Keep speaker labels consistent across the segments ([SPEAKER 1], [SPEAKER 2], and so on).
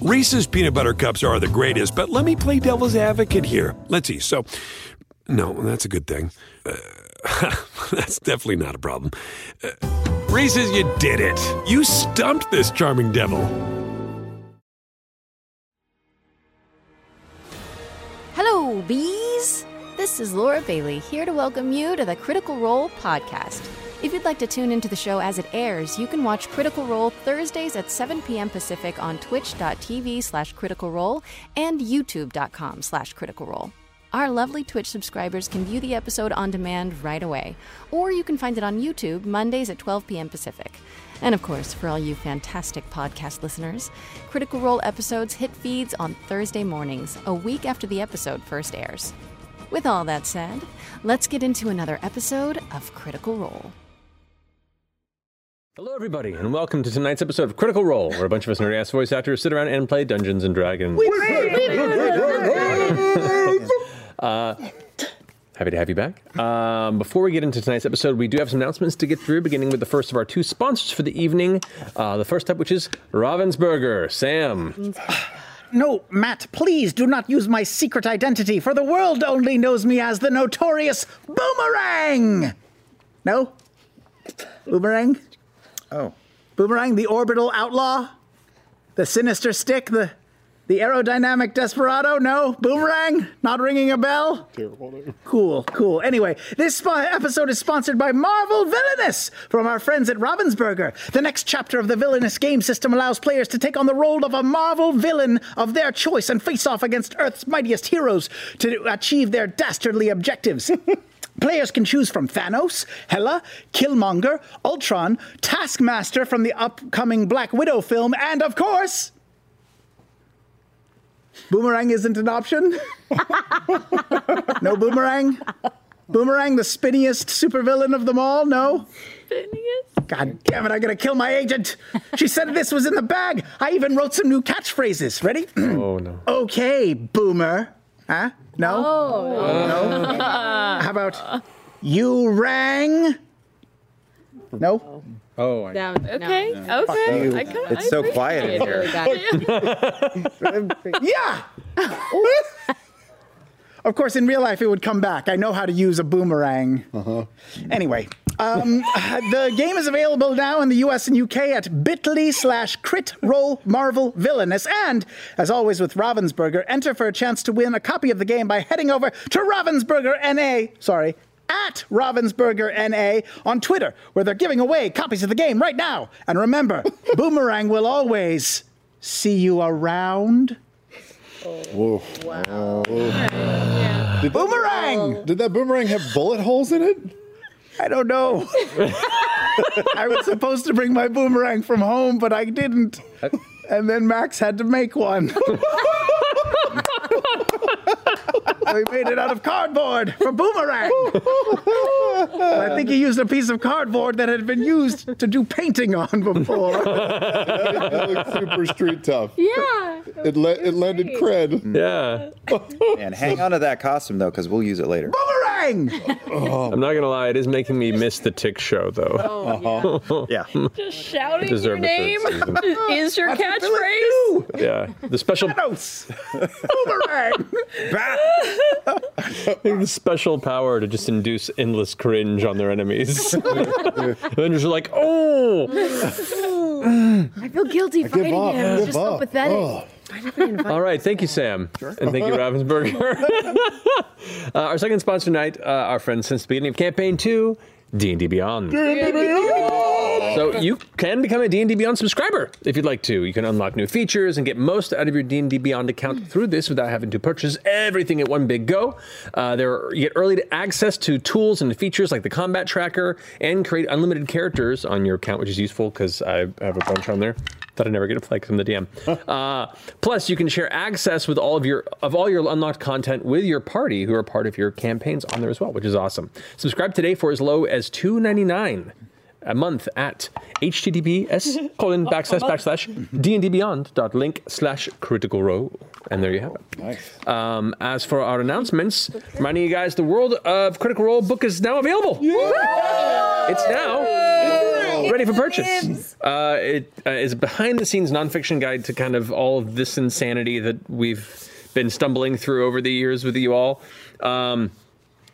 [SPEAKER 1] Reese's peanut butter cups are the greatest, but let me play devil's advocate here. Let's see. So, no, that's a good thing. Uh, that's definitely not a problem. Uh, Reese's, you did it. You stumped this charming devil.
[SPEAKER 2] Hello, bees! This is Laura Bailey here to welcome you to the Critical Role podcast. If you'd like to tune into the show as it airs, you can watch Critical Role Thursdays at 7 p.m. Pacific on twitch.tv slash critical role and youtube.com slash critical role. Our lovely Twitch subscribers can view the episode on demand right away, or you can find it on YouTube Mondays at 12 p.m. Pacific. And of course, for all you fantastic podcast listeners, Critical Role episodes hit feeds on Thursday mornings, a week after the episode first airs. With all that said, let's get into another episode of Critical Role.
[SPEAKER 3] Hello, everybody, and welcome to tonight's episode of Critical Role, where a bunch of us nerdy ass voice actors sit around and play Dungeons and Dragons. Uh, happy to have you back. Um, before we get into tonight's episode, we do have some announcements to get through, beginning with the first of our two sponsors for the evening. Uh, the first up, which is Ravensburger. Sam,
[SPEAKER 4] No, Matt, please do not use my secret identity, for the world only knows me as the notorious Boomerang! No? Boomerang? Oh. Boomerang, the orbital outlaw? The sinister stick? The, the aerodynamic desperado? No? Boomerang? Not ringing a bell? Cool, cool. Anyway, this spo- episode is sponsored by Marvel Villainous from our friends at Robinsberger. The next chapter of the Villainous game system allows players to take on the role of a Marvel villain of their choice and face off against Earth's mightiest heroes to achieve their dastardly objectives. Players can choose from Thanos, Hela, Killmonger, Ultron, Taskmaster from the upcoming Black Widow film, and of course, Boomerang isn't an option. no boomerang. Boomerang, the spinniest supervillain of them all. No. God damn it! I'm gonna kill my agent. She said this was in the bag. I even wrote some new catchphrases. Ready?
[SPEAKER 3] oh no,
[SPEAKER 4] okay, Boomer. Huh? No. Oh no. How about you rang? No.
[SPEAKER 3] oh, I,
[SPEAKER 5] Okay, okay. I kinda,
[SPEAKER 6] It's so quiet in here.
[SPEAKER 4] Yeah. of course, in real life, it would come back. I know how to use a boomerang. Anyway, um, the game is available now in the U.S. and U.K. at bit.ly slash crit roll marvel villainous. And as always with Ravensburger, enter for a chance to win a copy of the game by heading over to Ravensburger NA. Sorry. At Ravensburger NA on Twitter, where they're giving away copies of the game right now. And remember, Boomerang will always see you around.
[SPEAKER 6] Did that,
[SPEAKER 4] Boomerang!
[SPEAKER 6] did that boomerang have bullet holes in it?
[SPEAKER 4] I don't know. I was supposed to bring my boomerang from home, but I didn't. And then Max had to make one. we made it out of cardboard for boomerang. I think he used a piece of cardboard that had been used to do painting on before.
[SPEAKER 6] That looked super street tough.
[SPEAKER 5] Yeah.
[SPEAKER 6] It, le- it landed cred.
[SPEAKER 3] yeah.
[SPEAKER 7] And hang on to that costume though, because we'll use it later.
[SPEAKER 4] boomerang!
[SPEAKER 3] I'm not gonna lie, it is making me miss the Tick Show though.
[SPEAKER 7] Yeah.
[SPEAKER 5] Just shouting your
[SPEAKER 3] Deserve the
[SPEAKER 5] name
[SPEAKER 3] third
[SPEAKER 5] is your catchphrase.
[SPEAKER 4] Ooh,
[SPEAKER 3] Yeah, the special
[SPEAKER 4] Thanos! boomerang!
[SPEAKER 3] the special power to just induce endless cringe on their enemies. and then just like, oh,
[SPEAKER 8] I feel guilty
[SPEAKER 6] Give
[SPEAKER 8] fighting
[SPEAKER 6] up.
[SPEAKER 8] him. It's
[SPEAKER 6] give
[SPEAKER 8] just
[SPEAKER 6] up.
[SPEAKER 8] so pathetic.
[SPEAKER 6] Oh.
[SPEAKER 3] all right. Thank you, Sam, and thank you, Ravensburger. uh, our second sponsor tonight, uh, our friends since the beginning of campaign two, D and D Beyond. So you can become a D&D Beyond subscriber if you'd like to. You can unlock new features and get most out of your D&D Beyond account through this without having to purchase everything at one big go. Uh, there are, you get early access to tools and features like the combat tracker and create unlimited characters on your account, which is useful because I have a bunch on there. Thought I'd never get to play because I'm the DM. Uh, plus, you can share access with all of your of all your unlocked content with your party who are part of your campaigns on there as well, which is awesome. Subscribe today for as low as two ninety nine a month at https colon backslash backslash dndbeyond.link slash critical row. And there you have it. Nice. Um, as for our announcements, reminding you guys the world of Critical Role book is now available. It's now ready for purchase. Uh, it uh, is a behind the scenes nonfiction guide to kind of all of this insanity that we've been stumbling through over the years with you all. Um,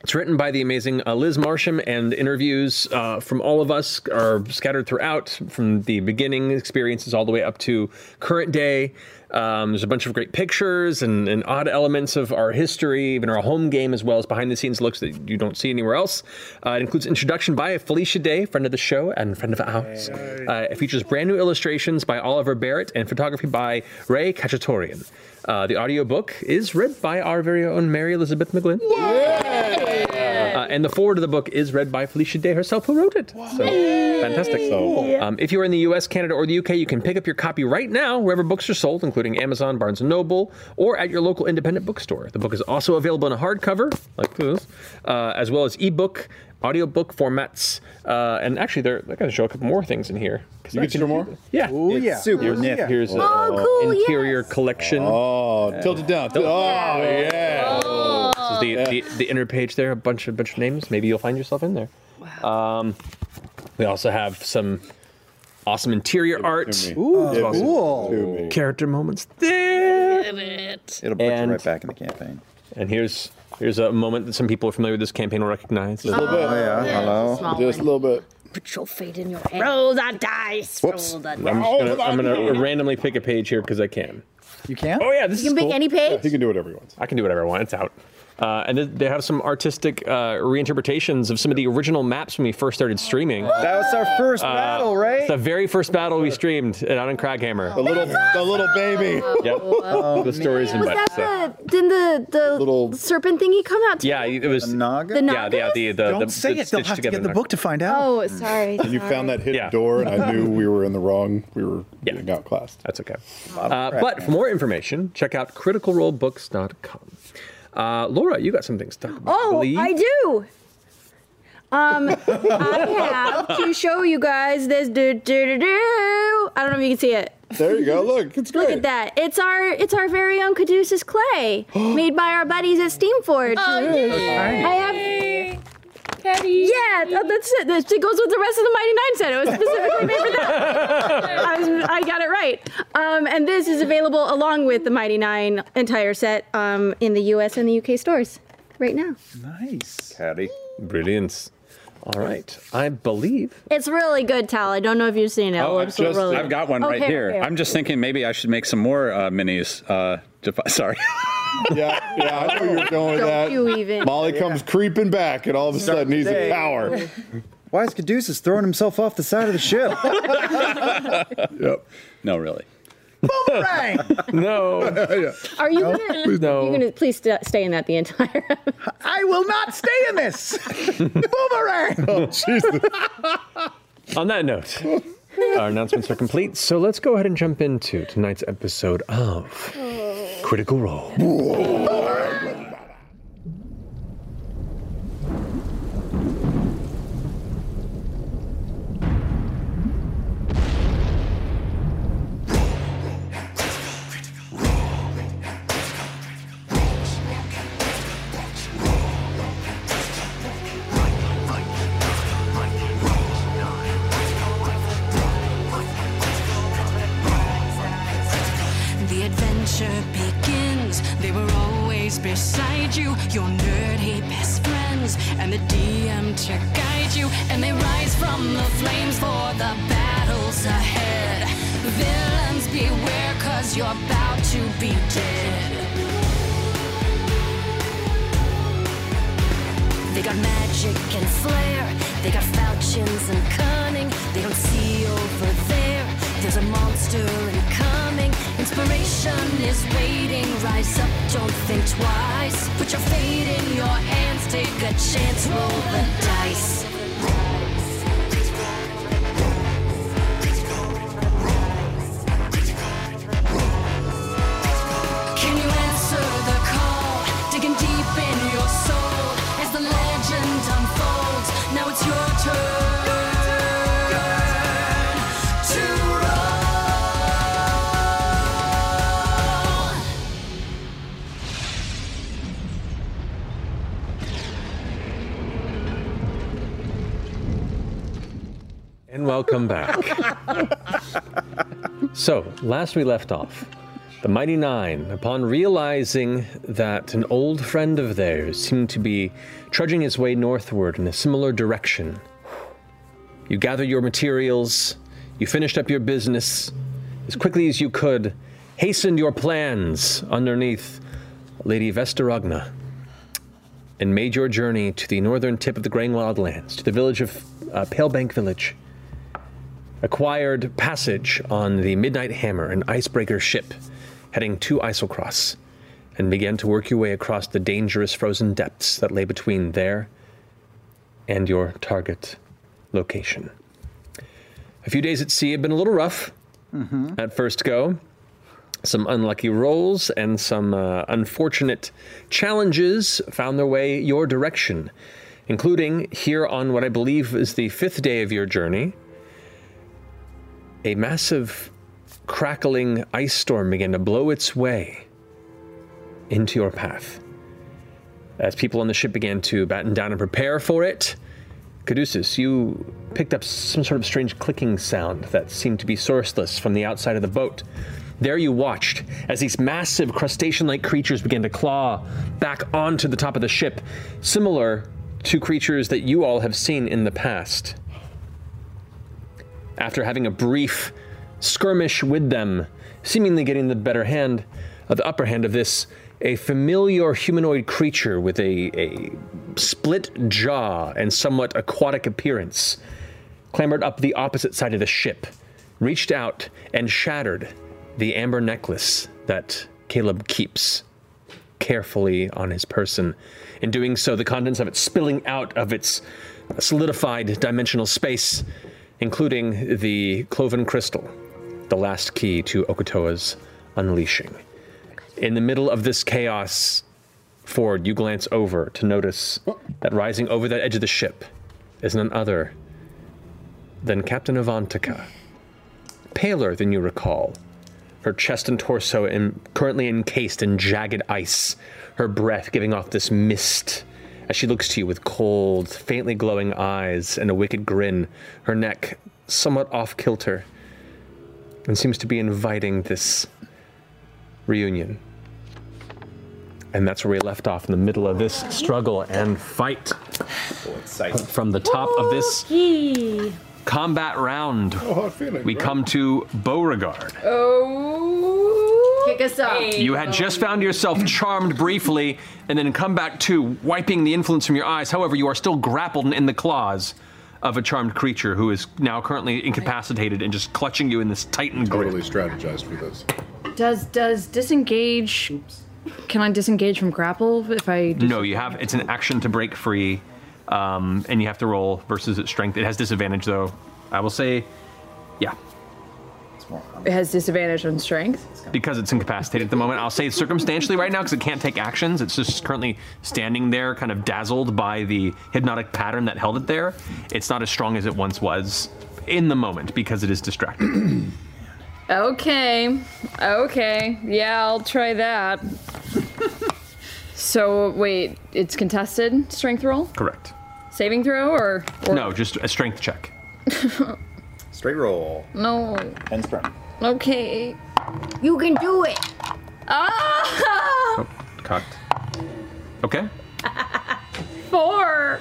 [SPEAKER 3] it's written by the amazing uh, Liz Marsham, and interviews uh, from all of us are scattered throughout, from the beginning experiences all the way up to current day. Um, there's a bunch of great pictures and, and odd elements of our history, even our home game, as well as behind the scenes looks that you don't see anywhere else. Uh, it includes introduction by Felicia Day, friend of the show and friend of ours. Uh, it features brand new illustrations by Oliver Barrett and photography by Ray Kachatorian. Uh, the audiobook is read by our very own Mary Elizabeth McGlynn. Uh, and the forward of the book is read by Felicia Day herself, who wrote it. So, fantastic.
[SPEAKER 9] Cool.
[SPEAKER 3] Um, if you are in the U.S., Canada, or the U.K., you can pick up your copy right now wherever books are sold, including Amazon, Barnes & Noble, or at your local independent bookstore. The book is also available in hardcover, like this, uh, as well as ebook, audiobook formats, uh, and actually, they're, they're going to show a couple more things in here. 'cause
[SPEAKER 6] You
[SPEAKER 3] I
[SPEAKER 6] get
[SPEAKER 3] can-
[SPEAKER 6] two more?
[SPEAKER 3] Yeah.
[SPEAKER 7] Oh,
[SPEAKER 6] Ooh,
[SPEAKER 3] It's
[SPEAKER 6] yeah.
[SPEAKER 3] Super
[SPEAKER 6] Here's-
[SPEAKER 3] nif.
[SPEAKER 6] yeah.
[SPEAKER 3] Here's an
[SPEAKER 6] Oh, cool,
[SPEAKER 3] interior collection.
[SPEAKER 6] Oh, tilt it down.
[SPEAKER 3] Tilt-
[SPEAKER 6] Oh, yeah.
[SPEAKER 3] This is the, the, the inner page there, a bunch of bunch of names. Maybe you'll find yourself in there. Um, we also have some awesome interior art.
[SPEAKER 7] Ooh,
[SPEAKER 3] as well as
[SPEAKER 7] cool.
[SPEAKER 3] Character moments there.
[SPEAKER 7] It'll put
[SPEAKER 3] And-
[SPEAKER 7] you right back in the campaign.
[SPEAKER 3] And here's here's a moment that some people are familiar with this campaign will recognize.
[SPEAKER 7] Just a little bit. Oh, yeah. Yeah, Hello. it's a small Just a
[SPEAKER 6] little bit.
[SPEAKER 2] Put your fate in your hand. Roll the dice.
[SPEAKER 3] Whoops.
[SPEAKER 2] Roll
[SPEAKER 3] I'm
[SPEAKER 2] the
[SPEAKER 3] just
[SPEAKER 2] dice.
[SPEAKER 3] gonna, I'm gonna randomly pick a page here because I can.
[SPEAKER 4] You can?
[SPEAKER 3] Oh yeah, this
[SPEAKER 2] you can
[SPEAKER 3] is
[SPEAKER 2] pick
[SPEAKER 3] cool.
[SPEAKER 2] any page.
[SPEAKER 6] can do whatever he wants.
[SPEAKER 3] I can do whatever I want. It's out. Uh, and th- they have some artistic uh, reinterpretations of some of the original maps when we first started streaming.
[SPEAKER 7] That was our first
[SPEAKER 3] Uh,
[SPEAKER 7] battle, right?
[SPEAKER 3] The very first battle we streamed uh, out in Craghammer.
[SPEAKER 6] The little, the little baby.
[SPEAKER 3] Yep. the stories and
[SPEAKER 2] Was
[SPEAKER 3] such.
[SPEAKER 2] Oh, that
[SPEAKER 3] so.
[SPEAKER 8] Uh,
[SPEAKER 2] the didn't the the
[SPEAKER 6] Little-
[SPEAKER 2] serpent thingy come out?
[SPEAKER 3] Yeah, it was. The
[SPEAKER 7] Naga?
[SPEAKER 2] The
[SPEAKER 3] Yeah, yeah, the, the,
[SPEAKER 4] Don't
[SPEAKER 3] the,
[SPEAKER 4] say
[SPEAKER 3] the
[SPEAKER 4] it. They'll
[SPEAKER 3] stitched
[SPEAKER 4] have to
[SPEAKER 3] together
[SPEAKER 4] get the
[SPEAKER 3] Naga.
[SPEAKER 4] book to find out.
[SPEAKER 2] Oh, sorry.
[SPEAKER 6] And you found that hidden
[SPEAKER 3] Yeah.
[SPEAKER 6] door, and I knew we were in the wrong. We were
[SPEAKER 3] Yeah.
[SPEAKER 6] getting outclassed.
[SPEAKER 3] That's okay. Uh, but for more information, check out criticalrolebooks.com. Uh, Laura, you got some things to talk about.
[SPEAKER 2] Oh,
[SPEAKER 3] believe.
[SPEAKER 2] I do. Um, I have to show you guys this. Do, do, do, do. I don't know if you can see it.
[SPEAKER 6] There you go. Look, it's great.
[SPEAKER 2] Look at that. It's our it's our very own Caduceus clay, made by our buddies at Steamforge.
[SPEAKER 10] Oh, yay.
[SPEAKER 2] I have
[SPEAKER 10] Teddy.
[SPEAKER 2] Yeah, that- that's it. That it goes with the rest of the Mighty Nine set. It was specifically made for that. I, was, I got it right. Um, and this is available along with the Mighty Nine entire set um, in the U.S. and the U.K. stores right now.
[SPEAKER 4] Nice.
[SPEAKER 7] Howdy.
[SPEAKER 3] Brilliance. All right. I believe.
[SPEAKER 2] It's really good, Tal. I don't know if you've seen it.
[SPEAKER 9] Oh, I've,
[SPEAKER 2] It's
[SPEAKER 9] just,
[SPEAKER 2] really-
[SPEAKER 9] I've got one
[SPEAKER 2] Oh,
[SPEAKER 9] right here. I'm just thinking maybe I should make some more uh, minis. Uh, defi- sorry.
[SPEAKER 6] Yeah, yeah. I know you were going with
[SPEAKER 2] Don't
[SPEAKER 6] that.
[SPEAKER 2] you even.
[SPEAKER 6] Molly comes creeping back, and all of a sudden he's a
[SPEAKER 7] today.
[SPEAKER 6] power.
[SPEAKER 7] Why is Caduceus throwing himself off the side of the ship?
[SPEAKER 6] Yep.
[SPEAKER 9] no, really.
[SPEAKER 4] Boomerang!
[SPEAKER 3] No.
[SPEAKER 2] Are you gonna?
[SPEAKER 3] no.
[SPEAKER 2] You're gonna please st- stay in that the entire.
[SPEAKER 4] I will not stay in this. Boomerang!
[SPEAKER 6] Jesus.
[SPEAKER 3] On that note, our announcements are complete. So let's go ahead and jump into tonight's episode of Critical Role.
[SPEAKER 5] The adventure begins. They were always beside you, your nerdy best friends, and the DM to guide you. And they rise from the flames for the battles ahead. Villains beware, cause you're about to be dead. They got magic and flair. They got falchions and cunning. They don't see over there. There's a monster incoming. Inspiration is waiting. Rise up, don't think twice. Put your fate in your hands. Take a chance. Roll the dice.
[SPEAKER 3] welcome back. so, last we left off, the Mighty Nine, upon realizing that an old friend of theirs seemed to be trudging his way northward in a similar direction, you gather your materials, you finished up your business as quickly as you could, hastened your plans underneath Lady Vesteragna, and made your journey to the northern tip of the Graying Wildlands, to the village of uh, Palebank Village. Acquired passage on the Midnight Hammer, an icebreaker ship heading to Isocross, and began to work your way across the dangerous frozen depths that lay between there and your target location. A few days at sea have been a little rough at first go. Some unlucky rolls and some uh, unfortunate challenges found their way your direction, including here on what I believe is the fifth day of your journey. A massive crackling ice storm began to blow its way into your path. As people on the ship began to batten down and prepare for it, Caduceus, you picked up some sort of strange clicking sound that seemed to be sourceless from the outside of the boat. There you watched as these massive crustacean like creatures began to claw back onto the top of the ship, similar to creatures that you all have seen in the past. After having a brief skirmish with them, seemingly getting the better hand, uh, the upper hand of this, a familiar humanoid creature with a, a split jaw and somewhat aquatic appearance clambered up the opposite side of the ship, reached out, and shattered the amber necklace that Caleb keeps carefully on his person. In doing so, the contents of it spilling out of its solidified dimensional space, including the cloven crystal, the last key to Okotoa's unleashing. In the middle of this chaos, Ford, you glance over to notice that rising over the edge of the ship is none other than Captain Avantika. Paler than you recall, her chest and torso in, currently encased in jagged ice, her breath giving off this mist as she looks to you with cold, faintly glowing eyes and a wicked grin, her neck somewhat off kilter, and seems to be inviting this reunion. And that's where we left off in the middle of this struggle and fight. From the top of this combat round, we come to Beauregard.
[SPEAKER 11] Oh.
[SPEAKER 12] Kick us up.
[SPEAKER 3] You had just found yourself charmed briefly, and then come back to wiping the influence from your eyes. However, you are still grappled and in the claws of a charmed creature who is now currently incapacitated and just clutching you in this titan grip. Totally strategized for this.
[SPEAKER 11] Does does disengage? Can I disengage from grapple if I? Dis-
[SPEAKER 3] No, you have. It's an action to break free, um, and you have to roll versus its strength. It has disadvantage though. I will say, yeah,
[SPEAKER 11] It has disadvantage on strength.
[SPEAKER 3] because it's incapacitated at the moment. I'll say circumstantially right now because it can't take actions. It's just currently standing there, kind of dazzled by the hypnotic pattern that held it there. It's not as strong as it once was in the moment because it is distracted.
[SPEAKER 11] Okay, okay, yeah, I'll try that. so wait, it's contested strength roll,
[SPEAKER 3] Correct.
[SPEAKER 11] saving throw, or, or
[SPEAKER 3] No, just a strength check.
[SPEAKER 7] Straight roll.
[SPEAKER 11] no?
[SPEAKER 7] And strength.
[SPEAKER 11] Okay, you can do it. Ah,
[SPEAKER 3] Oh, cocked. Okay.
[SPEAKER 11] four.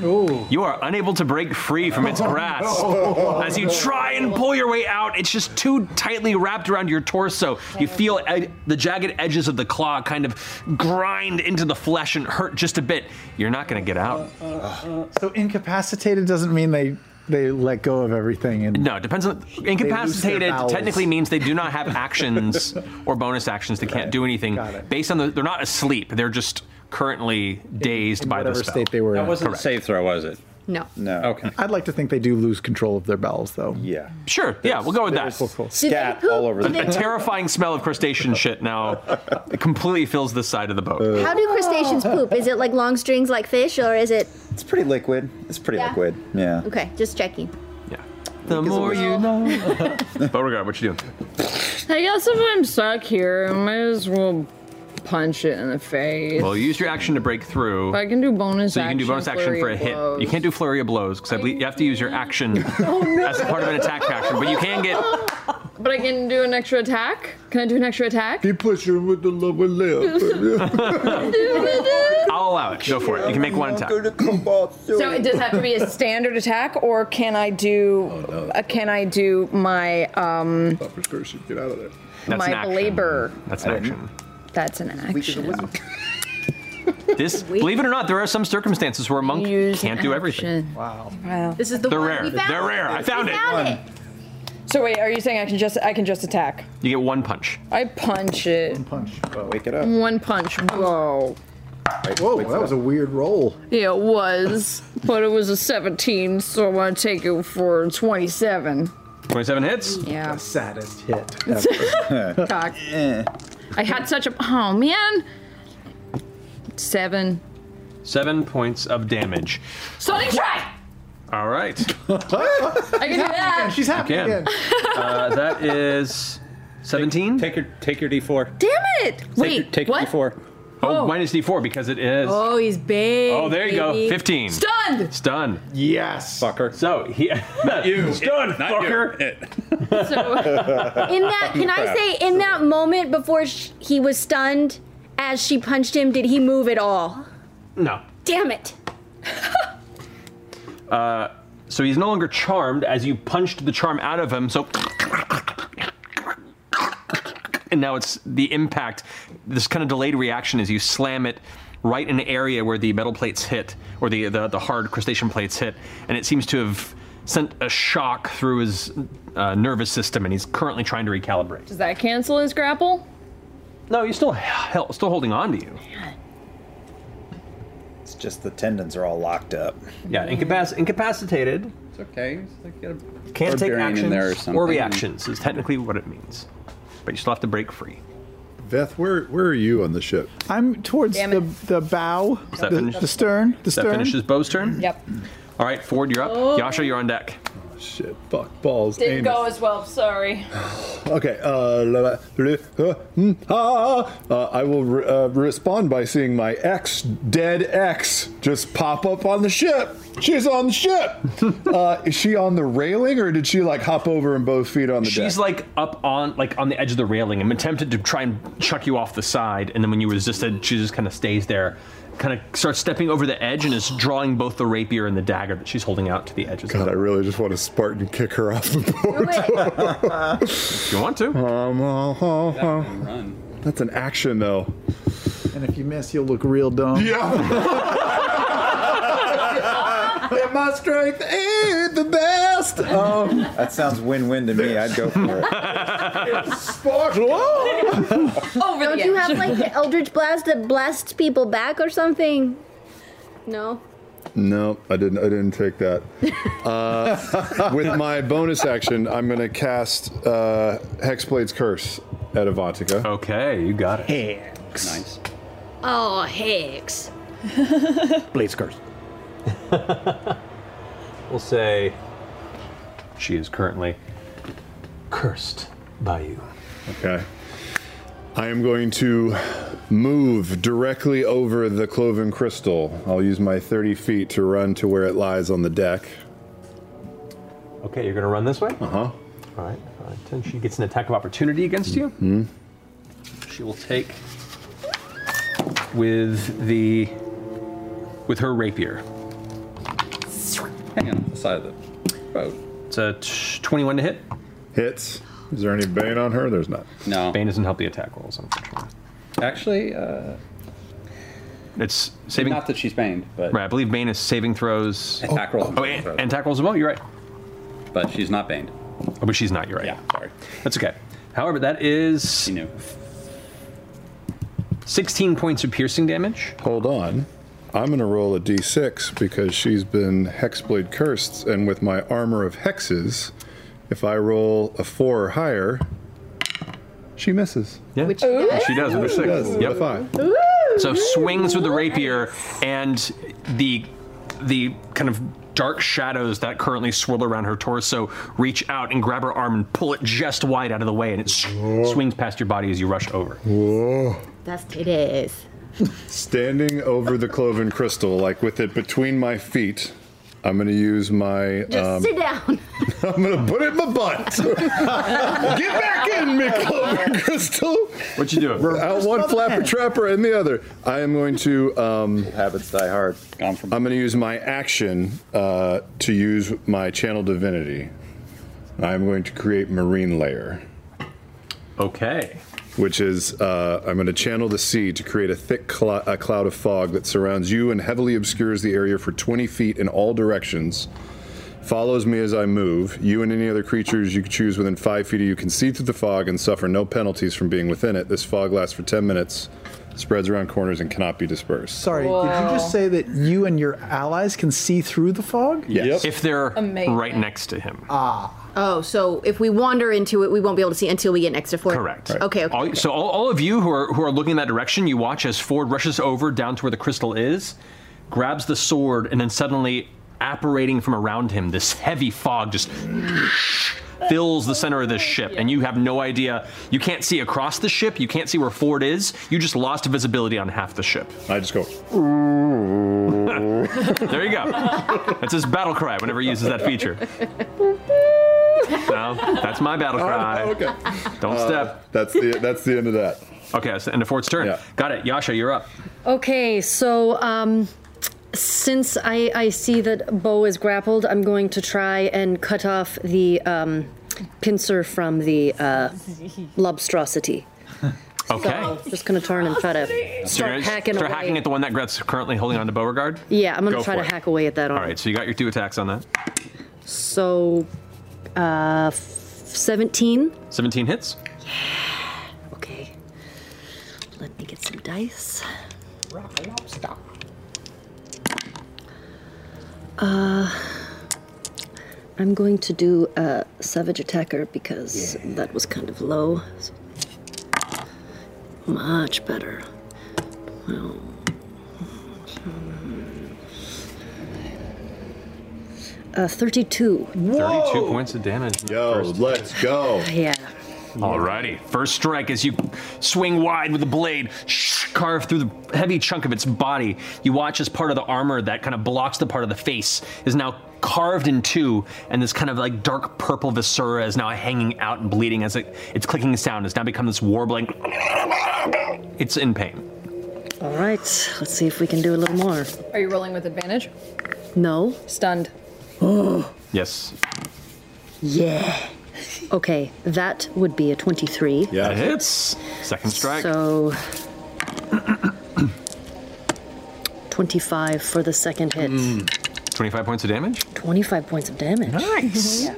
[SPEAKER 3] You are unable to break free from
[SPEAKER 13] Oh,
[SPEAKER 3] its grasp.
[SPEAKER 11] no.
[SPEAKER 3] As you try and pull your way out, it's just too tightly wrapped around your torso. You feel ed- the jagged edges of the claw kind of grind into the flesh and hurt just a bit. You're not going to get out.
[SPEAKER 13] Uh, So incapacitated doesn't mean they they let go of everything and
[SPEAKER 3] No, it depends on.
[SPEAKER 13] their
[SPEAKER 3] Incapacitated
[SPEAKER 13] bowels.
[SPEAKER 3] technically means they do not have actions or bonus actions. They can't do anything based on the. They're not asleep. They're just currently dazed by the
[SPEAKER 13] whatever
[SPEAKER 3] spell.
[SPEAKER 13] state they were That in. wasn't a
[SPEAKER 3] save throw, was it?
[SPEAKER 11] No.
[SPEAKER 3] No. Okay.
[SPEAKER 13] I'd like to think they do lose control of their bowels though.
[SPEAKER 7] Yeah.
[SPEAKER 3] Sure. yeah, we'll go with that.
[SPEAKER 13] Scat all over
[SPEAKER 3] A, a terrifying smell of crustacean shit now completely fills this side of the boat.
[SPEAKER 2] How do crustaceans poop? Is it like long strings like fish, or is it?
[SPEAKER 7] It's pretty liquid. It's pretty
[SPEAKER 2] Yeah.
[SPEAKER 7] liquid. Yeah.
[SPEAKER 2] Okay, just checking.
[SPEAKER 3] the more you know. Beauregard, what you doing?
[SPEAKER 11] I guess if I'm stuck here, I might as well punch it in the face.
[SPEAKER 3] Well, use your action to break through.
[SPEAKER 11] If I can do bonus
[SPEAKER 3] so you can do bonus action for a
[SPEAKER 11] flurry
[SPEAKER 3] hit.
[SPEAKER 11] blows.
[SPEAKER 3] You can't do flurry of blows Oh, because I believe you have to use your action as part of an attack action. But you can get
[SPEAKER 11] But I can do an extra attack? Can I do an extra attack?
[SPEAKER 6] He pushed him with the lower
[SPEAKER 3] I'll allow it. Go for it. You can make one attack.
[SPEAKER 11] So it does have to be a standard attack, or can I do? uh, can I do my um?
[SPEAKER 6] Get out of there.
[SPEAKER 3] That's an
[SPEAKER 11] my
[SPEAKER 3] action.
[SPEAKER 11] labor.
[SPEAKER 3] That's an action.
[SPEAKER 11] That's an action.
[SPEAKER 3] This, believe it or not, there are some circumstances where a monk can't do everything.
[SPEAKER 11] Wow. Wow. This is
[SPEAKER 3] They're rare. They're rare. I found it.
[SPEAKER 11] So wait, are you saying I can just I can just attack?
[SPEAKER 3] You get one punch.
[SPEAKER 11] I punch it. One
[SPEAKER 13] punch.
[SPEAKER 7] wake it
[SPEAKER 11] One punch. Whoa.
[SPEAKER 13] Whoa, that was a weird roll.
[SPEAKER 11] Yeah, it was, but it was a 17, so I'm gonna take it for 27.
[SPEAKER 3] 27 hits?
[SPEAKER 11] Yeah. The
[SPEAKER 13] saddest hit.
[SPEAKER 11] Cock.
[SPEAKER 3] Eh.
[SPEAKER 11] I had such a oh man. Seven.
[SPEAKER 3] Seven points of damage.
[SPEAKER 11] Sonic try.
[SPEAKER 3] All right.
[SPEAKER 11] I can do that.
[SPEAKER 13] She's
[SPEAKER 3] happy You can. again. Uh, that is 17. Take, your take your d4.
[SPEAKER 11] Damn it! Wait.
[SPEAKER 3] take your d4. Oh, minus d4 because it is.
[SPEAKER 11] Oh, he's big.
[SPEAKER 3] Oh, there you go.
[SPEAKER 11] baby.
[SPEAKER 3] 15.
[SPEAKER 11] Stunned.
[SPEAKER 3] Stun.
[SPEAKER 13] Yes.
[SPEAKER 3] Fucker. So he. you. Stun, fucker.
[SPEAKER 2] In that, can I say, in that moment before sh- he was stunned, as she punched him, did he move at all?
[SPEAKER 3] No.
[SPEAKER 2] Damn it!
[SPEAKER 3] Uh, so he's no longer charmed as you punched the charm out of him. So. And now it's the impact, this kind of delayed reaction as you slam it right in the area where the metal plates hit, or the, the, the hard crustacean plates hit, and it seems to have sent a shock through his uh, nervous system, and he's currently trying to recalibrate.
[SPEAKER 11] Does that cancel his grapple?
[SPEAKER 3] No, you're still, hell, still holding on to you.
[SPEAKER 7] It's just the tendons are all locked up.
[SPEAKER 3] Yeah, incapac- incapacitated.
[SPEAKER 9] It's okay. It's like you gotta-
[SPEAKER 3] Can't
[SPEAKER 9] or
[SPEAKER 3] take
[SPEAKER 9] burying
[SPEAKER 3] actions
[SPEAKER 9] in there or
[SPEAKER 3] or
[SPEAKER 9] something.
[SPEAKER 3] reactions, is technically what it means. But you still have to break free.
[SPEAKER 6] Beth, where where are you on the ship?
[SPEAKER 13] I'm towards
[SPEAKER 6] Damn
[SPEAKER 13] the, the bow,
[SPEAKER 3] Does that
[SPEAKER 13] the,
[SPEAKER 3] finish-
[SPEAKER 13] the stern, the
[SPEAKER 3] Does that
[SPEAKER 13] stern.
[SPEAKER 3] finishes Bo's turn?
[SPEAKER 11] Yep.
[SPEAKER 3] All right, Ford, you're up.
[SPEAKER 11] Oh.
[SPEAKER 3] Yasha, you're on deck.
[SPEAKER 6] shit, fuck balls.
[SPEAKER 11] Didn't go as well. Sorry.
[SPEAKER 6] Okay. Uh, la- la- la- uh, mm, ah. Uh, I will re- uh, respond by seeing my ex, dead ex, just pop up on the ship. She's on the ship. uh, is she on the railing, or did she like hop over and both feet on the deck?
[SPEAKER 3] She's like up on like on the edge of the railing and attempted to try and chuck you off the side, and then when you resisted, she just kind of stays there, kind of starts stepping over the edge and is drawing both the rapier and the dagger that she's holding out to the edges.
[SPEAKER 6] God, I really just want to Spartan kick her off the board.
[SPEAKER 3] if you want to.
[SPEAKER 6] Um, uh, uh, uh. That's an action, though.
[SPEAKER 13] And if you miss, you'll look real dumb.
[SPEAKER 6] And my strength is the best. Um,
[SPEAKER 7] that sounds win-win to me. I'd go for it.
[SPEAKER 6] Sparkle.
[SPEAKER 11] Over
[SPEAKER 2] Don't
[SPEAKER 11] the
[SPEAKER 2] you
[SPEAKER 11] edge.
[SPEAKER 2] have like the Eldritch Blast that blasts people back or something? No.
[SPEAKER 6] No, I didn't. I didn't take that. Uh, with my bonus action, I'm going to cast uh, Hexblade's Curse at Avantika.
[SPEAKER 3] Okay, you got it.
[SPEAKER 6] Hex. Nice.
[SPEAKER 2] Oh, Hicks.
[SPEAKER 6] Blade's Curse.
[SPEAKER 3] We'll say she is currently cursed by you.
[SPEAKER 6] Okay. I am going to move directly over the cloven crystal. I'll use my 30 feet to run to where it lies on the deck.
[SPEAKER 3] Okay, you're gonna run this way. Uh
[SPEAKER 6] huh. All
[SPEAKER 3] right. All right. Then she gets an attack of opportunity against you.
[SPEAKER 6] Hmm.
[SPEAKER 3] Mm. She will take with the with her rapier.
[SPEAKER 9] Hang on, the side of the boat.
[SPEAKER 3] It's a t- 21 to hit.
[SPEAKER 6] Hits. Is there any bane on her? There's not.
[SPEAKER 9] No.
[SPEAKER 3] Bane doesn't help the attack rolls, unfortunately.
[SPEAKER 9] Actually, uh,
[SPEAKER 3] It's saving.
[SPEAKER 9] Not that she's baned, but
[SPEAKER 3] Right, I believe Bane is saving throws.
[SPEAKER 9] Attack rolls.
[SPEAKER 3] Oh, and, and attack rolls as well, you're right.
[SPEAKER 9] But she's not baned.
[SPEAKER 3] Oh, but she's not, you're right. Yeah,
[SPEAKER 9] sorry.
[SPEAKER 3] That's okay. However, that is. She
[SPEAKER 9] knew.
[SPEAKER 3] 16 points of piercing damage.
[SPEAKER 6] Hold on. I'm going to roll a d6 because she's been Hexblade cursed, and with my armor of hexes, if I roll a four or higher, she misses.
[SPEAKER 3] Yeah.
[SPEAKER 6] Which
[SPEAKER 3] She does with her six.
[SPEAKER 6] She does with a five.
[SPEAKER 3] So swings with the rapier, and the the kind of dark shadows that currently swirl around her torso reach out and grab her arm and pull it just wide out of the way, and it swings past your body as you rush over.
[SPEAKER 6] Whoa.
[SPEAKER 2] That's it is.
[SPEAKER 6] Standing over the cloven crystal, like with it between my feet, I'm gonna use my.
[SPEAKER 2] Just
[SPEAKER 6] um,
[SPEAKER 2] sit down.
[SPEAKER 6] I'm gonna put it in my butt. Get back in, me cloven crystal.
[SPEAKER 3] What you doing?
[SPEAKER 6] Out one flapper trapper and the other. I am going to. Um, Habits die hard. I'm gonna use my action uh, to use my channel divinity. I'm going to create marine layer.
[SPEAKER 3] Okay.
[SPEAKER 6] Which is, uh, I'm going to channel the sea to create a thick cl- a cloud of fog that surrounds you and heavily obscures the area for 20 feet in all directions. Follows me as I move. You and any other creatures you choose within five feet of you can see through the fog and suffer no penalties from being within it. This fog lasts for 10 minutes, spreads around corners, and cannot be dispersed.
[SPEAKER 13] Sorry, did you just say that you and your allies can see through the fog?
[SPEAKER 3] If they're
[SPEAKER 2] Amazing.
[SPEAKER 3] right next to him.
[SPEAKER 13] Ah.
[SPEAKER 2] Oh, so if we wander into it, we won't be able to see until we get next to Ford. Correct. Okay. okay.
[SPEAKER 3] All, so all, all of you who are who are looking in that direction, you watch as Ford rushes over down to where the crystal is, grabs the sword, and then suddenly, apparating from around him, this heavy fog just fills the center
[SPEAKER 2] Oh,
[SPEAKER 3] of this ship, and you have no idea. You can't see across the ship. You can't see where Ford is. You just lost visibility on half the ship.
[SPEAKER 6] I just go.
[SPEAKER 3] there you go. That's his battle cry whenever he uses that feature. No, that's my battle cry.
[SPEAKER 6] okay.
[SPEAKER 3] Don't
[SPEAKER 6] Uh,
[SPEAKER 3] step.
[SPEAKER 6] That's the that's the end of that.
[SPEAKER 3] Okay, that's the end of Ford's turn. Got it. Yasha, you're up.
[SPEAKER 5] Okay, so um, since I, I see that Bo is grappled, I'm going to try and cut off the um, pincer from the uh, lobstrosity.
[SPEAKER 3] Okay.
[SPEAKER 5] So I'm just going to turn and try to
[SPEAKER 3] So you're
[SPEAKER 5] start
[SPEAKER 3] gonna
[SPEAKER 5] hacking
[SPEAKER 3] start
[SPEAKER 5] away.
[SPEAKER 3] hacking at the one that Gret's currently holding on to Beauregard?
[SPEAKER 5] yeah, I'm going
[SPEAKER 3] Go
[SPEAKER 5] to try
[SPEAKER 3] for
[SPEAKER 5] to
[SPEAKER 3] it.
[SPEAKER 5] hack away at that
[SPEAKER 3] All
[SPEAKER 5] arm.
[SPEAKER 3] right, so you got your two attacks on that.
[SPEAKER 5] So, uh, f- 17.
[SPEAKER 3] 17 hits.
[SPEAKER 5] Let me get some dice. Uh, I'm going to do a Savage Attacker because that was kind of low. So- Much better. Well, uh, 32.
[SPEAKER 3] 32 points of damage.
[SPEAKER 6] Yo, let's go.
[SPEAKER 5] Yeah.
[SPEAKER 3] Alrighty. First strike as you swing wide with the blade, shh, carve through the heavy chunk of its body. You watch as part of the armor that kind of blocks the part of the face is now carved in two, and this kind of like dark purple viscera is now hanging out and bleeding as it, its clicking sound has now become this warbling. It's in pain.
[SPEAKER 5] All right, let's see if we can do a little more.
[SPEAKER 14] Are you rolling with advantage?
[SPEAKER 5] No.
[SPEAKER 14] Stunned.
[SPEAKER 5] Oh,
[SPEAKER 3] Yes.
[SPEAKER 5] yeah. Okay, that would be a 23.
[SPEAKER 3] Yeah. That hits. Second strike.
[SPEAKER 5] So 25 for the second hit.
[SPEAKER 3] Mm. 25 points of damage.
[SPEAKER 5] 25 points of damage.
[SPEAKER 3] Nice.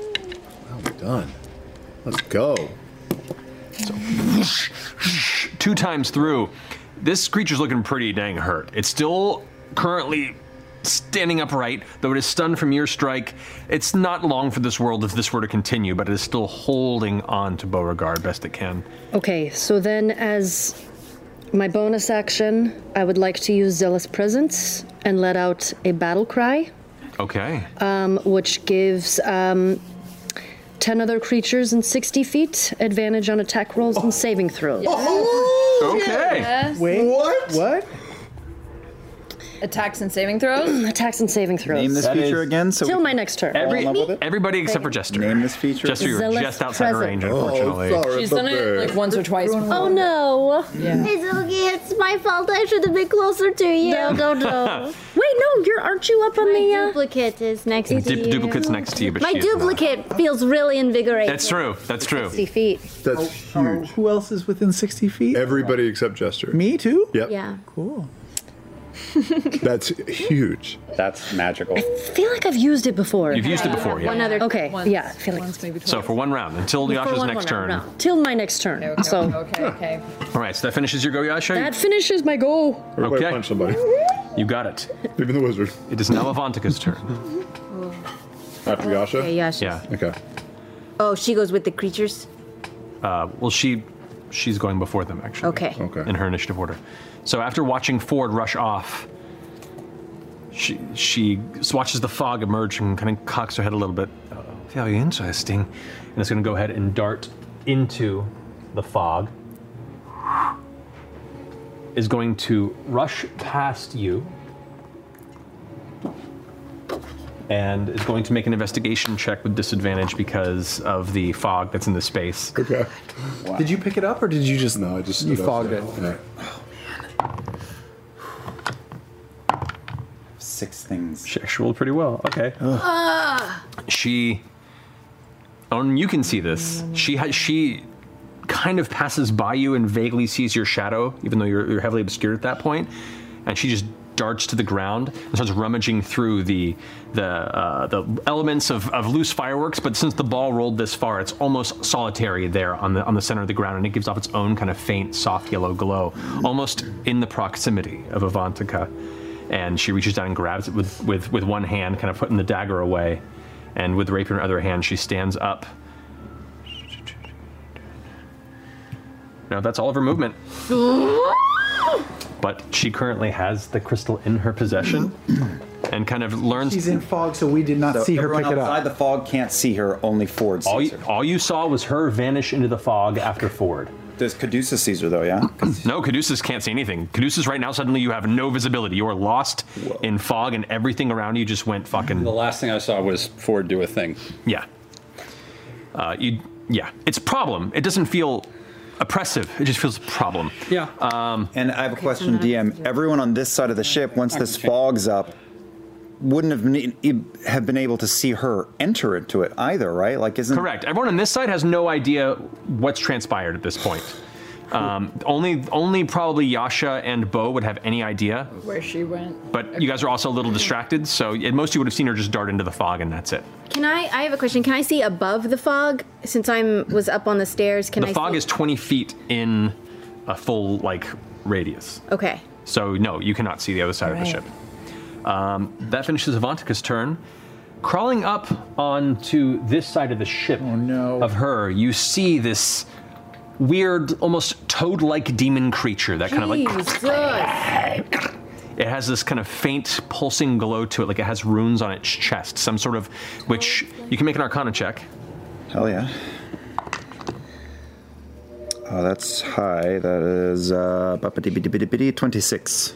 [SPEAKER 6] Done. Let's go.
[SPEAKER 3] two times through, this creature's looking pretty dang hurt. It's still currently standing upright, though it is stunned from your strike. It's not long for this world if this were to continue, but it is still holding on to Beauregard best it can.
[SPEAKER 5] Okay, so then as my bonus action, I would like to use Zealous Presence and let out a battle cry,
[SPEAKER 3] Okay.
[SPEAKER 5] um, which gives um, 10 other creatures in 60 feet advantage on attack rolls and
[SPEAKER 3] Oh.
[SPEAKER 5] saving throws.
[SPEAKER 13] Oh,
[SPEAKER 14] Okay. Yes. Wait,
[SPEAKER 6] what?
[SPEAKER 13] What?
[SPEAKER 14] Attacks and saving throws?
[SPEAKER 5] Attacks and saving throws.
[SPEAKER 14] Name this That feature is-
[SPEAKER 13] again
[SPEAKER 14] so
[SPEAKER 5] Till
[SPEAKER 14] we-
[SPEAKER 5] my next turn.
[SPEAKER 3] Every- everybody except for Jester. Name this feature. Jester, you're
[SPEAKER 5] Zealous
[SPEAKER 3] just outside her
[SPEAKER 5] present.
[SPEAKER 3] range,
[SPEAKER 5] Oh,
[SPEAKER 3] unfortunately.
[SPEAKER 14] She's done it like once or twice before.
[SPEAKER 5] Oh no!
[SPEAKER 2] It's okay. It's my fault. I should have been closer to you.
[SPEAKER 5] No, no, no. Wait, no, you're aren't you up on
[SPEAKER 2] the uh... duplicate is next
[SPEAKER 3] Du-
[SPEAKER 2] to you.
[SPEAKER 3] duplicate's next to you, but
[SPEAKER 2] my
[SPEAKER 3] she is not.
[SPEAKER 2] duplicate feels really invigorating.
[SPEAKER 3] That's true. That's true.
[SPEAKER 5] feet.
[SPEAKER 6] That's huge.
[SPEAKER 13] Oh, um, who else is within 60 feet?
[SPEAKER 6] Everybody except Jester.
[SPEAKER 13] Me too?
[SPEAKER 6] Yep.
[SPEAKER 2] Yeah.
[SPEAKER 13] Cool.
[SPEAKER 6] That's huge.
[SPEAKER 9] That's magical.
[SPEAKER 5] I feel like I've used it before.
[SPEAKER 3] You've used it before, yeah. One other-
[SPEAKER 5] Okay, yeah, I feel like once,
[SPEAKER 14] maybe
[SPEAKER 3] So for one round, until Yasha's next turn.
[SPEAKER 5] Till my next turn. so okay,
[SPEAKER 14] okay.
[SPEAKER 3] All right, so that finishes your go, Yasha.
[SPEAKER 5] That finishes my goal.
[SPEAKER 3] Everybody
[SPEAKER 6] punch somebody.
[SPEAKER 3] You got it.
[SPEAKER 6] Even the wizard.
[SPEAKER 3] It is now Avantika's turn.
[SPEAKER 6] After Yasha?
[SPEAKER 2] Okay, Yasha.
[SPEAKER 3] Yeah.
[SPEAKER 6] Okay.
[SPEAKER 2] Oh, she goes with the creatures.
[SPEAKER 3] Uh, well, she she's going before them actually.
[SPEAKER 2] Okay.
[SPEAKER 3] Okay. In her initiative order. So after watching Ford rush off, She she watches the fog emerge and kind of cocks her head a little bit. "Oh, very interesting. And it's going to go ahead and dart into the fog. Is going to rush past you and is going to make an investigation check with disadvantage because of the fog that's in the space.
[SPEAKER 6] Okay.
[SPEAKER 13] Did you pick it up or did you just?
[SPEAKER 6] No, I just
[SPEAKER 13] You fogged it.
[SPEAKER 3] Six things. She actually rolled pretty well. Okay.
[SPEAKER 15] Ah.
[SPEAKER 3] She. Oh, and you can see this. She has she kind of passes by you and vaguely sees your shadow, even though you're, you're heavily obscured at that point, and she just darts to the ground and starts rummaging through the the uh, the elements of, of loose fireworks. But since the ball rolled this far, it's almost solitary there on the on the center of the ground, and it gives off its own kind of faint, soft yellow glow, almost in the proximity of Avantika. And she reaches down and grabs it with, with, with one hand, kind of putting the dagger away. And with the rapier in her other hand, she stands up Now that's all of her movement. But she currently has the crystal in her possession
[SPEAKER 9] Mm-hmm.
[SPEAKER 3] and kind of learns.
[SPEAKER 13] She's in fog, so we did not see her pick it up.
[SPEAKER 3] outside the fog can't see her, only Ford all you, all you saw was her vanish into the fog after Ford. Does Caduceus sees her though, yeah? no, Caduceus can't see anything. Caduceus, right now, suddenly you have no visibility. You are lost in fog and everything around you just went fucking. The
[SPEAKER 9] last thing I saw was Ford do a thing.
[SPEAKER 3] Yeah. Uh, you, yeah. It's a problem. It doesn't feel oppressive, it just feels a problem.
[SPEAKER 9] Yeah.
[SPEAKER 3] Um,
[SPEAKER 7] and I have a question, DM. Everyone on this side of the ship, once this fog's up, wouldn't have ne- have been able to see her enter into it either, right? Like, isn't
[SPEAKER 3] Correct. Everyone on this side has no idea what's transpired at this point. Um, only, only probably Yasha and Bo would have any idea.
[SPEAKER 11] Where she went.
[SPEAKER 3] But you guys are also a little distracted, so at most you would have seen her just dart into the fog, and that's it.
[SPEAKER 8] Can I? I have a question. Can I see above the fog? Since I'm was up on the stairs, can
[SPEAKER 3] the
[SPEAKER 8] I?
[SPEAKER 3] fog
[SPEAKER 8] see?
[SPEAKER 3] is 20 feet in a full like radius.
[SPEAKER 8] Okay.
[SPEAKER 3] So no, you cannot see the other side of the
[SPEAKER 8] Right.
[SPEAKER 3] ship. Um, that finishes Avantika's turn. Crawling up onto this side of the ship of her, you see this weird, almost toad-like demon creature that kind of like
[SPEAKER 11] Jesus.
[SPEAKER 3] it has this kind of faint pulsing glow to it, like it has runes on its chest, some sort of which you can make an arcana check.
[SPEAKER 7] Hell yeah. Oh, that's high. That is uh, 26.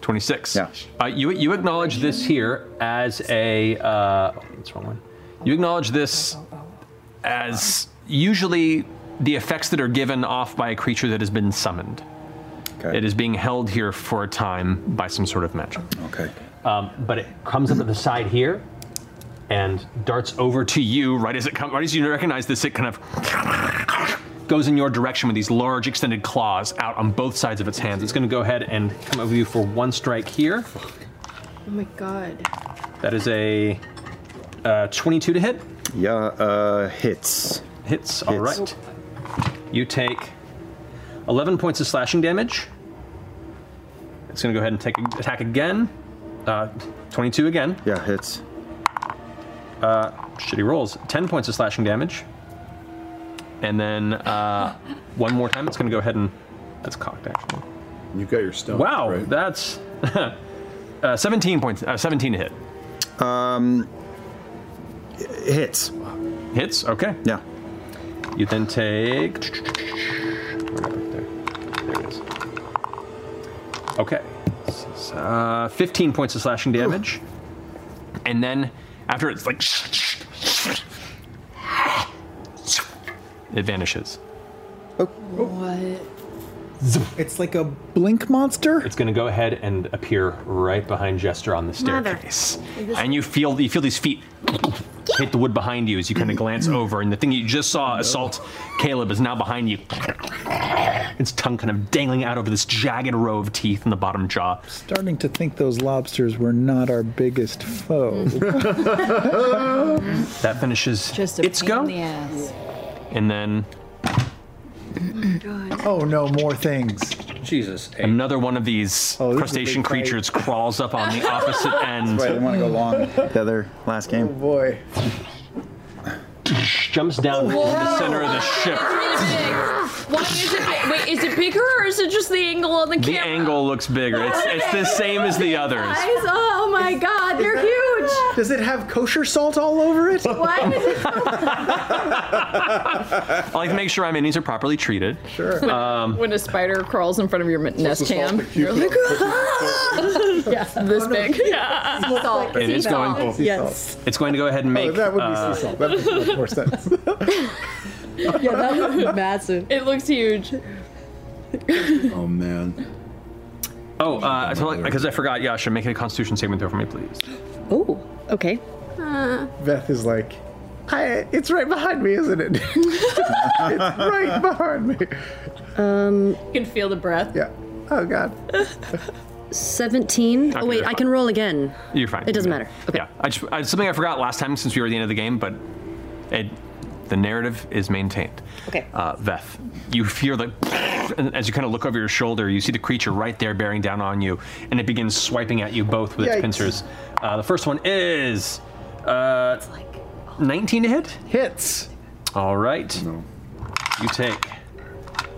[SPEAKER 3] 26. Yeah. Uh, you, you acknowledge this here as a. Uh, what's wrong one? You acknowledge this as usually the effects that are given off by a creature that has been summoned. It is being held here for a time by some sort of magic.
[SPEAKER 7] Okay.
[SPEAKER 3] Um, but it comes up at the side here and darts over to you right as it comes. Right as you recognize this, it kind of goes in your direction with these large extended claws out on both sides of its hands. It's going to go ahead and come over you for one strike here.
[SPEAKER 8] Oh my god.
[SPEAKER 3] That is a uh, 22 to hit.
[SPEAKER 7] Yeah, uh, hits.
[SPEAKER 3] Hits, all right. You take 11 points of slashing damage. It's going to go ahead and take attack again. Uh, 22 again.
[SPEAKER 7] Yeah, hits.
[SPEAKER 3] Uh, shitty rolls. 10 points of slashing damage. And then uh, one more time, it's going to go ahead and. That's cocked, actually.
[SPEAKER 6] You've got your stone.
[SPEAKER 3] Wow, that's uh, 17 points. Uh, 17 to hit.
[SPEAKER 7] Um, hits.
[SPEAKER 3] Hits. Okay.
[SPEAKER 7] Yeah.
[SPEAKER 3] You then take. There it is. Okay. S- Uh, 15 points of slashing damage. And then after it's like. It vanishes.
[SPEAKER 13] Oh.
[SPEAKER 11] What?
[SPEAKER 3] It's like a blink monster. It's going to go ahead and appear right behind Jester on the staircase,
[SPEAKER 11] Mother.
[SPEAKER 3] and you feel you feel these feet hit the wood behind you as you kind of glance
[SPEAKER 11] Mm.
[SPEAKER 3] over, and the thing you just saw assault Caleb is now behind you. Its tongue kind of dangling out over this jagged row of teeth in the bottom jaw.
[SPEAKER 13] Starting to think those lobsters were not our biggest foe.
[SPEAKER 3] That finishes
[SPEAKER 11] Mm. Just a
[SPEAKER 3] its
[SPEAKER 11] pain
[SPEAKER 3] go,
[SPEAKER 11] in the ass.
[SPEAKER 3] and then
[SPEAKER 13] oh no, more things.
[SPEAKER 3] Jesus, another one of these
[SPEAKER 13] is a
[SPEAKER 3] crustacean
[SPEAKER 13] big fight.
[SPEAKER 3] creatures crawls up on the opposite end.
[SPEAKER 7] That's right, they want to go long. The other last game. Oh, boy.
[SPEAKER 3] Jumps down to the center of the ship.
[SPEAKER 15] Why is it? bi- Wait, is it bigger or is it just the angle on the
[SPEAKER 3] The
[SPEAKER 15] camera?
[SPEAKER 3] angle looks bigger. It's, it's the same as the others.
[SPEAKER 8] Guys, oh my god, they're huge.
[SPEAKER 13] Does it have kosher salt all over it?
[SPEAKER 8] What?
[SPEAKER 3] I like to make sure my minis are properly treated.
[SPEAKER 11] Sure.
[SPEAKER 3] Um,
[SPEAKER 11] when a spider crawls in front of your m- nest cam, you're like, yeah, this big. Yeah.
[SPEAKER 8] Salt.
[SPEAKER 3] it is going. It's going to go ahead and make.
[SPEAKER 13] Oh, that would be
[SPEAKER 3] uh,
[SPEAKER 13] sea salt. That makes much more sense.
[SPEAKER 11] Yeah, that looks massive. It looks huge.
[SPEAKER 6] Oh man.
[SPEAKER 3] Oh, uh, because I forgot. Yeah, I should make a Constitution saving throw for me, please.
[SPEAKER 5] Oh, okay.
[SPEAKER 11] Uh.
[SPEAKER 13] Beth is like, I, it's right behind me, isn't it? it's right behind me.
[SPEAKER 5] Um,
[SPEAKER 11] You can feel the breath.
[SPEAKER 13] Yeah. Oh God.
[SPEAKER 5] 17.
[SPEAKER 3] Okay,
[SPEAKER 5] Oh, wait,
[SPEAKER 3] you're
[SPEAKER 5] I
[SPEAKER 3] fine.
[SPEAKER 5] can roll again.
[SPEAKER 3] You're fine.
[SPEAKER 5] It doesn't matter.
[SPEAKER 3] Okay. Yeah, I just, I, something I forgot last time since we were at the end of the game, but it, the narrative is maintained.
[SPEAKER 5] Okay.
[SPEAKER 3] Uh, Veth, you hear the, and as you kind of look over your shoulder, you see the creature right there bearing down on you, and it begins swiping at you both with
[SPEAKER 13] Yikes.
[SPEAKER 3] its pincers. Uh, the first one is, uh,
[SPEAKER 5] oh.
[SPEAKER 3] 19 to hit.
[SPEAKER 13] Hits.
[SPEAKER 3] All right. You take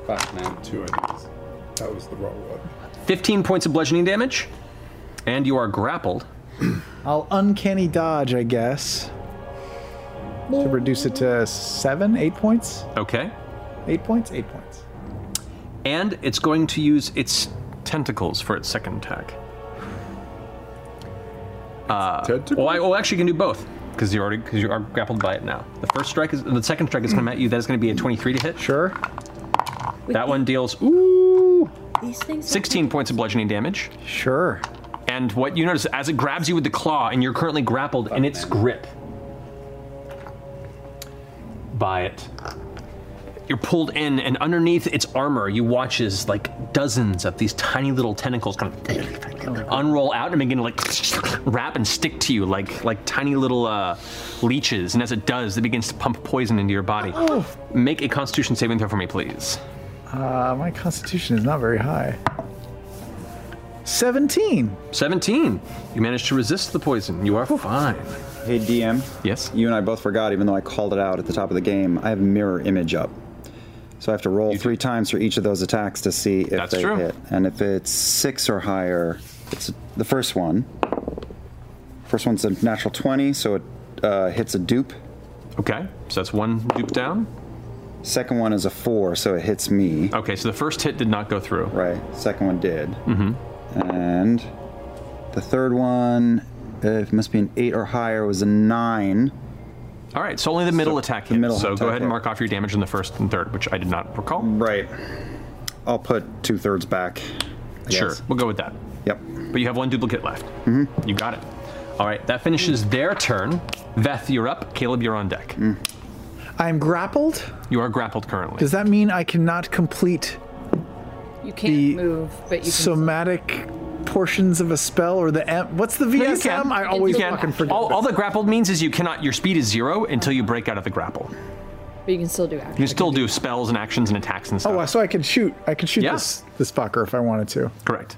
[SPEAKER 6] Five nine two. I think. That was the wrong one.
[SPEAKER 3] 15 points of bludgeoning damage, and you are grappled.
[SPEAKER 13] I'll uncanny dodge, I guess, to reduce it to seven, eight points.
[SPEAKER 3] Okay.
[SPEAKER 13] Eight points. Eight points.
[SPEAKER 3] And it's going to use its tentacles for its second attack. Uh, Well, I, well, actually, you can do both because you already because you are grappled by it now. The first strike is the second strike is coming at you. That is going to be a twenty-three to hit.
[SPEAKER 13] Sure.
[SPEAKER 3] That one deals ooh
[SPEAKER 5] These things.
[SPEAKER 3] sixteen points of bludgeoning damage.
[SPEAKER 13] Sure.
[SPEAKER 3] And what you notice as it grabs you with the claw, and you're currently grappled in its grip by it. You're pulled in, and underneath its armor, you watch as like dozens of these tiny little tentacles kind of unroll out and begin to like wrap and stick to you like like tiny little uh, leeches. And as it does, it begins to pump poison into your body.
[SPEAKER 13] Oh.
[SPEAKER 3] Make a Constitution saving throw for me, please.
[SPEAKER 13] Uh, my constitution is not very high. Seventeen.
[SPEAKER 3] 17. You managed to resist the poison. You are fine.
[SPEAKER 7] Hey DM.
[SPEAKER 3] Yes.
[SPEAKER 7] You and I both forgot, even though I called it out at the top of the game. I have mirror image up, so I have to roll three times for each of those attacks to see if
[SPEAKER 3] That's
[SPEAKER 7] they
[SPEAKER 3] true.
[SPEAKER 7] hit. And if it's six or higher, it's the first one. First one's a natural twenty, so it uh, hits a dupe.
[SPEAKER 3] Okay, so that's one dupe down.
[SPEAKER 7] Second one is a four, so it hits me.
[SPEAKER 3] Okay, so the first hit did not go through.
[SPEAKER 7] Right. Second one did. Mm-hmm. And the third one, uh, it must be an eight or higher, was a nine.
[SPEAKER 3] All right, so only the middle attack hit.
[SPEAKER 7] middle
[SPEAKER 3] so
[SPEAKER 7] attack
[SPEAKER 3] go ahead and
[SPEAKER 7] hit.
[SPEAKER 3] mark off your damage in the first and third, which I did not recall.
[SPEAKER 7] Right. I'll put two thirds back. I
[SPEAKER 3] sure,
[SPEAKER 7] guess.
[SPEAKER 3] we'll go with that.
[SPEAKER 7] Yep.
[SPEAKER 3] But you have one duplicate left. Mm-hmm. You got it. All right, that finishes their turn. Veth, you're up. Caleb, you're on deck.
[SPEAKER 7] Mm.
[SPEAKER 13] I'm grappled.
[SPEAKER 3] You are grappled currently.
[SPEAKER 13] Does that mean I cannot complete
[SPEAKER 11] You can't move, but you can.
[SPEAKER 13] somatic portions of a spell or the M? What's the
[SPEAKER 3] No, you
[SPEAKER 13] VSM?
[SPEAKER 3] can.
[SPEAKER 13] I always
[SPEAKER 3] You can.
[SPEAKER 13] fucking forget.
[SPEAKER 3] All, all that grappled means is you cannot. Your speed is zero until you break out of the grapple.
[SPEAKER 11] but you can still do
[SPEAKER 3] You
[SPEAKER 11] action.
[SPEAKER 3] can still do spells and actions and attacks and stuff.
[SPEAKER 13] Oh, so I can shoot. I can shoot
[SPEAKER 3] Uh, Yeah.
[SPEAKER 13] this this fucker if I wanted to.
[SPEAKER 3] Correct.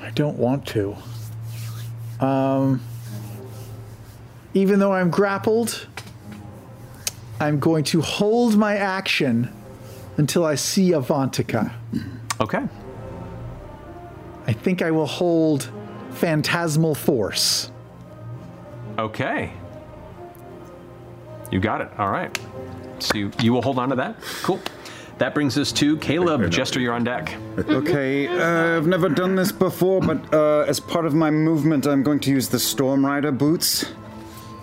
[SPEAKER 13] I don't want to. Um, even though I'm grappled, I'm going to hold my action until I see Avantika.
[SPEAKER 7] Oh.
[SPEAKER 3] Okay.
[SPEAKER 13] I think I will hold Phantasmal Force.
[SPEAKER 3] Okay. You got it. All right. So you, you will hold on to that. Cool. That brings us to Caleb. Jester, you're on deck.
[SPEAKER 7] Okay, uh, I've never done this before, but uh, as part of my movement, I'm going to use the Storm Rider boots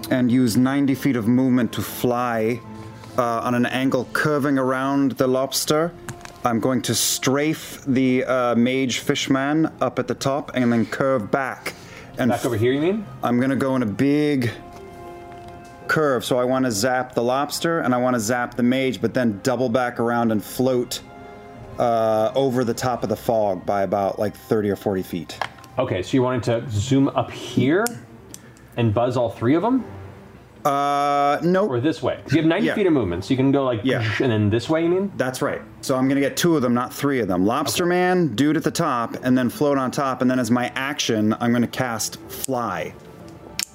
[SPEAKER 7] and use 90 feet of movement to fly uh, on an angle curving around the lobster. I'm going to strafe the uh, mage fishman up at the top and then curve back. And
[SPEAKER 3] Back over here, you mean?
[SPEAKER 7] I'm going to go in a big curve. So I want to zap the lobster and I want to zap the mage, but then double back around and float uh, over the top of the fog by about like 30 or 40 feet.
[SPEAKER 3] Okay, so you wanted to zoom up here and buzz all three of them?
[SPEAKER 7] Uh, nope.
[SPEAKER 3] Or this way? 'Cause you have 90
[SPEAKER 7] Yeah.
[SPEAKER 3] feet of movement, so you can go like, and then this way, you mean?
[SPEAKER 7] That's right. So I'm going to get two of them, not three of them. Lobster Man, dude at the top, and then float on top. And then as my action, I'm going to cast Fly.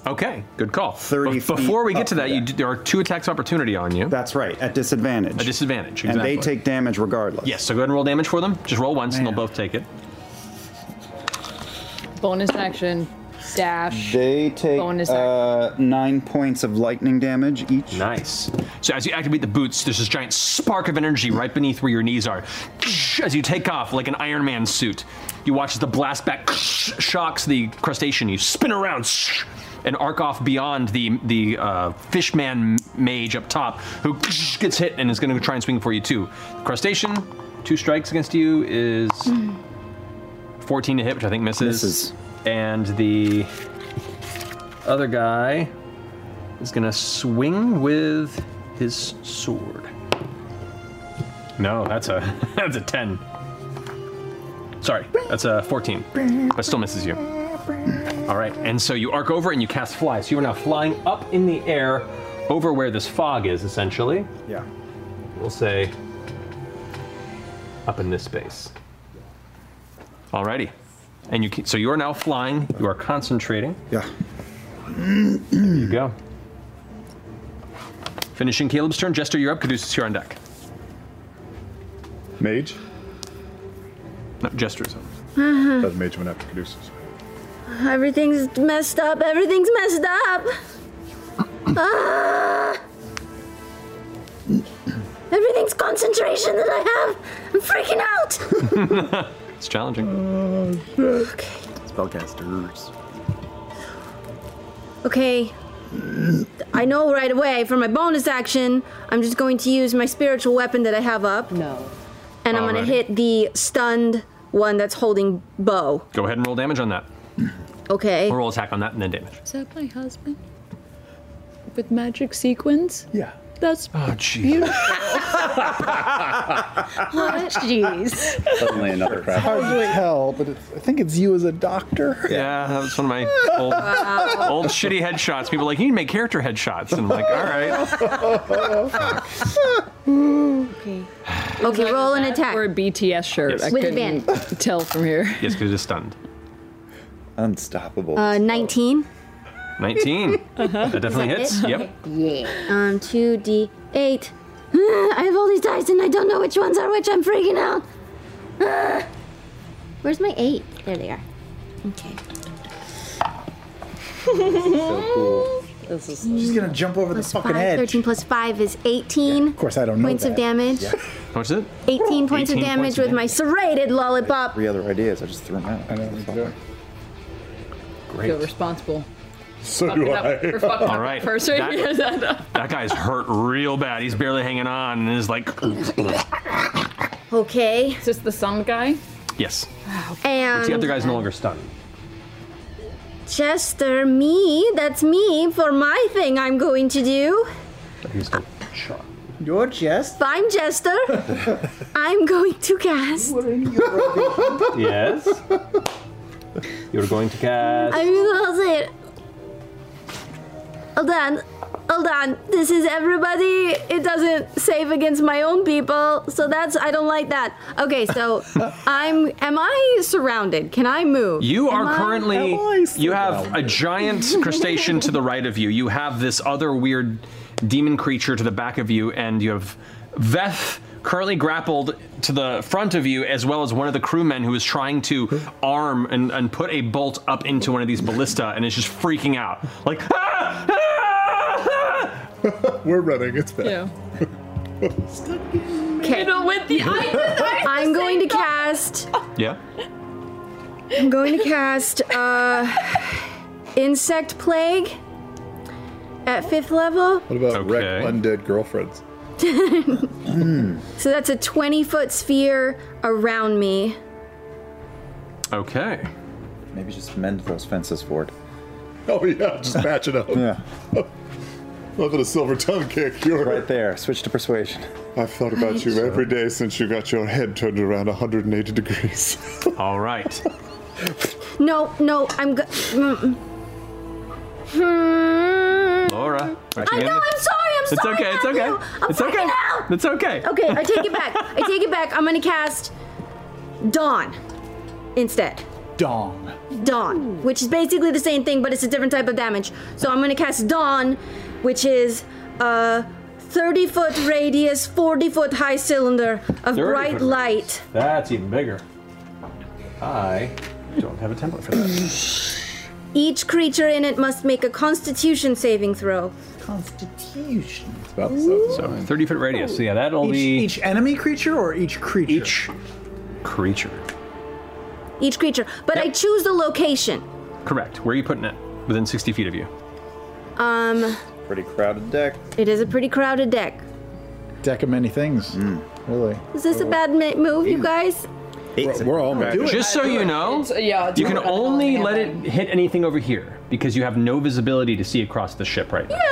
[SPEAKER 3] Okay, good call. Thirty. before we get to that, you do, there are two attacks opportunity on you.
[SPEAKER 7] That's right, at disadvantage.
[SPEAKER 3] A disadvantage.
[SPEAKER 7] And they
[SPEAKER 3] exactly.
[SPEAKER 7] take damage regardless.
[SPEAKER 3] Yes, so go ahead and roll damage for them. Just roll once, and they'll both take it.
[SPEAKER 11] Bonus action, dash.
[SPEAKER 7] They take
[SPEAKER 11] Bonus
[SPEAKER 7] uh, nine points of lightning damage each.
[SPEAKER 3] Nice. So as you activate the boots, there's this giant spark of energy right beneath where your knees are. As you take off like an Iron Man suit, you watch as the blast back shocks the crustacean. You spin around and arc off beyond the the uh, fishman mage up top, who gets hit and is going to try and swing for you too. crustacean, two strikes against you is 14 to hit, which I think misses. Misses. And the other guy is gonna swing with his sword. No, that's a that's a ten. Sorry, that's a fourteen, but still misses you. All right, and so you arc over and you cast fly. So you are now flying up in the air, over where this fog is, essentially.
[SPEAKER 7] Yeah.
[SPEAKER 3] We'll say up in this space. Alrighty, and you keep, so you are now flying. You are concentrating.
[SPEAKER 7] Yeah.
[SPEAKER 3] There you go. Finishing Caleb's turn. Jester, you're up. Caduceus, you're on deck.
[SPEAKER 6] Mage?
[SPEAKER 3] No, Jester's up.
[SPEAKER 2] Hmm.
[SPEAKER 8] Uh-huh.
[SPEAKER 6] Does Mage went after Caduceus.
[SPEAKER 2] Everything's messed up. Everything's messed up. Ah. Everything's concentration that I have. I'm freaking out.
[SPEAKER 3] it's challenging.
[SPEAKER 16] Spellcasters.
[SPEAKER 2] Okay. I know right away for my bonus action, I'm just going to use my spiritual weapon that I have up. No. And I'm going
[SPEAKER 3] Alrighty.
[SPEAKER 2] to hit the stunned one that's holding bow.
[SPEAKER 3] Go ahead and roll damage on that.
[SPEAKER 2] Okay.
[SPEAKER 3] Or roll attack on that and then damage.
[SPEAKER 11] Is that my husband? With magic sequins? Yeah. That's
[SPEAKER 3] oh,
[SPEAKER 11] beautiful. what?
[SPEAKER 5] Jeez.
[SPEAKER 9] Suddenly another
[SPEAKER 13] It's hard to tell, but it's, I think it's you as a doctor.
[SPEAKER 3] Yeah, that was one of my old,
[SPEAKER 13] Wow.
[SPEAKER 3] old shitty headshots. People are like, you need to make character headshots. And I'm like, all right.
[SPEAKER 11] Oh,
[SPEAKER 2] okay. Okay, roll an attack.
[SPEAKER 11] Or a BTS shirt.
[SPEAKER 3] Yes.
[SPEAKER 11] I
[SPEAKER 2] With
[SPEAKER 11] couldn't Tell from here.
[SPEAKER 3] Yes, because it's stunned.
[SPEAKER 7] Unstoppable.
[SPEAKER 2] Uh, 19.
[SPEAKER 3] 19.
[SPEAKER 11] Uh-huh.
[SPEAKER 3] That definitely
[SPEAKER 2] Is
[SPEAKER 3] hits.
[SPEAKER 2] that it?
[SPEAKER 3] Yep.
[SPEAKER 2] Yeah. Um, 2d8. I have all these dice and I don't know which ones are which. I'm freaking out. Ah. Where's my 8? There they are. Okay.
[SPEAKER 13] This is She's gonna jump over the fucking
[SPEAKER 2] Five,
[SPEAKER 13] head.
[SPEAKER 2] 13 plus 5 is 18. Of
[SPEAKER 13] course, I don't know
[SPEAKER 2] Points of
[SPEAKER 13] that.
[SPEAKER 2] damage.
[SPEAKER 13] Yeah.
[SPEAKER 3] How much is it?
[SPEAKER 2] 18 points
[SPEAKER 7] 18
[SPEAKER 2] of damage
[SPEAKER 7] points of
[SPEAKER 2] with my serrated lollipop.
[SPEAKER 7] Three other ideas, I just threw them out. I know.
[SPEAKER 11] Feel responsible.
[SPEAKER 6] So
[SPEAKER 11] Fuck it up. We're fucking up
[SPEAKER 3] All
[SPEAKER 11] the
[SPEAKER 3] right.
[SPEAKER 11] person.
[SPEAKER 3] That, that guy's hurt real bad. He's barely hanging on and is like,
[SPEAKER 2] Okay.
[SPEAKER 11] Is this the sun guy?
[SPEAKER 3] yes.
[SPEAKER 2] And
[SPEAKER 3] But the other guy's no longer stunned.
[SPEAKER 2] Chester, me, that's me for my thing I'm going to do.
[SPEAKER 3] He's still shocked.
[SPEAKER 4] Your chest?
[SPEAKER 2] I'm Jester. I'm going to cast.
[SPEAKER 3] Yes. You're going to cast.
[SPEAKER 2] I mean, I'll say it. Hold on. Hold on. This is everybody. It doesn't save against my own people. So that's, I don't like that. Okay, so I'm, am I surrounded? Can I move?
[SPEAKER 3] You
[SPEAKER 2] Am
[SPEAKER 3] are
[SPEAKER 2] I-
[SPEAKER 3] currently. You have a giant crustacean to the right of you. You have this other weird demon creature to the back of you, and you have Veth currently grappled to the front of you, as well as one of the crewmen who is trying to arm and, and put a bolt up into one of these ballista, and is just freaking out. Like, "Ah! Ah! Ah!"
[SPEAKER 6] We're running, it's bad.
[SPEAKER 11] Yeah.
[SPEAKER 2] Okay.
[SPEAKER 11] with the
[SPEAKER 2] I'm going to cast.
[SPEAKER 3] Yeah.
[SPEAKER 2] I'm going to cast uh, insect plague at fifth level.
[SPEAKER 6] What about wreck undead girlfriends?
[SPEAKER 2] so that's a 20 foot sphere around me.
[SPEAKER 3] Okay.
[SPEAKER 7] Maybe just mend those fences for it.
[SPEAKER 6] Oh, yeah, just match it up.
[SPEAKER 7] Yeah.
[SPEAKER 6] Nothing a silver tongue kick. You're right
[SPEAKER 7] there. Switch to persuasion.
[SPEAKER 6] I've thought about you every day since you got your head turned around 180 degrees.
[SPEAKER 3] All right.
[SPEAKER 2] No, no, I'm. Go- Mm-hmm. mm-mm. Hmm.
[SPEAKER 3] Laura.
[SPEAKER 2] I know. I'm sorry. I'm
[SPEAKER 3] it's
[SPEAKER 2] sorry.
[SPEAKER 3] Okay, it's okay.
[SPEAKER 2] Matthew. I'm
[SPEAKER 3] it's okay.
[SPEAKER 2] freaking out.
[SPEAKER 3] It's okay.
[SPEAKER 2] Okay, I take it back. I take it back. I'm gonna cast Dawn instead.
[SPEAKER 13] Dong.
[SPEAKER 2] Dawn, which is basically the same thing, but it's a different type of damage. So I'm gonna cast Dawn, which is a 30 foot radius, 40 foot high cylinder of
[SPEAKER 17] 30
[SPEAKER 2] bright
[SPEAKER 17] foot
[SPEAKER 2] light.
[SPEAKER 17] That's even bigger. I don't have a template for that.
[SPEAKER 2] Each creature in it must make a Constitution saving throw.
[SPEAKER 13] Constitution.
[SPEAKER 17] It's about so 30 foot radius. So yeah, that'll
[SPEAKER 13] Each,
[SPEAKER 17] be
[SPEAKER 3] E
[SPEAKER 13] each enemy creature or each creature? Each.
[SPEAKER 3] Creature.
[SPEAKER 2] Each creature, but I choose the location.
[SPEAKER 3] Correct. Where are you putting it? Within 60 feet of you.
[SPEAKER 2] Um,
[SPEAKER 9] Pretty crowded deck.
[SPEAKER 2] it is a pretty crowded deck.
[SPEAKER 13] Deck of many things. Really.
[SPEAKER 2] Is this a bad ma- move, you guys?
[SPEAKER 13] We're, all
[SPEAKER 3] Just so you know,
[SPEAKER 2] uh,
[SPEAKER 14] yeah,
[SPEAKER 3] you can only let it hit anything over here because you have no visibility to see across the ship right now.
[SPEAKER 2] Yeah.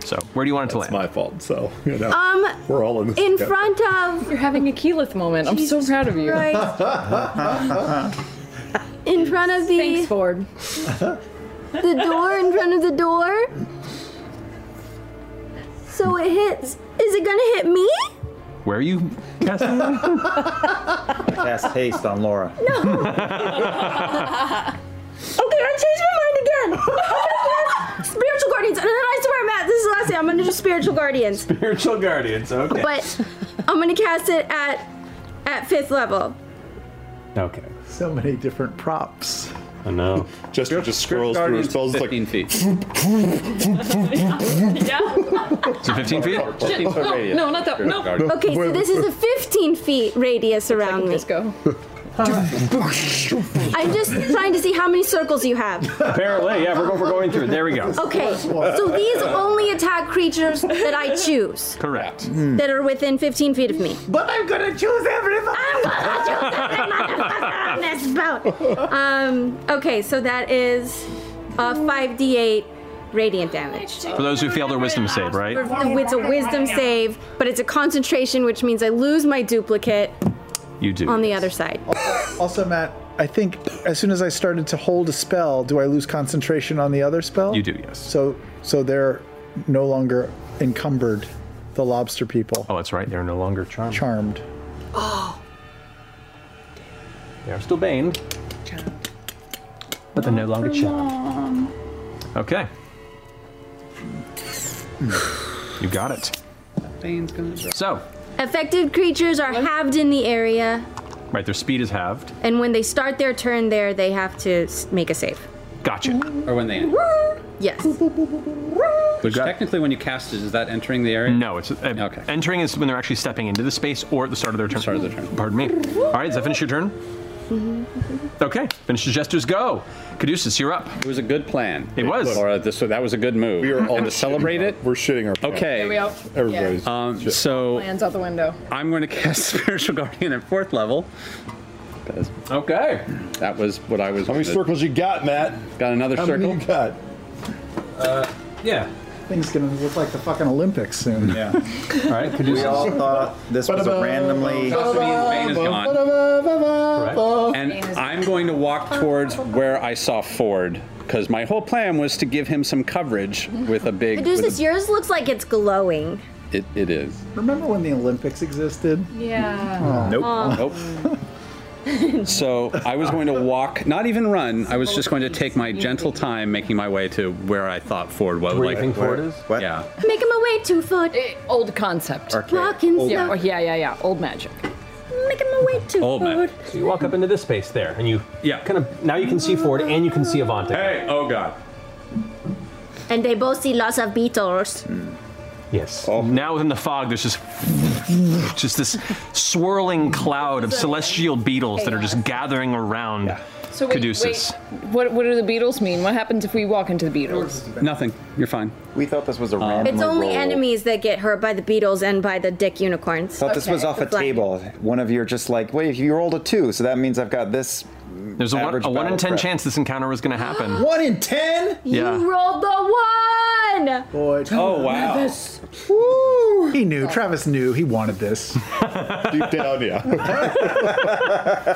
[SPEAKER 3] So where do you want it to land? It's
[SPEAKER 6] my fault. So you know,
[SPEAKER 2] Um,
[SPEAKER 6] we're all in
[SPEAKER 2] in front of.
[SPEAKER 11] You're having a Keyleth moment. I'm so proud of you.
[SPEAKER 2] In front of the. Thanks,
[SPEAKER 11] Ford.
[SPEAKER 2] the door in front of the door. So it hits. Is it gonna hit me?
[SPEAKER 3] Where are you?
[SPEAKER 7] Cast haste on Laura.
[SPEAKER 2] Okay, I changed my mind again. spiritual guardians, and then I swear, Matt, this is the last thing. I'm gonna do spiritual guardians,
[SPEAKER 17] spiritual guardians. Okay.
[SPEAKER 2] but I'm gonna cast it at at fifth level.
[SPEAKER 17] Okay.
[SPEAKER 13] So many different props.
[SPEAKER 17] I know.
[SPEAKER 6] Just just scrolls through her spells it's like
[SPEAKER 3] Is it 15 feet?
[SPEAKER 11] no, not that- no.
[SPEAKER 2] Okay, so this is a 15 feet radius around me. I'm just trying to see how many circles you have.
[SPEAKER 3] Apparently, yeah, we're, go- we're going through. There we go.
[SPEAKER 2] Okay, so these only attack creatures that I choose.
[SPEAKER 3] Correct.
[SPEAKER 2] that are within 15 feet of me.
[SPEAKER 13] Hmm. But I'm gonna choose Ah. everybody.
[SPEAKER 2] I'm gonna choose every motherfucker on this boat. Um, okay, so that is uh, 5d8 radiant damage.
[SPEAKER 3] For those who failed their wisdom save, right?
[SPEAKER 2] It's a wisdom save, but it's a concentration, which means I lose my duplicate
[SPEAKER 3] You do.
[SPEAKER 2] on the other side.
[SPEAKER 13] Also, Matt, I think as soon as I started to hold a spell, do I lose concentration on the other spell? You
[SPEAKER 3] do, yes.
[SPEAKER 13] So, so they're no longer encumbered. The lobster people.
[SPEAKER 3] Oh, that's right. They're no longer charmed.
[SPEAKER 13] Charmed.
[SPEAKER 3] They are still baned, but they're no longer charmed. Okay. You got it. So,
[SPEAKER 2] Affected creatures are halved in the area,
[SPEAKER 3] right, their speed is halved.
[SPEAKER 2] and when they start their turn there, they have to s- make a save.
[SPEAKER 3] Gotcha.
[SPEAKER 9] Or when they enter.
[SPEAKER 2] Yes.
[SPEAKER 9] Which technically, when you cast it, is that entering the area?
[SPEAKER 3] No, it's uh, entering is when they're actually stepping into the space or at the start of their turn. Start of their turn. Pardon me. All right, does that finish your turn? Okay, finish the gestures. Go, Caduceus, you're up. It
[SPEAKER 9] was a good plan.
[SPEAKER 3] It was.
[SPEAKER 9] Laura, this, so that was a good move. We are all to celebrate it.
[SPEAKER 6] We're shitting our
[SPEAKER 9] Okay.
[SPEAKER 11] There we go. Everybody's
[SPEAKER 9] Um, so
[SPEAKER 11] Lands out the window.
[SPEAKER 9] I'm going to cast Spiritual Guardian at fourth level. 'Cause
[SPEAKER 3] Okay.
[SPEAKER 9] That was what I was.
[SPEAKER 6] How many circles you got, Matt?
[SPEAKER 9] Got another
[SPEAKER 13] How
[SPEAKER 9] circle.
[SPEAKER 13] many you got?
[SPEAKER 9] Uh,
[SPEAKER 3] yeah.
[SPEAKER 13] Thing's gonna look like the fucking Olympics soon. uh,
[SPEAKER 7] Yeah.
[SPEAKER 3] all right.
[SPEAKER 7] We all thought this was a randomly.
[SPEAKER 9] Also means Bane is gone. And I'm going to walk towards where I saw Ford because my whole plan was to give him some coverage with a big. with
[SPEAKER 2] Caduceus, yours looks like it's glowing.
[SPEAKER 9] a- it, it is.
[SPEAKER 13] Remember when the Olympics existed?
[SPEAKER 2] Yeah.
[SPEAKER 9] Nope. Nope. so I was going to walk, not even run. I was just going to take my gentle time making my way to where I thought Ford was.
[SPEAKER 3] Where you
[SPEAKER 9] like,
[SPEAKER 3] think Ford
[SPEAKER 9] where-
[SPEAKER 3] is?
[SPEAKER 9] Yeah.
[SPEAKER 2] Make him a way two foot.
[SPEAKER 11] Eh, old concept.
[SPEAKER 9] Archaic. Walking Old-
[SPEAKER 11] yeah, oh,
[SPEAKER 9] slow.
[SPEAKER 11] yeah, yeah, yeah. Old magic.
[SPEAKER 2] Make him a way two
[SPEAKER 3] Old man. So you walk up into this space there, and you yeah. kind of now you can see Ford and you can see Avante.
[SPEAKER 9] Hey, oh god.
[SPEAKER 2] And they both see lots of beetles.
[SPEAKER 7] Mm.
[SPEAKER 3] Yes. Now within the fog, there's just just this swirling cloud of celestial beetles that are just gathering around
[SPEAKER 11] So wait,
[SPEAKER 3] Caduceus.
[SPEAKER 11] wait. What, what do the Beatles mean? What happens if we walk into the Beatles?
[SPEAKER 9] Nothing. You're fine.
[SPEAKER 7] We thought this was
[SPEAKER 3] Um,
[SPEAKER 7] a random.
[SPEAKER 2] It's only
[SPEAKER 7] roll.
[SPEAKER 2] enemies that get hurt by the beetles and by the dick unicorns.
[SPEAKER 7] Thought this was off a
[SPEAKER 2] The black-
[SPEAKER 7] table. One of you are just like, wait, if you rolled a two, so that means I've got this.
[SPEAKER 3] There's a one, a one in ten chance this encounter was going to happen.
[SPEAKER 7] One in ten?
[SPEAKER 3] Yeah.
[SPEAKER 2] rolled the one!
[SPEAKER 13] Boy,
[SPEAKER 3] Oh, wow.
[SPEAKER 13] Woo! He knew. Travis knew. He wanted this.
[SPEAKER 6] Deep down, yeah.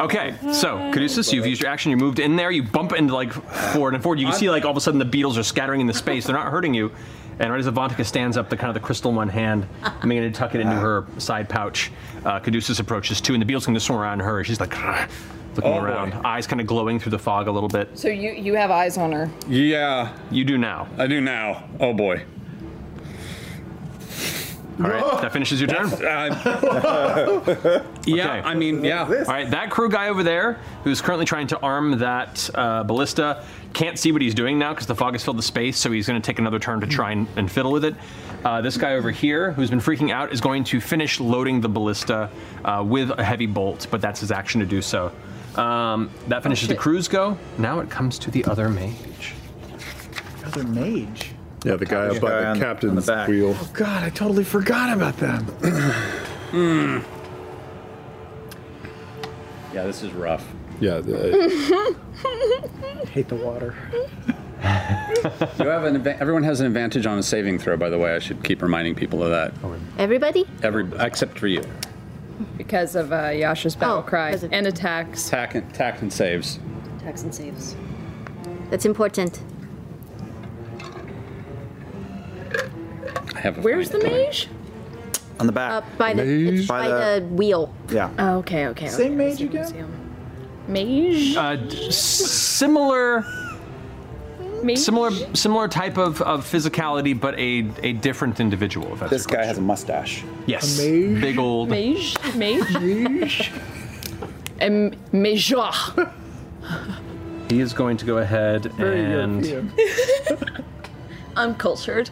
[SPEAKER 3] Okay, so Caduceus, you've used your action. You moved in there. You bump into like Ford and Ford. You can see like all of a sudden the beetles are scattering in the space. They're not hurting you. And right as Avantika stands up, the kind of the crystal in one hand, I'm going to tuck it into her side pouch. Uh, Caduceus approaches too, and the beetles can just swim around her. She's like, "Grr." looking
[SPEAKER 9] Oh,
[SPEAKER 3] around, eyes kind of glowing through the fog a little bit.
[SPEAKER 14] So you you have eyes on her.
[SPEAKER 9] Yeah.
[SPEAKER 3] You do now.
[SPEAKER 9] I do now. Oh boy.
[SPEAKER 3] All right, that finishes your turn.
[SPEAKER 9] uh, yeah, I mean, yeah.
[SPEAKER 3] All right, that crew guy over there, who's currently trying to arm that uh, ballista, can't see what he's doing now because the fog has filled the space, so he's going to take another turn to try and, and fiddle with it. Uh, this guy over here, who's been freaking out, is going to finish loading the ballista uh, with a heavy bolt, but that's his action to do so. Um, that finishes the crew's go. Now it comes to the other mage.
[SPEAKER 13] Another mage.
[SPEAKER 6] Yeah, the guy up by the captain's wheel.
[SPEAKER 13] Oh God, I totally forgot about them.
[SPEAKER 3] Hmm.
[SPEAKER 9] Yeah, this is rough.
[SPEAKER 6] Yeah.
[SPEAKER 3] uh,
[SPEAKER 13] Hate the water.
[SPEAKER 9] you have an adva- everyone has an advantage on a saving throw, by the way. I should keep reminding people of that.
[SPEAKER 2] Everybody?
[SPEAKER 9] Every except for you.
[SPEAKER 11] because of uh, Yasha's
[SPEAKER 2] Oh,
[SPEAKER 11] battle cry and attacks.
[SPEAKER 9] Tack and, tack and saves.
[SPEAKER 2] Tax and saves. That's important.
[SPEAKER 9] I have a
[SPEAKER 11] Where's the Uh, mage?
[SPEAKER 7] on the back.
[SPEAKER 2] Up Uh, by the, it's by the wheel.
[SPEAKER 7] Yeah.
[SPEAKER 11] Oh, okay, okay.
[SPEAKER 2] Same
[SPEAKER 11] mage again. Mage.
[SPEAKER 3] Uh, d- s- similar, similar, similar type of, of physicality, but a, a different individual. If that's
[SPEAKER 7] This guy has a mustache.
[SPEAKER 3] Yes.
[SPEAKER 7] A mage?
[SPEAKER 3] Big old.
[SPEAKER 11] Mage. Mage. Mage. And Major.
[SPEAKER 3] He is going to go ahead and
[SPEAKER 11] I'm cultured.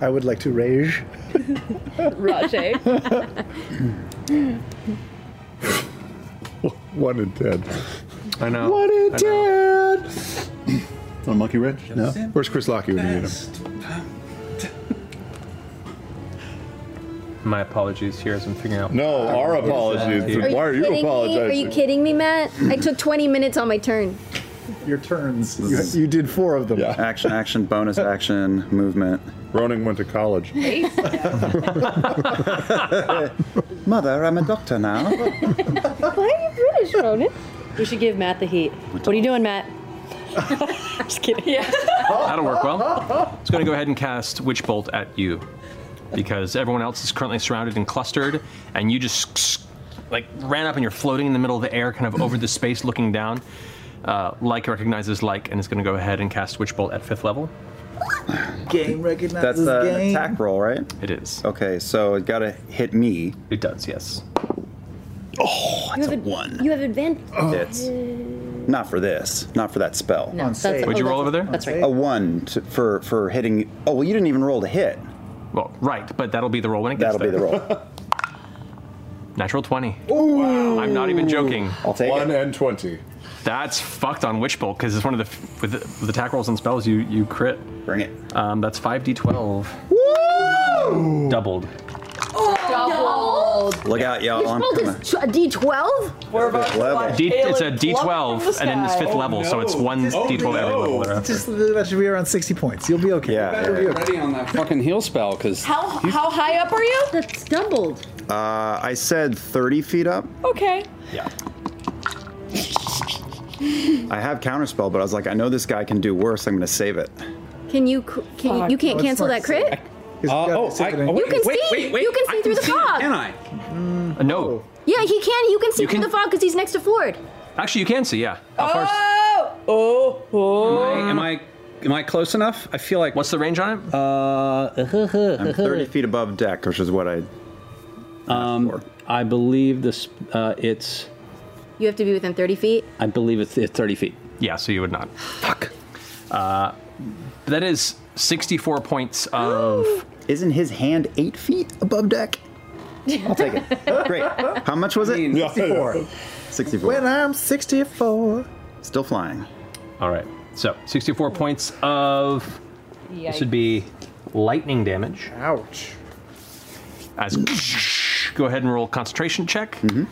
[SPEAKER 13] I would like to rage.
[SPEAKER 11] Rajay.
[SPEAKER 6] One in ten.
[SPEAKER 3] I know.
[SPEAKER 6] One in
[SPEAKER 3] I
[SPEAKER 6] ten. On Monkey Ridge? No. Where's Chris Lockey when you need him?
[SPEAKER 3] my apologies here as I'm figuring out.
[SPEAKER 6] No, our apologies.
[SPEAKER 2] kidding me? Are you kidding me, Matt? I took 20 minutes on my turn.
[SPEAKER 13] Your turns. You, you did four of them.
[SPEAKER 7] Action, action, bonus action, movement.
[SPEAKER 6] Ronan went to college.
[SPEAKER 2] Oh,
[SPEAKER 7] Mother, I'm a doctor now.
[SPEAKER 5] Why are you British, Ronan? We should give Matt the heat. What are you doing, Matt? Just kidding. Yeah.
[SPEAKER 3] That'll work well. It's going to go ahead and cast Witch Bolt at you because everyone else is currently surrounded and clustered, and you just like ran up and you're floating in the middle of the air, kind of over the space, looking down. Uh, like recognizes like, and is going to go ahead and cast Witch Bolt at fifth level.
[SPEAKER 13] Game
[SPEAKER 7] That's
[SPEAKER 13] recognizes
[SPEAKER 7] an
[SPEAKER 13] game.
[SPEAKER 7] attack roll, right?
[SPEAKER 3] It is.
[SPEAKER 7] Okay, so it got to hit me.
[SPEAKER 3] It does, yes.
[SPEAKER 7] Oh, that's a
[SPEAKER 5] have
[SPEAKER 7] one.
[SPEAKER 5] You have advantage.
[SPEAKER 7] Hits. Not for this. Not for that spell.
[SPEAKER 5] No, On that's- save.
[SPEAKER 3] What'd you
[SPEAKER 5] oh,
[SPEAKER 3] roll over there?
[SPEAKER 5] that's
[SPEAKER 7] A one to, for for hitting. Oh well, you didn't even roll to hit.
[SPEAKER 3] Well, right, but that'll be the roll when it gets there.
[SPEAKER 7] That'll be the roll.
[SPEAKER 3] Natural 20. I'm not even joking.
[SPEAKER 7] I'll take
[SPEAKER 6] One and twenty.
[SPEAKER 3] That's fucked on Witch Bolt because it's one of the f- with, the with attack rolls and spells you you crit.
[SPEAKER 7] Bring it.
[SPEAKER 3] Um, that's five d12 doubled.
[SPEAKER 2] Oh,
[SPEAKER 7] Look out, y'all!
[SPEAKER 2] This rolled is a D12? We're
[SPEAKER 7] about to
[SPEAKER 3] watch D- it's a D12, and then it's fifth
[SPEAKER 13] Oh,
[SPEAKER 3] level, so it's
[SPEAKER 13] no.
[SPEAKER 3] one D12 every level. thereafter.
[SPEAKER 13] Just that should be around 60 points. You'll be okay.
[SPEAKER 7] Yeah.
[SPEAKER 13] You'll be okay.
[SPEAKER 9] Ready on that fucking heal spell, because
[SPEAKER 14] How how high up are you?
[SPEAKER 5] That's doubled.
[SPEAKER 7] Uh, I said 30 feet up.
[SPEAKER 14] Okay.
[SPEAKER 3] Yeah.
[SPEAKER 7] I have counterspell, but I was like, I know this guy can do worse. I'm going to save it.
[SPEAKER 2] Can you c- can you, you can't
[SPEAKER 7] Oh, it's
[SPEAKER 2] cancel
[SPEAKER 7] not
[SPEAKER 2] that crit?
[SPEAKER 7] oh, I,
[SPEAKER 2] You can see. you can see through the fog.
[SPEAKER 9] I?
[SPEAKER 3] Uh, no,
[SPEAKER 2] Yeah, he can. You can see
[SPEAKER 3] You
[SPEAKER 2] through
[SPEAKER 3] can-
[SPEAKER 2] the fog because he's next to Ford.
[SPEAKER 3] actually you can see. Yeah. How far?
[SPEAKER 14] Oh, oh, oh.
[SPEAKER 9] Am I am I close enough? I feel like.
[SPEAKER 3] What's the range on it?
[SPEAKER 9] Uh,
[SPEAKER 7] I'm 30 feet above deck, which is what I.
[SPEAKER 16] Um, I believe this. Uh, it's.
[SPEAKER 2] You have to be within 30 feet.
[SPEAKER 16] I believe it's, it's 30 feet.
[SPEAKER 3] Yeah, so you would not. Fuck. Uh, that is 64 points of.
[SPEAKER 7] Isn't his hand eight feet above deck? I'll take it. Great. How much was it?
[SPEAKER 13] 64.
[SPEAKER 7] 64.
[SPEAKER 13] When I'm 64.
[SPEAKER 7] Still flying.
[SPEAKER 3] All right. So 64 points of. This would be lightning damage.
[SPEAKER 13] Ouch.
[SPEAKER 3] As go ahead and roll concentration check.
[SPEAKER 7] Mm-hmm.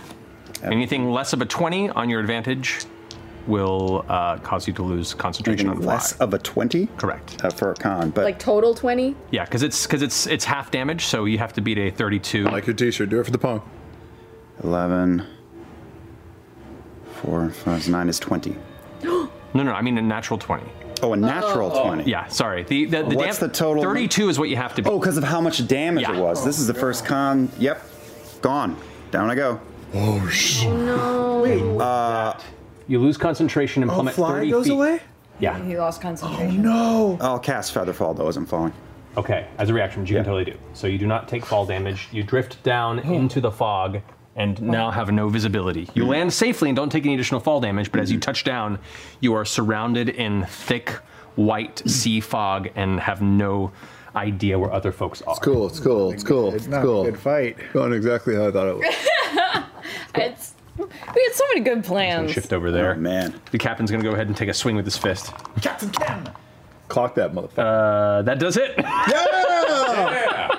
[SPEAKER 3] Anything less of a 20 on your advantage will uh, cause you to lose concentration on
[SPEAKER 7] Anything
[SPEAKER 3] the fly.
[SPEAKER 7] less of a 20?
[SPEAKER 3] Correct.
[SPEAKER 7] Uh, for a con, but
[SPEAKER 8] Like total 20?
[SPEAKER 3] Yeah, because it's because it's it's half damage, so you have to beat a 32. Like
[SPEAKER 6] your T-shirt, do it for the punk.
[SPEAKER 7] 11, 4, 5, 9 is 20.
[SPEAKER 3] no, no, I mean a natural 20.
[SPEAKER 7] Oh, a natural Oh. 20.
[SPEAKER 3] Yeah, sorry. The the, the
[SPEAKER 7] What's
[SPEAKER 3] dam-
[SPEAKER 7] the total?
[SPEAKER 3] 32 is what you have to beat.
[SPEAKER 7] Oh, because of how much damage it was. This is the first con. Yep. Gone. Down I go. Oh, sh-
[SPEAKER 14] No.
[SPEAKER 7] Uh,
[SPEAKER 3] you lose concentration and
[SPEAKER 7] Oh,
[SPEAKER 3] plummet
[SPEAKER 7] fly
[SPEAKER 3] 30
[SPEAKER 7] goes
[SPEAKER 3] feet.
[SPEAKER 7] away?
[SPEAKER 3] Yeah.
[SPEAKER 14] He lost concentration.
[SPEAKER 3] Oh,
[SPEAKER 7] no. I'll cast Featherfall though as I'm falling.
[SPEAKER 3] Okay, as a reaction, which you can totally do. So you do not take fall damage. You drift down
[SPEAKER 7] Oh.
[SPEAKER 3] into the fog and now have no visibility.
[SPEAKER 7] Hmm.
[SPEAKER 3] You land safely and don't take any additional fall damage, but as you touch down, you are surrounded in thick white
[SPEAKER 7] Hmm.
[SPEAKER 3] sea fog and have no idea where other folks are. It's
[SPEAKER 6] cool, it's cool, it's cool, it's cool.
[SPEAKER 13] Good fight.
[SPEAKER 6] Going exactly how I thought it was.
[SPEAKER 11] it's we had so many good plans.
[SPEAKER 3] Shift over there.
[SPEAKER 7] Oh, man.
[SPEAKER 3] The captain's gonna go ahead and take a swing with his fist.
[SPEAKER 13] Captain Cam!
[SPEAKER 3] Clock that motherfucker. Uh, that does it.
[SPEAKER 6] Yeah!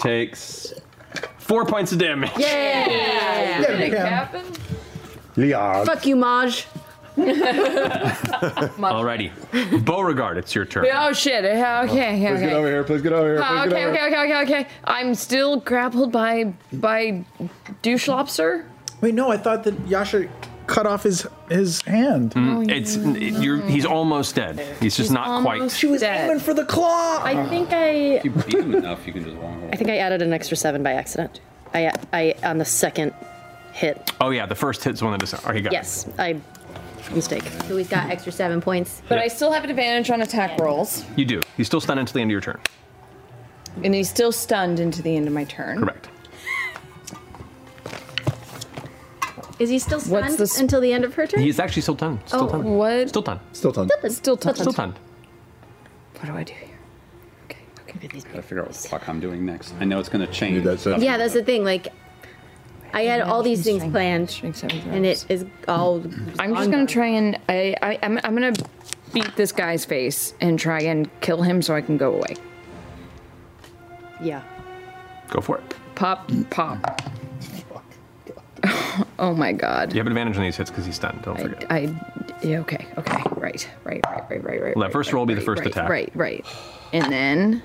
[SPEAKER 3] Takes four points of damage.
[SPEAKER 11] Yeah.
[SPEAKER 2] Yeah,
[SPEAKER 11] Did it
[SPEAKER 2] Cam.
[SPEAKER 11] happen?
[SPEAKER 3] Leon.
[SPEAKER 2] Fuck you, Maj.
[SPEAKER 3] Alrighty. Beauregard, it's your turn.
[SPEAKER 11] Oh shit! eh, Okay, okay,
[SPEAKER 6] Please get
[SPEAKER 11] okay.
[SPEAKER 6] over here. Please get over here. Please
[SPEAKER 11] Uh,
[SPEAKER 6] get
[SPEAKER 11] okay,
[SPEAKER 6] over
[SPEAKER 11] okay,
[SPEAKER 6] here.
[SPEAKER 11] okay, okay, okay. I'm still grappled by by douche lobster.
[SPEAKER 13] Wait, no, I thought that Yasha cut off his his hand.
[SPEAKER 11] Oh,
[SPEAKER 3] Mm, it's it- you're, he's almost dead. He's just
[SPEAKER 5] Um,
[SPEAKER 3] not quite.
[SPEAKER 13] She was aiming for the claw.
[SPEAKER 5] I think I.
[SPEAKER 9] If you beat him enough, you can just walk away.
[SPEAKER 5] I think I added an extra seven by accident. I I on the second hit.
[SPEAKER 3] Oh yeah, the first hit's the one that doesn't. Okay, got it.
[SPEAKER 5] Yes, I mistake.
[SPEAKER 2] So he's got extra seven points.
[SPEAKER 14] But I still have an advantage on attack rolls,
[SPEAKER 3] You do. He's still stunned until the end of your turn.
[SPEAKER 14] and he's still stunned into the end of my turn.
[SPEAKER 3] Correct.
[SPEAKER 2] Is he still stunned until the end of her turn?
[SPEAKER 3] He's actually still stunned. Still
[SPEAKER 2] Oh,
[SPEAKER 3] stunned.
[SPEAKER 11] What?
[SPEAKER 3] Still stunned.
[SPEAKER 6] Still stunned.
[SPEAKER 11] Still stunned.
[SPEAKER 3] Still stunned.
[SPEAKER 11] What do I do here?
[SPEAKER 9] Gotta figure out what the fuck I'm doing next. I know it's gonna change.
[SPEAKER 2] Yeah, that's the thing. Like, I had all these things planned, and it is all.
[SPEAKER 11] I'm just gonna try and I, I I'm, I'm gonna beat this guy's face and try and kill him so I can go away.
[SPEAKER 5] Yeah.
[SPEAKER 3] Go for it.
[SPEAKER 11] Pop, pop. oh my god.
[SPEAKER 3] You have an advantage on these hits because he's stunned. Don't forget.
[SPEAKER 11] I, yeah, okay, okay, right, right, right, right, right, right.
[SPEAKER 3] Well, that
[SPEAKER 11] right,
[SPEAKER 3] first
[SPEAKER 11] right,
[SPEAKER 3] roll will be the
[SPEAKER 11] right,
[SPEAKER 3] first
[SPEAKER 11] right,
[SPEAKER 3] attack.
[SPEAKER 11] Right, right. And then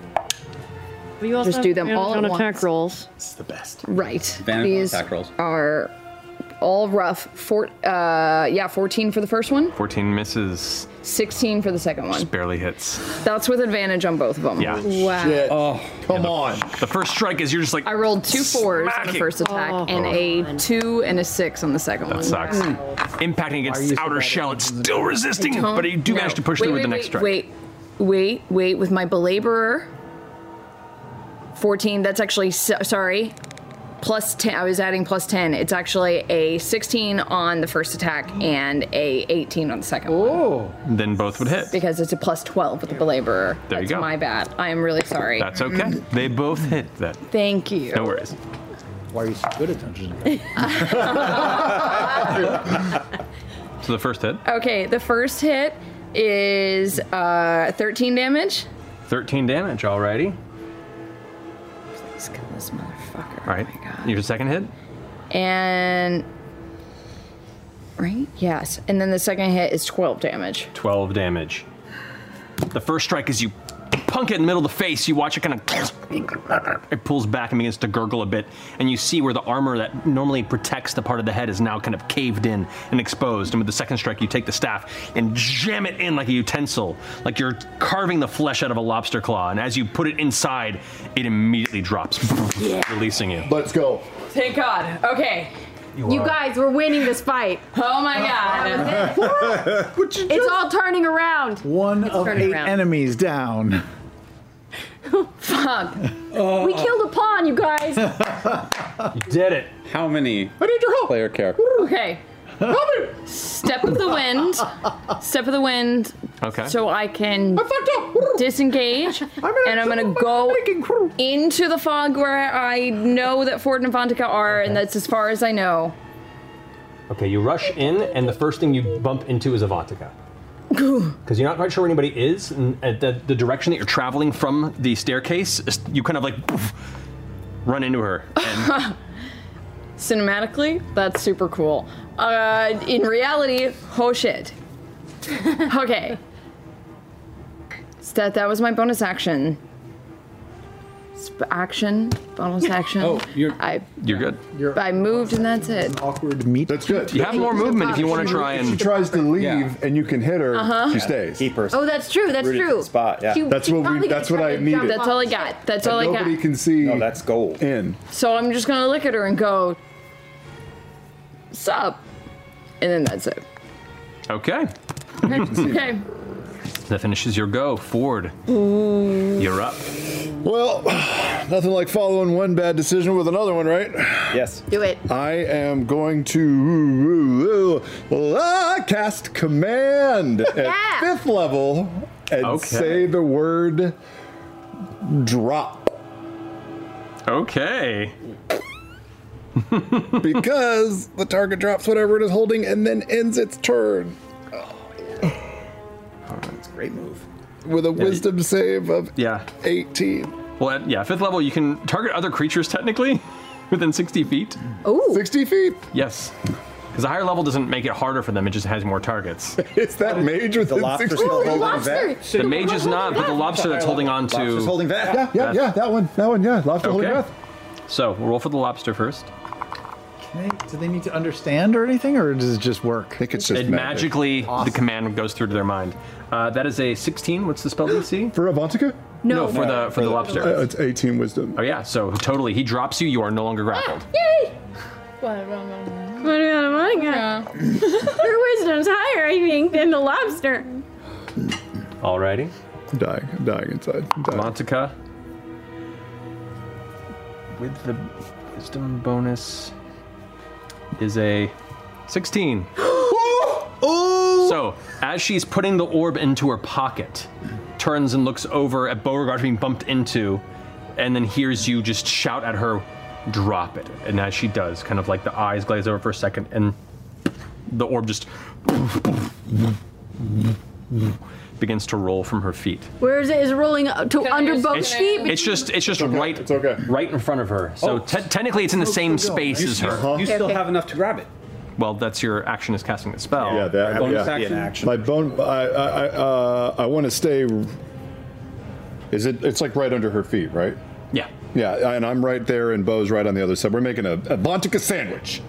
[SPEAKER 11] just do them all at once.
[SPEAKER 5] rolls.
[SPEAKER 11] It's the best. Right.
[SPEAKER 9] Advantage on
[SPEAKER 11] These
[SPEAKER 9] attack rolls.
[SPEAKER 11] are all rough. Four, uh, yeah, 14 for the first one,
[SPEAKER 3] 14 misses.
[SPEAKER 11] 16 for the second one.
[SPEAKER 3] Just barely hits.
[SPEAKER 11] That's with advantage on both of them.
[SPEAKER 3] Yeah.
[SPEAKER 11] Wow.
[SPEAKER 3] Oh, come on. The first strike is you're just like.
[SPEAKER 11] I rolled two fours on the
[SPEAKER 3] Smacking.
[SPEAKER 11] first attack
[SPEAKER 3] Oh.
[SPEAKER 11] and a two and a six on the second
[SPEAKER 3] That
[SPEAKER 11] one. Hmm.
[SPEAKER 3] sucks. Impacting against its outer shell, it's still resisting,
[SPEAKER 11] Don't-
[SPEAKER 3] but you do
[SPEAKER 11] no.
[SPEAKER 3] manage to push
[SPEAKER 11] wait,
[SPEAKER 3] through
[SPEAKER 11] wait,
[SPEAKER 3] with the next
[SPEAKER 11] wait,
[SPEAKER 3] strike.
[SPEAKER 11] Wait, wait, wait. With my belaborer, fourteen. That's actually so, sorry. Plus ten. I was adding plus ten. It's actually a sixteen on the first attack and a eighteen on the second. Oh.
[SPEAKER 3] Then both would hit.
[SPEAKER 11] Because it's a plus twelve with the belaborer.
[SPEAKER 3] There you
[SPEAKER 11] That's
[SPEAKER 3] go.
[SPEAKER 11] My bad. I am really sorry.
[SPEAKER 3] That's okay. They both hit that.
[SPEAKER 11] Thank you.
[SPEAKER 3] No worries.
[SPEAKER 13] Why are you so good at Dungeons
[SPEAKER 3] So the first hit,
[SPEAKER 11] Okay. The first hit is uh, thirteen damage.
[SPEAKER 3] 13 damage already.
[SPEAKER 11] Please kill this motherfucker. Oh
[SPEAKER 3] All right. Your second hit,
[SPEAKER 11] And right? Yes. And then the second hit is 12 damage.
[SPEAKER 3] 12 damage. The first strike is you punk it in the middle of the face. You watch it kind of. It pulls back and begins to gurgle a bit, and you see where the armor that normally protects the part of the head is now kind of caved in and exposed. And with the second strike, you take the staff and jam it in like a utensil, like you're carving the flesh out of a lobster claw. And as you put it inside, it immediately drops, releasing you.
[SPEAKER 6] Let's go.
[SPEAKER 11] Thank God. Okay.
[SPEAKER 3] You
[SPEAKER 2] You
[SPEAKER 3] are-
[SPEAKER 2] guys, we're winning this fight.
[SPEAKER 11] Oh my
[SPEAKER 2] god. it's all turning around.
[SPEAKER 3] Oh,
[SPEAKER 13] One
[SPEAKER 2] It's
[SPEAKER 13] of
[SPEAKER 2] turning
[SPEAKER 13] eight
[SPEAKER 2] around.
[SPEAKER 13] enemies down.
[SPEAKER 11] Fuck.
[SPEAKER 3] Oh.
[SPEAKER 2] We killed a pawn, you guys.
[SPEAKER 9] You
[SPEAKER 3] did it.
[SPEAKER 9] How many?
[SPEAKER 11] I need your help.
[SPEAKER 9] Player character.
[SPEAKER 11] Okay. Step of the wind. Step of the wind.
[SPEAKER 9] Okay.
[SPEAKER 11] So I can disengage, and I'm gonna go into the fog where I know that Ford and Fontica are, and that's as far as I know.
[SPEAKER 3] Okay, you rush in, and the first thing you bump into is Avantika. Because you're not quite sure where anybody is, and at the, the direction that you're traveling from the staircase, is- you kind of like poof, run into her.
[SPEAKER 11] Cinematically, that's super cool. Uh, in reality, oh shit. okay. So that, that was my bonus action. sp- action, bonus action.
[SPEAKER 3] Oh, you're
[SPEAKER 11] I,
[SPEAKER 3] you're good.
[SPEAKER 11] But I moved and that's it.
[SPEAKER 6] Awkward meet. That's good.
[SPEAKER 3] You have more movement if you wanna
[SPEAKER 6] She-
[SPEAKER 3] try
[SPEAKER 6] if
[SPEAKER 3] and-
[SPEAKER 6] She tries to leave, and you can hit her.
[SPEAKER 11] Uh-huh.
[SPEAKER 6] She
[SPEAKER 11] Yeah.
[SPEAKER 6] stays. Keep her.
[SPEAKER 2] Oh, that's true, that's
[SPEAKER 6] Rooted to
[SPEAKER 2] true.
[SPEAKER 6] the spot, yeah.
[SPEAKER 2] She-
[SPEAKER 6] That's
[SPEAKER 2] she
[SPEAKER 6] what we-
[SPEAKER 2] probably
[SPEAKER 6] that's
[SPEAKER 2] tried
[SPEAKER 6] what I
[SPEAKER 2] to jump
[SPEAKER 6] needed.
[SPEAKER 2] off.
[SPEAKER 11] That's all I got. That's all I
[SPEAKER 6] And
[SPEAKER 11] got.
[SPEAKER 6] nobody can see. No, that's gold. In.
[SPEAKER 11] So I'm just gonna look at her and go, "Sup," and then that's it.
[SPEAKER 3] Okay.
[SPEAKER 11] okay.
[SPEAKER 3] That finishes your go. Ford, you're up.
[SPEAKER 6] Well, nothing like following one bad decision with another one, right?
[SPEAKER 18] Yes.
[SPEAKER 2] Do it.
[SPEAKER 6] I am going to uh, cast command at fifth level and
[SPEAKER 3] Okay.
[SPEAKER 6] say the word drop
[SPEAKER 3] Okay.
[SPEAKER 6] because the target drops whatever it is holding and then ends its turn.
[SPEAKER 3] Oh, That's a great move.
[SPEAKER 6] With a
[SPEAKER 3] Yeah, you-
[SPEAKER 6] wisdom save of
[SPEAKER 3] Yeah.
[SPEAKER 6] 18.
[SPEAKER 3] Well, at, yeah, fifth level, you can target other creatures technically within 60 feet.
[SPEAKER 2] Oh.
[SPEAKER 6] 60 feet?
[SPEAKER 3] Yes. Because a higher level doesn't make it harder for them, it just has more targets.
[SPEAKER 6] Is that mage with
[SPEAKER 3] The lobster's still Ooh, the holding lobster! vet? The mage is not, but the lobster that's holding on to-
[SPEAKER 7] Lobster's holding that.
[SPEAKER 6] Yeah, yeah, yeah, that one, that one, yeah. Lobster holding
[SPEAKER 3] Okay.
[SPEAKER 6] breath.
[SPEAKER 3] So we'll roll for the lobster first.
[SPEAKER 13] Hey, do they need to understand or anything, or does it just work? I
[SPEAKER 6] think it's
[SPEAKER 3] it magically, the command goes through to their mind. Uh, that is a 16. What's the spell DC?
[SPEAKER 6] For Avantika?
[SPEAKER 3] No, for the for, the lobster.
[SPEAKER 6] Uh, it's 18 wisdom.
[SPEAKER 3] Oh yeah, so totally. He drops you. You are no longer grappled.
[SPEAKER 8] Yay! What do you want Her wisdom's higher, I think, than the lobster.
[SPEAKER 3] Alrighty.
[SPEAKER 6] I'm dying. I'm dying inside. I'm dying.
[SPEAKER 3] Montica. With the wisdom bonus is a 16. So, as she's putting the orb into her pocket, turns and looks over at Beauregard being bumped into, and then hears you just shout at her, drop it. And as she does, kind of like the eyes glaze over for a second, and the orb just begins to roll from her feet.
[SPEAKER 2] Where is it? Is it rolling to under both
[SPEAKER 3] It's,
[SPEAKER 2] feet?
[SPEAKER 3] it's just it's just right it's
[SPEAKER 6] okay.
[SPEAKER 3] right in front of her. So
[SPEAKER 16] Oh.
[SPEAKER 3] te- technically, it's in the
[SPEAKER 16] Still-
[SPEAKER 3] same
[SPEAKER 16] still going.
[SPEAKER 3] space
[SPEAKER 16] You
[SPEAKER 3] as
[SPEAKER 16] still-
[SPEAKER 3] her.
[SPEAKER 16] you Okay, still okay. have
[SPEAKER 3] enough to grab it. Well, that's your action is casting the spell.
[SPEAKER 6] Yeah, that. yeah. My bone. I. I. I, uh, I want to stay. Is it? It's like right under her feet, right?
[SPEAKER 3] Yeah.
[SPEAKER 6] Yeah, and I'm right there, and Bo's right on the other side. We're making a, a Bontica sandwich.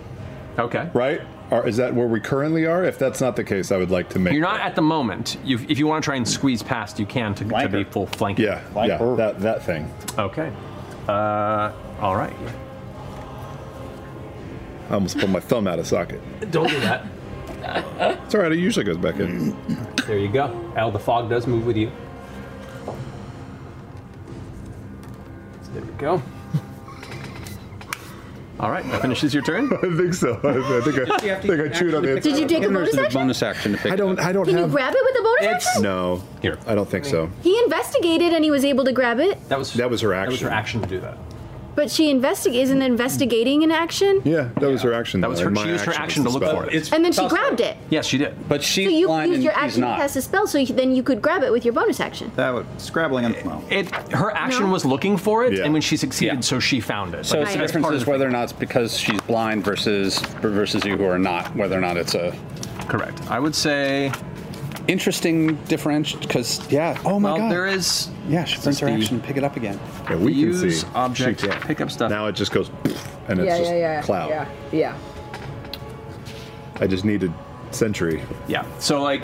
[SPEAKER 3] Okay.
[SPEAKER 6] Right? Are, is that where we currently are? If that's not the case, I would like to make.
[SPEAKER 3] You're not at the moment. You, if you want to try and squeeze past, you can to, to be full flanking.
[SPEAKER 6] Yeah, yeah, that that thing.
[SPEAKER 3] Okay. Uh, all right.
[SPEAKER 6] I almost pulled my thumb out of socket.
[SPEAKER 3] Don't do that.
[SPEAKER 6] It's all right. It usually goes back in.
[SPEAKER 3] There you go. Al, the fog does move with you. So there we go. All right, that finishes your turn.
[SPEAKER 6] I think so. I, I think I, I think I chewed on the.
[SPEAKER 2] Did you take a bonus action?
[SPEAKER 6] bonus action to pick I don't. I don't
[SPEAKER 2] Can you
[SPEAKER 6] have.
[SPEAKER 2] grab it with a bonus action?
[SPEAKER 6] No.
[SPEAKER 3] Here.
[SPEAKER 6] I don't think so.
[SPEAKER 2] He investigated and he was able to grab it,
[SPEAKER 3] That was
[SPEAKER 6] that was her action. That was her
[SPEAKER 3] action to do that.
[SPEAKER 2] but she investig- isn't investigating an action,
[SPEAKER 6] Yeah, that was her action.
[SPEAKER 3] That was
[SPEAKER 6] though,
[SPEAKER 3] her-
[SPEAKER 6] and
[SPEAKER 3] she
[SPEAKER 6] my
[SPEAKER 3] used her action
[SPEAKER 6] was
[SPEAKER 3] to
[SPEAKER 6] the
[SPEAKER 3] look
[SPEAKER 6] spell.
[SPEAKER 3] for it. It's-
[SPEAKER 2] and then she grabbed it.
[SPEAKER 3] Yes, she did.
[SPEAKER 7] But she's
[SPEAKER 2] So you
[SPEAKER 7] blind
[SPEAKER 2] used
[SPEAKER 7] and
[SPEAKER 2] your
[SPEAKER 7] he's
[SPEAKER 2] action to
[SPEAKER 7] not.
[SPEAKER 2] cast a spell, so you, then you could grab it with your bonus action.
[SPEAKER 7] That would scrabbling on the well.
[SPEAKER 3] It, her action was looking for it, and when she succeeded, so she found it.
[SPEAKER 9] So
[SPEAKER 3] Like,
[SPEAKER 9] it's the
[SPEAKER 3] that's
[SPEAKER 9] difference
[SPEAKER 3] part
[SPEAKER 9] is
[SPEAKER 3] of the-
[SPEAKER 9] whether or not it's because she's blind versus versus you who are not. Whether or not it's a
[SPEAKER 3] correct. I would say
[SPEAKER 9] interesting difference because yeah. Oh my
[SPEAKER 3] Well,
[SPEAKER 9] god.
[SPEAKER 3] there is
[SPEAKER 9] yeah. She brings
[SPEAKER 3] since
[SPEAKER 9] her
[SPEAKER 3] the-
[SPEAKER 9] action. Pick it up again.
[SPEAKER 6] Yeah, we can
[SPEAKER 3] Use
[SPEAKER 6] see.
[SPEAKER 3] object,
[SPEAKER 6] She can.
[SPEAKER 3] pick up stuff.
[SPEAKER 6] Now it just goes, and it's
[SPEAKER 14] yeah,
[SPEAKER 6] just
[SPEAKER 14] yeah, yeah,
[SPEAKER 6] cloud.
[SPEAKER 14] Yeah, yeah.
[SPEAKER 6] I just needed century.
[SPEAKER 3] Yeah. So like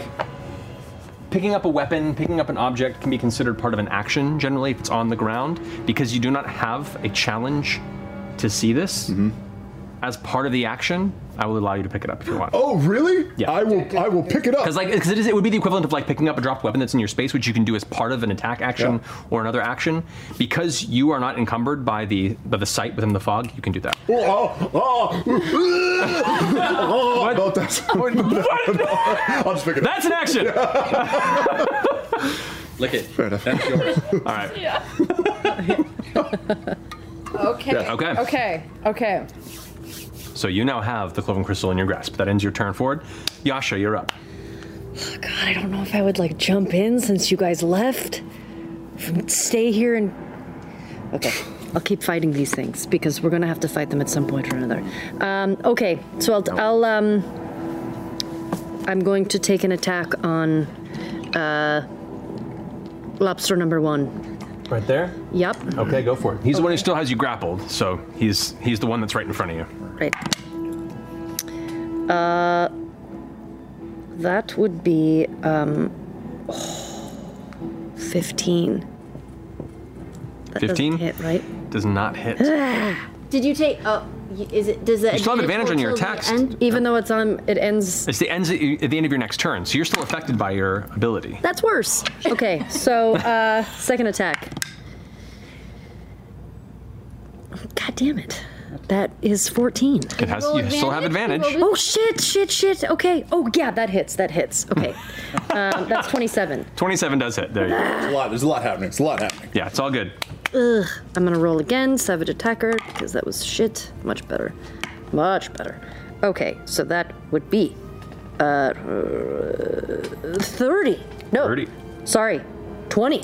[SPEAKER 3] picking up a weapon, picking up an object can be considered part of an action generally if it's on the ground because you do not have a challenge to see this.
[SPEAKER 7] Mm-hmm.
[SPEAKER 3] As part of the action, I will allow you to pick it up if you want.
[SPEAKER 6] Oh, really? Yeah. I will. I will pick it up.
[SPEAKER 3] Because like, 'cause it, is, it would be the equivalent of like picking up a dropped weapon that's in your space, which you can do as part of an attack action or another action. Because you are not encumbered by the by the sight within the fog, you can do that.
[SPEAKER 6] Oh, oh, oh. what? About that. I'll just pick it
[SPEAKER 3] That's an action.
[SPEAKER 9] Lick it.
[SPEAKER 6] Fair enough.
[SPEAKER 9] That's yours.
[SPEAKER 3] All right.
[SPEAKER 14] Okay.
[SPEAKER 3] Yeah, okay.
[SPEAKER 14] Okay. Okay.
[SPEAKER 3] So you now have the cloven crystal in your grasp. That ends your turn forward. Yasha, you're up.
[SPEAKER 5] Oh, God, I don't know if I would like jump in since you guys left. F- Stay here and. Okay, I'll keep fighting these things because we're gonna have to fight them at some point or another. Um, okay, so I'll, I'll um, I'm going to take an attack on uh, lobster number one.
[SPEAKER 3] Right there?
[SPEAKER 5] Yep.
[SPEAKER 3] Okay, go for it. He's the one who still has you grappled, so he's he's the one that's right in front of you.
[SPEAKER 5] Right. Uh, that would be um, 15. That doesn't
[SPEAKER 3] 15?
[SPEAKER 5] Hit, right?
[SPEAKER 3] Does not hit.
[SPEAKER 2] Did you take? Oh, y- is it? Does that?
[SPEAKER 3] You still have advantage on your attacks.
[SPEAKER 5] Even though it's on, it ends.
[SPEAKER 3] It's the ends at the end of your next turn, so you're still affected by your ability.
[SPEAKER 5] That's worse. Okay, so uh, second attack. God damn it. That is 14.
[SPEAKER 3] It has- Roll you still have advantage. advantage.
[SPEAKER 5] Oh, shit, shit, shit. Okay. Oh, yeah, that hits. That hits. Okay. um, that's 27.
[SPEAKER 3] 27 does hit. There you go.
[SPEAKER 6] There's a lot, there's a lot happening. It's a lot happening.
[SPEAKER 3] Yeah, it's all good.
[SPEAKER 5] Ugh. I'm gonna roll again, Savage Attacker, because that was shit. Much better. Much better. Okay, so that would be uh, 30. No.
[SPEAKER 3] 30.
[SPEAKER 5] Sorry, 20.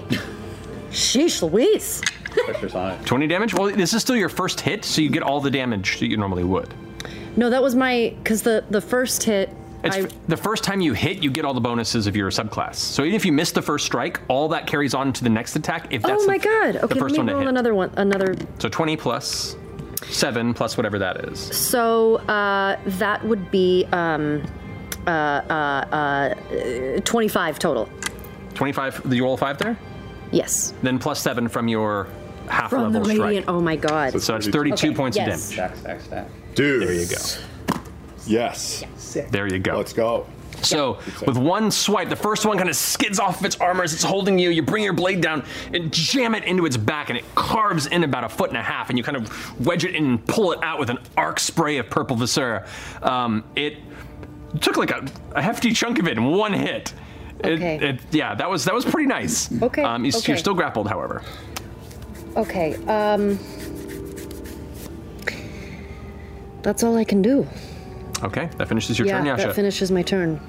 [SPEAKER 5] Sheesh Louise.
[SPEAKER 3] Pressure's high. 20 damage? Well, this is still your first hit, so you get all the damage that you normally would.
[SPEAKER 5] No, that was my, because the, the first hit,
[SPEAKER 3] It's
[SPEAKER 5] I,
[SPEAKER 3] the first time you hit, you get all the bonuses of your subclass. So even if you miss the first strike, all that carries on to the next attack. If that's
[SPEAKER 5] oh my
[SPEAKER 3] the,
[SPEAKER 5] god.
[SPEAKER 3] the
[SPEAKER 5] Okay,
[SPEAKER 3] first
[SPEAKER 5] let
[SPEAKER 3] one
[SPEAKER 5] me
[SPEAKER 3] to
[SPEAKER 5] roll
[SPEAKER 3] hit.
[SPEAKER 5] another one. Another.
[SPEAKER 3] So 20 plus 7 plus whatever that is.
[SPEAKER 5] So uh, that would be um, uh, uh, uh, 25 total.
[SPEAKER 3] 25, did you roll 5 there?
[SPEAKER 5] Yes.
[SPEAKER 3] Then plus 7 from your half
[SPEAKER 5] From the
[SPEAKER 3] level
[SPEAKER 5] radiant.
[SPEAKER 3] strike.
[SPEAKER 5] Oh my god.
[SPEAKER 3] So it's 32
[SPEAKER 5] Okay,
[SPEAKER 3] points
[SPEAKER 5] yes.
[SPEAKER 3] of damage. Stack, stack, stack.
[SPEAKER 6] Dude.
[SPEAKER 3] There you go.
[SPEAKER 6] Yes.
[SPEAKER 3] There you go.
[SPEAKER 6] Let's go.
[SPEAKER 3] So, with one swipe, the first one kind of skids off of its armor as it's holding you. You bring your blade down and jam it into its back, and it carves in about a foot and a half, and you kind of wedge it in and pull it out with an arc spray of purple viscera. Um, it took like a, a hefty chunk of it in one hit. It-
[SPEAKER 5] Okay.
[SPEAKER 3] it- yeah, that was that was pretty nice.
[SPEAKER 5] Okay,
[SPEAKER 3] Um, you,
[SPEAKER 5] okay.
[SPEAKER 3] are still grappled, however.
[SPEAKER 5] Okay. Um, that's all I can do.
[SPEAKER 3] Okay, that finishes your
[SPEAKER 5] yeah,
[SPEAKER 3] turn, Yasha.
[SPEAKER 5] that finishes my turn.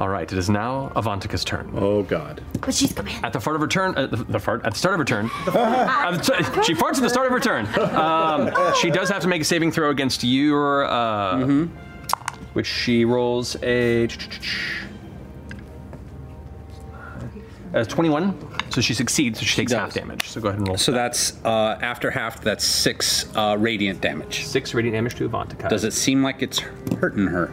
[SPEAKER 3] All right, it is now Avantika's turn. Oh God!
[SPEAKER 5] But she's coming.
[SPEAKER 3] At the start of her turn, at the, the fart, at the start of her turn, At the t- she farts at the start of her turn. Um, she does have to make a saving throw against your, uh, which she rolls a, a uh, twenty-one. So she succeeds. So she takes half damage. So go ahead and roll.
[SPEAKER 9] So that's uh, after half. That's six uh, radiant damage.
[SPEAKER 3] Six radiant damage to Avantika.
[SPEAKER 9] Does it seem like it's hurting her?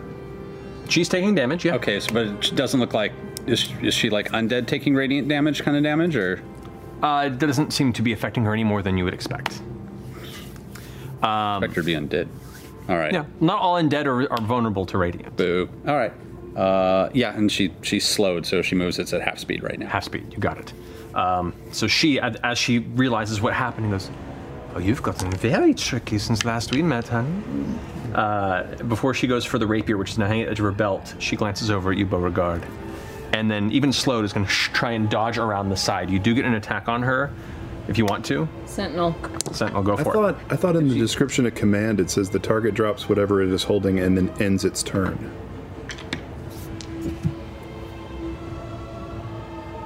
[SPEAKER 3] She's taking damage. Yeah.
[SPEAKER 9] Okay, so, but it doesn't look like is, is she like undead taking radiant damage kind of damage or?
[SPEAKER 3] Uh, that doesn't seem to be affecting her any more than you would expect. Um,
[SPEAKER 9] expect her to be undead. All right.
[SPEAKER 3] Yeah. Not all undead are, are vulnerable to radiant.
[SPEAKER 9] Boo. All right. Uh, yeah, and she she's slowed, so she moves. It's at half speed right now.
[SPEAKER 3] Half speed. You got it. Um, so she, as as she realizes what happened, goes, "Oh, you've gotten very tricky since last we met, honey." Uh, before she goes for the rapier, which is now hanging at the edge of her belt, she glances over at you, Beauregard, and then even slowed is going to sh- try and dodge around the side. You do get an attack on her, if you want to.
[SPEAKER 11] Sentinel.
[SPEAKER 3] Sentinel, go
[SPEAKER 6] I
[SPEAKER 3] for
[SPEAKER 6] thought I thought in the description of command it says the target drops whatever it is holding and then ends its turn.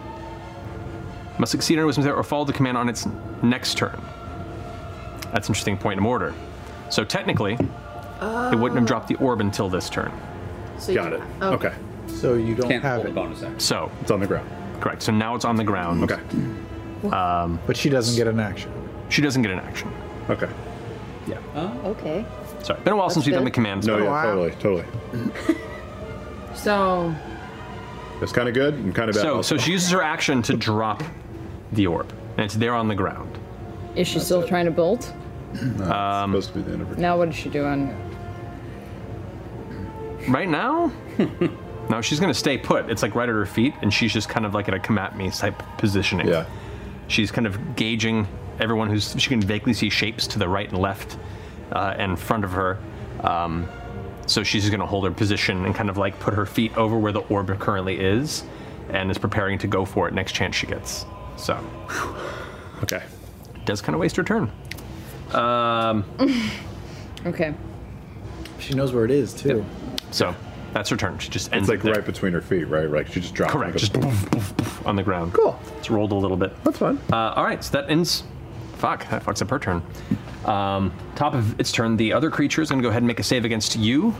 [SPEAKER 3] it. Must succeed on a wisdom save or follow the command on its next turn. That's an interesting point in order. So technically, it wouldn't have dropped the orb until this turn.
[SPEAKER 8] So Got it.
[SPEAKER 6] Okay.
[SPEAKER 13] So you don't
[SPEAKER 3] Can't
[SPEAKER 13] have
[SPEAKER 3] hold
[SPEAKER 13] it.
[SPEAKER 9] Bonus action.
[SPEAKER 3] So
[SPEAKER 6] it's on the ground.
[SPEAKER 3] Correct. So now it's on the ground. Okay. Um,
[SPEAKER 13] but she doesn't get an action.
[SPEAKER 3] She doesn't get an action.
[SPEAKER 6] Okay.
[SPEAKER 3] Yeah.
[SPEAKER 5] Okay.
[SPEAKER 3] Sorry. Been a while
[SPEAKER 5] That's
[SPEAKER 3] since you've done the
[SPEAKER 5] good.
[SPEAKER 3] commands.
[SPEAKER 6] No,
[SPEAKER 3] but-
[SPEAKER 6] yeah, totally, totally.
[SPEAKER 11] So
[SPEAKER 6] That's kind of good and kind of bad.
[SPEAKER 3] So, so she uses her action to drop the orb, and it's there on the ground.
[SPEAKER 11] is she still trying to bolt?
[SPEAKER 3] um,
[SPEAKER 6] supposed to be the end of her.
[SPEAKER 11] Now what is she doing?
[SPEAKER 3] Right now? no, she's gonna stay put. It's like right at her feet, and she's just kind of like at a come at me type positioning. Yeah. She's kind of gauging everyone who's. She can vaguely see shapes to the right and left, uh, and front of her. Um, so she's just gonna hold her position and kind of like put her feet over where the orb currently is, and is preparing to go for it next chance she gets. So.
[SPEAKER 6] Okay.
[SPEAKER 3] Does kind of waste her turn. Um,
[SPEAKER 11] Okay.
[SPEAKER 13] She knows where it is too.
[SPEAKER 3] so that's her turn. She just
[SPEAKER 6] It's
[SPEAKER 3] ends
[SPEAKER 6] like
[SPEAKER 3] it there.
[SPEAKER 6] right between her feet, right? Like she just dropped.
[SPEAKER 3] Correct. Just poof, poof, poof on the ground. Cool. It's rolled a little bit. That's
[SPEAKER 6] fine.
[SPEAKER 3] Uh, all right, so that ends. Fuck, that fucks up her turn. Um, top of its turn, the other creature is going to go ahead and make a save against you,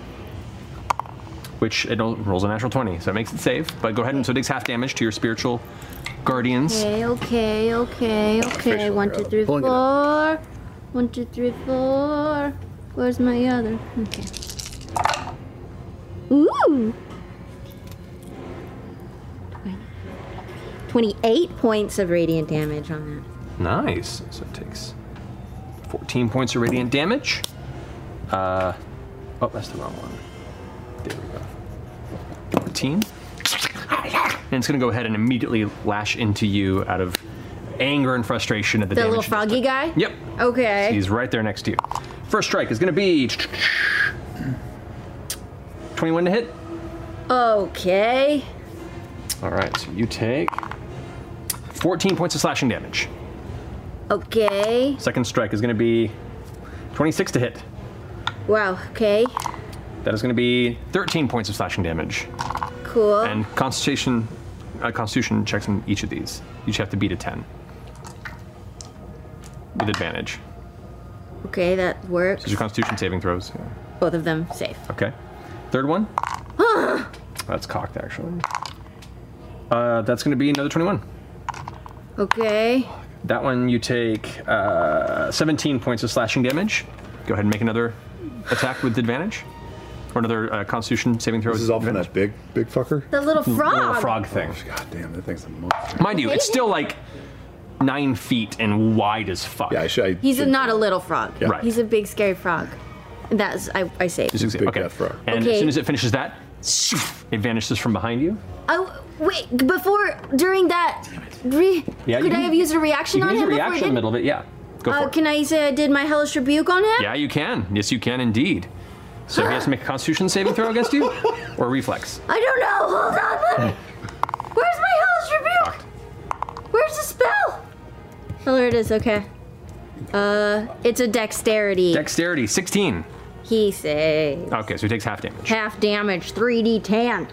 [SPEAKER 3] which it don't- rolls a natural 20, so it makes it save. But go ahead and so it takes half damage to your spiritual guardians.
[SPEAKER 2] Okay, okay, okay, okay.
[SPEAKER 3] Officially
[SPEAKER 2] One, two,
[SPEAKER 3] rather.
[SPEAKER 2] three,
[SPEAKER 3] Pulling it
[SPEAKER 2] four. One, two, three, four. Where's my other? Okay. Ooh! 28 points of radiant damage on that.
[SPEAKER 3] Nice. So it takes 14 points of radiant damage. Uh, oh, that's the wrong one. There we go. 14. And it's going to go ahead and immediately lash into you out of anger and frustration at
[SPEAKER 2] The,
[SPEAKER 3] the,
[SPEAKER 2] little
[SPEAKER 3] damage.
[SPEAKER 2] froggy guy?
[SPEAKER 3] Yep.
[SPEAKER 2] Okay.
[SPEAKER 3] He's right there next to you. First strike is going to be 21 to hit.
[SPEAKER 2] Okay.
[SPEAKER 3] All right, so you take 14 points of slashing damage.
[SPEAKER 2] Okay.
[SPEAKER 3] Second strike is going to be 26 to hit.
[SPEAKER 2] Wow, okay.
[SPEAKER 3] That is going to be 13 points of slashing damage.
[SPEAKER 2] Cool.
[SPEAKER 3] And constitution, uh, constitution checks on each of these. You each have to beat a 10 with advantage.
[SPEAKER 2] Okay, that works.
[SPEAKER 3] So your constitution saving throws. yeah.
[SPEAKER 2] Both of them safe.
[SPEAKER 3] Okay. Third one. That's cocked, actually. Uh, that's going to be another 21.
[SPEAKER 2] okay.
[SPEAKER 3] That one you take uh, 17 points of slashing damage. Go ahead and make another attack with advantage. Or another uh, constitution saving throw.
[SPEAKER 6] This
[SPEAKER 3] with
[SPEAKER 6] is all from
[SPEAKER 3] advantage.
[SPEAKER 6] that big, big fucker.
[SPEAKER 2] The little
[SPEAKER 3] Little
[SPEAKER 2] frog.
[SPEAKER 3] frog thing.
[SPEAKER 6] Oh, God damn, that thing's a monster.
[SPEAKER 3] Mind you, it's still like nine feet and wide as fuck. Yeah, I should.
[SPEAKER 2] He's a, not a little frog.
[SPEAKER 3] Yeah. Right.
[SPEAKER 2] He's a big scary frog. That's I, I saved.
[SPEAKER 3] okay. And
[SPEAKER 2] Okay.
[SPEAKER 3] as soon as it finishes that, it vanishes from behind you.
[SPEAKER 2] Oh wait! Before during that, re-
[SPEAKER 3] Yeah, you
[SPEAKER 2] could I
[SPEAKER 3] can-
[SPEAKER 2] have used a reaction
[SPEAKER 3] you
[SPEAKER 2] on
[SPEAKER 3] can use
[SPEAKER 2] him
[SPEAKER 3] a reaction in the
[SPEAKER 2] before?
[SPEAKER 3] middle of it. Yeah. Go
[SPEAKER 2] I did?
[SPEAKER 3] for
[SPEAKER 2] Uh,
[SPEAKER 3] it.
[SPEAKER 2] can I say I did my hellish rebuke on him?
[SPEAKER 3] Yeah, you can. Yes, you can indeed. So he has to make a Constitution saving throw against you, or reflex.
[SPEAKER 2] I don't know. Hold on. Let me. Where's my hellish rebuke? Where's the spell? Oh, there it is. Okay. Uh, it's a dexterity.
[SPEAKER 3] Dexterity, 16.
[SPEAKER 2] he saves
[SPEAKER 3] Okay, so he takes half damage.
[SPEAKER 2] half damage, 3d10.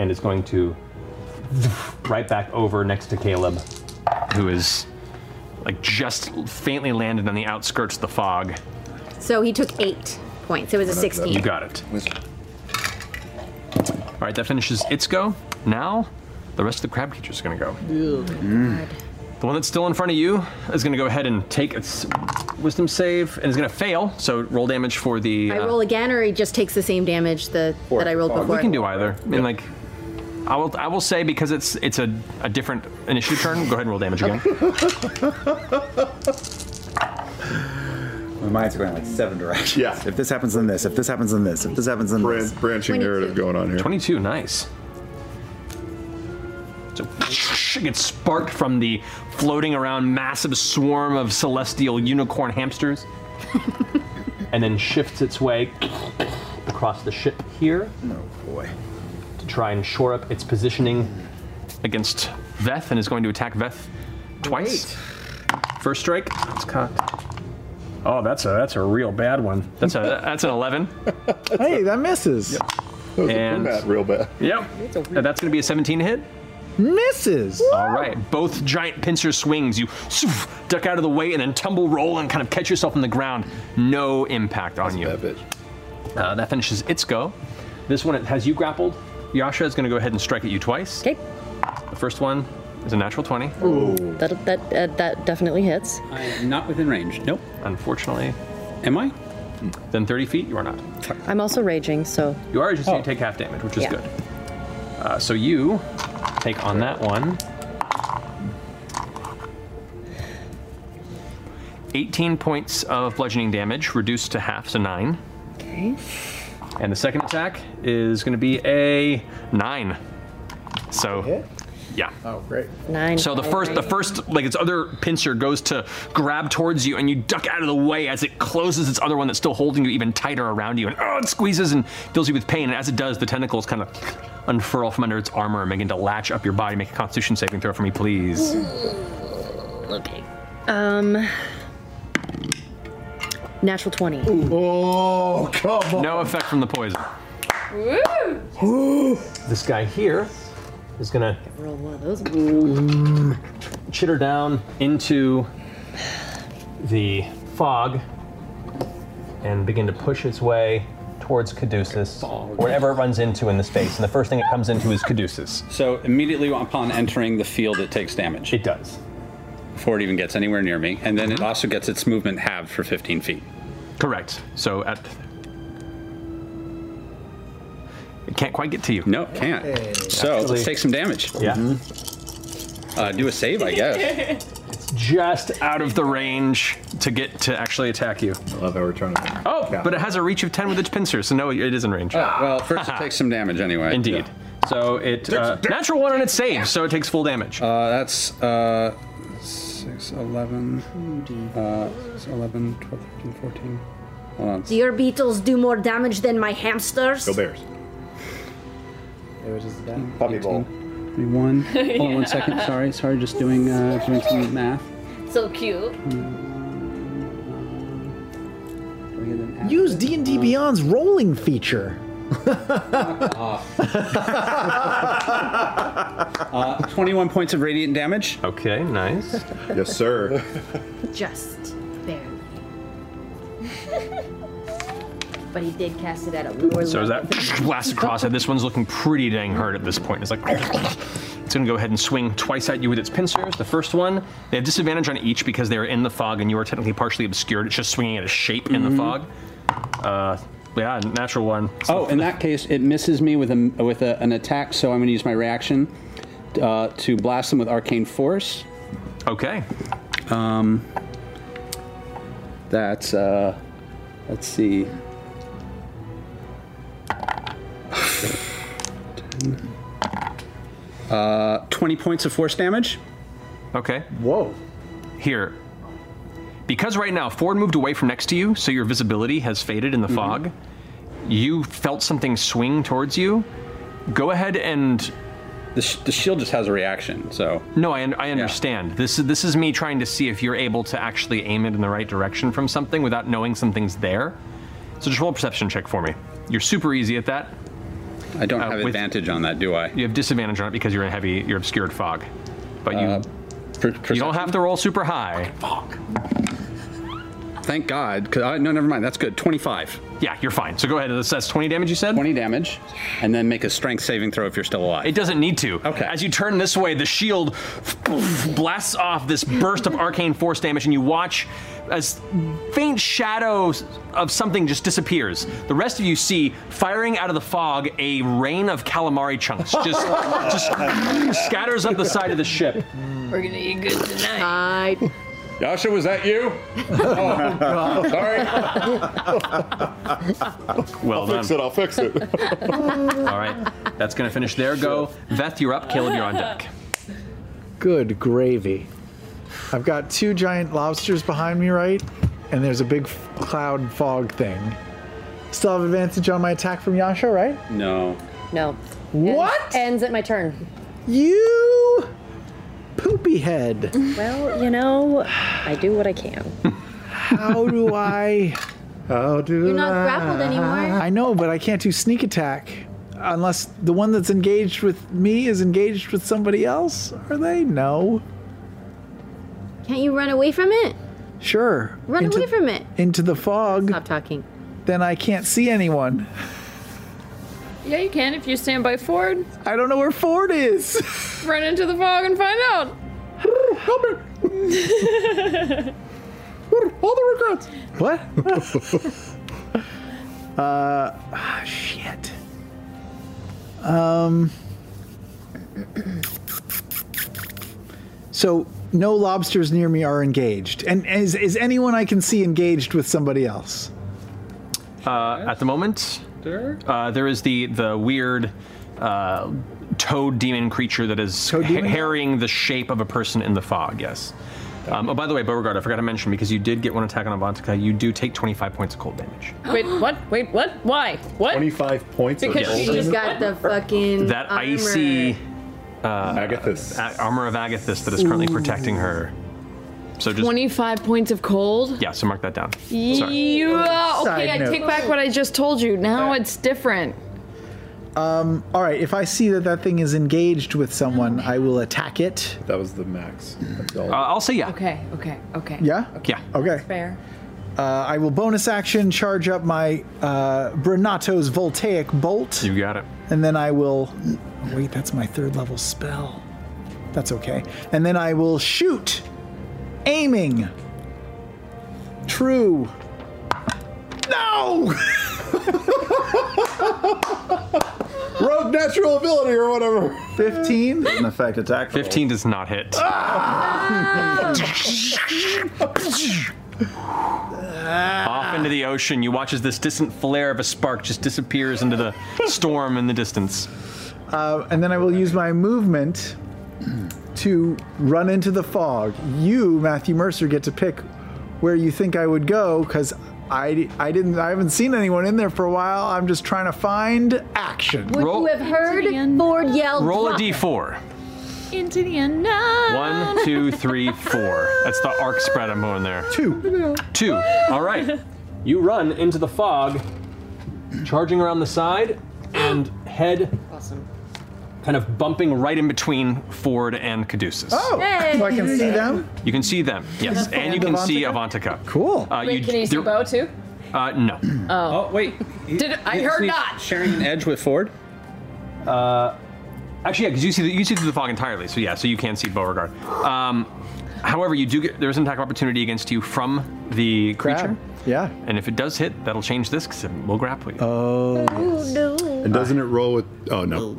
[SPEAKER 3] and is going to right back over next to Caleb, who is like just faintly landed on the outskirts of the fog.
[SPEAKER 2] So he took eight points. It was a 16.
[SPEAKER 3] You got it. All right, that finishes its go. Now, the rest of the crab creatures are going to go.
[SPEAKER 2] Oh
[SPEAKER 3] The one that's still in front of you is going to go ahead and take its wisdom save and is going to fail. So roll damage for the.
[SPEAKER 2] I
[SPEAKER 3] uh,
[SPEAKER 2] roll again, or he just takes the same damage the, that I rolled before.
[SPEAKER 3] We can do either. I mean, like, I will. I will say because it's it's a, a different initiative turn. Go ahead and roll damage again.
[SPEAKER 7] My mind's going like seven directions. Yeah. If this happens, then this. If this happens, then this. If this happens, then this.
[SPEAKER 6] branching narrative going on here.
[SPEAKER 3] 22, nice. So it gets sparked from the floating around massive swarm of celestial unicorn hamsters, and then shifts its way across the ship here. Oh boy! To try and shore up its positioning against Veth, and is going to attack Veth twice. First strike. It's cocked. Oh, that's a that's a real bad one. That's a that's an eleven.
[SPEAKER 13] hey, that misses.
[SPEAKER 6] That was
[SPEAKER 3] And-
[SPEAKER 6] a combat real bad.
[SPEAKER 3] Yep. Now that's going to be a 17 hit.
[SPEAKER 13] Misses.
[SPEAKER 3] All right. Both giant pincer swings. You swoof, duck out of the way and then tumble roll and kind of catch yourself on the ground. No impact on you. Uh, that finishes its go. This one it has you grappled. Yasha is going to go ahead and strike at you twice. Okay. The first one is a natural 20.
[SPEAKER 5] That that uh, that definitely hits.
[SPEAKER 16] I am not within range. Nope.
[SPEAKER 3] Unfortunately.
[SPEAKER 16] Am I?
[SPEAKER 3] Then 30 feet, you are not.
[SPEAKER 5] I'm also raging, so
[SPEAKER 3] You are
[SPEAKER 13] Oh.
[SPEAKER 3] just going to take half damage, which is
[SPEAKER 5] Yeah.
[SPEAKER 3] good. Uh, so you take on that one. 18 points of bludgeoning damage, reduced to half, so 9.
[SPEAKER 5] okay.
[SPEAKER 3] And the second attack is going to be a 9. So, yeah.
[SPEAKER 13] Oh, great.
[SPEAKER 5] Nine.
[SPEAKER 3] So the first, the first, like its other pincer goes to grab towards you, and you duck out of the way as it closes its other one that's still holding you even tighter around you, and oh, it squeezes and fills you with pain. And as it does, the tentacles kind of unfurl from under its armor and begin to latch up your body. Make a Constitution saving throw for me, please.
[SPEAKER 5] Okay. Um. Natural twenty.
[SPEAKER 3] Oh, come on! No effect from the poison. This guy here is gonna
[SPEAKER 5] Roll one of those. Mm.
[SPEAKER 3] chitter down into the fog and begin to push its way towards Caduceus, wherever it runs into in the space, and the first thing it comes into is Caduceus.
[SPEAKER 9] So immediately upon entering the field, it takes damage. It
[SPEAKER 3] does.
[SPEAKER 9] Before it even gets anywhere near me, and then it also gets its movement halved for 15 feet.
[SPEAKER 3] Correct. So at it can't quite get to you.
[SPEAKER 9] No, it can't. So
[SPEAKER 3] Actually-
[SPEAKER 9] let's take some damage.
[SPEAKER 3] Yeah.
[SPEAKER 9] Uh, do a save, I guess.
[SPEAKER 13] Oh.
[SPEAKER 3] It's just out of the range to get to actually attack you. I love how we're trying to. Oh, but it has a reach of 10 with its pincer, so no, it is in range.
[SPEAKER 9] Ah, well, first it takes some damage anyway.
[SPEAKER 3] Indeed. So it uh, natural one on its save, so it takes full damage.
[SPEAKER 9] Uh, that's uh, 6, 11, uh, 11, 12, 13, 14. Hold on.
[SPEAKER 2] Do your beetles do more damage than my hamsters?
[SPEAKER 9] Puppy bowl.
[SPEAKER 16] One. Hold on one second. Sorry, sorry. Just doing uh, doing some math.
[SPEAKER 11] So cute.
[SPEAKER 13] Use D and D Beyond's rolling feature.
[SPEAKER 16] Ah.
[SPEAKER 9] Uh, 21 points of radiant damage.
[SPEAKER 3] Okay, nice.
[SPEAKER 9] yes, sir.
[SPEAKER 2] Just barely. but he did cast it at a lower
[SPEAKER 3] So as
[SPEAKER 2] level.
[SPEAKER 3] that blasts across it, this one's looking pretty dang hurt at this point. It's like it's gonna go ahead and swing twice at you with its pincers. The first one, they have disadvantage on each because they're in the fog and you are technically partially obscured. It's just swinging at a shape in
[SPEAKER 9] Mm-hmm.
[SPEAKER 3] the
[SPEAKER 16] Mhm.
[SPEAKER 3] fog. Uh, yeah, natural one.
[SPEAKER 16] Oh, in that case, it misses me with a with a, an attack, so I'm going to use my reaction uh, to blast them with arcane force.
[SPEAKER 3] Okay.
[SPEAKER 16] Um, that's uh, let's see.
[SPEAKER 9] 10. Uh, 20 points of force damage.
[SPEAKER 3] Okay.
[SPEAKER 13] Whoa.
[SPEAKER 3] Here. Because right now Ford moved away from next to you, so your visibility has faded in
[SPEAKER 9] Mm-hmm.
[SPEAKER 3] the fog. You felt something swing towards you. Go ahead and.
[SPEAKER 9] The, sh- the shield just has a reaction, so.
[SPEAKER 3] No, I, un- I understand. This is this is me trying to see if you're able to actually aim it in the right direction from something without knowing something's there. So just roll a perception check for me. You're super easy at that. Uh,
[SPEAKER 9] I don't have advantage on that, do I?
[SPEAKER 3] You have disadvantage on it because you're in heavy, you're obscured fog. But you,
[SPEAKER 9] Uh,
[SPEAKER 3] you don't have to roll super high.
[SPEAKER 9] Thank God. 'cause I, no, never mind. That's good. 25.
[SPEAKER 3] Yeah, you're fine. So go ahead. That's, that's 20 damage, you said?
[SPEAKER 9] 20 damage. And then make a strength saving throw if you're still alive.
[SPEAKER 3] It doesn't need to. Okay. As you turn this way, the shield blasts off this burst of arcane force damage, and you watch as faint shadows of something just disappears. The rest of you see firing out of the fog a rain of calamari chunks just just scatters up the side of the ship.
[SPEAKER 11] We're gonna eat good tonight.
[SPEAKER 9] Yasha, was that you?
[SPEAKER 11] Oh, God.
[SPEAKER 3] Well
[SPEAKER 6] I'll
[SPEAKER 3] done.
[SPEAKER 6] fix it. I'll fix it.
[SPEAKER 3] All right, that's gonna finish their go. Veth, you're up. Caleb, you're on deck.
[SPEAKER 13] Good gravy. I've got two giant lobsters behind me, right? And there's a big f- cloud fog thing. Still have advantage on my attack from Yasha, right?
[SPEAKER 9] No.
[SPEAKER 5] No. What? Ends at my turn.
[SPEAKER 13] You poopy head.
[SPEAKER 5] Well, you know, I do what I can.
[SPEAKER 13] How do I? How do
[SPEAKER 5] You're not grappled anymore.
[SPEAKER 13] I know, but I can't do sneak attack unless the one that's engaged with me is engaged with somebody else. Are they? No.
[SPEAKER 2] Can't you run away from it?
[SPEAKER 13] Sure.
[SPEAKER 2] Run away from it.
[SPEAKER 13] Into the fog.
[SPEAKER 2] Stop talking.
[SPEAKER 13] Then I can't see anyone.
[SPEAKER 11] Yeah, you can if you stand by Ford.
[SPEAKER 13] I don't know where Ford is.
[SPEAKER 11] Run into the fog and find out.
[SPEAKER 13] All the regrets. What? uh, ah, shit. Um. So no lobsters near me are engaged, and is is anyone I can see engaged with somebody else?
[SPEAKER 3] Uh, at the moment, uh, there is the the weird uh, toad demon creature that is ha- harrying the shape of a person in the fog. Yes. Um, oh, by the way, Beauregard, I forgot to mention because you did get one attack on Avantika, you do take 25 points of cold damage.
[SPEAKER 11] Wait, what? Wait, what? Why? What?
[SPEAKER 3] 25 points
[SPEAKER 2] Because she just got the fucking
[SPEAKER 3] that
[SPEAKER 2] armor.
[SPEAKER 3] icy uh, Agathis. armor of Agathis that is currently protecting her. So just
[SPEAKER 11] 25 points of cold?
[SPEAKER 3] yeah, so mark that down.
[SPEAKER 11] Yeah,
[SPEAKER 13] Oh, Side
[SPEAKER 11] okay, I
[SPEAKER 13] note.
[SPEAKER 11] take back what I just told you. Now it's different.
[SPEAKER 13] Um. All right. If I see that that thing is engaged with someone, I will attack it. That was the max.
[SPEAKER 3] Uh, I'll say yeah.
[SPEAKER 11] Okay, okay, okay.
[SPEAKER 13] Yeah.
[SPEAKER 3] Yeah.
[SPEAKER 13] Okay.
[SPEAKER 11] Fair.
[SPEAKER 13] Uh, I will bonus action charge up my uh, Brenato's Voltaic Bolt.
[SPEAKER 3] You got it.
[SPEAKER 13] And then I will. Wait, that's my third level spell. That's okay. And then I will shoot, aiming. True. No!
[SPEAKER 6] Rogue natural ability or whatever.
[SPEAKER 13] 15?
[SPEAKER 7] In effect, attack.
[SPEAKER 3] 15 does not hit.
[SPEAKER 4] Ah.
[SPEAKER 13] Ah.
[SPEAKER 3] Off into the ocean, you watch as this distant flare of a spark just disappears into the storm in the distance.
[SPEAKER 13] Uh, and then I will use my movement to run into the fog. You, Matthew Mercer, get to pick where you think I would go because I, I didn't I haven't seen anyone in there for a while. I'm just trying to find action.
[SPEAKER 2] Would you have heard Ford yell?
[SPEAKER 11] Oh,
[SPEAKER 3] Roll a
[SPEAKER 2] "Drop!"
[SPEAKER 3] d4.
[SPEAKER 2] into the unknown.
[SPEAKER 3] One, two, three, four. That's the arc spread I'm going there.
[SPEAKER 13] Two.
[SPEAKER 3] Two. All right. You run into the fog, charging around the side, and head awesome. kind of bumping right in between Ford and Caduceus.
[SPEAKER 13] Oh, so I can see them.
[SPEAKER 3] You can see them, yes,
[SPEAKER 13] Yeah.
[SPEAKER 3] and you can see Avantika. Cool. Uh,
[SPEAKER 11] Wait, can you see
[SPEAKER 3] there-
[SPEAKER 11] Bo too?
[SPEAKER 3] Uh, no.
[SPEAKER 11] Oh.
[SPEAKER 3] Oh, wait.
[SPEAKER 11] Did I heard not?
[SPEAKER 3] Sharing an edge with Ford. Uh, actually, yeah, because you see the, you see through the fog entirely. So yeah, so you can see Beauregard. Um, however, you do get there's an attack of opportunity against you from the creature,
[SPEAKER 13] Yeah.
[SPEAKER 3] and if it does hit, that'll change this because it will grapple you.
[SPEAKER 6] Oh.
[SPEAKER 2] no.
[SPEAKER 6] And doesn't it roll with? Oh no.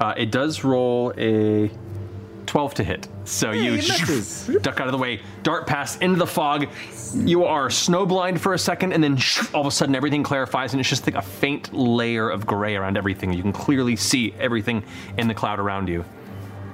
[SPEAKER 3] Uh, it does roll a 12 to hit. So you duck out of the way, dart past into the fog. You are snowblind for a second, and then all of a sudden everything clarifies, and it's just like a faint layer of gray around everything. You can clearly see everything in the cloud around you,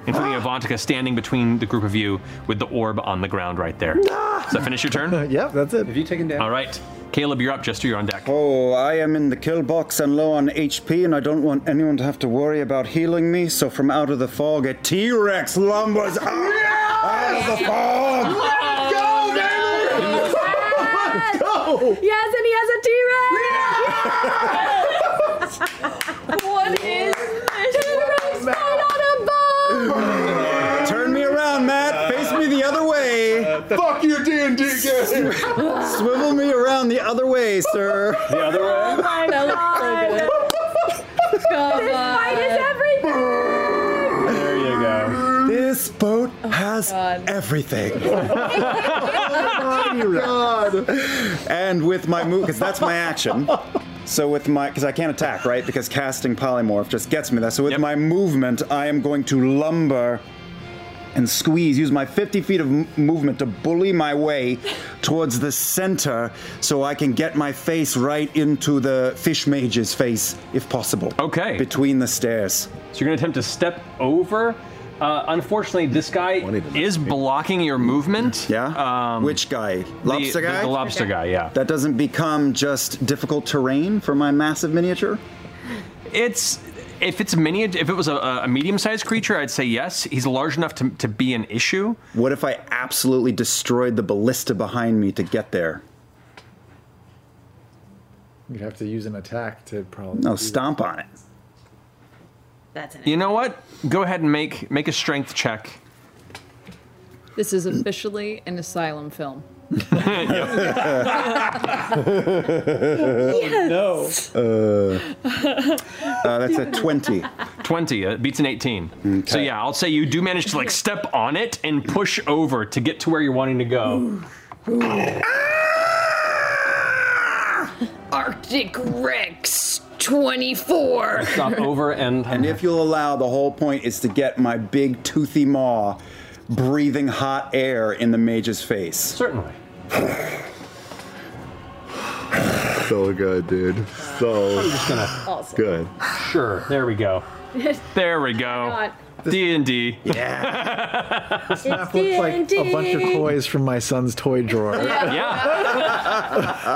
[SPEAKER 3] including
[SPEAKER 13] Ah!
[SPEAKER 3] Avantika standing between the group of you with the orb on the ground right there. Does that finish your turn?
[SPEAKER 13] yep, that's it.
[SPEAKER 3] Have you taken down? All right. Caleb, you're up, Jester, you're on deck.
[SPEAKER 7] Oh, I am in the kill box and low on HP, and I don't want anyone to have to worry about healing me. So from out of the fog, a T-Rex lumbers out out of the
[SPEAKER 11] Oh,
[SPEAKER 7] fog.
[SPEAKER 1] Go,
[SPEAKER 2] Go! Yes, and he has a T-Rex.
[SPEAKER 11] What is this?
[SPEAKER 2] T-Rex right on a bone.
[SPEAKER 7] Turn me around, Matt. Face me the other way.
[SPEAKER 6] Uh, Fuck your D&D game.
[SPEAKER 7] Swivel me around the other way, sir. The
[SPEAKER 3] other way.
[SPEAKER 7] Oh
[SPEAKER 2] my
[SPEAKER 1] This fight is
[SPEAKER 2] everything.
[SPEAKER 7] There you go. This boat has everything. God. And with my move, because that's my action. So with my, because I can't attack, right? Because casting polymorph just gets me there. So with my movement, I am going to lumber and squeeze, use my 50 feet of m- movement to bully my way towards the center so I can get my face right into the fish mage's face, if possible.
[SPEAKER 3] Okay.
[SPEAKER 7] Between the stairs.
[SPEAKER 3] So you're going to attempt to step over. Uh, unfortunately, this guy is blocking your movement. Yeah. Um,
[SPEAKER 7] Which guy?
[SPEAKER 3] the,
[SPEAKER 7] Lobster guy?
[SPEAKER 3] The, lobster guy. Yeah.
[SPEAKER 7] That doesn't become just difficult terrain for my massive miniature?
[SPEAKER 3] It's if it's mini, if it was a, a medium-sized creature, I'd say yes. He's large enough to, to be an issue.
[SPEAKER 7] What if I absolutely destroyed the ballista behind me to get there?
[SPEAKER 13] You'd have to use an attack to probably.
[SPEAKER 7] No, stomp on it.
[SPEAKER 11] That's it.
[SPEAKER 3] You know what? Go ahead and make make a strength check.
[SPEAKER 11] This is officially an asylum film.
[SPEAKER 7] Uh, yes. No. Uh, uh, that's a 20.
[SPEAKER 3] 20 uh, beats an 18. So yeah, I'll say you do manage to like step on it and push over to get to where you're wanting to go.
[SPEAKER 11] Arctic Rex 24.
[SPEAKER 3] over and.
[SPEAKER 7] And if you'll allow, the whole point is to get my big toothy maw breathing hot air in the mage's face.
[SPEAKER 3] Certainly.
[SPEAKER 6] So good, dude. So
[SPEAKER 3] I'm just gonna- Awesome.
[SPEAKER 6] good.
[SPEAKER 3] Sure. There we go. There we go. D and D. Yeah.
[SPEAKER 13] This map looks like a bunch of toys from my son's toy drawer.
[SPEAKER 3] Yeah.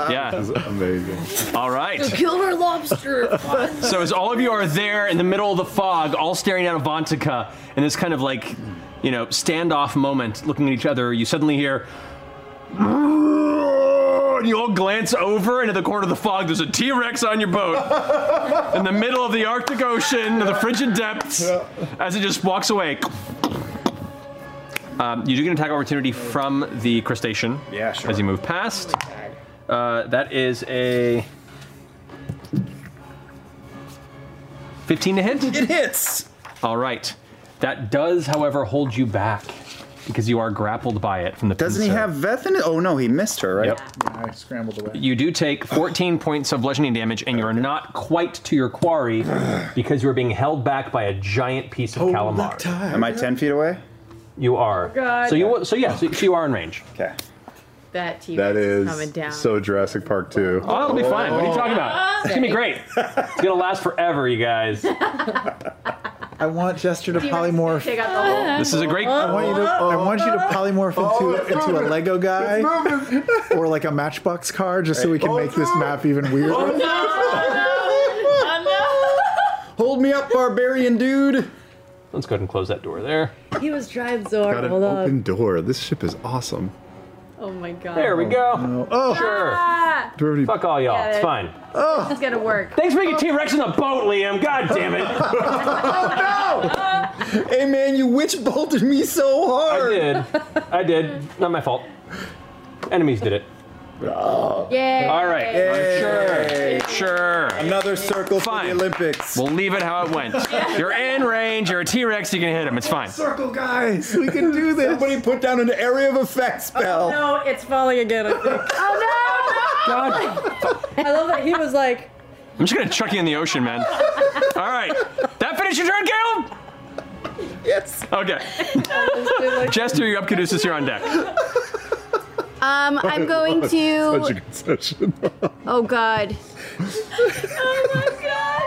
[SPEAKER 3] yeah. amazing. All right.
[SPEAKER 11] Silver lobster.
[SPEAKER 3] So as all of you are there in the middle of the fog, all staring at Avantika, in this kind of like, you know, standoff moment, looking at each other, you suddenly hear. And you all glance over into the corner of the fog. There's a T Rex on your boat in the middle of the Arctic Ocean, in the frigid depths, as it just walks away. Um, you do get an attack opportunity from the crustacean
[SPEAKER 9] Yeah, sure.
[SPEAKER 3] as you move past. Uh, that is a 15 to hit? It hits! All right. That does, however, hold you back because you are grappled by it from the
[SPEAKER 7] Doesn't he
[SPEAKER 3] pincer.
[SPEAKER 7] have Veth in it? Oh no, he missed her, right?
[SPEAKER 13] I scrambled away.
[SPEAKER 3] You do take 14 points of bludgeoning damage, and you're not quite to your quarry because you're being held back by a giant piece of calamar.
[SPEAKER 7] Am I 10 feet away?
[SPEAKER 3] You are.
[SPEAKER 11] God.
[SPEAKER 3] So you so yeah, so, so you are in range.
[SPEAKER 7] Okay.
[SPEAKER 11] That to you
[SPEAKER 6] That
[SPEAKER 11] guys
[SPEAKER 6] is
[SPEAKER 11] coming down.
[SPEAKER 6] so Jurassic Park 2.
[SPEAKER 3] Oh, that'll be fine. What are you talking about? It's gonna be great. It's gonna last forever, you guys.
[SPEAKER 13] I want Jester to
[SPEAKER 3] Demons
[SPEAKER 13] polymorph.
[SPEAKER 3] take out the whole- This is a great-
[SPEAKER 13] I want you to, I want you to
[SPEAKER 7] Oh.
[SPEAKER 13] polymorph into, into a Lego guy or like a Matchbox car, just so we
[SPEAKER 7] Oh,
[SPEAKER 13] can make this map even weirder.
[SPEAKER 11] Oh,
[SPEAKER 7] Hold me up, barbarian dude.
[SPEAKER 3] Let's go ahead and close that door there.
[SPEAKER 5] He was drive
[SPEAKER 6] Got
[SPEAKER 5] Zor.
[SPEAKER 6] an
[SPEAKER 5] Hold
[SPEAKER 6] open
[SPEAKER 5] on.
[SPEAKER 6] door. This ship is awesome.
[SPEAKER 5] Oh my god.
[SPEAKER 3] There we go.
[SPEAKER 6] Oh.
[SPEAKER 3] Sure.
[SPEAKER 15] Ah.
[SPEAKER 3] Fuck all y'all.
[SPEAKER 15] Yeah,
[SPEAKER 3] it's
[SPEAKER 15] that-
[SPEAKER 3] fine.
[SPEAKER 15] Oh, it's gonna work.
[SPEAKER 3] Thanks for making T Rex in the boat, Liam. God damn
[SPEAKER 11] Uh,
[SPEAKER 7] it. Oh, no! hey man, you witch bolted me so hard.
[SPEAKER 3] I did. I did. Not my fault. Enemies did it.
[SPEAKER 11] Yay.
[SPEAKER 3] All right.
[SPEAKER 7] Yay.
[SPEAKER 3] Sure. Sure.
[SPEAKER 7] Another circle
[SPEAKER 3] Fine.
[SPEAKER 7] for the Olympics.
[SPEAKER 3] We'll leave it how it went. You're in range. You're a T Rex. You can hit him. It's fine.
[SPEAKER 7] Circle guys, we can do this. Somebody put down an area of effect spell.
[SPEAKER 15] Oh, No, it's falling again. I think. oh no!
[SPEAKER 5] I love that he was like,
[SPEAKER 3] I'm just gonna chuck you in the ocean, man. All right. That finished your turn, Caleb.
[SPEAKER 7] Yes.
[SPEAKER 3] Okay. Jester, you're up. Caduceus, you're on deck.
[SPEAKER 2] Um, I'm going
[SPEAKER 6] Such a
[SPEAKER 2] to.
[SPEAKER 6] good session.
[SPEAKER 2] Oh god.
[SPEAKER 15] oh my god!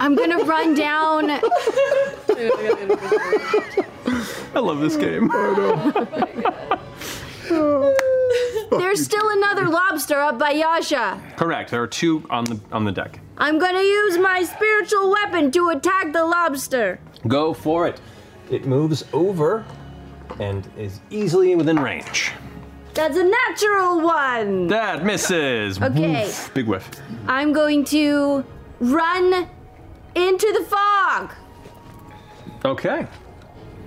[SPEAKER 2] I'm gonna run down.
[SPEAKER 3] I love this game.
[SPEAKER 2] There's still another lobster up by Yasha.
[SPEAKER 3] Correct. There are two on the on the deck.
[SPEAKER 2] I'm gonna use my spiritual weapon to attack the lobster.
[SPEAKER 3] Go for it. It moves over and is easily within range.
[SPEAKER 2] That's a natural one.
[SPEAKER 3] That misses.
[SPEAKER 2] Okay.
[SPEAKER 3] Woof. Big whiff.
[SPEAKER 2] I'm going to run into the fog.
[SPEAKER 3] Okay.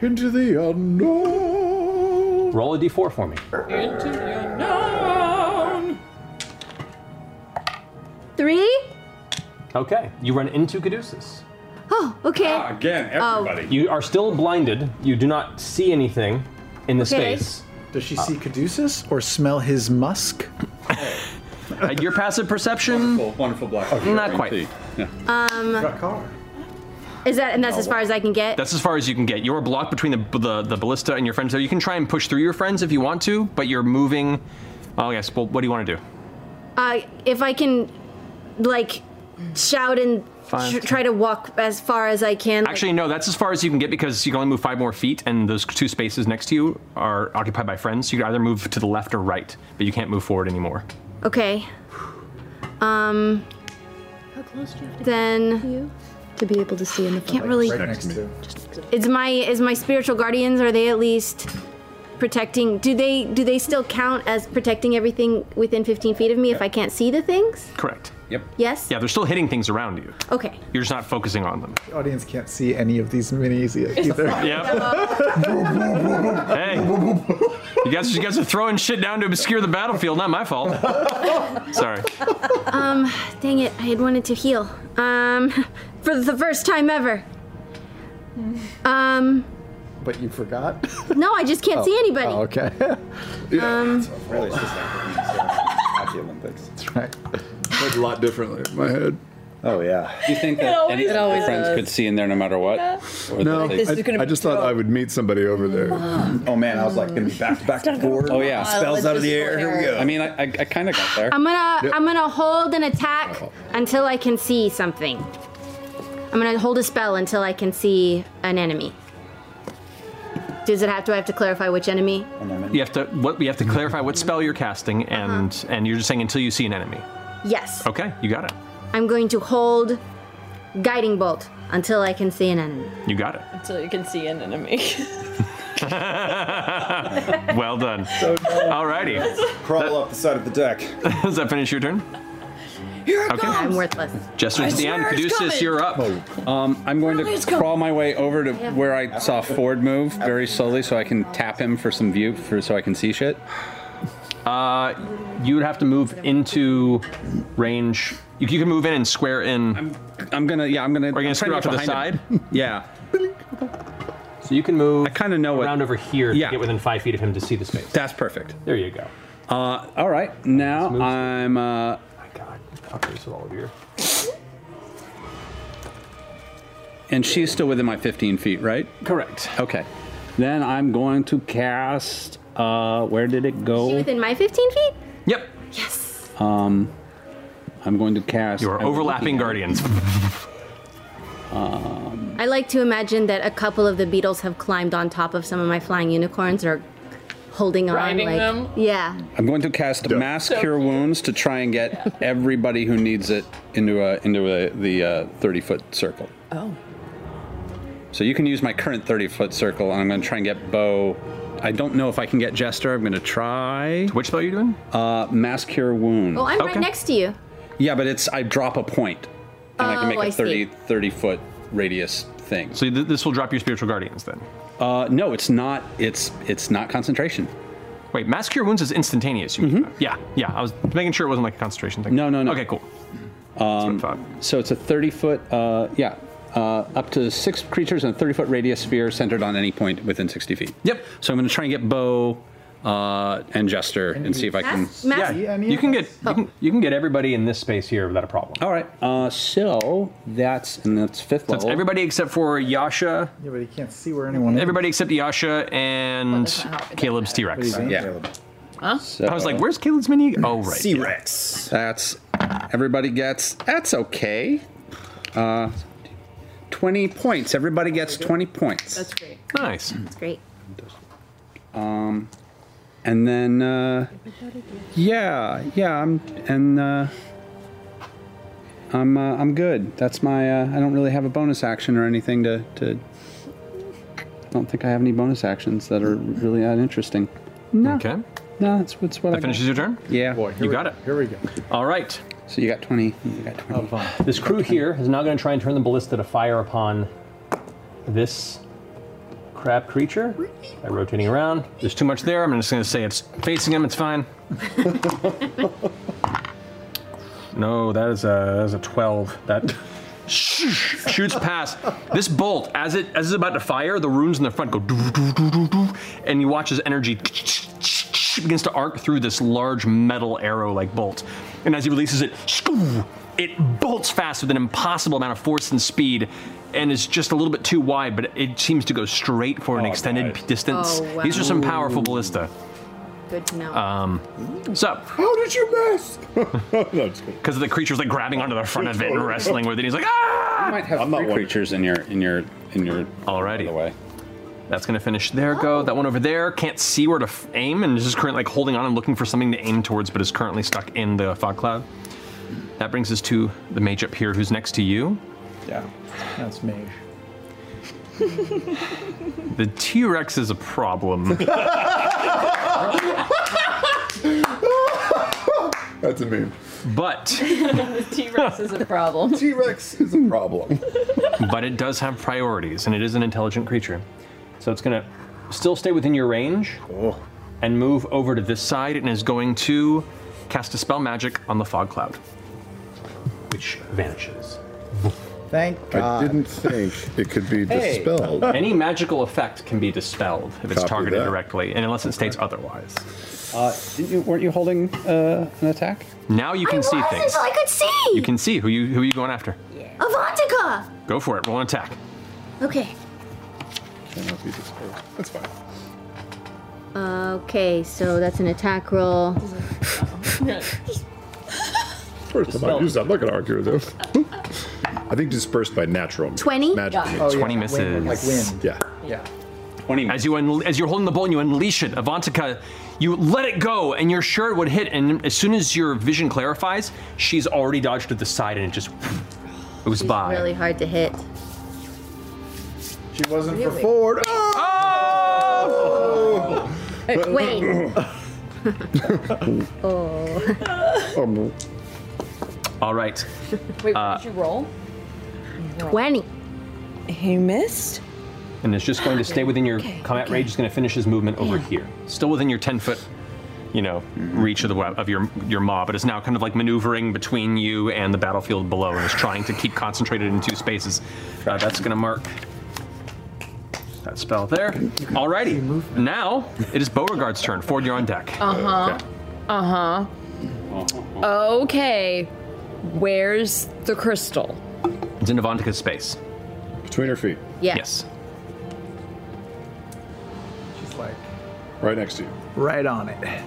[SPEAKER 6] Into the unknown.
[SPEAKER 3] Roll a d4 for me.
[SPEAKER 15] Into the unknown.
[SPEAKER 2] Three?
[SPEAKER 3] Okay. You run into Caduceus.
[SPEAKER 2] Oh, okay.
[SPEAKER 3] Again,
[SPEAKER 2] Oh. everybody.
[SPEAKER 3] You are still blinded. You do not see anything in the
[SPEAKER 13] Okay.
[SPEAKER 3] space.
[SPEAKER 13] Does she see Caduceus or smell his musk?
[SPEAKER 3] Uh, your passive perception? Wonderful,
[SPEAKER 9] black.
[SPEAKER 3] Uh, Not quite.
[SPEAKER 2] Um. Is that and that's as far as I can get?
[SPEAKER 3] That's as far as you can get. You're blocked between the, the the ballista and your friends. So you can try and push through your friends if you want to, but you're moving. Oh yes. Well, what do you want to do?
[SPEAKER 2] Uh, if I can, like, shout and
[SPEAKER 3] Five,
[SPEAKER 2] tr-
[SPEAKER 3] ten.
[SPEAKER 2] try to walk as far as I can. like-
[SPEAKER 3] Actually, no. That's as far as you can get because you can only move five more feet, and those two spaces next to you are occupied by friends. You can either move to the left or right, but you can't move forward anymore.
[SPEAKER 2] okay. Um. How close do you have to then,
[SPEAKER 5] to be able to see in the
[SPEAKER 2] Can't really.
[SPEAKER 13] to.
[SPEAKER 2] Is my is my spiritual guardians? Are they at least protecting? Do they do they still count as protecting everything within 15 feet of me if I can't see the things?
[SPEAKER 3] Correct. Yep.
[SPEAKER 2] Yes.
[SPEAKER 3] Yeah, they're still hitting things around you.
[SPEAKER 2] Okay.
[SPEAKER 3] You're just not focusing on them.
[SPEAKER 13] The audience can't see any of these minis e- either.
[SPEAKER 3] Hey, you guys, you guys are throwing shit down to obscure the battlefield. Not my fault. Sorry.
[SPEAKER 2] Um, dang it! I had wanted to heal. Um, for the first time ever. Um,
[SPEAKER 13] But you forgot?
[SPEAKER 2] no, I just can't
[SPEAKER 13] Oh.
[SPEAKER 2] see anybody.
[SPEAKER 13] Oh, okay.
[SPEAKER 2] Um,
[SPEAKER 7] Really, it's just at the Olympics. That's
[SPEAKER 13] right.
[SPEAKER 7] Looked a lot differently in my head.
[SPEAKER 6] Oh, yeah.
[SPEAKER 16] Do you think
[SPEAKER 7] It
[SPEAKER 16] that
[SPEAKER 7] always
[SPEAKER 16] any of
[SPEAKER 7] It
[SPEAKER 16] the
[SPEAKER 7] always
[SPEAKER 16] friends
[SPEAKER 7] does.
[SPEAKER 16] could see in there no matter what? Or
[SPEAKER 6] No,
[SPEAKER 16] that
[SPEAKER 6] I,
[SPEAKER 16] they-
[SPEAKER 6] I just thought I would meet somebody over there.
[SPEAKER 7] Oh man, I was like gonna be back to back to forward.
[SPEAKER 16] Oh yeah,
[SPEAKER 7] Spells out of the air. Here we go.
[SPEAKER 16] I mean, I, I, I kind of got there.
[SPEAKER 2] I'm gonna I'm gonna hold an attack
[SPEAKER 13] Oh.
[SPEAKER 2] until I can see something. I'm gonna hold a spell until I can see an enemy. Does it have do I have to clarify which enemy?
[SPEAKER 3] You have to what? You have to clarify what spell you're casting, and and you're just saying until you see an enemy.
[SPEAKER 2] Uh-huh. Yes.
[SPEAKER 3] Okay, you got it.
[SPEAKER 2] I'm going to hold guiding bolt until I can see an enemy.
[SPEAKER 3] You got it.
[SPEAKER 2] Until you can see an enemy.
[SPEAKER 3] well done. Alrighty.
[SPEAKER 7] Crawl up the side of the deck.
[SPEAKER 3] Does that finish your turn?
[SPEAKER 14] Here it
[SPEAKER 3] Okay.
[SPEAKER 14] comes.
[SPEAKER 3] I'm
[SPEAKER 14] worthless.
[SPEAKER 3] Jester's the end. Caduceus, you're up.
[SPEAKER 9] Um, I'm going
[SPEAKER 3] It's
[SPEAKER 9] to
[SPEAKER 3] coming.
[SPEAKER 9] crawl my way over to
[SPEAKER 3] I have-
[SPEAKER 9] where I saw Ford move very slowly, so I can tap him for some view, for so I can see shit.
[SPEAKER 3] Uh, you would have to move into range. You, you can move in and square in. I'm,
[SPEAKER 9] I'm gonna, yeah, I'm gonna.
[SPEAKER 3] Are you gonna
[SPEAKER 9] I'm
[SPEAKER 3] screw
[SPEAKER 9] trying
[SPEAKER 3] out
[SPEAKER 9] to
[SPEAKER 3] to the
[SPEAKER 9] get behind
[SPEAKER 3] side?
[SPEAKER 9] Yeah.
[SPEAKER 3] So you can move. I
[SPEAKER 9] kind of know
[SPEAKER 3] around over here.
[SPEAKER 9] Yeah.
[SPEAKER 3] To get within five feet of him to see the space.
[SPEAKER 9] That's perfect.
[SPEAKER 3] There you go.
[SPEAKER 9] Uh, all right, now I'm. Uh,
[SPEAKER 3] Fuckers with all of your.
[SPEAKER 9] And she's still within my 15 feet, right?
[SPEAKER 3] Correct.
[SPEAKER 9] Okay. Then I'm going to cast. Uh, where did it
[SPEAKER 2] She
[SPEAKER 9] go?
[SPEAKER 2] within my 15 feet?
[SPEAKER 3] Yep.
[SPEAKER 2] Yes.
[SPEAKER 9] Um, I'm going to cast.
[SPEAKER 3] You are overlapping guardians.
[SPEAKER 9] Um,
[SPEAKER 2] I like to imagine that a couple of the beetles have climbed on top of some of my flying unicorns or holding on.
[SPEAKER 9] Riding
[SPEAKER 2] like,
[SPEAKER 9] them?
[SPEAKER 2] Yeah.
[SPEAKER 9] I'm going to cast mass cure wounds to try and get everybody who needs it into a into a, the uh, 30 foot circle.
[SPEAKER 14] Oh.
[SPEAKER 9] So you can use my current 30 foot circle, and I'm going to try and get Bo. I don't know if I can get Jester. I'm going to try.
[SPEAKER 3] Which spell are you doing?
[SPEAKER 9] Uh, mass cure wound.
[SPEAKER 3] Hmm.
[SPEAKER 2] Oh, I'm right next to you.
[SPEAKER 9] Yeah, but it's I drop a point, and I
[SPEAKER 2] Oh,
[SPEAKER 9] can make a
[SPEAKER 2] I see.
[SPEAKER 9] 30 30 foot radius thing.
[SPEAKER 3] So th- this will drop your spiritual guardians then.
[SPEAKER 9] Uh, no, it's not. It's it's not concentration. Mm-hmm.
[SPEAKER 3] Wait, mass cure wounds is instantaneous. You mean? Yeah, yeah. I was making sure it wasn't like a concentration thing.
[SPEAKER 9] No, no, no.
[SPEAKER 3] Okay, cool.
[SPEAKER 9] Um, so it's a 30 foot, uh, yeah, uh, up to six creatures in a 30 foot radius sphere centered on any point within 60 feet. Yep. So I'm going to try and get Bo uh, and Jester and see if I can.
[SPEAKER 3] Mass- Oh. mass- Yeah, you can get- you can- you can get everybody in this space here without a problem.
[SPEAKER 9] All right. Uh, so that's and that's fifth
[SPEAKER 3] So it's
[SPEAKER 9] level.
[SPEAKER 3] everybody except for Yasha.
[SPEAKER 13] Yeah, but you can't see where anyone is.
[SPEAKER 3] Everybody except Yasha and Caleb's T Rex.
[SPEAKER 9] Yeah.
[SPEAKER 3] Huh?
[SPEAKER 9] So-
[SPEAKER 3] I was like, where's Caleb's mini? Oh, right. yeah.
[SPEAKER 9] T-Rex. That's everybody gets. That's okay. Uh, 20 points. Everybody gets 20 points.
[SPEAKER 2] That's great.
[SPEAKER 3] Nice.
[SPEAKER 2] That's great.
[SPEAKER 9] Um, and then, uh, yeah, yeah, I'm and uh, I'm uh, I'm good. That's my. Uh, I don't really have a bonus action or anything to. to I don't think I have any bonus actions that are really that interesting. No.
[SPEAKER 3] Okay.
[SPEAKER 9] No, that's, that's what I
[SPEAKER 3] That finishes your
[SPEAKER 9] got.
[SPEAKER 3] turn?
[SPEAKER 9] Yeah.
[SPEAKER 3] you got it.
[SPEAKER 13] Here we go.
[SPEAKER 3] All right.
[SPEAKER 9] So you got 20. You got 20.
[SPEAKER 3] This crew here is now going to try and turn the ballista to fire upon this crab creature by rotating around. There's too much there. I'm just going to say it's facing him. It's fine. no, that is a that is a 12. That shoots past this bolt as it as it's about to fire. The runes in the front go doo doo doo doo doo, and you watch as energy begins to arc through this large metal arrow-like bolt. And as he releases it, it bolts fast with an impossible amount of force and speed, and is just a little bit too wide. But it seems to go straight for an extended distance.
[SPEAKER 2] Oh, wow.
[SPEAKER 3] These are some powerful ballista.
[SPEAKER 2] Good to know.
[SPEAKER 3] Um, so
[SPEAKER 2] How did you miss?
[SPEAKER 3] because the creature's like grabbing onto the front of it and wrestling with it, he's like, ah!
[SPEAKER 9] You might have
[SPEAKER 3] I'm not
[SPEAKER 9] three
[SPEAKER 3] one.
[SPEAKER 9] creatures in your in your in your.
[SPEAKER 3] Alrighty. That's gonna finish there. Go that one over there. Can't see where to f- aim, and is just currently like holding on and looking for something to aim towards, but is currently stuck in the fog cloud. That brings us to the mage up here, who's next to you.
[SPEAKER 13] Yeah, that's mage.
[SPEAKER 3] The T Rex is a problem.
[SPEAKER 6] That's a meme.
[SPEAKER 3] But
[SPEAKER 11] T Rex is a problem.
[SPEAKER 6] T Rex is a problem.
[SPEAKER 3] but it does have priorities, and it is an intelligent creature. So it's gonna still stay within your range, and move over to this side, and is going to cast a spell magic on the fog cloud, which vanishes.
[SPEAKER 13] Thank
[SPEAKER 6] I didn't think it could be dispelled.
[SPEAKER 3] Any magical effect can be dispelled if it's
[SPEAKER 6] Copy
[SPEAKER 3] targeted
[SPEAKER 6] that.
[SPEAKER 3] directly, and unless it states otherwise.
[SPEAKER 9] Uh, didn't you, weren't you holding uh, an attack?
[SPEAKER 3] Now you can see things.
[SPEAKER 2] I could see.
[SPEAKER 3] You can see who you who are you going after.
[SPEAKER 2] Avantika.
[SPEAKER 3] Go for it. Roll an attack.
[SPEAKER 2] Okay.
[SPEAKER 6] Cannot be dispelled. That's fine.
[SPEAKER 2] Okay, so that's an attack roll.
[SPEAKER 6] First time I
[SPEAKER 2] Dispelled.
[SPEAKER 6] used that. I'm not going to argue with this. I think dispersed by natural.
[SPEAKER 2] 20?
[SPEAKER 6] Magic.
[SPEAKER 2] Yeah. Oh, yeah.
[SPEAKER 3] 20 misses.
[SPEAKER 6] Yeah.
[SPEAKER 13] Yeah.
[SPEAKER 3] As you un- as you're holding the bolt and you unleash it, Avantika, you let it go, and you're sure it would hit. And as soon as your vision clarifies, she's already dodged to the side, and it just moves by.
[SPEAKER 2] Really hard to hit.
[SPEAKER 13] She wasn't
[SPEAKER 2] for Really?
[SPEAKER 13] Ford.
[SPEAKER 6] Oh! Um,
[SPEAKER 2] Wait. oh.
[SPEAKER 3] All right.
[SPEAKER 11] Wait,
[SPEAKER 3] Uh,
[SPEAKER 11] what did you roll?
[SPEAKER 2] 20.
[SPEAKER 11] He missed?
[SPEAKER 3] and is just going to stay within your combat range. He's going to finish his movement over here, still within your ten foot, you know, reach of the web, of your your maw, but is now kind of like maneuvering between you and the battlefield below, and is trying to keep concentrated in two spaces. Uh, that's going to mark that spell there. Alrighty, now it is Beauregard's turn. Ford, you're on deck.
[SPEAKER 11] Uh huh. Uh huh. Okay. Where's the crystal?
[SPEAKER 3] It's in Avantika's space.
[SPEAKER 6] Between her feet.
[SPEAKER 11] Yeah.
[SPEAKER 3] Yes.
[SPEAKER 13] She's like
[SPEAKER 6] Right next to you.
[SPEAKER 13] right on it.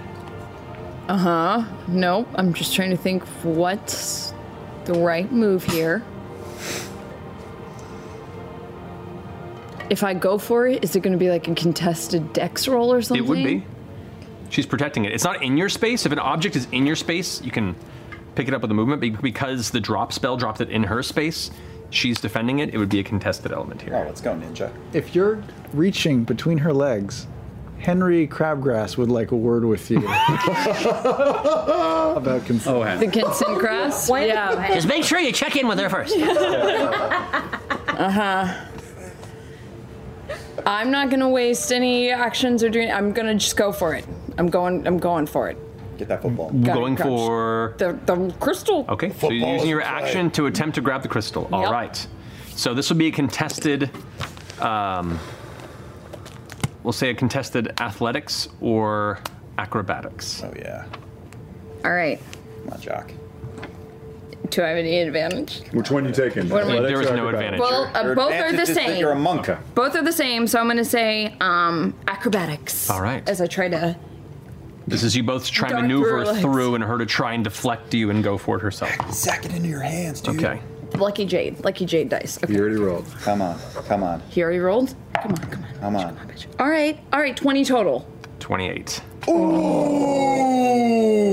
[SPEAKER 11] Uh huh. Nope. I'm just trying to think what's the right move here. If I go for it, is it going to be like a contested dex roll or something?
[SPEAKER 3] It would be. She's protecting it. It's not in your space. If an object is in your space, you can pick it up with a movement. But because the drop spell dropped it in her space, she's defending it. It would be a contested element here.
[SPEAKER 7] Oh, let's go, ninja.
[SPEAKER 13] If you're reaching between her legs, Henry Crabgrass would like a word with you about consent. Oh,
[SPEAKER 11] The Kinson grass? yeah.
[SPEAKER 4] Just make sure you check in with her first.
[SPEAKER 11] Uh huh. I'm not gonna waste any actions or doing. I'm gonna just go for it. I'm going. I'm going for it.
[SPEAKER 7] Get that football.
[SPEAKER 11] Got it,
[SPEAKER 3] Going
[SPEAKER 11] got it.
[SPEAKER 3] for. Oh.
[SPEAKER 11] the the crystal.
[SPEAKER 3] Okay, so you're
[SPEAKER 11] Football
[SPEAKER 3] using your
[SPEAKER 11] is play.
[SPEAKER 3] action to attempt to grab the crystal. All right. So this would be a contested. Um, we'll say a contested athletics or acrobatics. Oh,
[SPEAKER 7] yeah.
[SPEAKER 11] All right.
[SPEAKER 7] Come on, Jock.
[SPEAKER 11] Do I have any advantage?
[SPEAKER 6] Which one you taking?
[SPEAKER 11] What am I-
[SPEAKER 6] Athletics
[SPEAKER 11] There is
[SPEAKER 6] or
[SPEAKER 11] no
[SPEAKER 6] acrobatics?
[SPEAKER 11] advantage. Well, uh,
[SPEAKER 6] Your
[SPEAKER 11] both are the
[SPEAKER 6] advantage is that
[SPEAKER 11] same.
[SPEAKER 6] You're a monka.
[SPEAKER 11] Both are the same, so I'm gonna say um, acrobatics.
[SPEAKER 3] All right.
[SPEAKER 11] As I try to.
[SPEAKER 3] This is you both trying to
[SPEAKER 11] Going through
[SPEAKER 3] maneuver
[SPEAKER 11] her legs.
[SPEAKER 3] through and her to try and deflect you and go for it herself.
[SPEAKER 7] Sack it into your hands, dude.
[SPEAKER 3] Okay.
[SPEAKER 11] Lucky Jade. Lucky Jade dice. Okay.
[SPEAKER 7] You already rolled. Come on. Come on.
[SPEAKER 11] He already rolled.
[SPEAKER 7] Come on.
[SPEAKER 11] All right. All right. Twenty total.
[SPEAKER 3] 28.
[SPEAKER 7] Oh!
[SPEAKER 11] Ooh.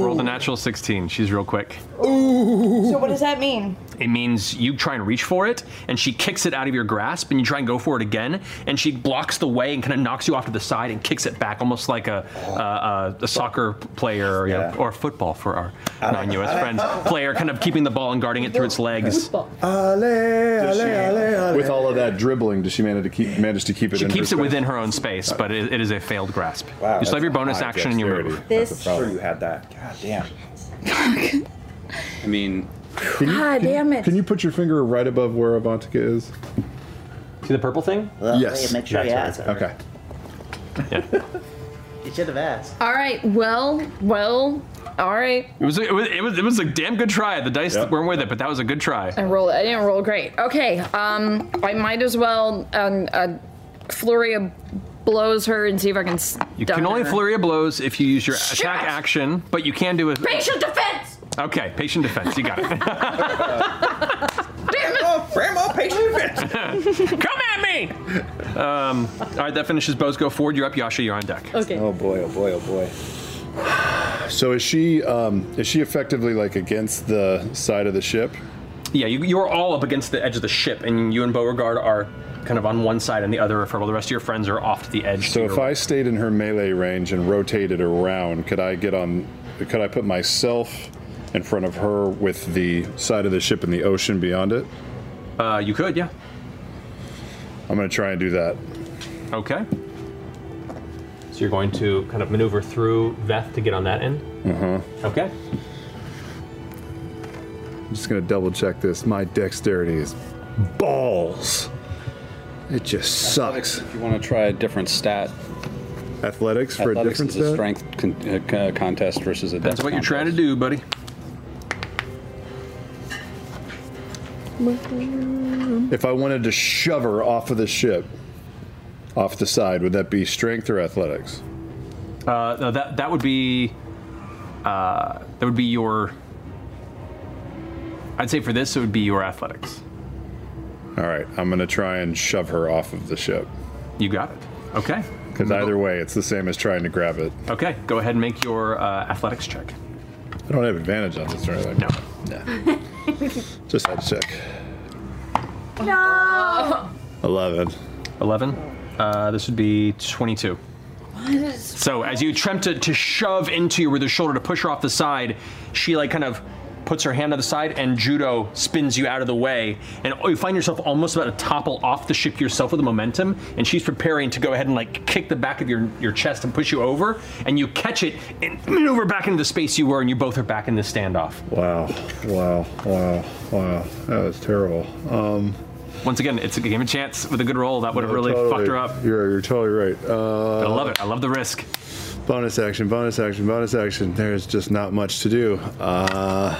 [SPEAKER 3] Rolled a natural 16. She's real quick.
[SPEAKER 11] So what does that mean?
[SPEAKER 3] It means you try and reach for it, and she kicks it out of your grasp, and you try and go for it again, and she blocks the way and kind of knocks you off to the side and kicks it back, almost like a a, a, a soccer player or, you know, or football for our non-US friends. Player kind of keeping the ball and guarding it through its legs.
[SPEAKER 13] Ale,
[SPEAKER 6] Does
[SPEAKER 13] ale,
[SPEAKER 6] she-
[SPEAKER 13] ale, ale.
[SPEAKER 6] With all of that dribbling, does she manage to keep manage to keep it?
[SPEAKER 3] She
[SPEAKER 6] in
[SPEAKER 3] keeps
[SPEAKER 6] her
[SPEAKER 3] it within her own space, but it, it is a failed grasp. you still have
[SPEAKER 6] that's
[SPEAKER 3] your bonus
[SPEAKER 6] high
[SPEAKER 3] action and your move.
[SPEAKER 6] This- That's a problem.
[SPEAKER 7] Sure, you had that. God damn.
[SPEAKER 6] I mean,
[SPEAKER 11] God damn it!
[SPEAKER 6] Can you put your finger right above where Avantika is?
[SPEAKER 3] See the purple thing?
[SPEAKER 4] Well,
[SPEAKER 6] yes.
[SPEAKER 4] yeah, make sure you ask her.
[SPEAKER 6] Okay.
[SPEAKER 4] You should have asked.
[SPEAKER 11] All right. Well. Well. All right.
[SPEAKER 3] It was, it was it was it was a damn good try. The dice weren't with it, but that was a good try.
[SPEAKER 11] I rolled. I didn't roll great. Okay. Um, I might as well um, uh, flurry of blows her and see if I can.
[SPEAKER 3] You can only flurry of blows if you use your attack action, but you can do a
[SPEAKER 11] Patient defense.
[SPEAKER 3] Okay, patient defense. You got it.
[SPEAKER 11] Damn
[SPEAKER 9] Oh,
[SPEAKER 11] it!
[SPEAKER 7] Grandma, patient defense.
[SPEAKER 3] Come at me. um, all right, that finishes Bo's go forward. You're up, Yasha. You're on deck.
[SPEAKER 11] Okay.
[SPEAKER 6] Oh boy! Oh boy! Oh boy! So is she um, is she effectively like against the side of the ship?
[SPEAKER 3] Yeah, you, you're all up against the edge of the ship, and you and Beauregard are kind of on one side and the other. For well, the rest of your friends are off to the edge.
[SPEAKER 6] So if I stayed in her melee range and rotated around, could I get on? Could I put myself in front of her with the side of the ship and the ocean beyond it?
[SPEAKER 3] Uh, you could, yeah.
[SPEAKER 6] I'm gonna try and do that.
[SPEAKER 3] Okay. So you're going to kind of maneuver through Veth to get on that end.
[SPEAKER 6] Uh huh.
[SPEAKER 3] Okay.
[SPEAKER 6] I'm just gonna double check this. My dexterity is balls. It just sucks.
[SPEAKER 9] If you want to try a different stat,
[SPEAKER 6] athletics for a different
[SPEAKER 9] is a
[SPEAKER 6] stat?
[SPEAKER 9] strength con- uh, co- contest versus a.
[SPEAKER 3] That's what you're trying to do, buddy.
[SPEAKER 6] If I wanted to shove her off of the ship, off the side, would that be strength or athletics?
[SPEAKER 3] Uh, no, that that would be uh, that would be your. I'd say for this it would be your athletics.
[SPEAKER 6] All right, I'm gonna try and shove her off of the ship.
[SPEAKER 3] You got it. Okay.
[SPEAKER 6] Because either way, it's the same as trying to grab it.
[SPEAKER 3] Okay, go ahead and make your uh, athletics check.
[SPEAKER 6] I don't have advantage on this or anything. No. No. Just had to check.
[SPEAKER 19] No.
[SPEAKER 6] Eleven.
[SPEAKER 3] Eleven. Uh, this would be twenty-two. So as you attempt to, to shove into your with your shoulder to push her off the side, she like kind of puts her hand to the side, and judo spins you out of the way. And you find yourself almost about to topple off the ship yourself with the momentum. And she's preparing to go ahead and like kick the back of your, your chest and push you over. And you catch it and maneuver back into the space you were, and you both are back in the standoff.
[SPEAKER 6] Wow, wow, wow, wow. That was terrible. Um,
[SPEAKER 3] Once again, it's a game of chance with a good roll. That would have
[SPEAKER 6] no,
[SPEAKER 3] really
[SPEAKER 6] totally.
[SPEAKER 3] fucked her up.
[SPEAKER 6] You're, you're totally right. Uh,
[SPEAKER 3] I love it. I love the risk.
[SPEAKER 6] Bonus action, bonus action, bonus action. There's just not much to do. Uh,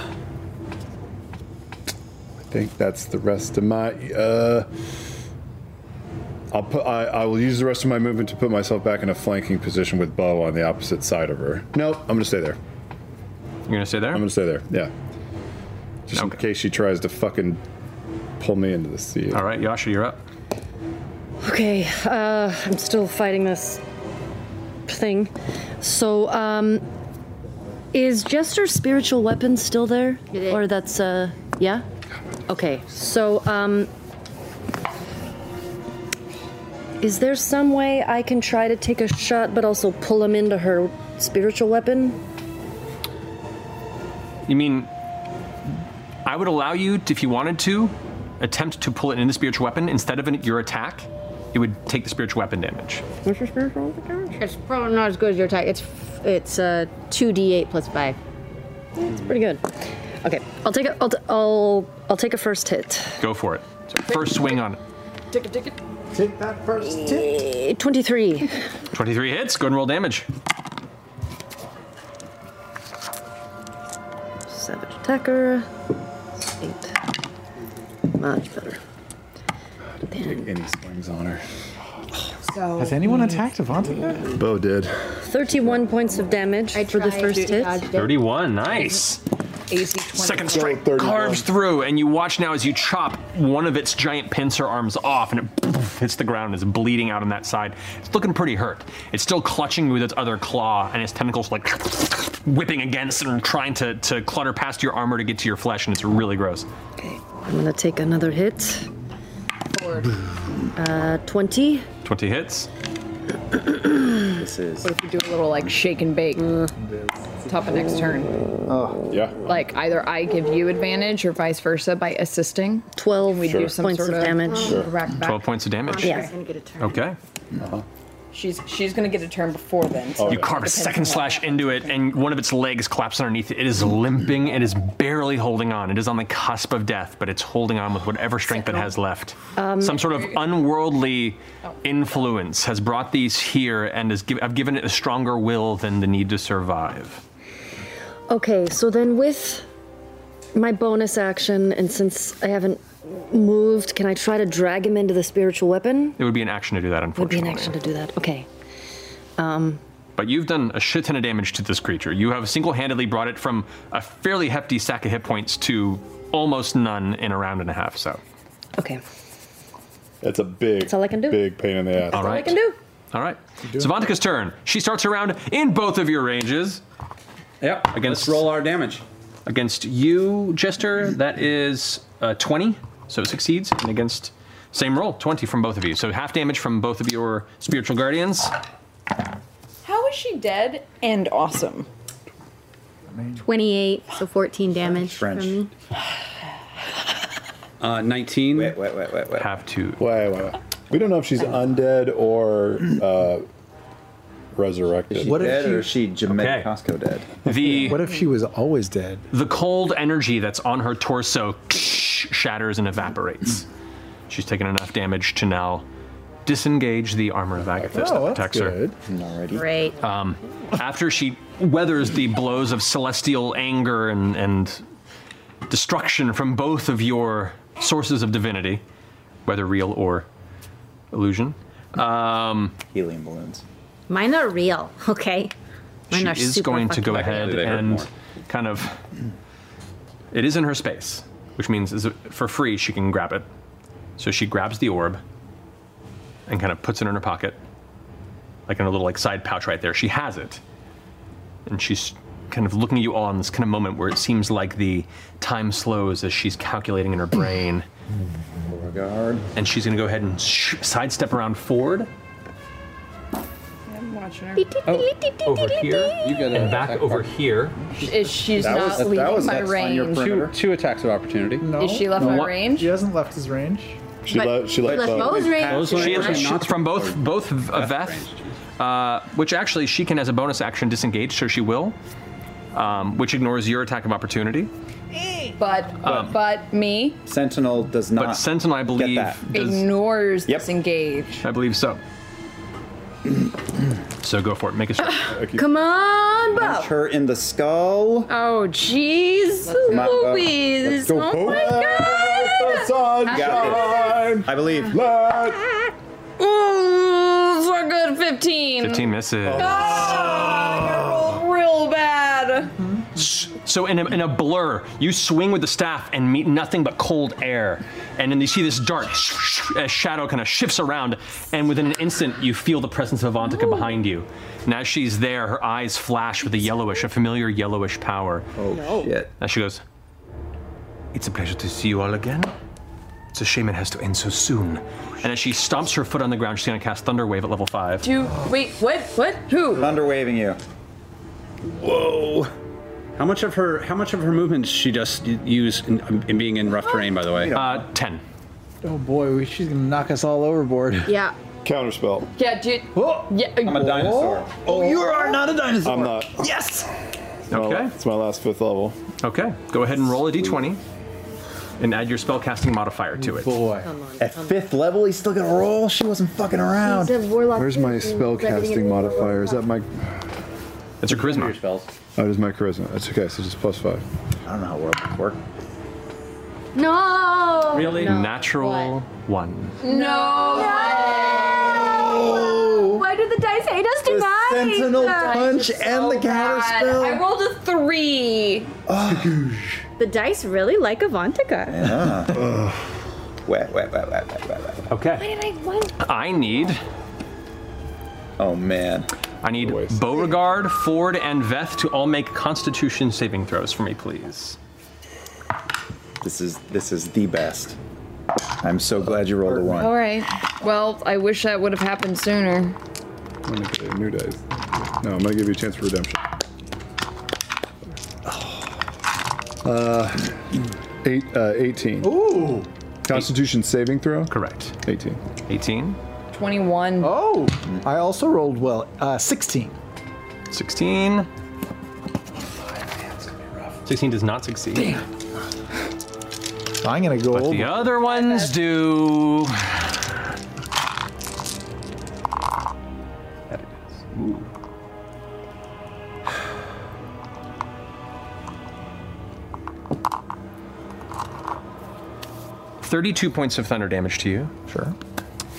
[SPEAKER 6] I think that's the rest of my. Uh, I'll put. I, I will use the rest of my movement to put myself back in a flanking position with Bo on the opposite side of her. Nope, I'm gonna stay there.
[SPEAKER 3] You're gonna stay there. I'm
[SPEAKER 6] gonna stay there. Yeah. Just in case she tries to fucking pull me into the sea. All
[SPEAKER 3] right, Yasha, you're up.
[SPEAKER 5] Okay, uh, I'm still fighting this thing. So, um, is Jester's spiritual weapon still there? Or that's, uh, yeah? Okay, so, um, is there some way I can try to take a shot but also pull him into her spiritual weapon?
[SPEAKER 3] You mean I would allow you, to, if you wanted to, attempt to pull it in the spiritual weapon instead of in your attack. It would take the spiritual weapon damage.
[SPEAKER 5] What's your spiritual weapon damage? It's probably not as good as your attack. It's it's uh, 2d8 plus 5. It's pretty good. Okay, I'll take a, I'll, t- I'll, I'll take a first hit.
[SPEAKER 3] Go for it. So first swing on it.
[SPEAKER 5] Take it, take it. Take that first hit. 23.
[SPEAKER 3] 23 hits. Go and roll damage.
[SPEAKER 5] Savage attacker. Eight. Much better.
[SPEAKER 6] Take any swings on her.
[SPEAKER 5] So
[SPEAKER 13] Has anyone attacked Avante yet?
[SPEAKER 6] Bo did.
[SPEAKER 5] 31 points of damage for the
[SPEAKER 3] tried
[SPEAKER 5] first
[SPEAKER 3] to
[SPEAKER 5] hit.
[SPEAKER 3] dodge it. 31, nice. Second strike carves through, and you watch now as you chop one of its giant pincer arms off, and it hits the ground and is bleeding out on that side. It's looking pretty hurt. It's still clutching you with its other claw, and its tentacles like whipping against and trying to, to clutter past your armor to get to your flesh, and it's really gross.
[SPEAKER 5] I'm gonna take another hit. Uh, 20.
[SPEAKER 3] 20 hits.
[SPEAKER 14] this
[SPEAKER 6] is.
[SPEAKER 14] What if you do a little like shake and bake? Top of next turn.
[SPEAKER 6] Oh, yeah.
[SPEAKER 14] Like either I give you advantage or vice versa by assisting.
[SPEAKER 5] Twelve.
[SPEAKER 14] We
[SPEAKER 3] Sure.
[SPEAKER 14] do some
[SPEAKER 3] points
[SPEAKER 14] sort
[SPEAKER 3] of
[SPEAKER 5] damage.
[SPEAKER 3] Sure.
[SPEAKER 14] rack back.
[SPEAKER 3] 12 points of damage.
[SPEAKER 14] Yeah. She's gonna
[SPEAKER 3] get a turn. Okay. Uh-huh.
[SPEAKER 14] She's she's gonna get a turn before then.
[SPEAKER 11] Oh,
[SPEAKER 3] you carve a second slash into it, and one of its legs collapses underneath it. It is limping. It is barely holding on. It is on the cusp of death, but it's holding on with whatever strength it has left.
[SPEAKER 5] Um,
[SPEAKER 3] Some sort of unworldly influence has brought these here, and has giv I've given it a stronger will than the need to survive.
[SPEAKER 5] Okay, so then with my bonus action, and since I haven't moved, can I try to drag him into the spiritual weapon?
[SPEAKER 3] It would be an action to do that,
[SPEAKER 5] Would be an
[SPEAKER 3] unfortunately.
[SPEAKER 5] action to do that. Okay. Um,
[SPEAKER 3] But you've done a shit ton of damage to this creature. You have single handedly brought it from a fairly hefty stack of hit points to almost none in a round and a half, so.
[SPEAKER 5] okay.
[SPEAKER 6] That's a big.
[SPEAKER 5] That's all I can do.
[SPEAKER 6] Big pain in the ass.
[SPEAKER 3] All right. All right. Savantika's turn. She starts around in both of your ranges. Yep. Against roll
[SPEAKER 16] our damage.
[SPEAKER 3] Against you, Jester, that is uh, 20, so it succeeds. And against same roll, 20 from both of you. So half damage from both of your spiritual guardians.
[SPEAKER 14] How is she dead and awesome?
[SPEAKER 8] 28, so 14 damage
[SPEAKER 16] French.
[SPEAKER 8] from me.
[SPEAKER 16] Uh, 19. Wait,
[SPEAKER 6] wait, wait, wait, wait.
[SPEAKER 3] Have to.
[SPEAKER 6] Wait, wait, wait. We don't know if she's undead or uh, resurrected.
[SPEAKER 7] Is she What if dead or she- is she
[SPEAKER 3] Okay.
[SPEAKER 7] Costco dead.
[SPEAKER 3] The
[SPEAKER 13] What if she was always dead?
[SPEAKER 3] The cold energy that's on her torso shatters and evaporates. She's taken enough damage to now disengage the armor of Agathis that protects her.
[SPEAKER 8] Great.
[SPEAKER 3] Um, after she weathers the blows of celestial anger and, and destruction from both of your sources of divinity, whether real or illusion, um, helium balloons.
[SPEAKER 8] Mine are real, okay? Mine
[SPEAKER 3] She
[SPEAKER 8] are
[SPEAKER 3] is
[SPEAKER 8] super
[SPEAKER 3] going to
[SPEAKER 8] fucking
[SPEAKER 3] go
[SPEAKER 8] real.
[SPEAKER 3] ahead
[SPEAKER 16] They hurt
[SPEAKER 3] and
[SPEAKER 16] more.
[SPEAKER 3] kind of. It is in her space, which means is for free she can grab it. So she grabs the orb and kind of puts it in her pocket, like in a little like side pouch right there. She has it, and she's kind of looking at you all in this kind of moment where it seems like the time slows as she's calculating in her brain. And she's going to go ahead and sh- sidestep around forward
[SPEAKER 15] not sure.
[SPEAKER 14] Oh.
[SPEAKER 3] over here and back over here.
[SPEAKER 14] Is she's not leaving my range?
[SPEAKER 9] Two, two attacks of opportunity. No.
[SPEAKER 14] Is she left my range?
[SPEAKER 13] She hasn't left his range.
[SPEAKER 6] She left. uh, She
[SPEAKER 14] left left Bo's Bo's range. range.
[SPEAKER 3] She
[SPEAKER 14] Bo's
[SPEAKER 3] is
[SPEAKER 14] range.
[SPEAKER 3] shot from both both of Veth, uh, which actually she can as a bonus action disengage, so she will, um, which ignores your attack of opportunity.
[SPEAKER 14] But
[SPEAKER 3] Um,
[SPEAKER 14] but me
[SPEAKER 7] Sentinel does not.
[SPEAKER 3] But Sentinel, I believe, does,
[SPEAKER 14] ignores disengage.
[SPEAKER 3] I believe so. so go for it. Make a shot.
[SPEAKER 14] Come on,
[SPEAKER 7] Punch her in the skull.
[SPEAKER 14] Oh, jeez,
[SPEAKER 7] Come on, Bo.
[SPEAKER 14] Louise!
[SPEAKER 7] Let's go,
[SPEAKER 14] Oh
[SPEAKER 7] Bo.
[SPEAKER 14] my god!
[SPEAKER 7] I believe.
[SPEAKER 14] Ooh, Mm, so good. Fifteen.
[SPEAKER 3] 15 misses.
[SPEAKER 14] Oh, Real bad.
[SPEAKER 3] So in a, in a blur, you swing with the staff and meet nothing but cold air, and then you see this dart, a shadow kind of shifts around, and within an instant you feel the presence of Avantika behind you. And as she's there, her eyes flash with a yellowish, a familiar yellowish power. Oh
[SPEAKER 7] shit!
[SPEAKER 3] And she goes, "It's a pleasure to see you all again. It's a shame it has to end so soon." And as she stomps her foot on the ground, she's gonna cast Thunder Wave at level five.
[SPEAKER 14] Two. Wait. What? What? Who?
[SPEAKER 7] Thunder waving you.
[SPEAKER 9] Whoa. How much of her how much of her movement does she just u- use in, um, in being in rough terrain? By the way,
[SPEAKER 3] uh, ten.
[SPEAKER 13] Oh boy, we- she's gonna knock us all overboard.
[SPEAKER 14] Yeah.
[SPEAKER 6] Counterspell.
[SPEAKER 14] Yeah, dude. Yeah.
[SPEAKER 6] I'm a dinosaur.
[SPEAKER 14] Oh,
[SPEAKER 7] you are not a dinosaur.
[SPEAKER 6] I'm not.
[SPEAKER 14] Yes.
[SPEAKER 3] Okay.
[SPEAKER 6] It's my last fifth level.
[SPEAKER 3] Okay, go ahead and roll a d20 and add your spellcasting modifier to it.
[SPEAKER 7] Boy.
[SPEAKER 4] At fifth level, he's still gonna roll. She wasn't fucking around.
[SPEAKER 6] He's a warlock.
[SPEAKER 4] Where's
[SPEAKER 6] My spell casting modifier is that my?
[SPEAKER 3] That's your charisma.
[SPEAKER 6] Oh, it is my charisma. That's okay. So just plus five. I don't know how work work.
[SPEAKER 2] No.
[SPEAKER 3] Really? Natural one.
[SPEAKER 2] No. Why did the dice hate us tonight?
[SPEAKER 4] Sentinel punch and the counter
[SPEAKER 2] bad.
[SPEAKER 4] spell.
[SPEAKER 2] I
[SPEAKER 14] rolled a three.
[SPEAKER 2] The dice really like Avantika.
[SPEAKER 7] Yeah. wet, wet, wet, wet, wet, wet, wet.
[SPEAKER 3] Okay.
[SPEAKER 2] did I want?
[SPEAKER 3] I need.
[SPEAKER 7] Oh man.
[SPEAKER 3] I need Beauregard, Ford, and Veth to all make Constitution saving throws for me, please.
[SPEAKER 7] This is this is the best. I'm so glad you rolled a
[SPEAKER 14] All
[SPEAKER 7] one.
[SPEAKER 14] right. Well, I wish that would have happened sooner.
[SPEAKER 6] I'm gonna get a new dice. No, I'm gonna give you a chance for redemption. Oh. Uh, eight, uh, 18. Ooh. Constitution saving throw.
[SPEAKER 3] Correct.
[SPEAKER 6] 18.
[SPEAKER 3] 18.
[SPEAKER 14] Twenty-one.
[SPEAKER 13] Oh, I also rolled well. Uh, 16.
[SPEAKER 3] 16. 16 does not succeed.
[SPEAKER 13] I'm gonna go
[SPEAKER 3] The other ones do. That it is. Ooh. Thirty-two points of thunder damage to you. Sure.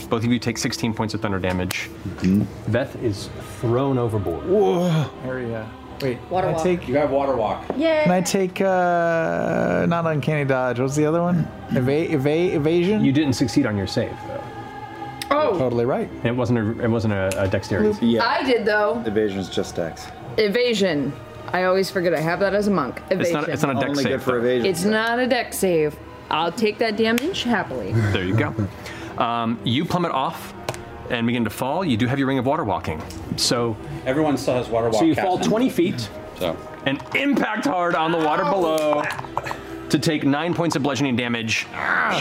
[SPEAKER 3] Both of you take sixteen points of thunder damage.
[SPEAKER 13] Mm-hmm.
[SPEAKER 3] Beth is thrown overboard.
[SPEAKER 13] Whoa. Area. Wait.
[SPEAKER 3] Water
[SPEAKER 13] can
[SPEAKER 3] walk.
[SPEAKER 13] I take,
[SPEAKER 3] You got water walk.
[SPEAKER 2] Yeah.
[SPEAKER 13] Can I take uh, not uncanny dodge? What's the other one? Eva- eva- evasion. You
[SPEAKER 3] didn't succeed on your save though.
[SPEAKER 14] Oh.
[SPEAKER 13] Totally right.
[SPEAKER 3] And it wasn't a it wasn't a, a dexterity.
[SPEAKER 14] I did though.
[SPEAKER 7] Evasion's just dex.
[SPEAKER 14] Evasion. I always forget I have that as a monk. Evasion.
[SPEAKER 3] It's not- it's not a dex Only good save, for though. evasion.
[SPEAKER 14] It's not a deck save. I'll take that damage happily.
[SPEAKER 3] There you go. Um, you plummet off and begin to fall. You do have your ring of water walking. So
[SPEAKER 9] everyone still has water walk.
[SPEAKER 3] So you
[SPEAKER 9] cast
[SPEAKER 3] fall
[SPEAKER 9] now.
[SPEAKER 3] 20 feet
[SPEAKER 9] So
[SPEAKER 3] and impact hard on the water below to take nine points of bludgeoning damage,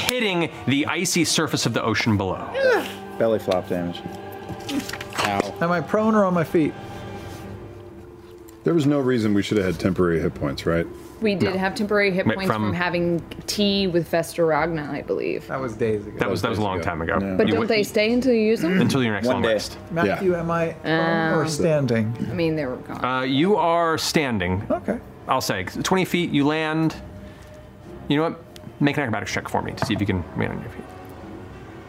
[SPEAKER 3] hitting the icy surface of the ocean below.
[SPEAKER 7] Belly flop damage.
[SPEAKER 13] Am I prone or on my feet?
[SPEAKER 6] There was no reason we should have had temporary hit points, right?
[SPEAKER 14] We did have temporary hit
[SPEAKER 6] Wait,
[SPEAKER 14] points from,
[SPEAKER 6] from-
[SPEAKER 14] having tea with Vester Ragna, I believe.
[SPEAKER 13] That was days ago.
[SPEAKER 3] That was that was a long time ago.
[SPEAKER 14] But
[SPEAKER 3] You
[SPEAKER 14] don't
[SPEAKER 3] went-
[SPEAKER 14] they stay until you use them?
[SPEAKER 3] until your next long rest.
[SPEAKER 13] Matthew, am I prone
[SPEAKER 14] Um,
[SPEAKER 13] or standing?
[SPEAKER 14] I mean, they were gone.
[SPEAKER 3] Uh, you are standing.
[SPEAKER 13] Okay.
[SPEAKER 3] I'll say 20 feet. You land. You know what? Make an acrobatics check for me to see if you can land on your feet.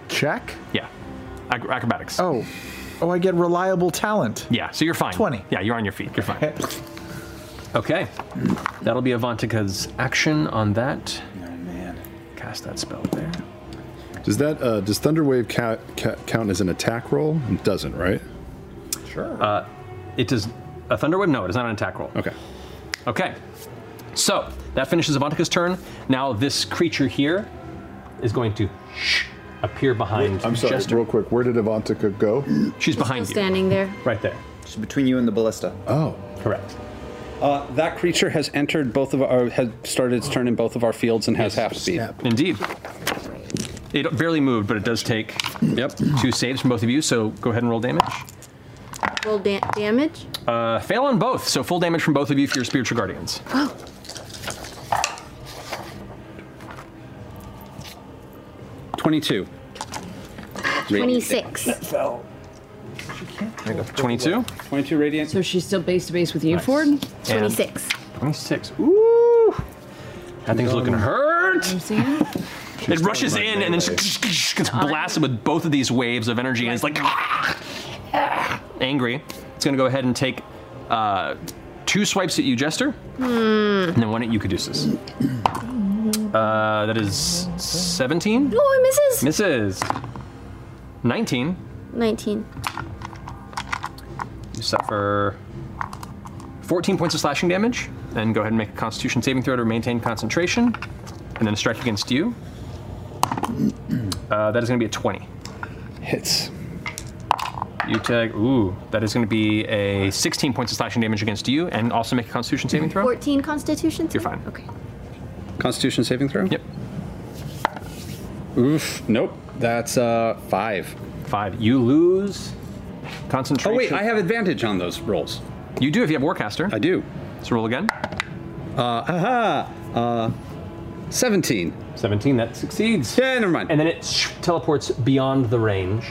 [SPEAKER 13] Check.
[SPEAKER 3] Yeah. Ac- acrobatics.
[SPEAKER 13] Oh. Oh, I get reliable talent.
[SPEAKER 3] Yeah, so you're fine. 20. Yeah, you're on your feet. You're fine. okay. That'll be Avantika's action on that. Oh, man. Cast that spell there.
[SPEAKER 6] Does that uh, does Thunderwave ca- ca- count as an attack roll? It doesn't, right?
[SPEAKER 3] Sure. Uh, it does. A Thunderwave? No, it is not an attack roll.
[SPEAKER 6] Okay.
[SPEAKER 3] Okay. So, that finishes Avantika's turn. Now, this creature here is going to shh, appear behind
[SPEAKER 6] I'm sorry.
[SPEAKER 3] Jester.
[SPEAKER 6] Real quick, where did Avantika go?
[SPEAKER 3] She's behind you.
[SPEAKER 2] Standing there.
[SPEAKER 3] Right there.
[SPEAKER 7] She's between you and the ballista.
[SPEAKER 6] Oh,
[SPEAKER 16] correct. Uh, that creature has entered both of our, has started its turn in both of our fields and has half speed.
[SPEAKER 3] Indeed. It barely moved, but it does take yep two saves from both of you. So go ahead and roll damage.
[SPEAKER 2] Roll da- damage.
[SPEAKER 3] Uh, fail on both, so full damage from both of you for your spiritual guardians.
[SPEAKER 2] Oh,
[SPEAKER 16] Twenty-two.
[SPEAKER 11] 26. That fell.
[SPEAKER 3] 22?
[SPEAKER 16] 22 radiant.
[SPEAKER 11] So she's still base to base with you,
[SPEAKER 3] Nice.
[SPEAKER 11] Ford?
[SPEAKER 3] 26. 26. Ooh. That thing's looking hurt. it rushes in and then gets blasted with both of these waves of energy, and it's like "Ah!" angry. It's going to go ahead and take uh, two swipes at you, Jester,
[SPEAKER 2] Hmm.
[SPEAKER 3] and then one at you, Caduceus. Uh, that is 17.
[SPEAKER 2] Oh, it misses.
[SPEAKER 3] Misses. 19.
[SPEAKER 2] 19.
[SPEAKER 3] You suffer 14 points of slashing damage, and go ahead and make a constitution saving throw to maintain concentration, and then a strike against you. Uh, that is going to be a 20.
[SPEAKER 16] Hits.
[SPEAKER 3] You take, ooh, that is going to be a 16 points of slashing damage against you, and also make a constitution saving throw.
[SPEAKER 2] 14 Constitution.
[SPEAKER 3] You're fine.
[SPEAKER 2] Okay.
[SPEAKER 16] Constitution saving throw?
[SPEAKER 3] Yep.
[SPEAKER 16] Oof. Nope. That's uh five.
[SPEAKER 3] Five. You lose concentration.
[SPEAKER 16] Oh wait, I have advantage on those rolls.
[SPEAKER 3] You do if you have Warcaster.
[SPEAKER 16] I do.
[SPEAKER 3] So roll again.
[SPEAKER 16] Uh aha. Uh 17.
[SPEAKER 3] 17, that succeeds.
[SPEAKER 16] Yeah, never mind.
[SPEAKER 3] And then it sh- teleports beyond the range,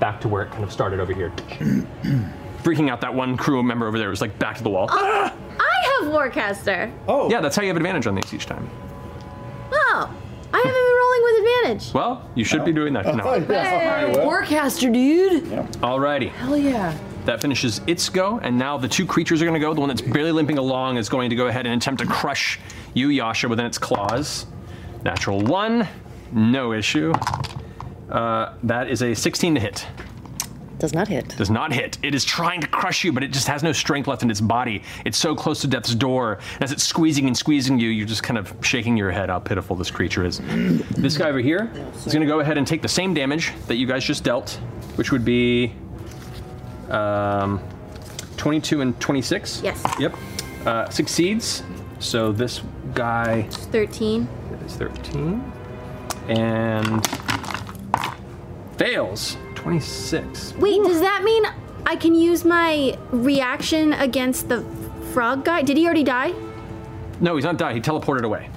[SPEAKER 3] back to where it kind of started over here. Freaking out that one crew member over there was like back to the wall.
[SPEAKER 2] I have Warcaster.
[SPEAKER 3] Oh. Yeah, that's how you have advantage on these each time.
[SPEAKER 2] Oh, I haven't been rolling with advantage.
[SPEAKER 3] Well, you should be doing
[SPEAKER 11] Oh,
[SPEAKER 3] that. No.
[SPEAKER 11] Warcaster, dude.
[SPEAKER 3] Alrighty.
[SPEAKER 11] Hell yeah.
[SPEAKER 3] That finishes its go, and now the two creatures are going to go. The one that's barely limping along is going to go ahead and attempt to crush you, Yasha, within its claws. Natural one, no issue. Uh, that is a 16 to hit.
[SPEAKER 5] Does not hit.
[SPEAKER 3] Does not hit. It is trying to crush you, but it just has no strength left in its body. It's so close to death's door. As it's squeezing and squeezing you, you're just kind of shaking your head how pitiful this creature is. this guy over here is going to go ahead and take the same damage that you guys just dealt, which would be um, 22 and 26.
[SPEAKER 2] Yes.
[SPEAKER 3] Yep. Uh, succeeds. So this guy
[SPEAKER 2] 13.
[SPEAKER 3] is 13 and fails. 26.
[SPEAKER 2] Wait, does that mean I can use my reaction against the frog guy? Did he already die?
[SPEAKER 3] No, he's not died. He teleported away.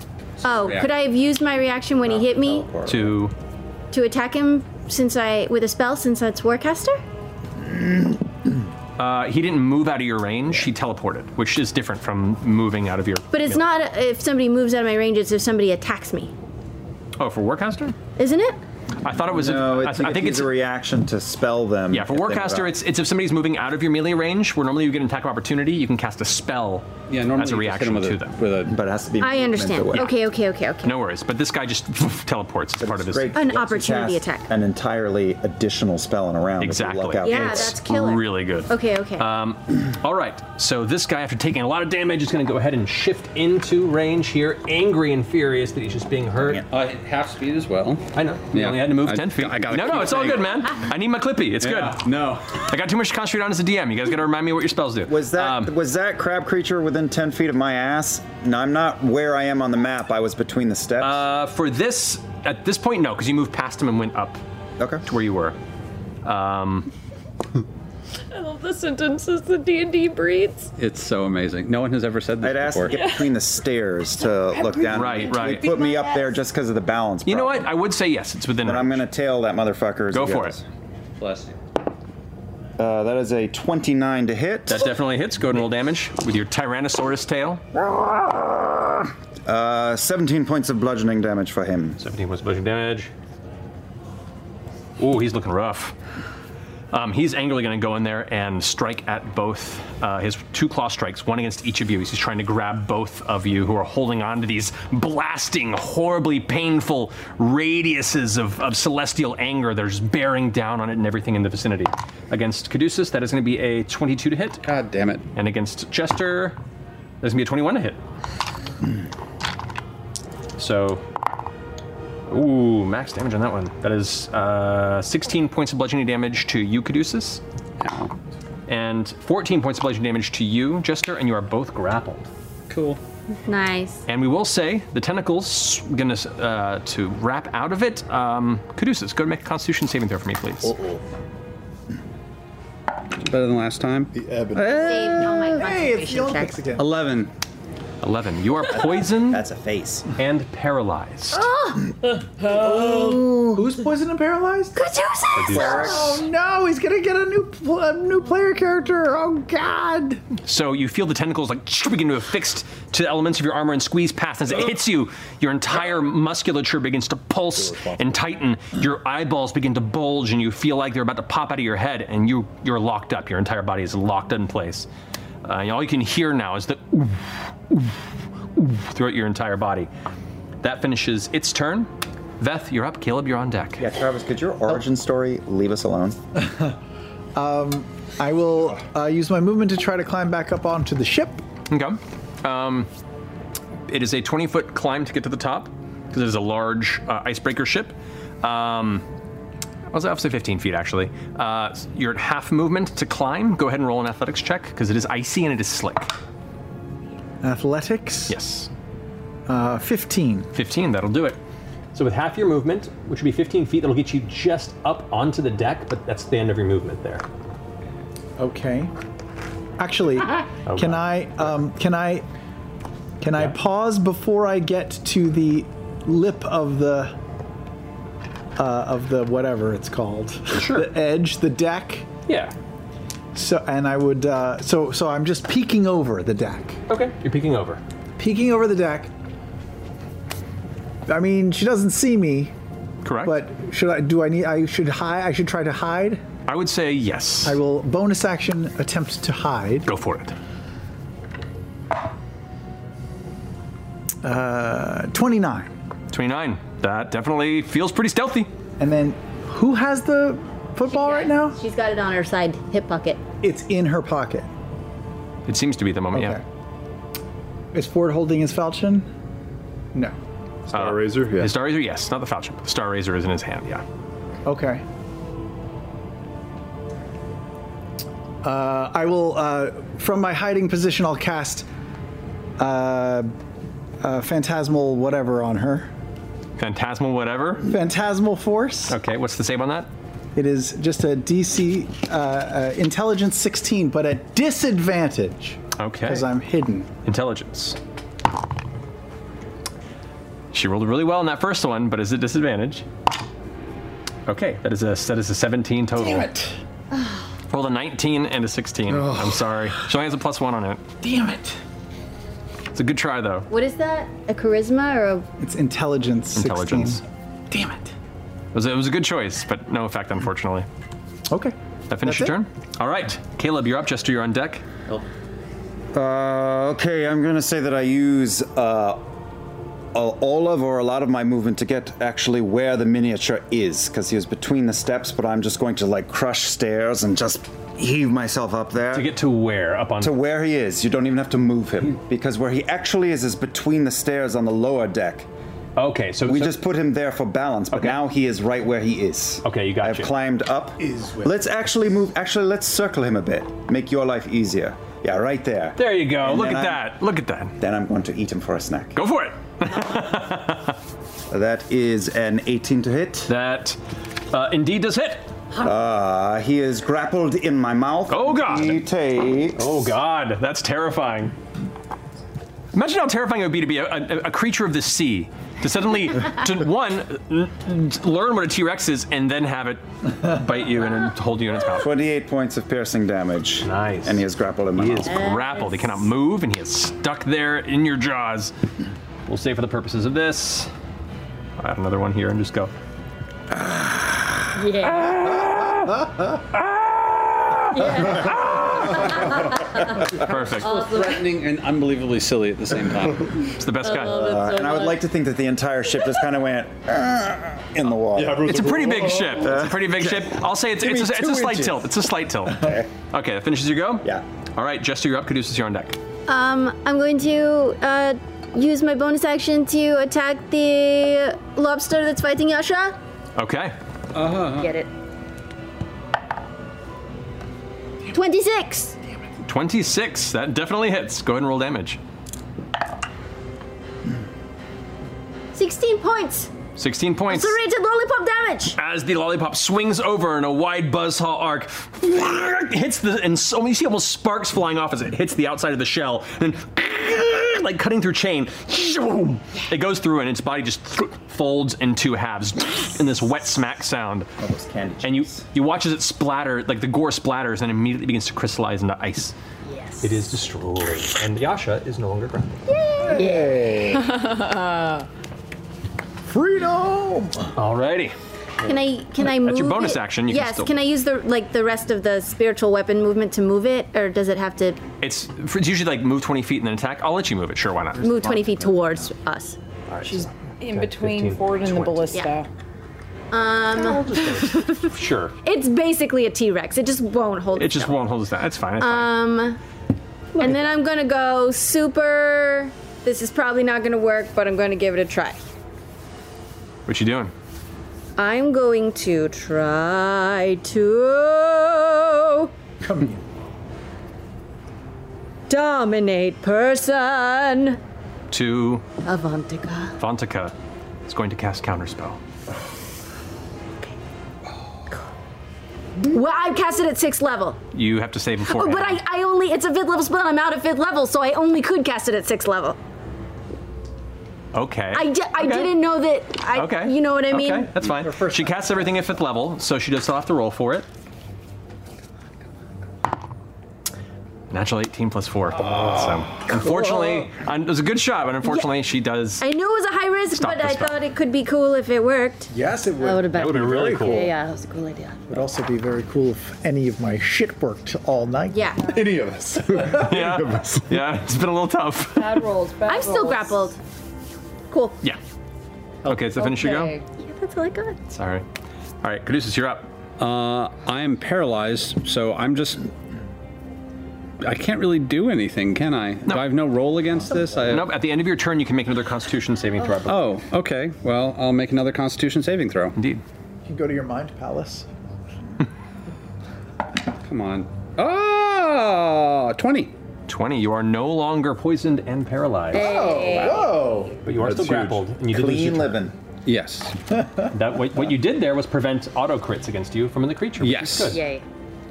[SPEAKER 2] Oh,
[SPEAKER 3] react.
[SPEAKER 2] could I have used my reaction when he hit me
[SPEAKER 3] To
[SPEAKER 2] to attack him since I with a spell since that's Warcaster?
[SPEAKER 14] Oh.
[SPEAKER 3] uh, he didn't move out of your range. He teleported, which is different from moving out of your.
[SPEAKER 2] But it's not if somebody moves out of my range, it's if somebody attacks me.
[SPEAKER 3] Oh, for Warcaster?
[SPEAKER 2] Isn't it?
[SPEAKER 3] I thought it was.
[SPEAKER 7] No,
[SPEAKER 3] a,
[SPEAKER 7] it's,
[SPEAKER 3] I, th- I
[SPEAKER 7] it
[SPEAKER 3] think
[SPEAKER 7] is
[SPEAKER 3] it's
[SPEAKER 7] a reaction to spell
[SPEAKER 16] Um,
[SPEAKER 7] them.
[SPEAKER 3] Yeah, for Warcaster, it's, it's if somebody's moving out of your melee range, where normally you get an attack of opportunity, you can cast a spell
[SPEAKER 16] Yeah, normally
[SPEAKER 3] as a
[SPEAKER 16] you just hit
[SPEAKER 3] reaction
[SPEAKER 16] him with
[SPEAKER 3] to
[SPEAKER 16] a-
[SPEAKER 3] them.
[SPEAKER 7] but it has to be.
[SPEAKER 2] I understand. Okay, okay, okay, okay.
[SPEAKER 3] No worries, but this guy just teleports. It's part of his.
[SPEAKER 2] An opportunity attack.
[SPEAKER 7] An entirely additional spell in a round. Exactly.
[SPEAKER 2] Yeah, that's killer.
[SPEAKER 3] Really good.
[SPEAKER 2] Okay, okay.
[SPEAKER 3] Um, all right, so this guy, after taking a lot of damage, is going to go ahead and shift into range here, angry and furious that he's just being hurt.
[SPEAKER 16] Uh, half speed as well.
[SPEAKER 3] I know. You only had to move 10 feet. I
[SPEAKER 16] gotta
[SPEAKER 3] no, no,
[SPEAKER 16] keep
[SPEAKER 3] it's all
[SPEAKER 16] saying-
[SPEAKER 3] good, man. I need my Clippy. It's
[SPEAKER 16] Yeah,
[SPEAKER 3] good. No. I got too much to concentrate on as a DM. You guys got to remind me what your spells do. Um,
[SPEAKER 7] Was that was that crab creature within ten feet of my ass? No, I'm not where I am on the map. I was between the steps.
[SPEAKER 3] Uh, for this, at this point, no, because you moved past him and went up.
[SPEAKER 7] Okay.
[SPEAKER 3] To where you were. Um,
[SPEAKER 11] I love the sentences the D&D breeds.
[SPEAKER 16] It's so amazing. No one has ever said this
[SPEAKER 7] I'd asked
[SPEAKER 16] before.
[SPEAKER 7] to get between the stairs to look down.
[SPEAKER 3] Right,
[SPEAKER 7] They
[SPEAKER 3] right.
[SPEAKER 7] put me up there just because of the balance. You know what?
[SPEAKER 3] I would say yes. It's within.
[SPEAKER 7] But I'm gonna tail that motherfucker. as
[SPEAKER 3] Go
[SPEAKER 7] he
[SPEAKER 3] for
[SPEAKER 7] goes.
[SPEAKER 16] Bless you.
[SPEAKER 7] Uh, that is a 29 to hit.
[SPEAKER 3] that definitely hits. Go ahead and roll damage with your Tyrannosaurus tail.
[SPEAKER 7] Uh, 17 points of bludgeoning damage for him.
[SPEAKER 3] 17 points of bludgeoning damage. Ooh, he's looking rough. Um, he's angrily going to go in there and strike at both uh, his two claw strikes, one against each of you. He's just trying to grab both of you who are holding on to these blasting, horribly painful radiuses of, of celestial anger. They're just bearing down on it and everything in the vicinity. Against Caduceus, that is going to be a 22 to hit.
[SPEAKER 16] God damn it.
[SPEAKER 3] And against Jester, that's going to be a 21 to hit. So, ooh, max damage on that one. That is uh, 16 points of bludgeoning damage to you, Caduceus. and 14 points of bludgeoning damage to you, Jester, and you are both grappled. Cool.
[SPEAKER 8] Nice.
[SPEAKER 3] And we will say the tentacles gonna uh, to wrap out of it. Um, Caduceus, go and make a Constitution saving throw for me, please.
[SPEAKER 9] Better than last time.
[SPEAKER 13] Hey, it's the old picks again.
[SPEAKER 9] Eleven.
[SPEAKER 3] Eleven. You are poisoned. That's a face. And paralyzed.
[SPEAKER 13] Oh. Who's poisoned and paralyzed?
[SPEAKER 3] Caduceus.
[SPEAKER 13] Oh no, he's gonna get a new pl- a new player character. Oh god.
[SPEAKER 3] So you feel the tentacles like begin to affix to the elements of your armor and squeeze past. As it hits you, your entire musculature begins to pulse and tighten. Your eyeballs begin to bulge, and you feel like they're about to pop out of your head. And you you're locked up. Your entire body is locked in place. Uh, and all you can hear now is the oof, oof, oof throughout your entire body. That finishes its turn. Veth, you're up. Caleb, you're on deck.
[SPEAKER 20] Yeah, Travis, could your origin story leave us alone?
[SPEAKER 13] Um, I will uh, use my movement to try to climb back up onto the ship.
[SPEAKER 3] Okay. Um, it is a 20 foot climb to get to the top because it is a large uh, icebreaker ship. Um, I was I'll say 15 feet actually. Uh, you're at half movement to climb. Go ahead and roll an athletics check because it is icy and it is slick.
[SPEAKER 13] Athletics.
[SPEAKER 3] Yes.
[SPEAKER 13] Uh, 15.
[SPEAKER 3] 15, that'll do it. So with half your movement, which would be 15 feet, that'll get you just up onto the deck, but that's the end of your movement there.
[SPEAKER 13] Okay. Actually,
[SPEAKER 3] Oh,
[SPEAKER 13] can
[SPEAKER 3] God.
[SPEAKER 13] I um, can I can I pause before I get to the lip of the uh, of the whatever it's called? Sure. the edge, the deck.
[SPEAKER 3] Yeah.
[SPEAKER 13] So and I would uh, so so I'm just peeking over the deck.
[SPEAKER 3] Okay. You're peeking over.
[SPEAKER 13] Peeking over the deck. I mean, she doesn't see me.
[SPEAKER 3] Correct.
[SPEAKER 13] But should I do I need I should hide I should try to hide?
[SPEAKER 3] I would say yes.
[SPEAKER 13] I will bonus action attempt to hide.
[SPEAKER 3] Go for it.
[SPEAKER 13] Uh, 29.
[SPEAKER 3] 29. That definitely feels pretty stealthy.
[SPEAKER 13] And then who has the football right now?
[SPEAKER 8] She's got it on her side hip pocket.
[SPEAKER 13] It's in her pocket.
[SPEAKER 3] It seems to be the moment,
[SPEAKER 13] Is Ford holding his falchion? No.
[SPEAKER 3] yeah. Star Razor? Yeah. Uh, Star Razor, yes. Not the falchion. but The Star Razor is in his hand, yeah.
[SPEAKER 13] Okay. Uh, I will, uh, from my hiding position, I'll cast uh, uh, phantasmal whatever on her.
[SPEAKER 3] Phantasmal whatever.
[SPEAKER 13] Phantasmal force.
[SPEAKER 3] Okay, what's the save on that?
[SPEAKER 13] It is just a DC uh, uh, intelligence 16, but at disadvantage.
[SPEAKER 3] Okay.
[SPEAKER 13] Because I'm hidden.
[SPEAKER 3] Intelligence. She rolled really well in that first one, but is a disadvantage. Okay, that is a that is a 17 total.
[SPEAKER 13] Damn it.
[SPEAKER 3] Rolled a 19 and a 16.
[SPEAKER 13] Ugh.
[SPEAKER 3] I'm sorry. She only has a plus one on it.
[SPEAKER 13] Damn it.
[SPEAKER 3] It's a good try though.
[SPEAKER 8] What is that? A charisma or a
[SPEAKER 13] It's intelligence 16.
[SPEAKER 3] Intelligence.
[SPEAKER 13] Damn it.
[SPEAKER 3] It was, a, it was a good choice, but no effect, unfortunately.
[SPEAKER 13] Okay.
[SPEAKER 3] That finished your turn? All right. Caleb, you're up. Jester, you're on deck.
[SPEAKER 7] Uh, okay, I'm gonna say that I use uh, a- all of or a lot of my movement to get actually where the miniature is, because he was between the steps. But I'm just going to like crush stairs and just heave myself up there. To
[SPEAKER 3] get to where up on Hmm.
[SPEAKER 7] to where he is. You don't even have to move him because where he actually is is between the stairs on the lower deck.
[SPEAKER 3] Okay, so
[SPEAKER 7] we
[SPEAKER 3] so-
[SPEAKER 7] just put him there for balance, but now he is right where he is.
[SPEAKER 3] Okay, you got
[SPEAKER 7] I've
[SPEAKER 3] you.
[SPEAKER 7] climbed up. Is let's actually move. Actually, let's circle him a bit. Make your life easier. Yeah, right there.
[SPEAKER 3] There you go.
[SPEAKER 7] And
[SPEAKER 3] Look
[SPEAKER 7] then
[SPEAKER 3] at
[SPEAKER 7] I'm-
[SPEAKER 3] that. Look at that.
[SPEAKER 7] Then I'm going to eat him for a snack.
[SPEAKER 3] Go for it.
[SPEAKER 7] that is an 18 to hit.
[SPEAKER 3] That uh, indeed does hit.
[SPEAKER 7] Uh, he is grappled in my mouth.
[SPEAKER 3] Oh god.
[SPEAKER 7] He takes.
[SPEAKER 3] Oh god, that's terrifying. Imagine how terrifying it would be to be a, a, a creature of the sea. To suddenly, to one, n- n- learn what a T Rex is and then have it bite you and then hold you in its mouth.
[SPEAKER 7] 28 points of piercing damage.
[SPEAKER 3] Nice.
[SPEAKER 7] And he is grappled in my
[SPEAKER 3] He
[SPEAKER 7] mouth.
[SPEAKER 3] is grappled. He cannot move, and he is stuck there in your jaws. We'll say for the purposes of this, I have another one here and just go. Perfect.
[SPEAKER 9] Threatening and unbelievably silly at the same time.
[SPEAKER 3] It's the
[SPEAKER 5] Oh,
[SPEAKER 3] best
[SPEAKER 9] guy.
[SPEAKER 7] Uh, and I would like to think that the entire ship just kind of went "Ah," in the water.
[SPEAKER 3] it's a pretty big ship. It's a pretty big ship. I'll say it's,
[SPEAKER 7] Give
[SPEAKER 3] it's,
[SPEAKER 7] me
[SPEAKER 3] a, it's
[SPEAKER 7] two
[SPEAKER 3] a slight
[SPEAKER 7] inches.
[SPEAKER 3] tilt. It's a slight tilt. Okay, that finishes your go? Yeah. All right, Jester, you're up. Caduceus, you're on deck.
[SPEAKER 2] Um, I'm going to uh, use my bonus action to attack the lobster that's fighting Yasha.
[SPEAKER 13] Uh-huh.
[SPEAKER 2] Uh-huh.
[SPEAKER 3] Okay.
[SPEAKER 2] Get it. 26.
[SPEAKER 3] 26. That definitely hits. Go ahead and roll damage.
[SPEAKER 2] 16 points.
[SPEAKER 3] 16 points.
[SPEAKER 2] Serrated lollipop damage.
[SPEAKER 3] As the lollipop swings over in a wide buzzsaw arc, hits the and so you see almost sparks flying off as it hits the outside of the shell, and then like cutting through chain, it goes through and its body just folds in two halves in this wet smack sound. and you you watch as it splatter, like the gore splatters, and immediately begins to crystallize into ice. Yes. It is destroyed, and Yasha is no longer grounded.
[SPEAKER 6] Yay!
[SPEAKER 2] Freedom.
[SPEAKER 3] Alrighty.
[SPEAKER 2] Can I can I move
[SPEAKER 3] That's your bonus
[SPEAKER 2] it?
[SPEAKER 3] action. You
[SPEAKER 2] yes.
[SPEAKER 3] can still
[SPEAKER 2] I use the like the rest of the spiritual weapon movement to move it, or does it have to
[SPEAKER 3] It's, it's usually like move 20 feet and then attack. I'll let you move it. Sure, why not?
[SPEAKER 2] move 20 feet towards us?
[SPEAKER 11] She's in
[SPEAKER 3] Okay,
[SPEAKER 11] between
[SPEAKER 3] 15,
[SPEAKER 11] Ford and the
[SPEAKER 3] 20.
[SPEAKER 11] ballista.
[SPEAKER 2] Um,
[SPEAKER 3] Sure.
[SPEAKER 2] it's basically a T Rex. It just won't hold.
[SPEAKER 3] It just won't hold us down. That's fine. That's fine.
[SPEAKER 2] Um, and then I'm gonna go super. This is probably not gonna work, but I'm gonna give it a try.
[SPEAKER 3] What you doing?
[SPEAKER 2] I'm going to try to
[SPEAKER 13] Come here.
[SPEAKER 2] dominate person.
[SPEAKER 3] To
[SPEAKER 2] Avantika.
[SPEAKER 3] Vontica is going to cast counterspell.
[SPEAKER 2] Well, I cast it at sixth level.
[SPEAKER 3] You have to save before.
[SPEAKER 2] Oh, but I, I only, it's a fifth level spell and I'm out of fifth level, so I only could cast it at sixth level.
[SPEAKER 3] okay.
[SPEAKER 2] I, di- I didn't know that, I,
[SPEAKER 3] Okay.
[SPEAKER 2] you know what I mean?
[SPEAKER 3] Okay, that's fine. She casts everything at fifth level, so she does still have to roll for it. Natural 18 plus 4. so, unfortunately, un- it was a good shot, but unfortunately, she does.
[SPEAKER 2] I knew it was a high risk,
[SPEAKER 3] Stop
[SPEAKER 2] but
[SPEAKER 3] the
[SPEAKER 2] I
[SPEAKER 3] spell.
[SPEAKER 2] thought it could be cool if it worked.
[SPEAKER 13] Yes, it would.
[SPEAKER 2] That would've
[SPEAKER 13] been- That would've been really cool.
[SPEAKER 5] Yeah, yeah, that was a cool idea.
[SPEAKER 13] Would also be very cool if any of my shit worked all night.
[SPEAKER 2] Yeah.
[SPEAKER 13] Any of us.
[SPEAKER 3] yeah. yeah, it's been a little tough.
[SPEAKER 11] Bad rolls. Bad
[SPEAKER 2] I'm still
[SPEAKER 11] rolls.
[SPEAKER 2] grappled. Cool.
[SPEAKER 3] Yeah. Okay, it's the finish you go?
[SPEAKER 2] Yeah, that's all I got.
[SPEAKER 3] Sorry. All right, Caduceus, you're up.
[SPEAKER 16] Uh, I am paralyzed, so I'm just. I can't really do anything, can I? Do I have no roll against this? I
[SPEAKER 3] Nope, at the end of your turn, you can make another Constitution saving throw.
[SPEAKER 16] Oh, okay. Well, I'll make another Constitution saving throw.
[SPEAKER 3] Indeed.
[SPEAKER 13] You can go to your mind palace.
[SPEAKER 16] Come on. Oh, 20.
[SPEAKER 3] 20. You are no longer poisoned and paralyzed.
[SPEAKER 16] Hey.
[SPEAKER 3] Oh, But you are
[SPEAKER 16] That's
[SPEAKER 3] still
[SPEAKER 16] huge.
[SPEAKER 3] grappled. And you did lose
[SPEAKER 16] Clean
[SPEAKER 3] your turn.
[SPEAKER 16] living. Yes.
[SPEAKER 3] that what, what you did there was prevent auto crits against you from the creature. Which
[SPEAKER 16] Yes.
[SPEAKER 3] Is good.
[SPEAKER 16] Yay.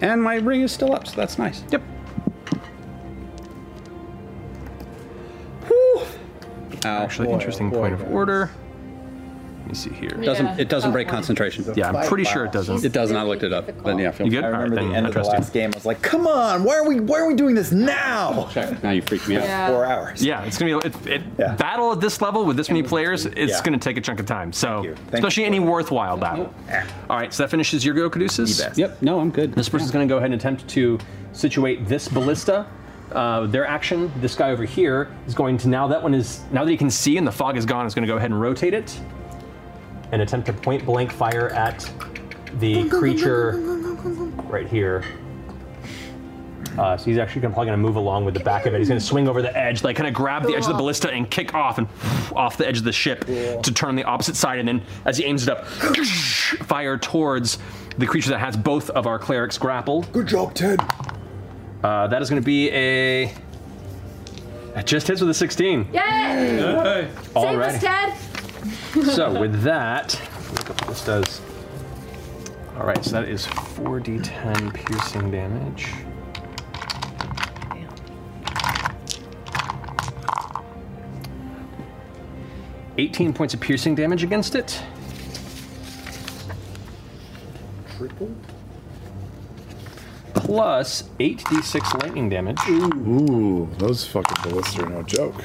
[SPEAKER 16] And my ring is still up, so that's nice.
[SPEAKER 3] Yep. Actually, interesting point of order. Let me see here.
[SPEAKER 16] Doesn't it doesn't break concentration?
[SPEAKER 3] Yeah, I'm pretty sure it doesn't.
[SPEAKER 16] It doesn't. I looked it up. Then yeah,
[SPEAKER 3] You good?
[SPEAKER 16] I remember
[SPEAKER 3] All right,
[SPEAKER 16] the
[SPEAKER 3] then
[SPEAKER 16] end of the last
[SPEAKER 20] game. I was like, come on, why are we why are we doing this now?
[SPEAKER 16] Now you freaked me out.
[SPEAKER 20] Yeah. Four hours.
[SPEAKER 3] Yeah, it's gonna be it, it, battle at this level with this many players. It's
[SPEAKER 20] Yeah.
[SPEAKER 3] gonna take a chunk of time. So, especially any worthwhile battle. All right, so that finishes your go, Caduceus.
[SPEAKER 16] Yep. No, I'm good.
[SPEAKER 3] This person's gonna go ahead and attempt to situate this ballista. Uh, their action. This guy over here is going to now. That one is now that he can see and the fog is gone. Is going to go ahead and rotate it and attempt to point blank fire at the creature right here. Uh, so he's actually gonna, probably going to move along with the back of it. He's going to swing over the edge, like kind of grab the edge of the ballista and kick off and off the edge of the ship to turn the opposite side. And then as he aims it up, fire towards the creature that has both of our clerics grappled. Good job, Ted. Uh, that is going to be a. That just hits with a 16.
[SPEAKER 15] Yay!
[SPEAKER 3] All
[SPEAKER 15] Save us,
[SPEAKER 3] right.
[SPEAKER 15] Ted.
[SPEAKER 3] So with that, look up what this does. All right, so that is 4d10 piercing damage. Eighteen points of piercing damage against it.
[SPEAKER 13] Triple?
[SPEAKER 3] Plus 8d6 lightning damage.
[SPEAKER 6] Ooh, those fucking ballistae are no joke.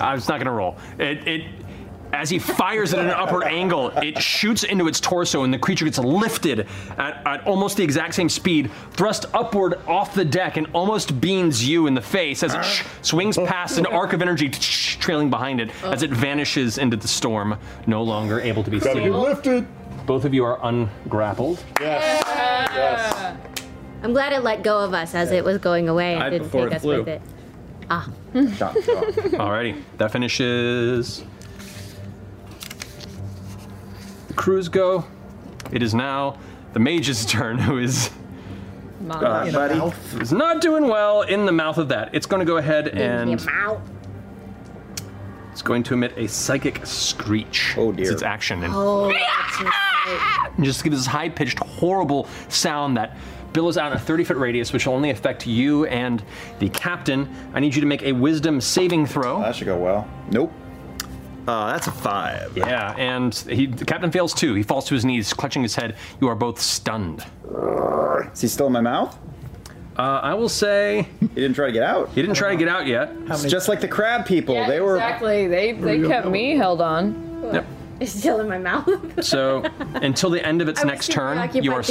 [SPEAKER 3] I was not gonna roll. It, it as he fires it at an upward angle, it shoots into its torso, and the creature gets lifted at, at almost the exact same speed, thrust upward off the deck, and almost beans you in the face as it sh- swings past an arc of energy sh- trailing behind it as it vanishes into the storm, no longer able to be
[SPEAKER 6] Gotta
[SPEAKER 3] seen.
[SPEAKER 6] get lifted.
[SPEAKER 3] Both of you are ungrappled.
[SPEAKER 6] Yes.
[SPEAKER 2] I'm glad it let go of us as it was going away and
[SPEAKER 3] Died
[SPEAKER 2] didn't
[SPEAKER 3] before
[SPEAKER 2] take
[SPEAKER 3] it
[SPEAKER 2] us
[SPEAKER 3] flew.
[SPEAKER 2] with it. Ah.
[SPEAKER 3] Alrighty, that finishes. The crews go. It is now the mage's turn, who is. Uh,
[SPEAKER 15] Mouth. In the mouth.
[SPEAKER 3] Is not doing well in the mouth of that. It's going to go ahead and
[SPEAKER 15] out.
[SPEAKER 3] it's going to emit a psychic screech. Oh dear! It's its action and
[SPEAKER 15] Oh.
[SPEAKER 3] and just gives this high-pitched, horrible sound that billows out in a 30-foot radius, which will only affect you and the captain. I need you to make a Wisdom saving throw. That should go well. Nope. Uh, that's a five. Yeah, and he, the captain fails too. He falls to his knees, clutching his head. You are both stunned. Is he still in my mouth? Uh, I will say he didn't try to get out. He didn't try to get out yet.
[SPEAKER 7] It's just like the crab people.
[SPEAKER 11] Yeah,
[SPEAKER 7] they were.
[SPEAKER 11] exactly. They they kept me held on.
[SPEAKER 3] Yep.
[SPEAKER 8] It's still in my mouth.
[SPEAKER 3] So until the end of its next turn, you are
[SPEAKER 8] preoccupied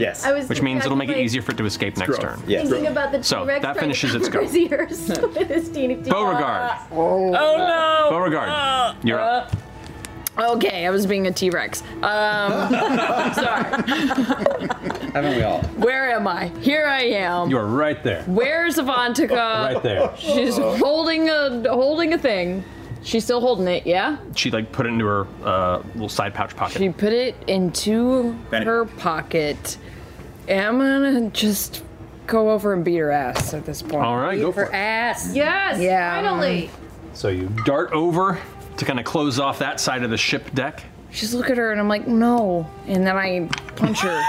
[SPEAKER 3] Yes.
[SPEAKER 8] I was
[SPEAKER 3] Which means it'll make it
[SPEAKER 8] preoccupied
[SPEAKER 3] easier for it to escape next turn.
[SPEAKER 8] Thinking about the
[SPEAKER 3] so
[SPEAKER 8] T-Rex
[SPEAKER 3] that
[SPEAKER 8] trying
[SPEAKER 3] finishes
[SPEAKER 8] to
[SPEAKER 3] its
[SPEAKER 8] cover
[SPEAKER 3] go.
[SPEAKER 8] his ears with his teeny teeth.
[SPEAKER 3] Beauregard.
[SPEAKER 11] Oh no! Uh,
[SPEAKER 3] Beauregard, you're up.
[SPEAKER 11] Okay, I was being a T Rex. Um, sorry.
[SPEAKER 3] Haven't we all?
[SPEAKER 11] Where am I? Here I am.
[SPEAKER 3] You are right there.
[SPEAKER 11] Where's Avantika?
[SPEAKER 3] Right there.
[SPEAKER 11] She's holding a holding a thing. She's still holding it. Yeah.
[SPEAKER 3] She like put it into her uh, little side pouch pocket.
[SPEAKER 11] She put it into
[SPEAKER 3] Benny.
[SPEAKER 11] her pocket. And I'm gonna just go over and beat her ass at this point.
[SPEAKER 3] All right,
[SPEAKER 11] Beat
[SPEAKER 3] go for
[SPEAKER 11] her
[SPEAKER 3] it.
[SPEAKER 11] ass.
[SPEAKER 8] Yes,
[SPEAKER 11] Yeah.
[SPEAKER 8] finally.
[SPEAKER 3] So you dart over to kind of close off that side of the ship deck.
[SPEAKER 11] She's look at her and I'm like, no. And then I punch her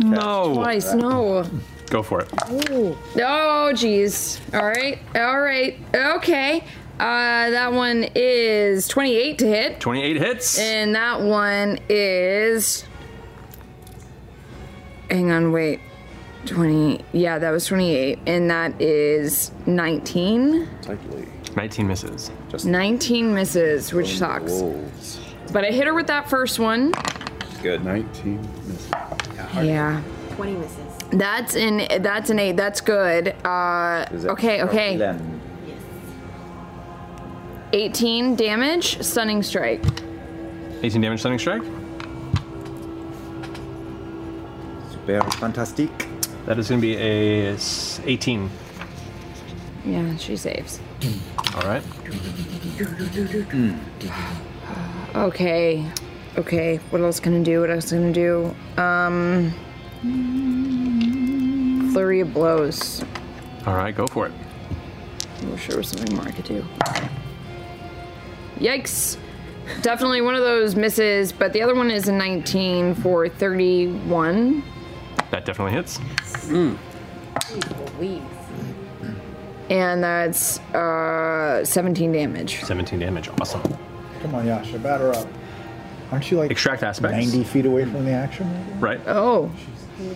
[SPEAKER 3] No.
[SPEAKER 11] twice. No.
[SPEAKER 3] Go for it.
[SPEAKER 11] Ooh. Oh, jeez. All right. All right. Okay. Uh, that one is 28 to hit.
[SPEAKER 3] 28 hits.
[SPEAKER 11] And that one is. Hang on, wait. 20. Yeah, that was 28. And that is 19.
[SPEAKER 3] 19 misses.
[SPEAKER 11] 19 misses,
[SPEAKER 6] Oh,
[SPEAKER 11] which sucks. But I hit her with that first one.
[SPEAKER 6] Good. 19 misses.
[SPEAKER 11] Yeah.
[SPEAKER 8] 20 misses.
[SPEAKER 11] That's an that's an eight. That's good. Uh, okay, okay. 18 damage, stunning strike.
[SPEAKER 3] 18 damage, stunning strike.
[SPEAKER 7] Super fantastic.
[SPEAKER 3] That is going to be a s- 18.
[SPEAKER 11] Yeah, she saves.
[SPEAKER 3] All right.
[SPEAKER 6] Hmm.
[SPEAKER 11] Okay. Okay. What else can I do? What else can I do? Um Flurry of blows.
[SPEAKER 3] All right, go for it.
[SPEAKER 11] I wish there was something more I could do. Yikes. Definitely one of those misses, but the other one is a 19 for 31.
[SPEAKER 3] That definitely hits.
[SPEAKER 11] And that's uh 17 damage.
[SPEAKER 3] 17 damage. Awesome.
[SPEAKER 13] Come on, Yasha, batter up. Aren't you like
[SPEAKER 3] extract aspects?
[SPEAKER 13] 90 feet away from the action?
[SPEAKER 3] Right.
[SPEAKER 11] Oh.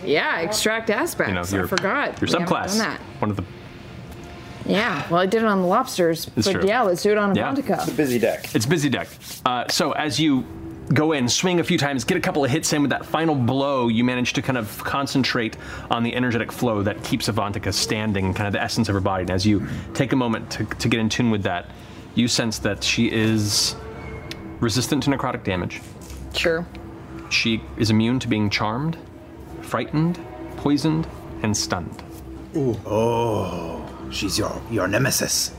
[SPEAKER 11] Yeah, extract aspects.
[SPEAKER 3] You know,
[SPEAKER 11] I
[SPEAKER 3] your-
[SPEAKER 11] forgot.
[SPEAKER 3] Your
[SPEAKER 11] We haven't
[SPEAKER 3] subclass.
[SPEAKER 11] done that.
[SPEAKER 3] One of the.
[SPEAKER 11] Yeah, well, I did it on the lobsters,
[SPEAKER 3] It's
[SPEAKER 11] but
[SPEAKER 3] true.
[SPEAKER 11] yeah, let's do it on
[SPEAKER 3] Yeah.
[SPEAKER 11] Avantika.
[SPEAKER 3] busy deck. It's busy deck. Uh, so as you go in, swing a few times, get a couple of hits in with that final blow, you manage to kind of concentrate on the energetic flow that keeps Avantika standing, kind of the essence of her body. And as you take a moment to, to get in tune with that, you sense that she is resistant to necrotic damage.
[SPEAKER 11] Sure.
[SPEAKER 3] She is immune to being charmed, frightened, poisoned, and stunned.
[SPEAKER 20] Oh, she's your your nemesis.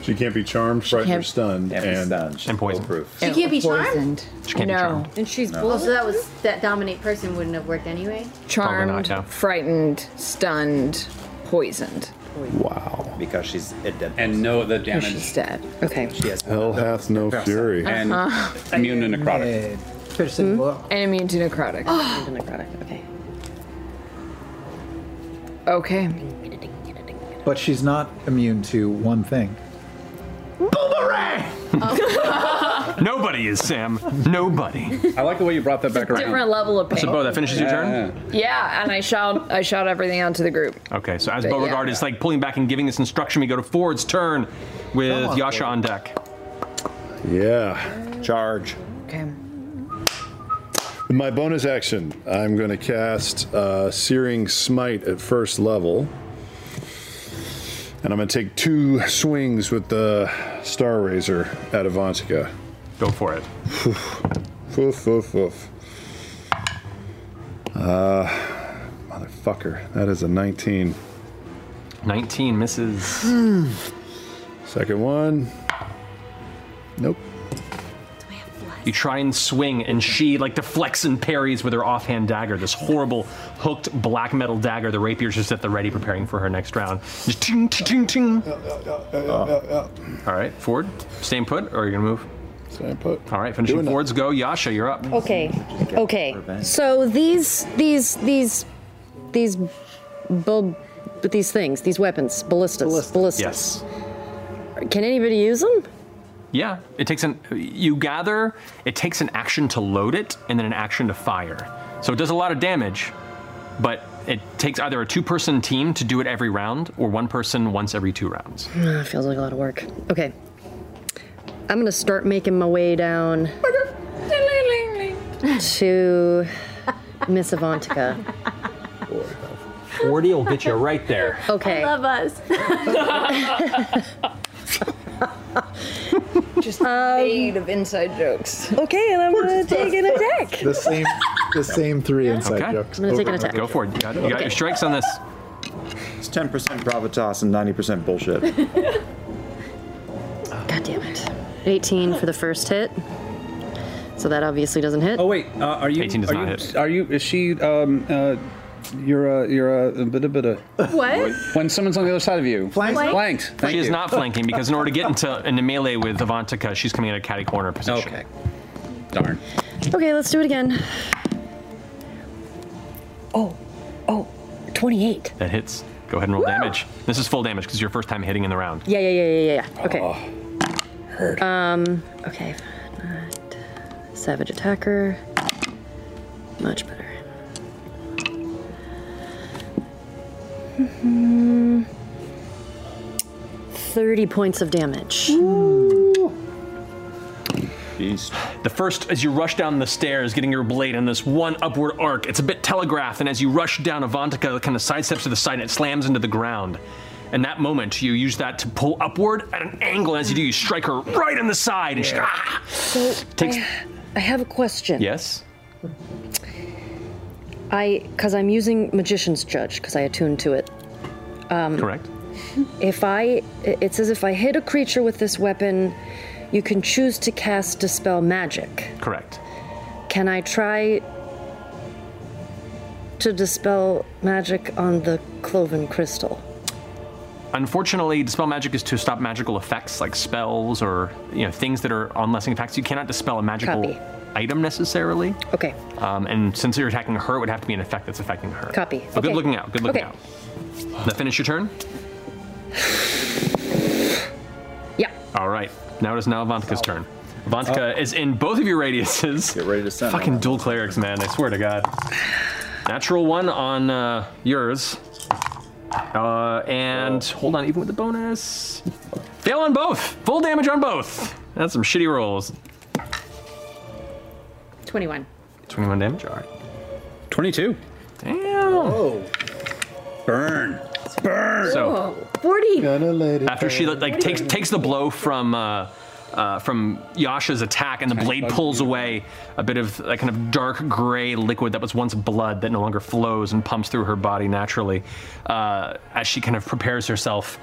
[SPEAKER 6] She can't be charmed, frightened, or
[SPEAKER 20] can't-
[SPEAKER 6] stunned, and,
[SPEAKER 3] and poison
[SPEAKER 6] proof.
[SPEAKER 8] She can't be charmed.
[SPEAKER 3] She can't be charmed.
[SPEAKER 8] And she's
[SPEAKER 6] No.
[SPEAKER 8] full. So that was that dominate person wouldn't have worked anyway.
[SPEAKER 11] Charmed,
[SPEAKER 20] not, no.
[SPEAKER 11] frightened, stunned, poisoned.
[SPEAKER 20] Wow. Because she's a dead.
[SPEAKER 9] And no other
[SPEAKER 11] Because
[SPEAKER 9] damage.
[SPEAKER 11] She's dead. Okay.
[SPEAKER 20] She has
[SPEAKER 6] Hell hath no fury.
[SPEAKER 9] And
[SPEAKER 11] Uh-huh. Hmm?
[SPEAKER 9] immune to necrotic.
[SPEAKER 11] And immune to necrotic.
[SPEAKER 8] Oh.
[SPEAKER 9] Immune
[SPEAKER 11] to necrotic. Okay. Okay.
[SPEAKER 13] But she's not immune to one thing.
[SPEAKER 11] Boomerang!
[SPEAKER 8] Oh.
[SPEAKER 3] Nobody is, Sam. Nobody.
[SPEAKER 9] I like the way you brought that back around.
[SPEAKER 11] Different level of pain.
[SPEAKER 3] So, Bo, that finishes your turn?
[SPEAKER 11] Yeah, and I shout, I shout everything out to the group.
[SPEAKER 3] Okay, so as
[SPEAKER 11] But yeah.
[SPEAKER 3] Beauregard is like pulling back and giving this instruction, we go to Ford's turn with
[SPEAKER 11] Come on,
[SPEAKER 3] Yasha
[SPEAKER 11] Ford.
[SPEAKER 3] on deck.
[SPEAKER 6] Yeah. Charge.
[SPEAKER 11] Okay.
[SPEAKER 6] In my bonus action, I'm going to cast uh, Searing Smite at first level. And I'm going to take two swings with the Star Razor at Avantika.
[SPEAKER 3] Go for it.
[SPEAKER 6] Woof, woof, woof. Uh, motherfucker, that is a 19.
[SPEAKER 3] 19 misses.
[SPEAKER 9] Hmm.
[SPEAKER 6] Second one. Nope.
[SPEAKER 3] You try and swing, and she like deflects and parries with her offhand dagger, this horrible hooked black metal dagger. The rapier's just at the ready, preparing for her next round. Just ting, ting, ting, ting. All right, Ford, staying put, or are you gonna move? Staying put. All right, finishing
[SPEAKER 5] Doing it.
[SPEAKER 3] Ford's go. Yasha, you're up.
[SPEAKER 5] Okay. Okay.
[SPEAKER 3] Revenge.
[SPEAKER 5] So these these these these bu- but these things, these weapons, ballistas, ballistas.
[SPEAKER 3] Yes.
[SPEAKER 5] Can anybody use them?
[SPEAKER 3] Yeah, it takes an. You gather. It takes an action to load it, and then an action to fire. So it does a lot of damage, but it takes either a two-person team to do it every round, or one person once every two rounds.
[SPEAKER 5] Ah, feels like a lot of work. Okay. I'm gonna start making my way down to Miss Avantika.
[SPEAKER 3] Forty will get you right there.
[SPEAKER 5] Okay.
[SPEAKER 2] love us.
[SPEAKER 11] Just made of inside jokes.
[SPEAKER 5] Okay, and I'm gonna take an attack.
[SPEAKER 13] The same, the same three inside jokes.
[SPEAKER 5] I'm gonna take an
[SPEAKER 13] Over.
[SPEAKER 5] attack.
[SPEAKER 3] Go for it. You got, you got your strikes on this.
[SPEAKER 7] It's 10% gravitas and 90% bullshit.
[SPEAKER 5] God damn it. 18 for the first hit. So that obviously doesn't hit.
[SPEAKER 16] Oh wait, uh, are you? 18
[SPEAKER 3] does
[SPEAKER 16] are
[SPEAKER 3] not
[SPEAKER 16] you,
[SPEAKER 3] hit.
[SPEAKER 16] Are you? Is she? Um, uh, you're a. You're a, a bit a bit a.
[SPEAKER 2] What?
[SPEAKER 16] When someone's on the other side of you. Flanks. Flanks. Thank
[SPEAKER 3] she is
[SPEAKER 16] you.
[SPEAKER 3] not flanking because in order to get into into melee with Avantika, she's coming in a catty corner position. Okay.
[SPEAKER 16] Darn.
[SPEAKER 5] Okay, let's do it again. Oh, oh, 28.
[SPEAKER 3] That hits. Go ahead and roll damage. This is full damage because your first time hitting in the round.
[SPEAKER 5] Yeah, yeah, yeah, yeah, yeah, yeah. Okay. Um, okay. Savage attacker. Much better. Mhm. 30 points of damage.
[SPEAKER 3] The first, as you rush down the stairs, getting your blade in this one upward arc, it's a bit telegraphed, and as you rush down, Avantika kind of sidesteps to the side and it slams into the ground. In that moment, you use that to pull upward at an angle, and as you do, you strike her right in the side, and she ah!
[SPEAKER 5] So
[SPEAKER 3] Takes-
[SPEAKER 5] I, I have a question.
[SPEAKER 3] Yes?
[SPEAKER 5] I because I'm using Magician's Judge because I attuned to it. Um,
[SPEAKER 3] Correct.
[SPEAKER 5] If I, it says if I hit a creature with this weapon, you can choose to cast Dispel Magic.
[SPEAKER 3] Correct.
[SPEAKER 5] Can I try to dispel magic on the cloven crystal?
[SPEAKER 3] Unfortunately, dispel magic is to stop magical effects like spells or you know things that are on lessening effects. You cannot dispel a magical
[SPEAKER 5] Copy.
[SPEAKER 3] item necessarily.
[SPEAKER 5] Okay.
[SPEAKER 3] Um, and since you're attacking her, it would have to be an effect that's affecting her.
[SPEAKER 5] Copy. Okay.
[SPEAKER 3] But Oh, good looking out. Good looking
[SPEAKER 5] Okay.
[SPEAKER 3] out. That finish your turn.
[SPEAKER 5] Yeah.
[SPEAKER 3] All right. Now it is now Avantika's turn. Avantika is in both of your radiuses. Oh. Get ready to send. Fucking dual clerics, man. I swear to God. Natural one on uh, yours. Uh, and hold on, even with the bonus. Fail on both. Full damage on both. That's some shitty rolls.
[SPEAKER 21] 21.
[SPEAKER 3] 21 damage. All right.
[SPEAKER 16] 22.
[SPEAKER 3] Damn. Oh.
[SPEAKER 16] Burn.
[SPEAKER 3] Burn. So.
[SPEAKER 2] 40.
[SPEAKER 3] After she like takes takes the blow from uh, uh, from Yasha's attack, and the blade pulls away a bit of that kind of dark gray liquid that was once blood that no longer flows and pumps through her body naturally. Uh, as she kind of prepares herself,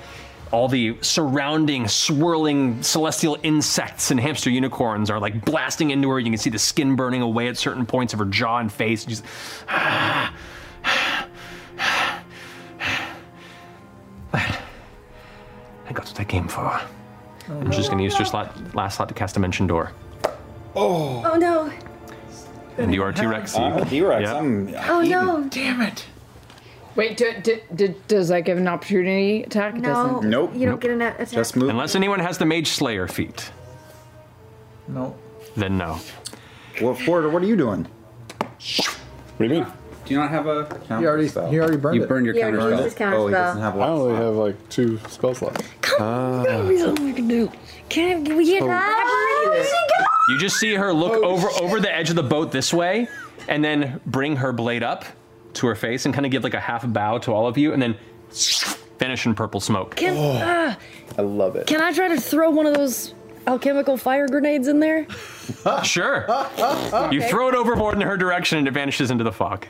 [SPEAKER 3] all the surrounding swirling celestial insects and hamster unicorns are like blasting into her. You can see the skin burning away at certain points of her jaw and face. She's, I got what I came for. I'm just going to use her slot, last slot to cast Dimension Door.
[SPEAKER 2] Oh. Oh no.
[SPEAKER 3] And you are T Rex.
[SPEAKER 7] I'm a T-Rex,
[SPEAKER 3] I'm
[SPEAKER 2] Oh no. Damn it.
[SPEAKER 11] Wait, do, do, do, does that give an opportunity attack? It
[SPEAKER 2] No.
[SPEAKER 11] doesn't.
[SPEAKER 2] You don't get an a- attack.
[SPEAKER 3] Unless anyone has the Mage Slayer feat,
[SPEAKER 13] No.
[SPEAKER 3] then no.
[SPEAKER 7] Well, Ford, what are you doing?
[SPEAKER 16] What do you mean? Do you not have a?
[SPEAKER 7] He already- he already burned You it. burned your He already counter used spell. his counter Oh, he spell. doesn't have Ah.
[SPEAKER 6] I only have like two spell slots.
[SPEAKER 5] Come on, we can do. Can we
[SPEAKER 3] Oh.
[SPEAKER 5] get
[SPEAKER 3] You just see her look over over the edge of the boat this way, and then bring her blade up to her face and kind of give like a half bow to all of you, and then vanish in purple smoke.
[SPEAKER 5] Can ah,
[SPEAKER 3] I love it.
[SPEAKER 5] can I try to throw one of those alchemical fire grenades in there?
[SPEAKER 3] sure. You
[SPEAKER 5] Okay.
[SPEAKER 3] throw it overboard in her direction and it vanishes into the fog.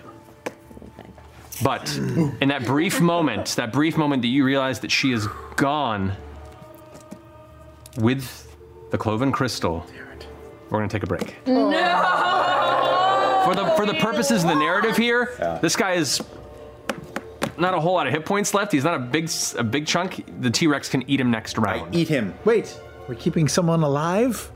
[SPEAKER 3] But in that brief moment, that brief moment that you realize that she is gone with the cloven crystal, We're gonna take a break.
[SPEAKER 11] Oh,
[SPEAKER 9] No!
[SPEAKER 3] For the for the purposes of the narrative here, this guy is not a whole lot of hit points left. He's not a big s- a big chunk. The T Rex can eat him next round.
[SPEAKER 13] Eat him. Wait, we're keeping someone alive?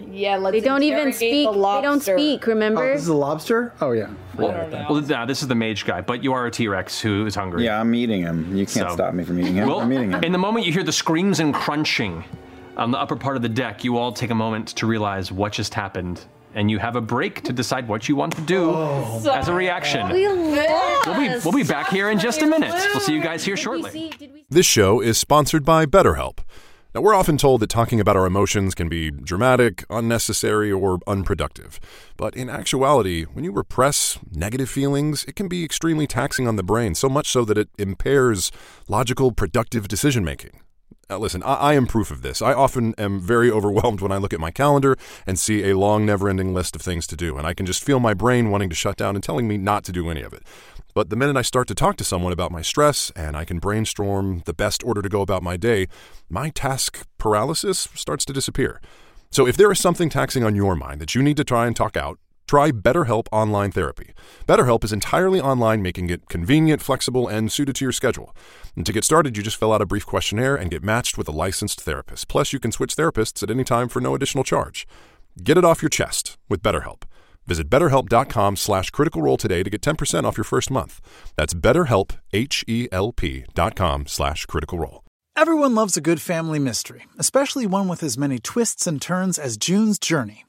[SPEAKER 9] Yeah, let's
[SPEAKER 2] They don't even
[SPEAKER 9] interrogate
[SPEAKER 2] speak.
[SPEAKER 9] the
[SPEAKER 2] They don't
[SPEAKER 9] lobster.
[SPEAKER 2] speak. Remember?
[SPEAKER 13] This is a lobster? Oh, yeah.
[SPEAKER 3] Well, well, nah, this is the mage guy, but you are a T Rex who is hungry.
[SPEAKER 22] Yeah, I'm eating him. You can't
[SPEAKER 3] So-
[SPEAKER 22] stop me from eating him.
[SPEAKER 3] Well,
[SPEAKER 22] I'm eating him.
[SPEAKER 3] In the moment you hear the screams and crunching on the upper part of the deck, you all take a moment to realize what just happened, and you have a break to decide what you want to do as a reaction.
[SPEAKER 11] We
[SPEAKER 3] We'll be, we'll be back here in just a minute. We'll see you guys here shortly.
[SPEAKER 6] This show is sponsored by BetterHelp. Now, we're often told that talking about our emotions can be dramatic, unnecessary, or unproductive. But in actuality, when you repress negative feelings, it can be extremely taxing on the brain, so much so that it impairs logical, productive decision making. Now, listen, I, I am proof of this. I often am very overwhelmed when I look at my calendar and see a long, never ending list of things to do, and I can just feel my brain wanting to shut down and telling me not to do any of it. But the minute I start to talk to someone about my stress and I can brainstorm the best order to go about my day, my task paralysis starts to disappear. So if there is something taxing on your mind that you need to try and talk out, try BetterHelp Online Therapy. BetterHelp is entirely online, making it convenient, flexible, and suited to your schedule. And to get started, you just fill out a brief questionnaire and get matched with a licensed therapist. Plus, you can switch therapists at any time for no additional charge. Get it off your chest with BetterHelp. Visit betterhelp.com slash critical role today to get 10% off your first month. That's betterhelp, H-E-L-P dot com slash critical role.
[SPEAKER 13] Everyone loves a good family mystery, especially one with as many twists and turns as June's Journey.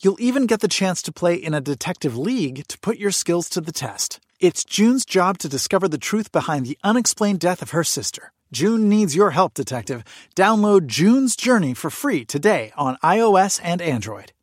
[SPEAKER 13] You'll even get the chance to play in a detective league to put your skills to the test. It's June's job to discover the truth behind the unexplained death of her sister. June needs your help, detective. Download June's Journey for free today on iOS and Android.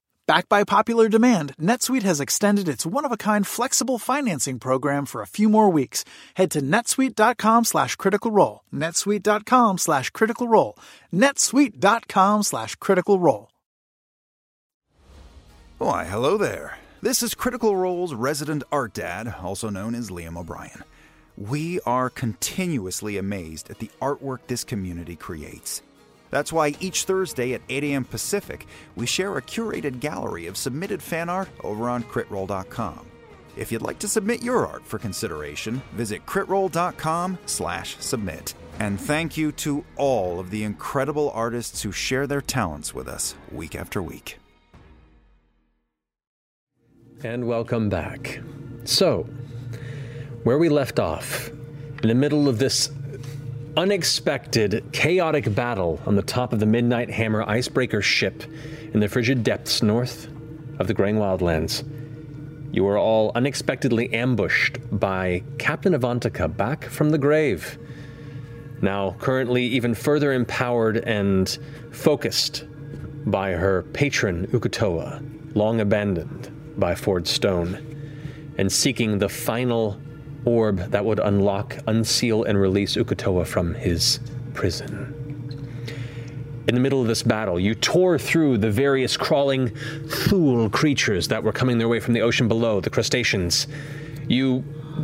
[SPEAKER 13] Backed by popular demand, NetSuite has extended its one-of-a-kind flexible financing program for a few more weeks. Head to netsuite.com slash critical role. netsuite.com slash critical role. netsuite.com slash critical role.
[SPEAKER 7] Why, hello there. This is Critical Role's resident art dad, also known as Liam O'Brien. We are continuously amazed at the artwork this community creates. That's why each Thursday at 8 a.m. Pacific, we share a curated gallery of submitted fan art over on critroll.com. If you'd like to submit your art for consideration, visit critroll.com slash submit. And thank you to all of the incredible artists who share their talents with us week after week.
[SPEAKER 3] And welcome back. So, where we left off, in the middle of this unexpected, chaotic battle on the top of the Midnight Hammer icebreaker ship in the frigid depths north of the Graying Wildlands, you were all unexpectedly ambushed by Captain Avantika back from the grave. Now, currently even further empowered and focused by her patron, Ukutoa, long abandoned by Ford Stone, and seeking the final orb that would unlock, unseal, and release Ukutoa from his prison. In the middle of this battle, you tore through the various crawling Thule creatures that were coming their way from the ocean below, the crustaceans. You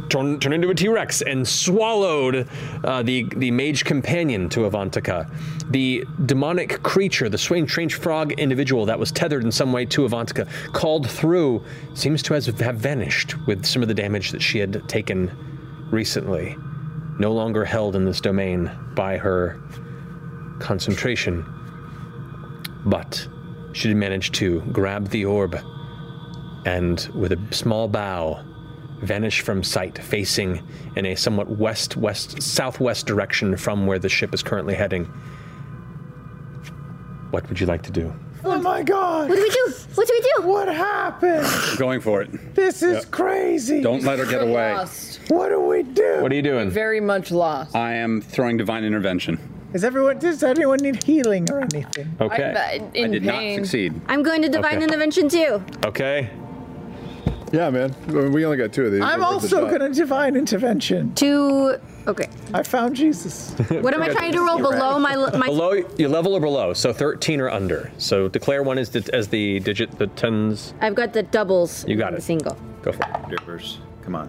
[SPEAKER 3] turned turn into a T Rex and swallowed uh, the, the mage companion to Avantika. The demonic creature, the swaying strange frog individual that was tethered in some way to Avantika, called through, seems to has- have vanished with some of the damage that she had taken recently. No longer held in this domain by her concentration. But she did manage to grab the orb and, with a small bow, vanish from sight, facing in a somewhat west, west, southwest direction from where the ship is currently heading. What would you like to do?
[SPEAKER 13] Oh my god! What do we do? What do we do? What happened?
[SPEAKER 9] Going for it.
[SPEAKER 13] This is
[SPEAKER 9] Yep.
[SPEAKER 13] crazy.
[SPEAKER 9] Don't let her get away.
[SPEAKER 13] What do we do?
[SPEAKER 9] What are you doing?
[SPEAKER 11] Very much lost.
[SPEAKER 9] I am throwing divine intervention.
[SPEAKER 13] Is everyone? Does anyone need healing or anything?
[SPEAKER 9] Okay.
[SPEAKER 2] I'm, uh, in
[SPEAKER 9] I did
[SPEAKER 2] pain.
[SPEAKER 9] not succeed.
[SPEAKER 2] I'm going to divine
[SPEAKER 9] Okay.
[SPEAKER 2] intervention too.
[SPEAKER 9] Okay.
[SPEAKER 6] Yeah, man. I mean, We only got two of these.
[SPEAKER 13] I'm
[SPEAKER 6] They're worth a
[SPEAKER 13] also
[SPEAKER 6] shot.
[SPEAKER 13] gonna divine intervention.
[SPEAKER 2] To okay.
[SPEAKER 13] I found Jesus.
[SPEAKER 2] What am I trying to roll below my le- my?
[SPEAKER 3] below your level or below? So thirteen or under. So declare one as the, as the digit, the tens.
[SPEAKER 2] I've got the doubles.
[SPEAKER 3] You got it.
[SPEAKER 2] Single.
[SPEAKER 3] Go for it.
[SPEAKER 9] Dippers.
[SPEAKER 3] Come on.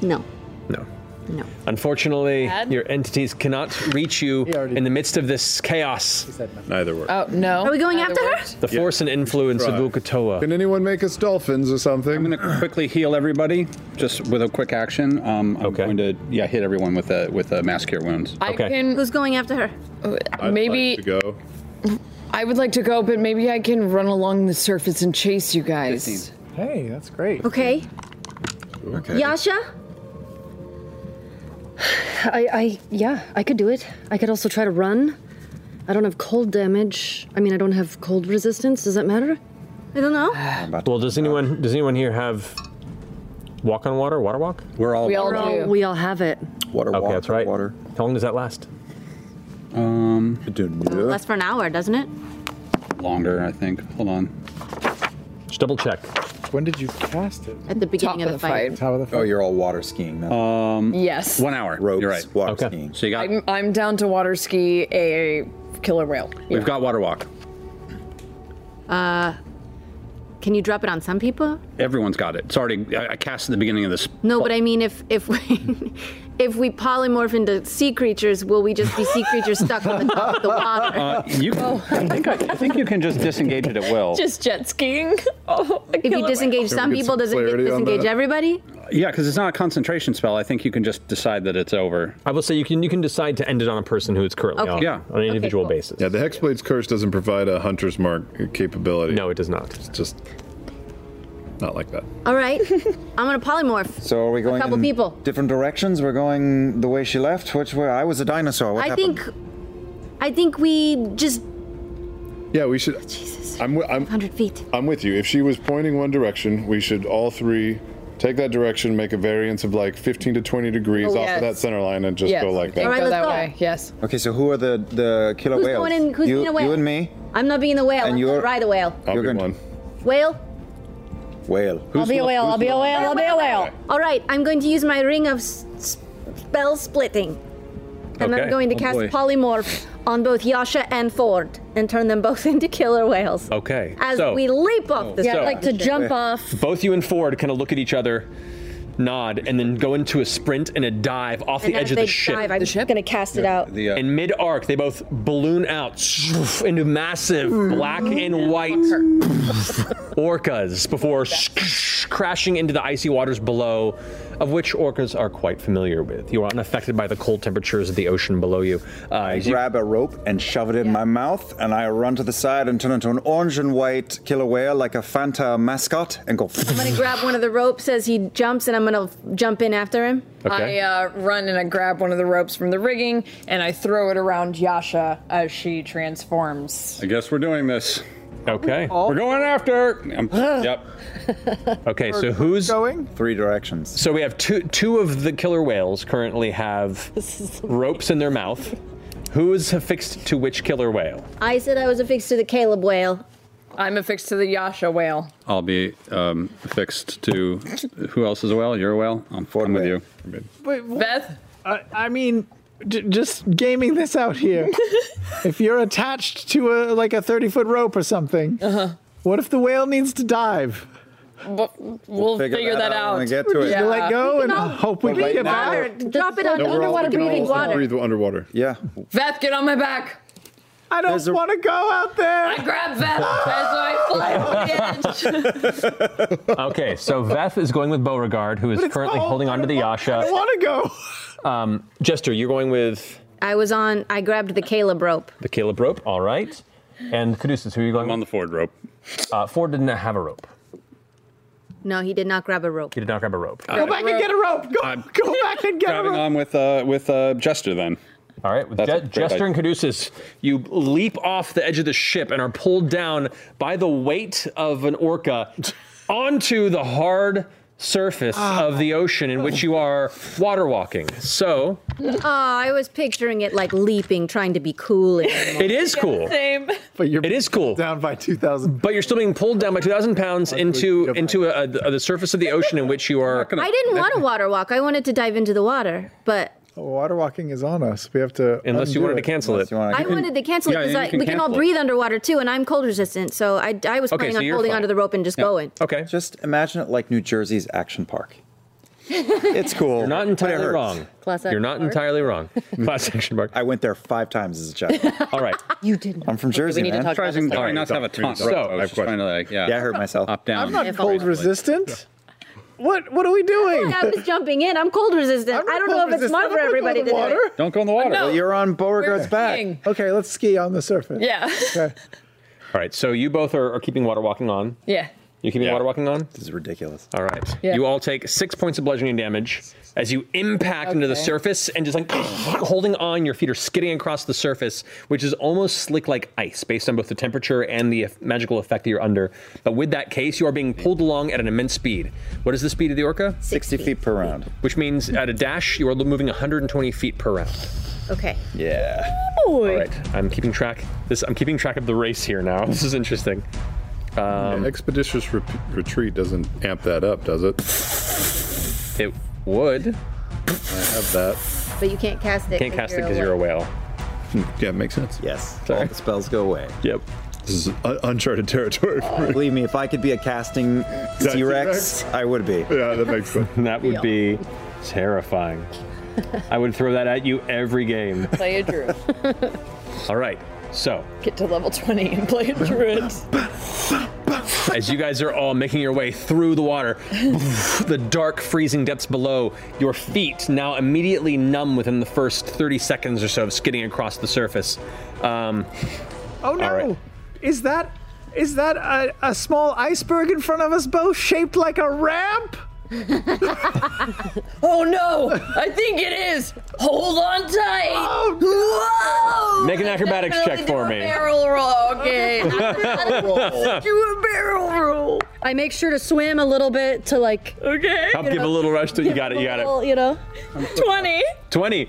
[SPEAKER 2] No.
[SPEAKER 3] No.
[SPEAKER 2] No.
[SPEAKER 3] Unfortunately,
[SPEAKER 11] Bad?
[SPEAKER 3] your entities cannot reach you in the midst of this chaos.
[SPEAKER 9] Neither works.
[SPEAKER 11] Oh no.
[SPEAKER 2] Are we going after her?
[SPEAKER 3] The force and influence of
[SPEAKER 9] Try.
[SPEAKER 3] Ukatoa.
[SPEAKER 6] Can anyone make us dolphins or something? I'm
[SPEAKER 9] gonna quickly heal everybody just with a quick action. Um, I'm going to yeah hit everyone with a with a mass cure wounds.
[SPEAKER 11] I can.
[SPEAKER 2] Who's going after her?
[SPEAKER 11] maybe
[SPEAKER 9] go.
[SPEAKER 11] I would like to go, but maybe I can run along the surface and chase you guys.
[SPEAKER 13] Hey, that's great.
[SPEAKER 2] Okay.
[SPEAKER 6] Okay.
[SPEAKER 2] Yasha.
[SPEAKER 5] I, I, yeah, I could do it. I could also try to run. I don't have cold damage. I mean, I don't have cold resistance. Does that matter?
[SPEAKER 2] I don't know.
[SPEAKER 3] Well, does anyone does anyone here have walk on water, water walk? We're all
[SPEAKER 5] We all do. We all have it.
[SPEAKER 3] water okay, walk. that's right. Water. How long does that last?
[SPEAKER 9] Um,
[SPEAKER 2] Lasts for an hour, doesn't it?
[SPEAKER 9] longer, I think. Hold on.
[SPEAKER 3] Just double check.
[SPEAKER 9] When did you cast it?
[SPEAKER 2] At the beginning of, the, fight.
[SPEAKER 23] Oh, you're all water skiing now.
[SPEAKER 9] Um,
[SPEAKER 11] Yes.
[SPEAKER 9] One hour. Ropes, You're right.
[SPEAKER 23] Water
[SPEAKER 9] skiing. So you got.
[SPEAKER 11] I'm, I'm down to water ski a killer whale.
[SPEAKER 9] We've got water walk.
[SPEAKER 2] Uh, can you drop it on some people?
[SPEAKER 9] Everyone's got it. It's already. I, I cast at the beginning of this.
[SPEAKER 2] No, but I mean, if if we if we polymorph into sea creatures, will we just be sea creatures stuck on the top of the water?
[SPEAKER 9] Uh, you. I think I, I think you can just disengage it at will.
[SPEAKER 11] Just jet skiing. Oh, a
[SPEAKER 2] if
[SPEAKER 11] killer
[SPEAKER 2] you
[SPEAKER 11] whale.
[SPEAKER 2] disengage
[SPEAKER 9] Can we
[SPEAKER 2] some
[SPEAKER 9] get
[SPEAKER 2] people,
[SPEAKER 9] some
[SPEAKER 2] does it get-
[SPEAKER 9] clarity on
[SPEAKER 2] disengage
[SPEAKER 9] that?
[SPEAKER 2] everybody?
[SPEAKER 9] Yeah, because it's not a concentration spell. I think you can just decide that it's over.
[SPEAKER 3] I will say you can you can decide to end it on a person who it's currently
[SPEAKER 2] Okay.
[SPEAKER 3] on.
[SPEAKER 2] Yeah.
[SPEAKER 3] On an individual basis.
[SPEAKER 6] Yeah, the Hexblade's Curse doesn't provide a Hunter's Mark capability. No,
[SPEAKER 3] it does not.
[SPEAKER 6] It's just not like that.
[SPEAKER 2] All right, I'm gonna polymorph.
[SPEAKER 7] So are we going
[SPEAKER 2] couple
[SPEAKER 7] in
[SPEAKER 2] people.
[SPEAKER 7] different directions? We're going the way she left. Which way? I was a dinosaur. What
[SPEAKER 2] I
[SPEAKER 7] happened?
[SPEAKER 2] think, I think we just
[SPEAKER 6] Yeah, we should. Jesus. I'm, wi- I'm
[SPEAKER 2] 100 feet.
[SPEAKER 6] I'm with you. If she was pointing one direction, we should all three take that direction, make a variance of like 15 to 20 degrees
[SPEAKER 11] Oh,
[SPEAKER 6] off
[SPEAKER 11] yes.
[SPEAKER 6] of that center line, and just
[SPEAKER 11] Yes.
[SPEAKER 6] go like that.
[SPEAKER 11] Go that way. Yes.
[SPEAKER 7] Okay, so who are the the killer
[SPEAKER 2] Who's
[SPEAKER 7] whales?
[SPEAKER 2] going in- who's
[SPEAKER 7] you,
[SPEAKER 2] being a whale?
[SPEAKER 7] you and me.
[SPEAKER 2] I'm not being the whale.
[SPEAKER 7] And
[SPEAKER 2] I'm gonna
[SPEAKER 7] you're-
[SPEAKER 2] ride the whale.
[SPEAKER 7] I'll you're be going
[SPEAKER 2] Whale.
[SPEAKER 7] whale.
[SPEAKER 2] I'll be a whale. I'll be a whale. I'll be a whale. All right, I'm going to use my ring of s- s- spell splitting, and I'm
[SPEAKER 3] Okay.
[SPEAKER 2] going to
[SPEAKER 3] Oh,
[SPEAKER 2] cast
[SPEAKER 3] boy.
[SPEAKER 2] polymorph on both Yasha and Ford, and turn them both into killer whales.
[SPEAKER 3] Okay.
[SPEAKER 2] As
[SPEAKER 3] so-
[SPEAKER 2] we leap off this.
[SPEAKER 3] So-
[SPEAKER 2] off.
[SPEAKER 3] Both you and Ford kind of look at each other, nod, and then go into a sprint and a dive off
[SPEAKER 2] and
[SPEAKER 3] the
[SPEAKER 2] as
[SPEAKER 3] edge of
[SPEAKER 2] they
[SPEAKER 3] the ship.
[SPEAKER 2] dive, I'm going to cast it out.
[SPEAKER 3] in mid arc, they both balloon out into massive black and white orcas before sh- crashing into the icy waters below, of which orcas are quite familiar with. You are unaffected by the cold temperatures of the ocean below you. Uh,
[SPEAKER 7] I grab a rope and shove it in my mouth, and I run to the side and turn into an orange and white killer whale like a Fanta mascot and go.
[SPEAKER 2] I'm gonna grab one of the ropes as he jumps, and I'm gonna jump in after him.
[SPEAKER 7] Okay.
[SPEAKER 11] I uh, run and I grab one of the ropes from the rigging and I throw it around Yasha as she transforms.
[SPEAKER 9] I guess we're doing this.
[SPEAKER 3] Okay.
[SPEAKER 9] We're going after. Um, yep.
[SPEAKER 3] Okay, so who's
[SPEAKER 7] going? Three directions.
[SPEAKER 3] So we have two two of the killer whales currently have ropes in their mouth. Who's affixed to which killer whale?
[SPEAKER 24] I said I was affixed to the Caleb whale.
[SPEAKER 11] I'm affixed to the Yasha whale.
[SPEAKER 9] I'll be um, fixed to. Who else is a whale? You're a whale? I'm, I'm with you. I'm good.
[SPEAKER 13] Beth? I, I mean, j- just gaming this out here. if you're attached to a like a 30 foot rope or something, what if the whale needs to dive?
[SPEAKER 11] We'll, we'll figure, that, out.
[SPEAKER 13] we just let go and hope we
[SPEAKER 11] But
[SPEAKER 13] can
[SPEAKER 11] right
[SPEAKER 13] get
[SPEAKER 11] now-
[SPEAKER 13] back.
[SPEAKER 2] Drop it on
[SPEAKER 6] No, we're all-
[SPEAKER 2] underwater
[SPEAKER 6] we can all
[SPEAKER 2] breathing water.
[SPEAKER 6] Breathe underwater.
[SPEAKER 7] Yeah.
[SPEAKER 11] Veth, get on my back.
[SPEAKER 13] I don't want to go out there.
[SPEAKER 11] I grab Veth as I fly over the edge.
[SPEAKER 3] okay, so Veth is going with Beauregard, who is
[SPEAKER 2] But it's
[SPEAKER 3] currently
[SPEAKER 2] cold.
[SPEAKER 3] holding onto the Yasha. I
[SPEAKER 13] want to
[SPEAKER 3] go. Um, Jester, you're going with
[SPEAKER 2] I was on. I grabbed the Caleb rope.
[SPEAKER 3] the Caleb rope. All right. And Caduceus, who are you going? I'm on
[SPEAKER 9] the Ford rope.
[SPEAKER 3] Uh, Ford didn't have a rope.
[SPEAKER 2] No, he did not grab a rope.
[SPEAKER 3] He did not grab a rope.
[SPEAKER 2] Go back and get a rope.
[SPEAKER 9] Go, I'm
[SPEAKER 13] go back and get
[SPEAKER 9] a rope. on with uh, with uh, Jester then.
[SPEAKER 3] All right, with Je- Jester and Caduceus, you leap off the edge of the ship and are pulled down by the weight of an orca onto the hard surface of the ocean in which you are water walking. So
[SPEAKER 2] Oh, I was picturing it like leaping, trying to be cool.
[SPEAKER 3] it is cool.
[SPEAKER 13] But you're
[SPEAKER 3] it is cool.
[SPEAKER 13] Down by 2,000.
[SPEAKER 3] But you're still being pulled down by 2,000 pounds into into a, a- the surface of the ocean in which you are.
[SPEAKER 2] I didn't want to water walk. I wanted to dive into the water, but
[SPEAKER 13] Water walking is on us. We have to.
[SPEAKER 3] Unless you
[SPEAKER 13] undo
[SPEAKER 3] wanted to cancel it.
[SPEAKER 13] Uh,
[SPEAKER 2] I wanted to cancel it because we can all breathe underwater too, and I'm cold resistant. So I, I was
[SPEAKER 7] Okay,
[SPEAKER 2] planning
[SPEAKER 7] so
[SPEAKER 2] on
[SPEAKER 7] you're
[SPEAKER 2] holding
[SPEAKER 7] fine.
[SPEAKER 2] onto the rope and just going.
[SPEAKER 3] Okay.
[SPEAKER 7] Just imagine it like New Jersey's Action Park. It's cool. You're
[SPEAKER 3] not entirely wrong.
[SPEAKER 2] Class
[SPEAKER 3] You're not entirely wrong. Class action mark.
[SPEAKER 7] I went there five times as a child.
[SPEAKER 3] All right.
[SPEAKER 5] You didn't.
[SPEAKER 7] I'm from Jersey,
[SPEAKER 5] we need to
[SPEAKER 7] man.
[SPEAKER 5] talk about Trying- this trying later. not to have a taunt
[SPEAKER 7] So,
[SPEAKER 9] rope. I was just trying to, like, yeah.
[SPEAKER 7] I hurt myself.
[SPEAKER 9] Up down.
[SPEAKER 13] I'm not cold resistant. What What are we doing?
[SPEAKER 2] I'm just jumping in. I'm cold resistant. I don't know if it's smart for everybody to do it.
[SPEAKER 9] Don't go in the water.
[SPEAKER 13] Well, you're
[SPEAKER 7] on
[SPEAKER 13] Beauregard's back. Okay, let's ski on the surface.
[SPEAKER 11] Yeah.
[SPEAKER 13] Okay.
[SPEAKER 3] All right, so you both are, are keeping water walking on.
[SPEAKER 11] Yeah.
[SPEAKER 3] You keeping water walking on? This
[SPEAKER 7] is ridiculous.
[SPEAKER 3] All right.
[SPEAKER 11] Yeah.
[SPEAKER 3] You all take six points of bludgeoning damage as you impact into the
[SPEAKER 11] Okay.
[SPEAKER 3] surface and just like holding on, your feet are skidding across the surface, which is almost slick like ice based on both the temperature and the eff- magical effect that you're under. But with that case, you are being pulled along at an immense speed. What is the speed of the orca?
[SPEAKER 7] 60 feet per round.
[SPEAKER 3] Which means at a dash, you are moving 120 feet per round.
[SPEAKER 2] Okay.
[SPEAKER 7] Yeah.
[SPEAKER 3] All right, I'm keeping track. This I'm keeping track of the race here now. This is interesting. Um,
[SPEAKER 6] Expeditious rep- retreat doesn't amp that up, does it?
[SPEAKER 3] It would. I
[SPEAKER 6] have that.
[SPEAKER 2] But you can't cast it.
[SPEAKER 6] Can't cast it 'cause
[SPEAKER 3] you're a whale.
[SPEAKER 6] Yeah, it makes sense.
[SPEAKER 7] Yes. All the spells go away.
[SPEAKER 3] Yep.
[SPEAKER 6] This is un- uncharted territory. For me.
[SPEAKER 7] Believe me, if I could be a casting T-Rex, I would be.
[SPEAKER 6] Yeah, that makes sense.
[SPEAKER 3] that would be terrifying. I would throw that at you every game.
[SPEAKER 11] Play a druid.
[SPEAKER 3] All right, so
[SPEAKER 11] Get to level 20 and play a druid.
[SPEAKER 3] as you guys are all making your way through the water, the dark, freezing depths below, your feet now immediately numb within the first 30 seconds or so of skidding across the surface. Um,
[SPEAKER 13] Oh no! Is that is that a, a small iceberg in front of us, Bo, shaped like a ramp?
[SPEAKER 11] oh no! I think it is! Hold on tight! Whoa!
[SPEAKER 3] Make an acrobatics
[SPEAKER 11] Definitely
[SPEAKER 3] check for
[SPEAKER 11] do a
[SPEAKER 3] me.
[SPEAKER 11] Barrel roll, okay.
[SPEAKER 5] Do
[SPEAKER 11] a barrel roll.
[SPEAKER 5] I make sure to swim a little bit to like.
[SPEAKER 11] Okay.
[SPEAKER 3] Help give a little rush to you got it, you got it.
[SPEAKER 5] You know.
[SPEAKER 11] 20.
[SPEAKER 3] 20.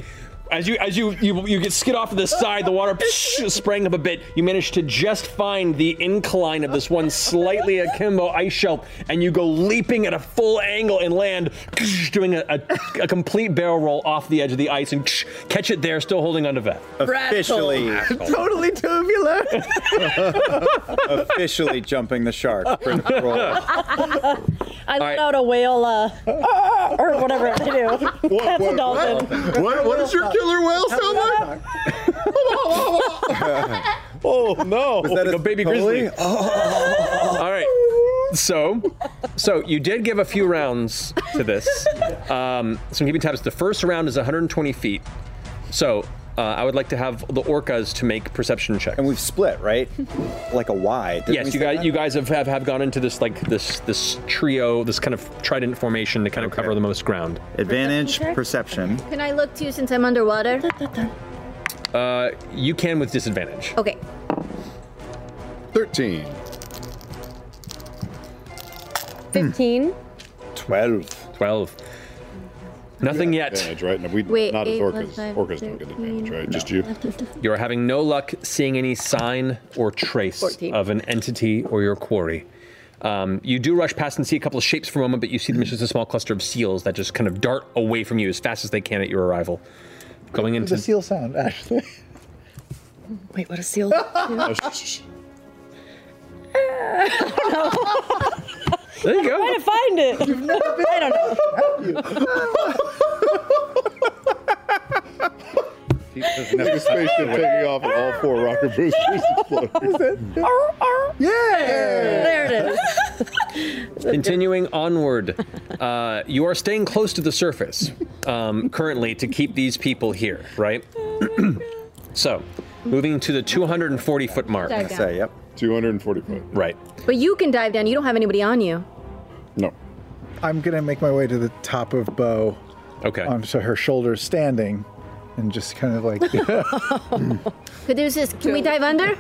[SPEAKER 3] As you as you you, you get skid off to the side, the water psh, sprang up a bit. You manage to just find the incline of this one slightly akimbo ice shelf, and you go leaping at a full angle and land, doing a, a, a complete barrel roll off the edge of the ice and catch it there, still holding onto Veth.
[SPEAKER 7] Officially.
[SPEAKER 13] totally tubular.
[SPEAKER 7] Officially jumping the shark. Critical roll.
[SPEAKER 5] I let
[SPEAKER 7] right.
[SPEAKER 5] out a whale, uh, or whatever they do. That's a dolphin.
[SPEAKER 6] What, what is your killer whale sound like? oh no!
[SPEAKER 3] Oh, Like a baby grizzly. All right, So, so you did give a few rounds to this. Um, so I'm keeping tabs. The first round is 120 feet. So uh, I would like to have the orcas to make perception checks. And
[SPEAKER 25] we've split, right? Like a Y. didn't we
[SPEAKER 3] yes,
[SPEAKER 25] say
[SPEAKER 3] you guys,
[SPEAKER 25] that?
[SPEAKER 3] you guys have, have have gone into this like this this trio, this kind of trident formation to kind of cover the most ground.
[SPEAKER 26] Advantage,
[SPEAKER 2] Perception check?
[SPEAKER 3] perception.
[SPEAKER 2] Can I look too since I'm underwater?
[SPEAKER 3] Uh, you can with disadvantage.
[SPEAKER 2] Okay.
[SPEAKER 3] 13.
[SPEAKER 2] 15.
[SPEAKER 3] 12. 12. Nothing yet.
[SPEAKER 6] Advantage, right? No, we,
[SPEAKER 2] Wait,
[SPEAKER 6] not as
[SPEAKER 2] eight
[SPEAKER 6] orcas.
[SPEAKER 2] plus five,
[SPEAKER 6] orcas don't get advantage, right? Just you.
[SPEAKER 3] You're having no luck seeing any sign or trace
[SPEAKER 6] 14.
[SPEAKER 3] of an entity or your quarry. Um, you do rush past and see a couple of shapes for a moment, but you see them as just a small cluster of seals that just kind of dart away from you as fast as they can at your arrival. Going into
[SPEAKER 13] The seal sound, actually.
[SPEAKER 5] Wait, what a seal?
[SPEAKER 3] There you go.
[SPEAKER 11] I'm trying to find it. I don't know.
[SPEAKER 6] The spaceship taking off and all four rocket boosters exploding.
[SPEAKER 5] There it is.
[SPEAKER 3] Continuing onward, uh, you are staying close to the surface um, currently to keep these people here, right? so, moving to the 240 foot mark.
[SPEAKER 2] Dive down. Say,
[SPEAKER 3] yep.
[SPEAKER 6] 240 foot.
[SPEAKER 3] Right.
[SPEAKER 2] But you can dive down. You don't have anybody on you.
[SPEAKER 13] I'm gonna make my way to the top of Bo.
[SPEAKER 3] Okay.
[SPEAKER 13] Onto her shoulders, standing, and just kind of like.
[SPEAKER 2] Could there's this? Can we dive under?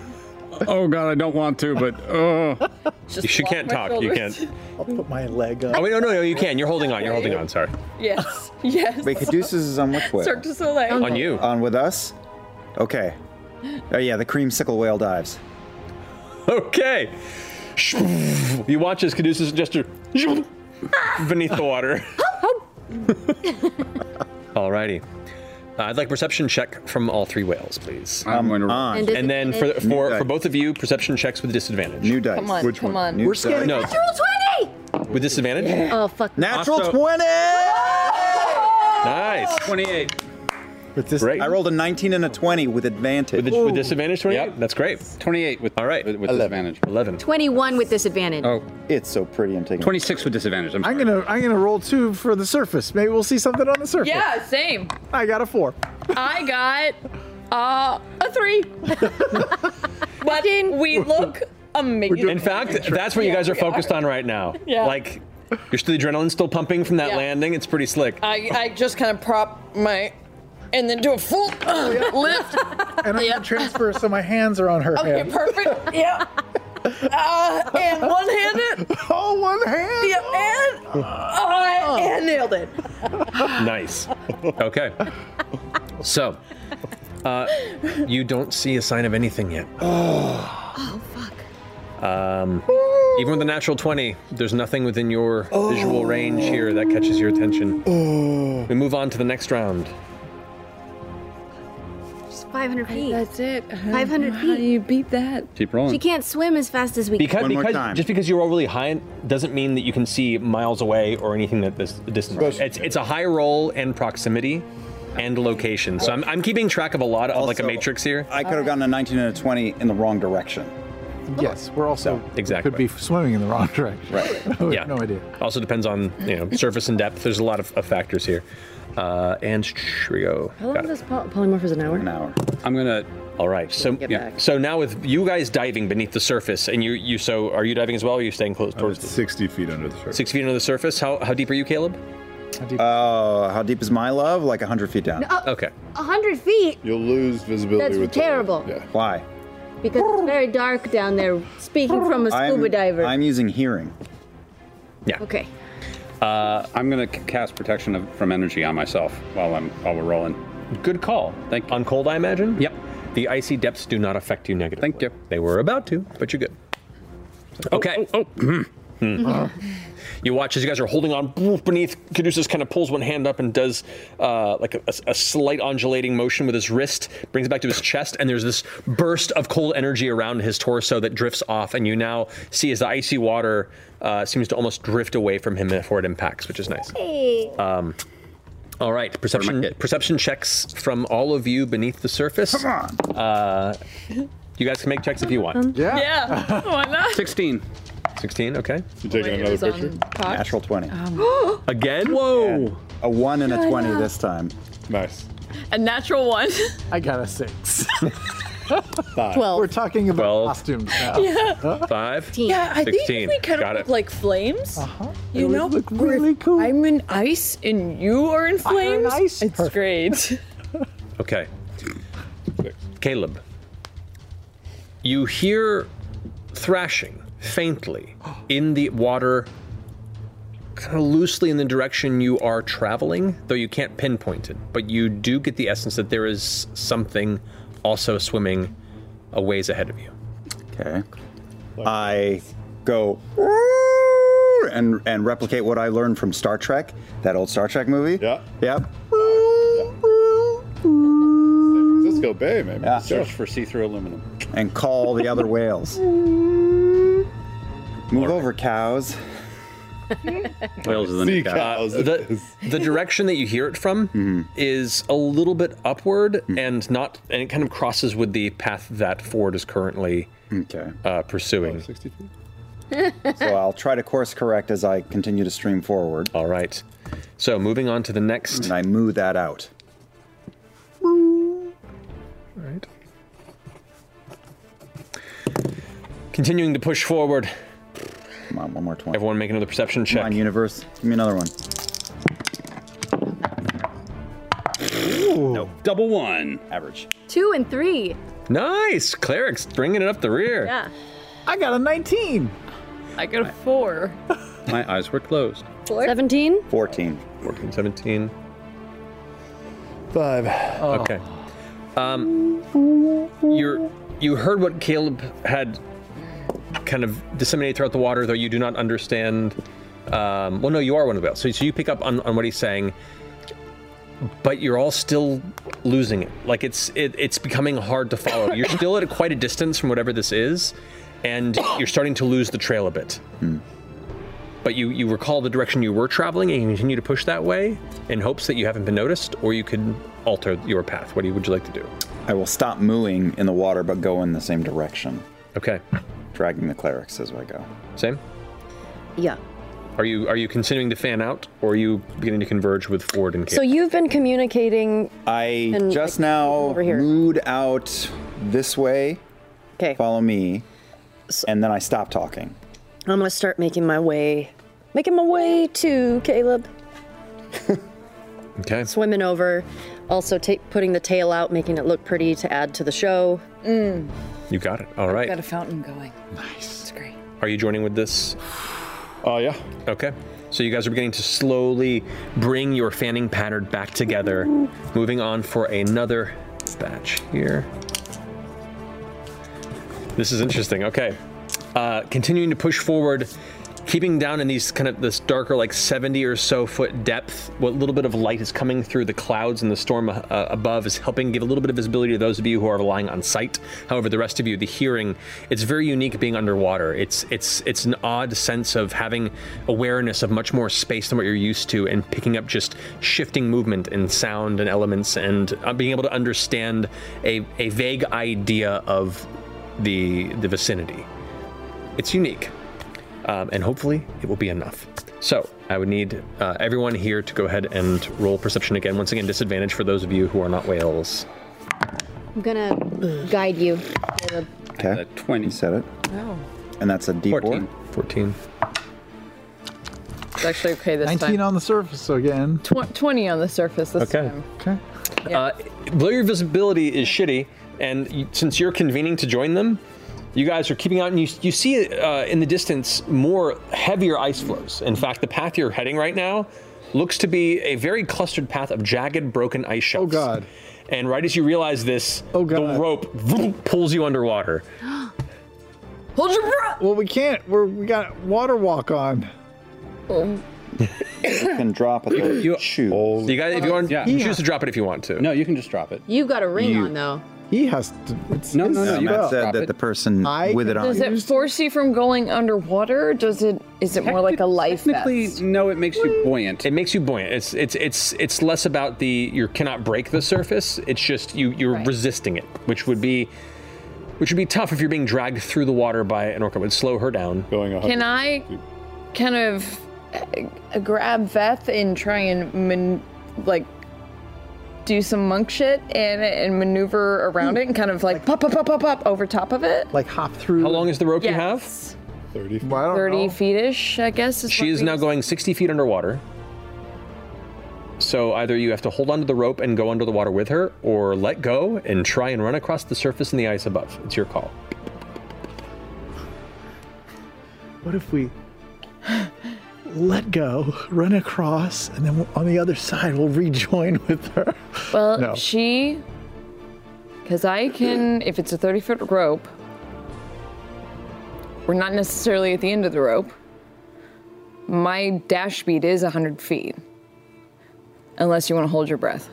[SPEAKER 9] Oh god, I don't want to, but uh.
[SPEAKER 3] You she can't talk. You can't.
[SPEAKER 13] I'll put my leg
[SPEAKER 3] Oh, wait, no, no, no, you can. You're holding on. You're holding on. Sorry.
[SPEAKER 11] Yes. Yes.
[SPEAKER 7] Wait, Caduceus is on which whale?
[SPEAKER 11] Cirque du Soleil.
[SPEAKER 3] On you.
[SPEAKER 7] On with us? Okay. Oh, yeah, the cream sickle whale dives.
[SPEAKER 3] Okay. You watch as Caduceus just beneath the water. Alrighty. Uh, I'd like perception check from all three whales, please.
[SPEAKER 9] I'm going to
[SPEAKER 3] roll.
[SPEAKER 9] on.
[SPEAKER 3] And,
[SPEAKER 9] And
[SPEAKER 3] then for,
[SPEAKER 9] disadvantage. New
[SPEAKER 3] for,
[SPEAKER 9] dice.
[SPEAKER 3] for both of you, perception checks with disadvantage. New dice.
[SPEAKER 2] Come on. come on.
[SPEAKER 3] We're scared. No,
[SPEAKER 2] Natural
[SPEAKER 3] with disadvantage.
[SPEAKER 2] 20! Oh, fuck.
[SPEAKER 3] Natural Also-
[SPEAKER 7] 20!
[SPEAKER 3] Nice.
[SPEAKER 9] 28.
[SPEAKER 7] With this, I rolled a 19 and a 20 with advantage.
[SPEAKER 3] With, with disadvantage, 20? Yep, that's great.
[SPEAKER 9] 28 with
[SPEAKER 3] All right.
[SPEAKER 9] With, with disadvantage.
[SPEAKER 3] 11.
[SPEAKER 2] 21 with
[SPEAKER 3] Oh.
[SPEAKER 2] disadvantage.
[SPEAKER 7] it's so pretty. I'm taking
[SPEAKER 9] 26 Oh. with disadvantage. I'm
[SPEAKER 13] I'm gonna I'm gonna roll two for the surface. Maybe we'll see something on the surface.
[SPEAKER 27] Yeah, same.
[SPEAKER 13] I got a four.
[SPEAKER 27] I got uh, a three. but we look amazing.
[SPEAKER 3] In fact, that's what you guys are focused on right now.
[SPEAKER 11] Yeah.
[SPEAKER 3] Like, you're still, the adrenaline's still pumping from that landing. It's pretty slick.
[SPEAKER 11] I, I just kind of prop my, and then do a full uh, lift.
[SPEAKER 13] And I'm gonna transfer, so my hands are on her
[SPEAKER 11] Okay,
[SPEAKER 13] hands.
[SPEAKER 11] perfect. Yeah. Uh, and one-handed.
[SPEAKER 13] Oh, one hand.
[SPEAKER 11] Yeah, and uh, and nailed it.
[SPEAKER 3] nice. Okay. So, uh, you don't see a sign of anything yet. Oh. fuck. Um, even with a natural 20, there's nothing within your visual range here that catches your attention. We move on to the next round.
[SPEAKER 2] Just 500 feet. That's it. 500 feet. How do you beat that?
[SPEAKER 3] Keep
[SPEAKER 2] She can't swim as fast as we
[SPEAKER 3] Because,
[SPEAKER 2] can.
[SPEAKER 3] because just because you roll really high doesn't mean that you can see miles away or anything that this distance. It's it's a high roll and proximity and location. So I'm, I'm keeping track of a lot of like a
[SPEAKER 7] Also,
[SPEAKER 3] matrix here.
[SPEAKER 7] I could have gotten a 19 and a 20 in the wrong direction.
[SPEAKER 13] Yes, we're also
[SPEAKER 3] exactly
[SPEAKER 13] could be swimming in the wrong direction. Right.
[SPEAKER 3] yeah. no idea. Also depends on you know surface and depth. There's a lot of, of factors here. Uh, and trio.
[SPEAKER 5] How long does poly- polymorph is an hour? An
[SPEAKER 7] hour.
[SPEAKER 3] I'm gonna. All right. So
[SPEAKER 5] Get
[SPEAKER 3] yeah.
[SPEAKER 5] back.
[SPEAKER 3] So now with you guys diving beneath the surface, and you you so are you diving as well? Or are you staying close towards the
[SPEAKER 6] sixty feet under the surface?
[SPEAKER 3] Six feet under the surface. How how deep are you, Caleb?
[SPEAKER 7] Oh, how deep is my love? Like 100 feet down.
[SPEAKER 2] No.
[SPEAKER 3] Okay.
[SPEAKER 2] 100 feet.
[SPEAKER 6] You'll lose
[SPEAKER 2] That's
[SPEAKER 6] visibility with
[SPEAKER 2] terrible.
[SPEAKER 7] Why?
[SPEAKER 2] Because it's very dark down there, speaking from a
[SPEAKER 7] I'm-
[SPEAKER 2] scuba diver.
[SPEAKER 7] I'm using hearing.
[SPEAKER 3] Yeah.
[SPEAKER 2] okay.
[SPEAKER 9] Uh, I'm gonna c- cast protection of, from energy on myself while I'm while we're rolling.
[SPEAKER 3] Good call. Thank you. On cold, I imagine. Yep. The icy depths do not affect you negatively. Thank you. They were about to, but you're good. Okay. Oh. Hmm. You watch as you guys are holding on beneath. Caduceus kind of pulls one hand up and does uh, like a, a slight undulating motion with his wrist, brings it back to his chest, and there's this burst of cold energy around his torso that drifts off, and you now see as the icy water uh, seems to almost drift away from him before it impacts, which is nice. Um, all right, perception perception checks from all of you beneath the surface. Come
[SPEAKER 2] Um,
[SPEAKER 3] on.
[SPEAKER 7] Um,
[SPEAKER 3] Uh, you guys can make checks if you want.
[SPEAKER 9] Yeah.
[SPEAKER 11] Yeah. Why not?
[SPEAKER 3] 16. 16, okay.
[SPEAKER 6] You taking another picture?
[SPEAKER 7] Natural 20.
[SPEAKER 3] Again?
[SPEAKER 7] Whoa! A 1 and a
[SPEAKER 11] Yeah.
[SPEAKER 7] 20 this time.
[SPEAKER 6] Nice.
[SPEAKER 11] A natural one.
[SPEAKER 13] I got a six.
[SPEAKER 11] Twelve.
[SPEAKER 13] We're talking about costumes now.
[SPEAKER 11] Yeah.
[SPEAKER 3] Five.
[SPEAKER 11] Yeah, I think we kind
[SPEAKER 3] Got
[SPEAKER 11] of look
[SPEAKER 3] it.
[SPEAKER 11] like flames. Uh-huh. You
[SPEAKER 13] would
[SPEAKER 11] know,
[SPEAKER 13] look
[SPEAKER 11] Where
[SPEAKER 13] really cool.
[SPEAKER 11] I'm in ice and you are in flames. ice. It's great.
[SPEAKER 3] Okay. Caleb, you hear thrashing faintly in the water, kind of loosely in the direction you are traveling, though you can't pinpoint it. But you do get the essence that there is something also swimming a ways ahead of you.
[SPEAKER 7] Okay. I go and and replicate what I learned from Star Trek, that old Star Trek movie. Yeah. Yep. San
[SPEAKER 6] Francisco Bay, man.
[SPEAKER 9] Search for see-through aluminum.
[SPEAKER 7] And call the other whales. Move over, cows.
[SPEAKER 9] Whales are the
[SPEAKER 7] Sea
[SPEAKER 9] new
[SPEAKER 7] cows. Mm-hmm.
[SPEAKER 9] cows.
[SPEAKER 3] the, the direction that you hear it from is a little bit upward and not and it kind of crosses with the path that Ford is currently uh, pursuing.
[SPEAKER 7] so I'll try to course correct as I continue to stream forward.
[SPEAKER 3] All right. So moving on to the next.
[SPEAKER 7] And I moo that out.
[SPEAKER 3] Right. Continuing to push forward.
[SPEAKER 7] Come on, one more 20.
[SPEAKER 3] Everyone make another perception check.
[SPEAKER 7] Come on, universe. Give me another one.
[SPEAKER 9] No, double one.
[SPEAKER 7] Average.
[SPEAKER 2] Two and three.
[SPEAKER 3] Nice! Cleric's bringing it up the rear.
[SPEAKER 2] Yeah.
[SPEAKER 13] I got a 19.
[SPEAKER 11] I got a four.
[SPEAKER 3] My eyes were closed.
[SPEAKER 5] 17?
[SPEAKER 7] 14.
[SPEAKER 3] 14, 17.
[SPEAKER 28] Five.
[SPEAKER 3] Oh. Okay. Um, you're, you heard what Caleb had kind of disseminated throughout the water, though you do not understand. Um, well, no, you are one of the whales. So, so you pick up on, on what he's saying, but you're all still losing it. Like it's it, it's becoming hard to follow. You're still at quite a distance from whatever this is, and you're starting to lose the trail a bit. But you, you recall the direction you were traveling and you continue to push that way in hopes that you haven't been noticed, or you could alter your path. What do you, would you like to do?
[SPEAKER 7] I will stop mooing in the water, but go in the same direction.
[SPEAKER 3] Okay.
[SPEAKER 7] Dragging the clerics as I go.
[SPEAKER 3] Same.
[SPEAKER 5] Yeah.
[SPEAKER 3] Are you are you continuing to fan out, or are you beginning to converge with Ford and Kate?
[SPEAKER 5] So you've been communicating.
[SPEAKER 7] I
[SPEAKER 5] And,
[SPEAKER 7] just
[SPEAKER 5] like,
[SPEAKER 7] now
[SPEAKER 5] over here.
[SPEAKER 7] mooed out this way.
[SPEAKER 5] Okay.
[SPEAKER 7] Follow me. And then I stop talking.
[SPEAKER 5] I'm gonna start making my way, making my way to Caleb.
[SPEAKER 3] okay.
[SPEAKER 5] Swimming over, also ta- putting the tail out, making it look pretty to add to the show.
[SPEAKER 11] Mm.
[SPEAKER 3] You got it. All right.
[SPEAKER 11] Got a fountain going. Nice. It's great.
[SPEAKER 3] Are you joining with this?
[SPEAKER 6] Oh, yeah.
[SPEAKER 3] Okay. So you guys are beginning to slowly bring your fanning pattern back together. Moving on for another batch here. This is interesting. Okay. Uh, continuing to push forward, keeping down in these kind of this darker, like 70 or so foot depth. What little bit of light is coming through the clouds and the storm uh, above is helping give a little bit of visibility to those of you who are relying on sight. However, the rest of you, the hearing, it's very unique being underwater. It's it's it's an odd sense of having awareness of much more space than what you're used to, and picking up just shifting movement and sound and elements, and uh, being able to understand a, a vague idea of the the vicinity. It's unique, um, and hopefully it will be enough. So I would need uh, everyone here to go ahead and roll perception again. Once again, disadvantage for those of you who are not whales.
[SPEAKER 2] I'm gonna guide you. Caleb.
[SPEAKER 7] Okay. 20. You said it.
[SPEAKER 11] Wow.
[SPEAKER 7] And that's a D4. 14.
[SPEAKER 3] 14.
[SPEAKER 11] It's actually okay this
[SPEAKER 13] 19
[SPEAKER 11] time.
[SPEAKER 13] on the surface again.
[SPEAKER 11] Tw- 20 on the surface this time.
[SPEAKER 13] Okay.
[SPEAKER 3] Uh, blurry visibility is shitty, and you, since you're convening to join them, you guys are keeping out, and you, you see uh, in the distance more heavier ice flows. In fact, the path you're heading right now looks to be a very clustered path of jagged, broken ice shelves. Oh God! And right as you realize this, oh God. the rope vroom, pulls you underwater.
[SPEAKER 11] Hold your breath.
[SPEAKER 13] Well, we can't. We're, we got water walk on.
[SPEAKER 11] Oh.
[SPEAKER 7] You can drop at the
[SPEAKER 3] You,
[SPEAKER 7] shoes.
[SPEAKER 3] so you guys, if you want,
[SPEAKER 9] Yeah.
[SPEAKER 3] you choose to drop it if you want to.
[SPEAKER 9] No, you can just drop it.
[SPEAKER 2] You've got a ring
[SPEAKER 9] You-
[SPEAKER 2] on though.
[SPEAKER 13] He has to. It's
[SPEAKER 9] No, no,
[SPEAKER 7] No,
[SPEAKER 9] no. You
[SPEAKER 7] Matt
[SPEAKER 9] can
[SPEAKER 7] said
[SPEAKER 9] drop
[SPEAKER 7] that
[SPEAKER 9] it.
[SPEAKER 7] the person with it on.
[SPEAKER 11] Does it force you from going underwater? Does it? Is it more like a life
[SPEAKER 9] technically,
[SPEAKER 11] vest?
[SPEAKER 9] no. It makes you buoyant.
[SPEAKER 3] It makes you buoyant. It's it's it's it's less about the you cannot break the surface. It's just you you're resisting it, which would be which would be tough if you're being dragged through the water by an orca. It would slow her down.
[SPEAKER 29] Going
[SPEAKER 11] Can I kind of uh, grab Veth and try and man- like do some monk shit and and maneuver
[SPEAKER 7] Hmm.
[SPEAKER 11] around it and kind of like pop pop pop pop pop over top of it?
[SPEAKER 3] Like hop through. How long is the rope you have?
[SPEAKER 29] Thirty.
[SPEAKER 11] Thirty feet ish, I guess. Is
[SPEAKER 3] She is now going 60 feet underwater. So either you have to hold onto the rope and go under the water with her, or let go and try and run across the surface and the ice above. It's your call.
[SPEAKER 13] What if we let go, run across, and then on the other side we'll rejoin with her?
[SPEAKER 11] Well,
[SPEAKER 13] No.
[SPEAKER 11] she. Because I can, if it's a 30 foot rope, we're not necessarily at the end of the rope. My dash speed is 100 feet. Unless you want to hold your breath.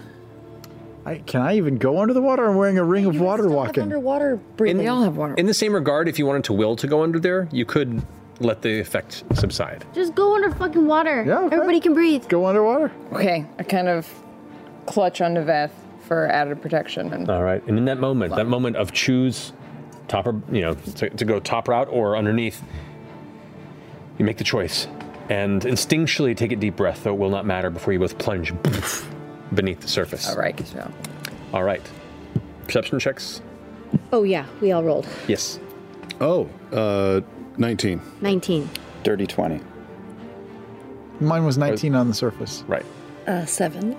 [SPEAKER 13] I, can I even go under the water? I'm wearing a ring of water walking.
[SPEAKER 5] underwater breathing.
[SPEAKER 3] In-
[SPEAKER 11] all have water.
[SPEAKER 3] In the same regard, if you wanted to will to go under there, you could let the effect subside.
[SPEAKER 30] Just go under fucking water. Yeah, Everybody can breathe.
[SPEAKER 13] Go underwater.
[SPEAKER 11] Okay, I kind of clutch onto Veth for added protection. And
[SPEAKER 3] All right. And in that moment, that moment of choose top or, you know, to, to go top route or underneath, you make the choice and instinctually take a deep breath, though it will not matter before you both plunge beneath the surface. All
[SPEAKER 11] right. So.
[SPEAKER 3] All right. Perception checks.
[SPEAKER 5] Oh yeah, we all rolled.
[SPEAKER 3] Yes.
[SPEAKER 6] Oh, uh, 19.
[SPEAKER 5] 19.
[SPEAKER 7] Dirty 20.
[SPEAKER 13] Mine was 19 on the surface.
[SPEAKER 3] Right.
[SPEAKER 5] Uh, seven.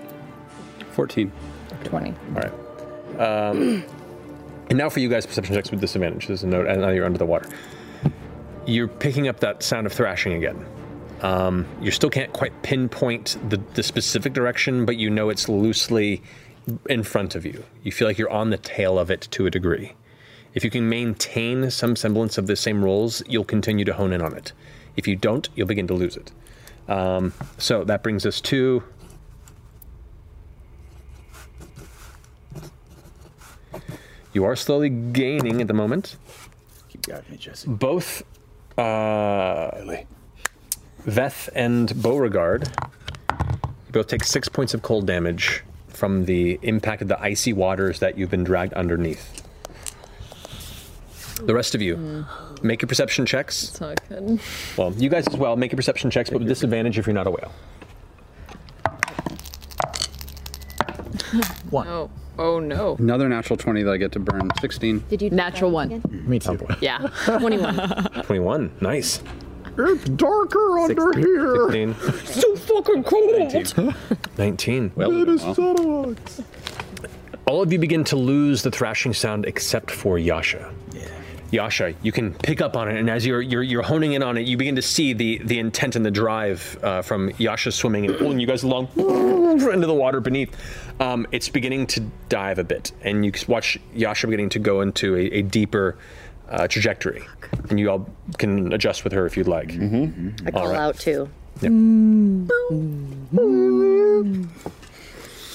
[SPEAKER 3] 14.
[SPEAKER 11] 20.
[SPEAKER 3] All right. Um, and now for you guys, perception checks with disadvantage. There's a note, and now you're under the water. You're picking up that sound of thrashing again. Um, you still can't quite pinpoint the, the specific direction, but you know it's loosely in front of you. You feel like you're on the tail of it to a degree. If you can maintain some semblance of the same rolls, you'll continue to hone in on it. If you don't, you'll begin to lose it. Um, so that brings us to You are slowly gaining at the moment. Keep
[SPEAKER 7] guarding me, Jesse.
[SPEAKER 3] Both uh, Veth and Beauregard you both take six points of cold damage from the impact of the icy waters that you've been dragged underneath. The rest of you, make your perception checks.
[SPEAKER 11] It's not good.
[SPEAKER 3] Well, you guys as well, make your perception checks, but with disadvantage if you're not a whale.
[SPEAKER 13] One.
[SPEAKER 11] No. Oh no.
[SPEAKER 9] Another natural 20 that I get to burn. 16.
[SPEAKER 5] Did you
[SPEAKER 11] natural one?
[SPEAKER 13] Me too.
[SPEAKER 11] Yeah.
[SPEAKER 5] 21.
[SPEAKER 3] 21. Nice.
[SPEAKER 13] It's darker under here.
[SPEAKER 3] 16.
[SPEAKER 13] So fucking cold.
[SPEAKER 3] 19.
[SPEAKER 13] it is so dark.
[SPEAKER 3] All of you begin to lose the thrashing sound except for Yasha. Yasha, you can pick up on it, and as you're you're, you're honing in on it, you begin to see the the intent and the drive uh, from Yasha swimming and pulling you guys along into the water beneath. Um, it's beginning to dive a bit, and you watch Yasha beginning to go into a, a deeper uh, trajectory, and you all can adjust with her if you'd like. Mm-hmm.
[SPEAKER 5] I call out too. Mm.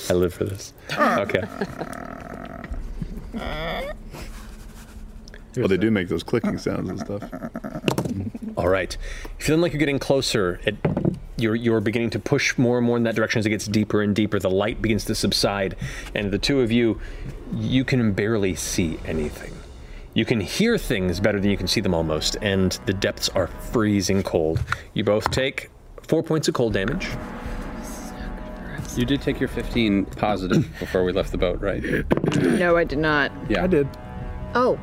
[SPEAKER 3] I live for this.
[SPEAKER 6] Ah.
[SPEAKER 3] Okay.
[SPEAKER 6] Well, they do make those clicking sounds and stuff.
[SPEAKER 3] All right. Feeling like you're getting closer. It, you're, you're beginning to push more and more in that direction as it gets deeper and deeper. The light begins to subside, and the two of you, you can barely see anything. You can hear things better than you can see them almost, and the depths are freezing cold. You both take four points of cold damage.
[SPEAKER 9] You did take your 15 positive before we left the boat, right?
[SPEAKER 11] No, I did not.
[SPEAKER 9] Yeah.
[SPEAKER 13] I did.
[SPEAKER 5] Oh.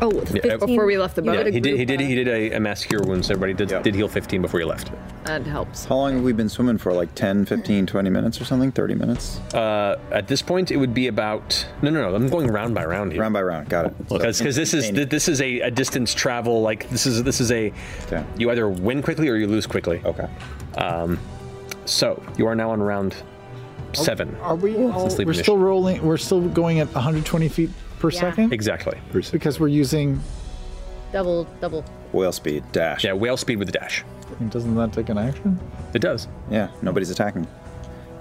[SPEAKER 5] Oh,
[SPEAKER 3] Yeah,
[SPEAKER 5] 15.
[SPEAKER 11] Before we left the boat.
[SPEAKER 3] Yeah, he did. He did. He did a, a mass cure wounds. Everybody did, did heal 15 before you left.
[SPEAKER 11] That helps.
[SPEAKER 7] How long have we been swimming for? Like 10, 15, 20 minutes or something? 30 minutes?
[SPEAKER 3] Uh, at this point, it would be about no, no, no. I'm going round by round here. Round
[SPEAKER 7] by round. Got it.
[SPEAKER 3] Because this is th- this is a, a distance travel. Like this is this is a you either win quickly or you lose quickly.
[SPEAKER 7] Okay.
[SPEAKER 3] Um, so you are now on round seven.
[SPEAKER 13] Are we?
[SPEAKER 3] Since
[SPEAKER 13] all-
[SPEAKER 3] sleep
[SPEAKER 13] we're
[SPEAKER 3] initiative.
[SPEAKER 13] still rolling. We're still going at 120 feet per second.
[SPEAKER 3] Exactly.
[SPEAKER 13] Because we're using.
[SPEAKER 5] Double, double.
[SPEAKER 7] Whale speed, dash.
[SPEAKER 3] Yeah, whale speed with a dash.
[SPEAKER 13] Doesn't that take an action?
[SPEAKER 3] It does.
[SPEAKER 7] Yeah, nobody's attacking.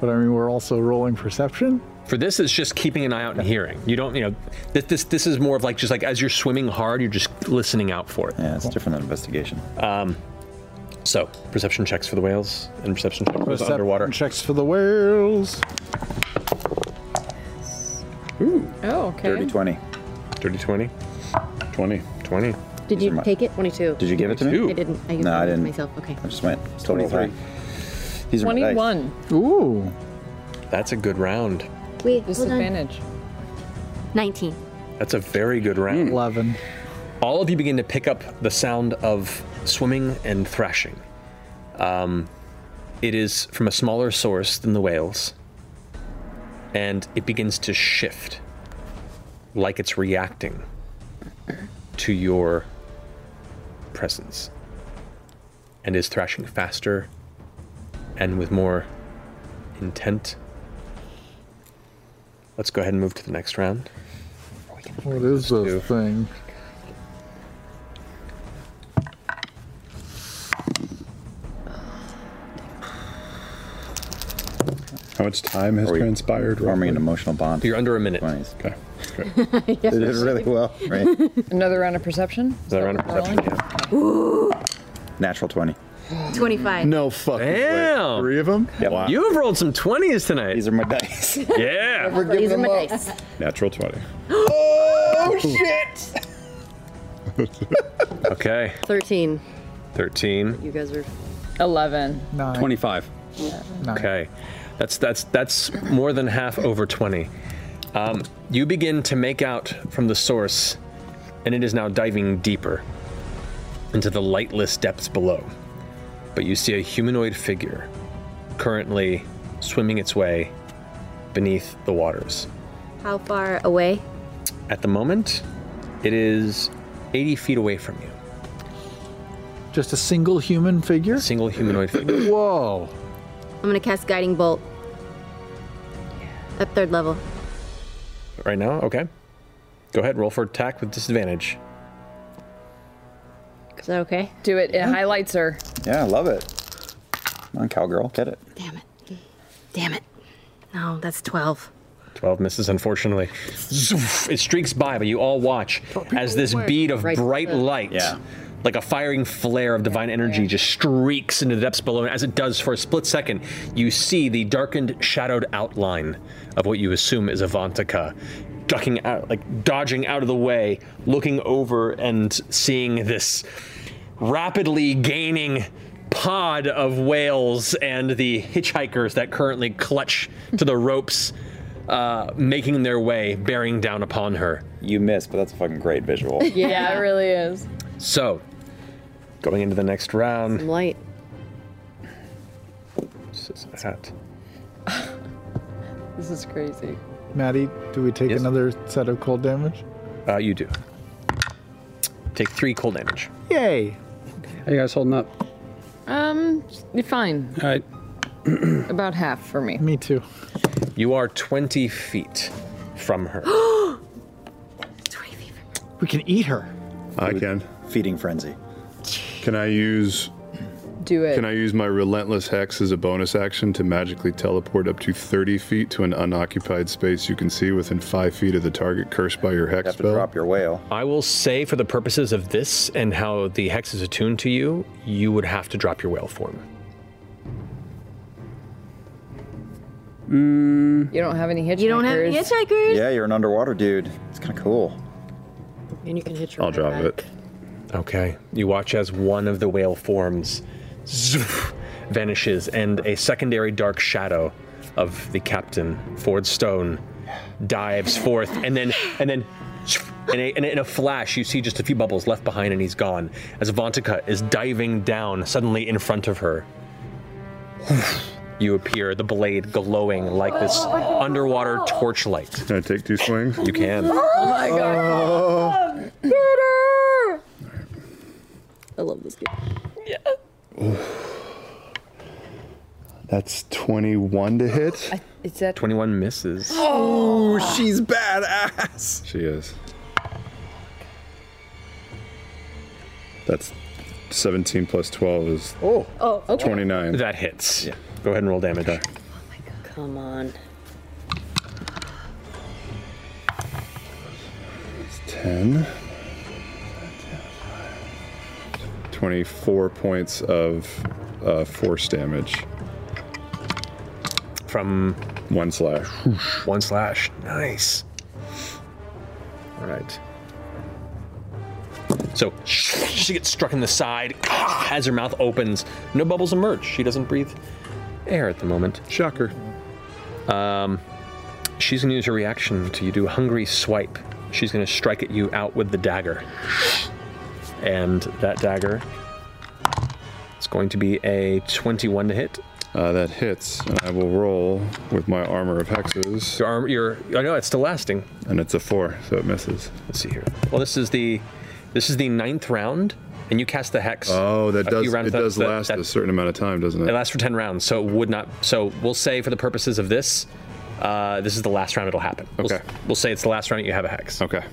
[SPEAKER 13] But I mean, we're also rolling perception.
[SPEAKER 3] For this, it's just keeping an eye out and hearing. You don't, you know, this this this is more of like just like as you're swimming hard, you're just listening out for it.
[SPEAKER 7] Yeah, it's different than investigation.
[SPEAKER 3] Um, so perception checks for the whales and perception checks for the
[SPEAKER 13] Perception
[SPEAKER 3] underwater.
[SPEAKER 13] checks for the whales.
[SPEAKER 11] Oh, okay.
[SPEAKER 3] Dirty
[SPEAKER 2] Oh,
[SPEAKER 7] 20.
[SPEAKER 3] Dirty 20.
[SPEAKER 31] 20.
[SPEAKER 3] 20.
[SPEAKER 5] Did you take it? 22.
[SPEAKER 7] Did you give it to me?
[SPEAKER 5] I didn't. I
[SPEAKER 7] no, I
[SPEAKER 5] gave it to
[SPEAKER 7] didn't.
[SPEAKER 5] myself. Okay.
[SPEAKER 7] I just went 23. These are my dice.
[SPEAKER 11] 21.
[SPEAKER 3] Ooh. That's a good round.
[SPEAKER 2] Wait,
[SPEAKER 11] Disadvantage.
[SPEAKER 2] 19.
[SPEAKER 3] That's a very good round.
[SPEAKER 13] 11.
[SPEAKER 3] All of you begin to pick up the sound of swimming and thrashing. Um, it is from a smaller source than the whales, and it begins to shift like it's reacting to your presence and is thrashing faster and with more intent. Let's go ahead and move to the next round.
[SPEAKER 13] What is this thing?
[SPEAKER 6] How much time has
[SPEAKER 7] Are we
[SPEAKER 6] transpired?
[SPEAKER 7] forming an emotional bond?
[SPEAKER 3] You're under a minute.
[SPEAKER 7] Okay.
[SPEAKER 11] They
[SPEAKER 7] They did really well, right?
[SPEAKER 11] Another round of perception.
[SPEAKER 7] Is that round of perception? Natural 20.
[SPEAKER 2] 25.
[SPEAKER 3] No fucking Damn. Three
[SPEAKER 6] of them?
[SPEAKER 3] Wow. You've rolled some 20s tonight. These
[SPEAKER 7] are my dice.
[SPEAKER 3] yeah.
[SPEAKER 2] We're giving These are them my up. dice.
[SPEAKER 3] Natural 20.
[SPEAKER 2] Oh, shit!
[SPEAKER 3] Okay.
[SPEAKER 5] 13.
[SPEAKER 3] 13.
[SPEAKER 5] You guys are.
[SPEAKER 11] 11.
[SPEAKER 3] 25. Okay. That's that's that's more than half over 20. Um, you begin to make out from the source and it is now diving deeper into the lightless depths below. But you see a humanoid figure currently swimming its way beneath the waters.
[SPEAKER 2] How far away?
[SPEAKER 3] At the moment, it is 80 feet away from you.
[SPEAKER 13] Just a single human figure?
[SPEAKER 3] Single humanoid figure.
[SPEAKER 13] Whoa.
[SPEAKER 2] I'm gonna cast Guiding Bolt. At third level.
[SPEAKER 3] Right now? Okay. Go ahead, roll for attack with disadvantage.
[SPEAKER 2] Is that okay?
[SPEAKER 11] Do it. It highlights her.
[SPEAKER 7] Yeah, I love it. Come on, cowgirl, get it.
[SPEAKER 2] Damn it. No, that's 12.
[SPEAKER 3] 12 misses, unfortunately. Zoof, it streaks by, but you all watch as this
[SPEAKER 2] were
[SPEAKER 3] bead of
[SPEAKER 2] right
[SPEAKER 3] bright
[SPEAKER 2] there.
[SPEAKER 3] light, like a firing flare of divine energy, just streaks into the depths below. And as it does for a split second, you see the darkened, shadowed outline of what you assume is Avantika. Ducking out, like dodging out of the way, looking over and seeing this rapidly gaining pod of whales and the hitchhikers that currently clutch to the ropes, uh, making their way, bearing down upon her.
[SPEAKER 7] You missed, but that's a fucking great
[SPEAKER 3] Oh.
[SPEAKER 7] visual.
[SPEAKER 11] Yeah, it really is.
[SPEAKER 3] So, going into the next round. Some
[SPEAKER 5] light.
[SPEAKER 11] This is crazy.
[SPEAKER 13] Maddie, do we take another set of cold damage?
[SPEAKER 3] Uh, you do. Take three cold damage.
[SPEAKER 13] Yay.
[SPEAKER 9] How you guys holding up?
[SPEAKER 11] Um, you're fine.
[SPEAKER 9] All right.
[SPEAKER 11] About half for me.
[SPEAKER 13] Me too.
[SPEAKER 3] You are 20 feet from her.
[SPEAKER 13] We can eat her.
[SPEAKER 6] I can.
[SPEAKER 7] Feeding frenzy.
[SPEAKER 6] Can I use
[SPEAKER 11] Do it.
[SPEAKER 6] Can I use my relentless hex as a bonus action to magically teleport up to 30 feet to an unoccupied space you can see within five feet of the target cursed by your hex
[SPEAKER 3] have to
[SPEAKER 6] spell?
[SPEAKER 3] drop
[SPEAKER 7] your whale.
[SPEAKER 3] I will say, for the purposes of this and how the hex is attuned to you, you would have to drop your whale form.
[SPEAKER 5] Mm.
[SPEAKER 11] You don't have any hitchhikers.
[SPEAKER 2] You don't have any hitchhikers?
[SPEAKER 7] Yeah, you're an underwater dude. It's kind of cool.
[SPEAKER 5] And you can hit
[SPEAKER 3] I'll drop it. Okay. You watch as one of the whale forms zoof, vanishes, and a secondary dark shadow of the captain, Ford Stone, dives forth, and then and then. And in, in a flash, you see just a few bubbles left behind, and he's gone. As Avantika is diving down, suddenly in front of her, you appear, the blade glowing like this underwater torchlight.
[SPEAKER 6] Can I take two swings? Oh.
[SPEAKER 3] You can.
[SPEAKER 11] Oh my
[SPEAKER 6] god.
[SPEAKER 2] Oh.
[SPEAKER 5] I love this game.
[SPEAKER 6] That's 21 to hit.
[SPEAKER 11] It's that.
[SPEAKER 3] 21 misses.
[SPEAKER 7] Oh, she's badass.
[SPEAKER 6] She is. That's 17 plus 12 is
[SPEAKER 5] Oh. Oh, okay.
[SPEAKER 6] 29.
[SPEAKER 3] That hits. Yeah. Go ahead and roll damage.
[SPEAKER 5] Come on.
[SPEAKER 6] 10. 24 points of uh, force damage.
[SPEAKER 3] From?
[SPEAKER 6] One slash.
[SPEAKER 3] One slash. Nice. All right. So she gets struck in the side Ah, as her mouth opens. No bubbles emerge. She doesn't breathe air at the moment. Shocker. Um, she's going to use her reaction to you do a hungry swipe. She's going to strike at you out with the dagger. And that dagger it's going to be a 21 to hit.
[SPEAKER 6] Uh, that hits, and I will roll with my armor of hexes.
[SPEAKER 3] Your armor, your I know it's still lasting.
[SPEAKER 6] And it's a four, so it misses.
[SPEAKER 3] Let's see here. Well, this is the this is the ninth round, and you cast the hex.
[SPEAKER 6] Oh, that
[SPEAKER 3] a few
[SPEAKER 6] does
[SPEAKER 3] rounds
[SPEAKER 6] it
[SPEAKER 3] that-
[SPEAKER 6] does
[SPEAKER 3] that-
[SPEAKER 6] last
[SPEAKER 3] that-
[SPEAKER 6] a certain amount of time, doesn't
[SPEAKER 3] It
[SPEAKER 6] it?
[SPEAKER 3] lasts for 10 rounds, so it would not. So we'll say for the purposes of this, uh, this is the last round it'll happen. Okay. We'll, we'll say it's the last round that you have a hex. Okay.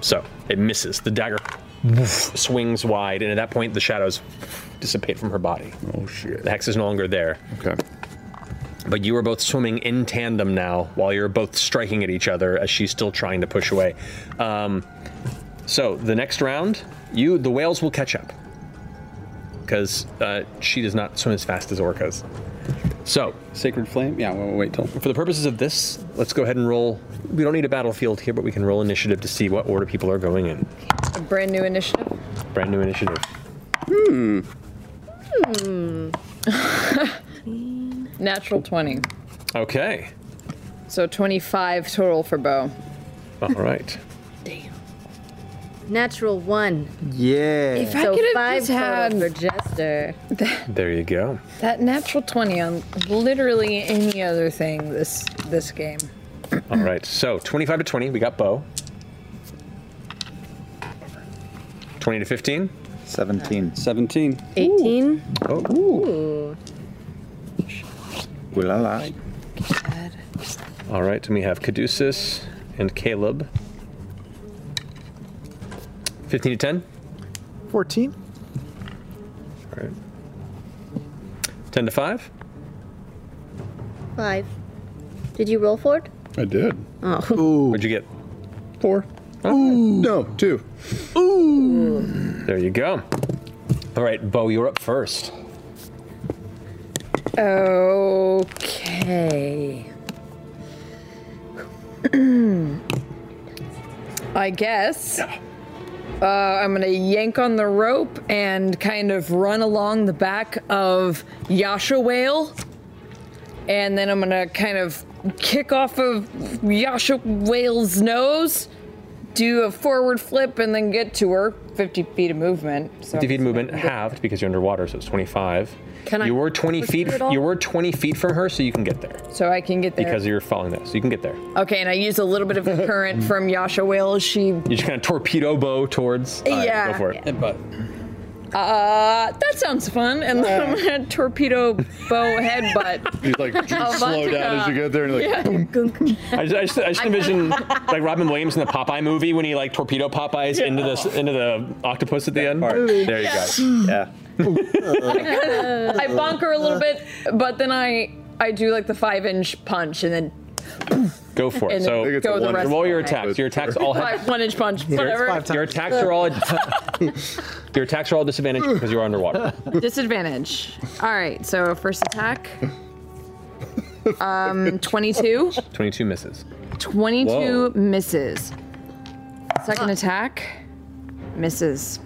[SPEAKER 3] So it misses. The dagger swings wide, and at that point, the shadows dissipate from her body. Oh, shit. The hex is no longer there. Okay. But you are both swimming in tandem now while you're both striking at each other as she's still trying to push away. Um, so the next round, you the whales will catch up because uh, she does not swim as fast as orcas. So sacred flame. Yeah, we'll wait till for the purposes of this. Let's go ahead and roll. We don't need a battlefield here, but we can roll initiative to see what order people are going in.
[SPEAKER 11] A brand new initiative.
[SPEAKER 3] Brand new initiative.
[SPEAKER 11] Hmm. Natural 20.
[SPEAKER 3] Okay.
[SPEAKER 11] So 25 total for Bo.
[SPEAKER 3] All right.
[SPEAKER 2] Natural one.
[SPEAKER 3] Yeah.
[SPEAKER 11] If I
[SPEAKER 2] so
[SPEAKER 11] could have
[SPEAKER 2] five
[SPEAKER 11] just had-
[SPEAKER 2] total for Jester.
[SPEAKER 3] There you go.
[SPEAKER 11] That natural 20 on literally any other thing this this game.
[SPEAKER 3] All right. So 25 to 20, we got Bo. 20 to 15.
[SPEAKER 7] 17.
[SPEAKER 32] 17.
[SPEAKER 2] 18.
[SPEAKER 3] Oh.
[SPEAKER 2] Ooh.
[SPEAKER 7] Ooh la la.
[SPEAKER 3] All right, and we have Caduceus and Caleb. 15 to 10.
[SPEAKER 13] 14.
[SPEAKER 3] All right. 10 to 5.
[SPEAKER 2] Five. Did you roll for it?
[SPEAKER 6] I did.
[SPEAKER 2] Oh.
[SPEAKER 3] What'd you get?
[SPEAKER 6] Four. No, two.
[SPEAKER 2] Ooh.
[SPEAKER 3] There you go. All right, Bo, you're up first.
[SPEAKER 11] Okay. I guess. Uh, I'm gonna yank on the rope and kind of run along the back of Yasha Whale. And then I'm gonna kind of kick off of Yasha Whale's nose, do a forward flip, and then get to her. 50 feet of movement. So
[SPEAKER 3] 50 feet of movement halved because you're underwater, so it's 25.
[SPEAKER 11] Can I
[SPEAKER 3] you were 20
[SPEAKER 11] push
[SPEAKER 3] feet.
[SPEAKER 11] through it all?
[SPEAKER 3] You were 20 feet from her, so you can get there
[SPEAKER 11] So I can get there.
[SPEAKER 3] because you're following that. So you can get there. You
[SPEAKER 11] Okay, and I use a little bit of the current from Yasha Whale. as She,
[SPEAKER 3] just kind of torpedo Bo towards. All right,
[SPEAKER 11] Yeah.
[SPEAKER 3] go for it. But
[SPEAKER 11] uh, that sounds fun. And then I'm gonna torpedo bow headbutt.
[SPEAKER 3] you like
[SPEAKER 11] Avantika. slow down as you get there and you're like, Yeah. boom.
[SPEAKER 3] I just, I just, I just envision like Robin Williams in the Popeye movie when he like torpedo Popeyes into the into the octopus at the end. There you go. Yeah.
[SPEAKER 11] I bonk her a little bit, but then I I do like the five inch punch and then
[SPEAKER 3] Go for it.
[SPEAKER 11] And
[SPEAKER 3] so
[SPEAKER 11] I think it's go a the one- rest
[SPEAKER 3] roll your
[SPEAKER 11] of the way.
[SPEAKER 3] attacks. Your attacks all have
[SPEAKER 11] five one inch punch. Whatever.
[SPEAKER 3] Your, your attacks are all your attacks are all
[SPEAKER 11] Mm.
[SPEAKER 3] disadvantaged because you're underwater.
[SPEAKER 11] disadvantage. All right, so first attack. Um, 22.
[SPEAKER 3] 22 misses.
[SPEAKER 11] 22
[SPEAKER 3] Whoa.
[SPEAKER 11] misses. Second attack misses.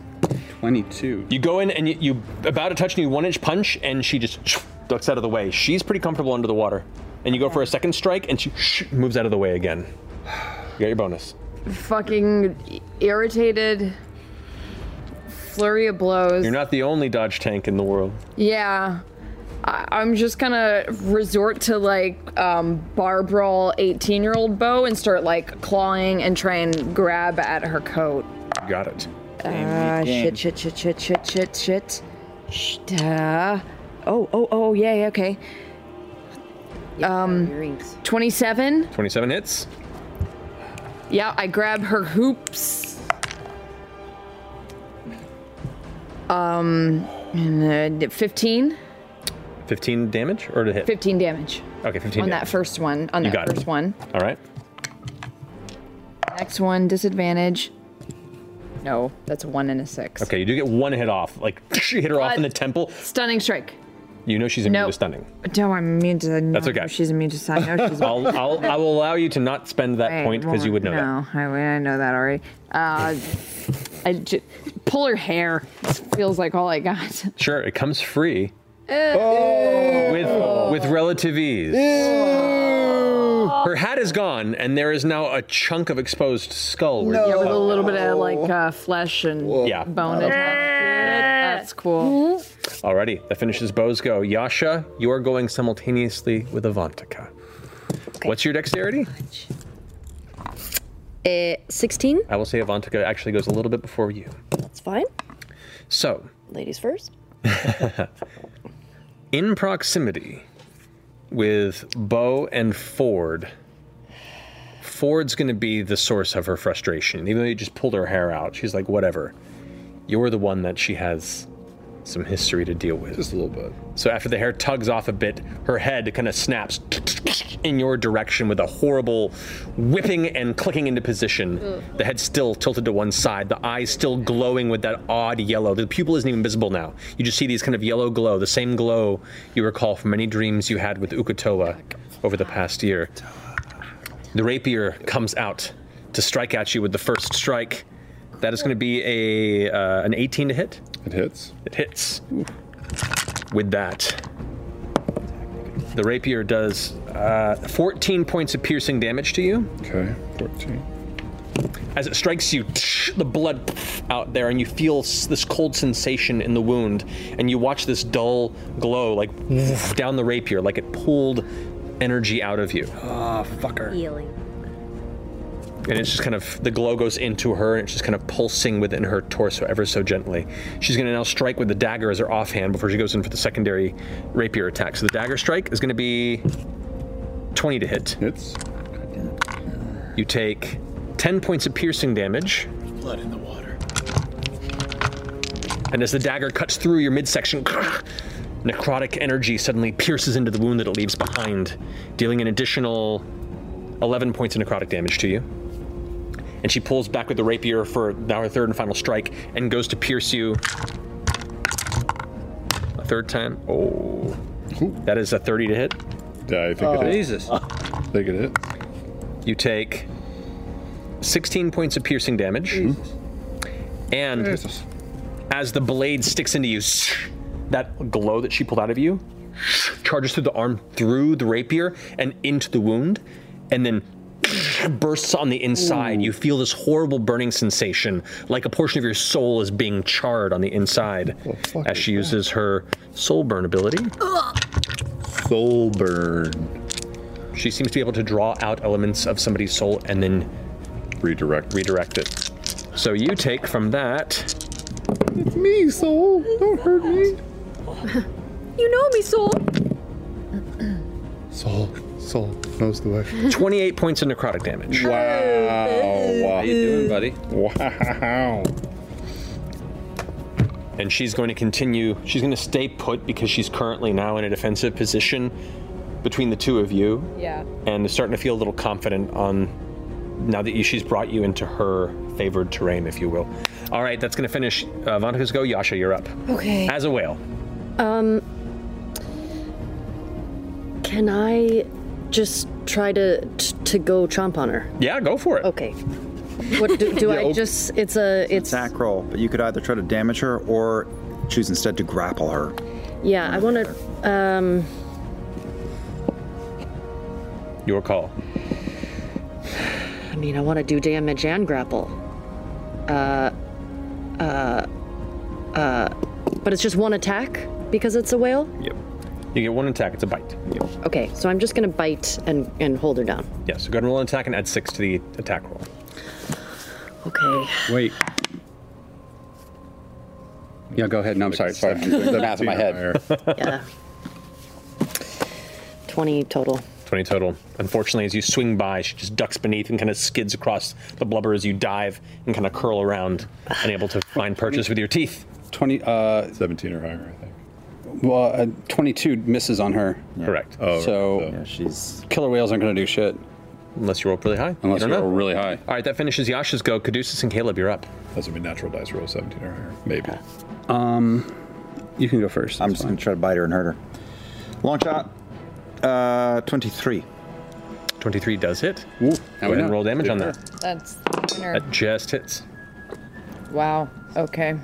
[SPEAKER 3] 22. You go in and you, you about to touch and you one inch punch and she just ducks out of the way. She's pretty comfortable under the water. And you go for a second strike and she moves out of the way again. You got your bonus.
[SPEAKER 11] Fucking irritated. Flurry of blows.
[SPEAKER 3] You're not the only dodge tank in the world.
[SPEAKER 11] Yeah. I- I'm just gonna resort to like um, bar brawl 18 year old bow and start like clawing and try and grab at her coat.
[SPEAKER 3] Got it.
[SPEAKER 11] Ah, shit, shit, shit, shit, shit, shit, shit. Shit. uh, oh, oh, oh, yeah, yeah, okay. Um, 27.
[SPEAKER 3] 27 hits.
[SPEAKER 11] Yeah, I grab her hoops. Um, and, uh, 15.
[SPEAKER 3] 15 damage or to hit?
[SPEAKER 11] 15 damage.
[SPEAKER 3] Okay, 15
[SPEAKER 11] on
[SPEAKER 3] damage.
[SPEAKER 11] that first one. On
[SPEAKER 3] You
[SPEAKER 11] that
[SPEAKER 3] got it.
[SPEAKER 11] first one.
[SPEAKER 3] All right.
[SPEAKER 11] Next one, disadvantage. No, that's a one and a six.
[SPEAKER 3] Okay, you do get one hit off. Like, you hit her off in the temple.
[SPEAKER 11] Stunning strike.
[SPEAKER 3] You know she's immune
[SPEAKER 11] No.
[SPEAKER 3] to stunning.
[SPEAKER 11] No, I'm immune to. I
[SPEAKER 3] That's
[SPEAKER 11] know
[SPEAKER 3] okay.
[SPEAKER 11] She's immune to. I know she's.
[SPEAKER 3] I'll, I'll, I will allow you to not spend that
[SPEAKER 11] Right,
[SPEAKER 3] point because you would know that.
[SPEAKER 11] no, I, I know that already. Uh, I ju- pull her hair. This feels like all I got.
[SPEAKER 3] Sure, it comes free
[SPEAKER 11] Oh.
[SPEAKER 3] with with relative ease. Her hat is gone, and there is now a chunk of exposed skull. where you
[SPEAKER 11] Yeah, with a
[SPEAKER 3] popped
[SPEAKER 11] little
[SPEAKER 3] it.
[SPEAKER 11] bit of like uh, flesh and
[SPEAKER 3] Yeah.
[SPEAKER 11] bone. attached to it. That's cool.
[SPEAKER 3] Alrighty, that finishes Bo's go. Yasha, you are going simultaneously with Avantika. What's your dexterity?
[SPEAKER 5] Uh, 16?
[SPEAKER 3] I will say Avantika actually goes a little bit before you.
[SPEAKER 5] That's fine.
[SPEAKER 3] So,
[SPEAKER 5] Ladies first.
[SPEAKER 3] in proximity with Bo and Ford, Ford's going to be the source of her frustration. Even though you just pulled her hair out, she's like, whatever. You're the one that she has some history to deal with. Just a little bit. So after the hair tugs off a bit, her head kind of snaps in your direction with a horrible whipping and clicking into position.
[SPEAKER 33] Ugh.
[SPEAKER 3] The head still tilted to one side, the eyes still glowing with that odd yellow. The pupil isn't even visible now. You just see these kind of yellow glow, the same glow you recall from many dreams you had with Ukatoa over the past year. The rapier comes out to strike at you with the first strike. That is going to be a uh, an 18 to hit. It hits. It hits. With that, the rapier does uh, 14 points of piercing damage to you. Okay, 14. As it strikes you, the blood out there, and you feel s- this cold sensation in the wound, and you watch this dull glow like down the rapier, like it pulled energy out of you. Ah, fucker.
[SPEAKER 5] Healing.
[SPEAKER 3] And it's just kind of the glow goes into her, and it's just kind of pulsing within her torso ever so gently. She's going to now strike with the dagger as her offhand before she goes in for the secondary rapier attack. So the dagger strike is going to be 20 to hit. Hits. You take 10 points of piercing damage.
[SPEAKER 13] Blood in the water.
[SPEAKER 3] And as the dagger cuts through your midsection, necrotic energy suddenly pierces into the wound that it leaves behind, dealing an additional 11 points of necrotic damage to you. And she pulls back with the rapier for now her third and final strike and goes to pierce you a third time. Oh. That is a 30 to hit. Yeah, I
[SPEAKER 2] think it hits.
[SPEAKER 3] Jesus. I think it hit. You take 16 points of piercing damage. And as the blade sticks into you, that glow that she pulled out of you charges through the arm, through the rapier, and into the wound, and then bursts on the inside. You feel this horrible burning sensation, like a portion of your soul is being charred on the inside as she uses her soul burn ability. Soul burn. She seems to be able to draw out elements of somebody's soul and then redirect redirect it. So you take from that
[SPEAKER 2] It's me, soul. Don't hurt me.
[SPEAKER 34] You know me, soul.
[SPEAKER 3] Soul, soul knows the way. 28 points of necrotic damage. Wow.
[SPEAKER 2] How
[SPEAKER 3] you doing, buddy? Wow. And she's going to continue. She's going to stay put because she's currently now in a defensive position between the two of you.
[SPEAKER 11] Yeah.
[SPEAKER 3] And is starting to feel a little confident on now that you, she's brought you into her favored terrain, if you will. All right, that's going to finish. Uh, Vantika's go. Yasha, you're up.
[SPEAKER 5] Okay.
[SPEAKER 3] As a whale.
[SPEAKER 5] Um, can I just try to t- to go chomp on her?
[SPEAKER 3] Yeah, go for it.
[SPEAKER 5] Okay. What do, do
[SPEAKER 7] Yeah,
[SPEAKER 5] I
[SPEAKER 7] okay.
[SPEAKER 5] just? It's a. It's
[SPEAKER 7] attack roll, but you could either try to damage her or choose instead to grapple her.
[SPEAKER 5] yeah. I want to. Um.
[SPEAKER 3] Your call.
[SPEAKER 5] I mean, I want to do damage and grapple. Uh. Uh. Uh. But it's just one attack because it's a whale.
[SPEAKER 3] Yep. You get one attack. It's a bite. Yep.
[SPEAKER 5] Okay, so I'm just gonna bite and and hold her down.
[SPEAKER 3] Yeah, so go ahead and roll an attack and add six to the attack roll.
[SPEAKER 5] Okay.
[SPEAKER 9] Wait. Yeah, go ahead. No, I'm sorry. Sorry, the math in my head.
[SPEAKER 5] yeah. 20 total.
[SPEAKER 3] 20 total. Unfortunately, as you swing by, she just ducks beneath and kind of skids across the blubber as you dive and kind of curl around, unable to find purchase with your teeth.
[SPEAKER 9] 20, uh,
[SPEAKER 3] 17 or higher, I think.
[SPEAKER 9] Well, uh, 22 misses on her.
[SPEAKER 3] Correct.
[SPEAKER 9] Oh, so
[SPEAKER 7] she's
[SPEAKER 9] killer whales aren't going to do shit
[SPEAKER 3] unless you roll really high.
[SPEAKER 9] Unless you,
[SPEAKER 3] don't know.
[SPEAKER 9] roll really high.
[SPEAKER 3] All right, that finishes Yasha's go. Caduceus and Caleb, you're up.
[SPEAKER 2] Those would be natural dice roll 17 or higher. Maybe.
[SPEAKER 9] Um, You can go first.
[SPEAKER 7] I'm just going to try to bite her and hurt her. Long shot. Uh, 23.
[SPEAKER 3] 23 does hit. Ooh,
[SPEAKER 9] we know.
[SPEAKER 3] and roll damage on that.
[SPEAKER 11] That's the winner.
[SPEAKER 3] That just hits.
[SPEAKER 11] Wow. Okay.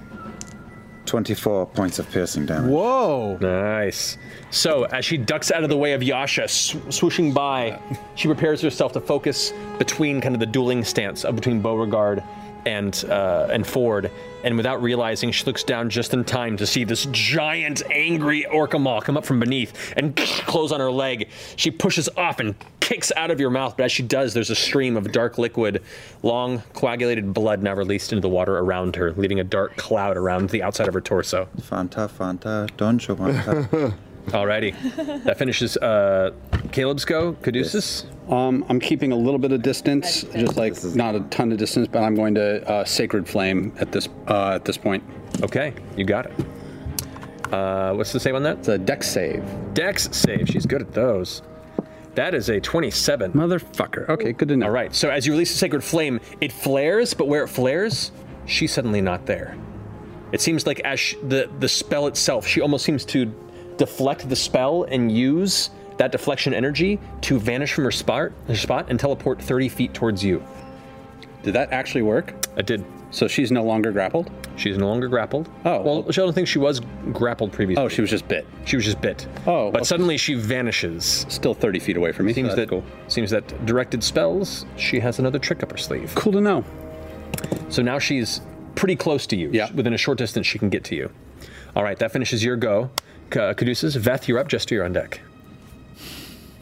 [SPEAKER 7] 24 points of piercing damage.
[SPEAKER 3] Whoa! Nice. So, as she ducks out of the way of Yasha, sw- swooshing by, she prepares herself to focus between kind of the dueling stance of between Beauregard and uh, and Ford. And without realizing, she looks down just in time to see this giant, angry orca maw come up from beneath and close on her leg. She pushes off and kicks out of your mouth, but as she does, there's a stream of dark liquid, long coagulated blood now released into the water around her, leaving a dark cloud around the outside of her torso.
[SPEAKER 7] Fanta, Fanta, Don Giovanna.
[SPEAKER 3] Alrighty. That finishes uh, Caleb's go. Caduceus?
[SPEAKER 9] Um, I'm keeping a little bit of distance, just like not a ton of distance, but I'm going to uh, Sacred Flame at this uh, at this point.
[SPEAKER 3] Okay, you got it. Uh, what's the save on that? It's
[SPEAKER 9] a dex save.
[SPEAKER 3] Dex save. She's good at those. That is a 27.
[SPEAKER 9] Motherfucker. Okay, good to know.
[SPEAKER 3] All right, so as you release the sacred flame, it flares, but where it flares, she's suddenly not there. It seems like as she, the, the spell itself, she almost seems to deflect the spell and use that deflection energy to vanish from her spot, her spot and teleport 30 feet towards you.
[SPEAKER 9] Did that actually work?
[SPEAKER 3] It did.
[SPEAKER 9] So she's no longer grappled?
[SPEAKER 3] She's no longer grappled.
[SPEAKER 9] Oh.
[SPEAKER 3] Well, I don't think she was grappled previously.
[SPEAKER 9] Oh, she was just bit.
[SPEAKER 3] She was just bit.
[SPEAKER 9] Oh.
[SPEAKER 3] But suddenly she vanishes.
[SPEAKER 9] Still 30 feet away from me.
[SPEAKER 3] Seems
[SPEAKER 9] so
[SPEAKER 3] that
[SPEAKER 9] that's cool.
[SPEAKER 3] seems that directed spells, she has another trick up her sleeve.
[SPEAKER 9] Cool to know.
[SPEAKER 3] So now she's pretty close to you. Yeah. Within a short distance, she can get to you. All right, that finishes your go. Ca- Caduceus, Veth, you're up. Just you're on deck.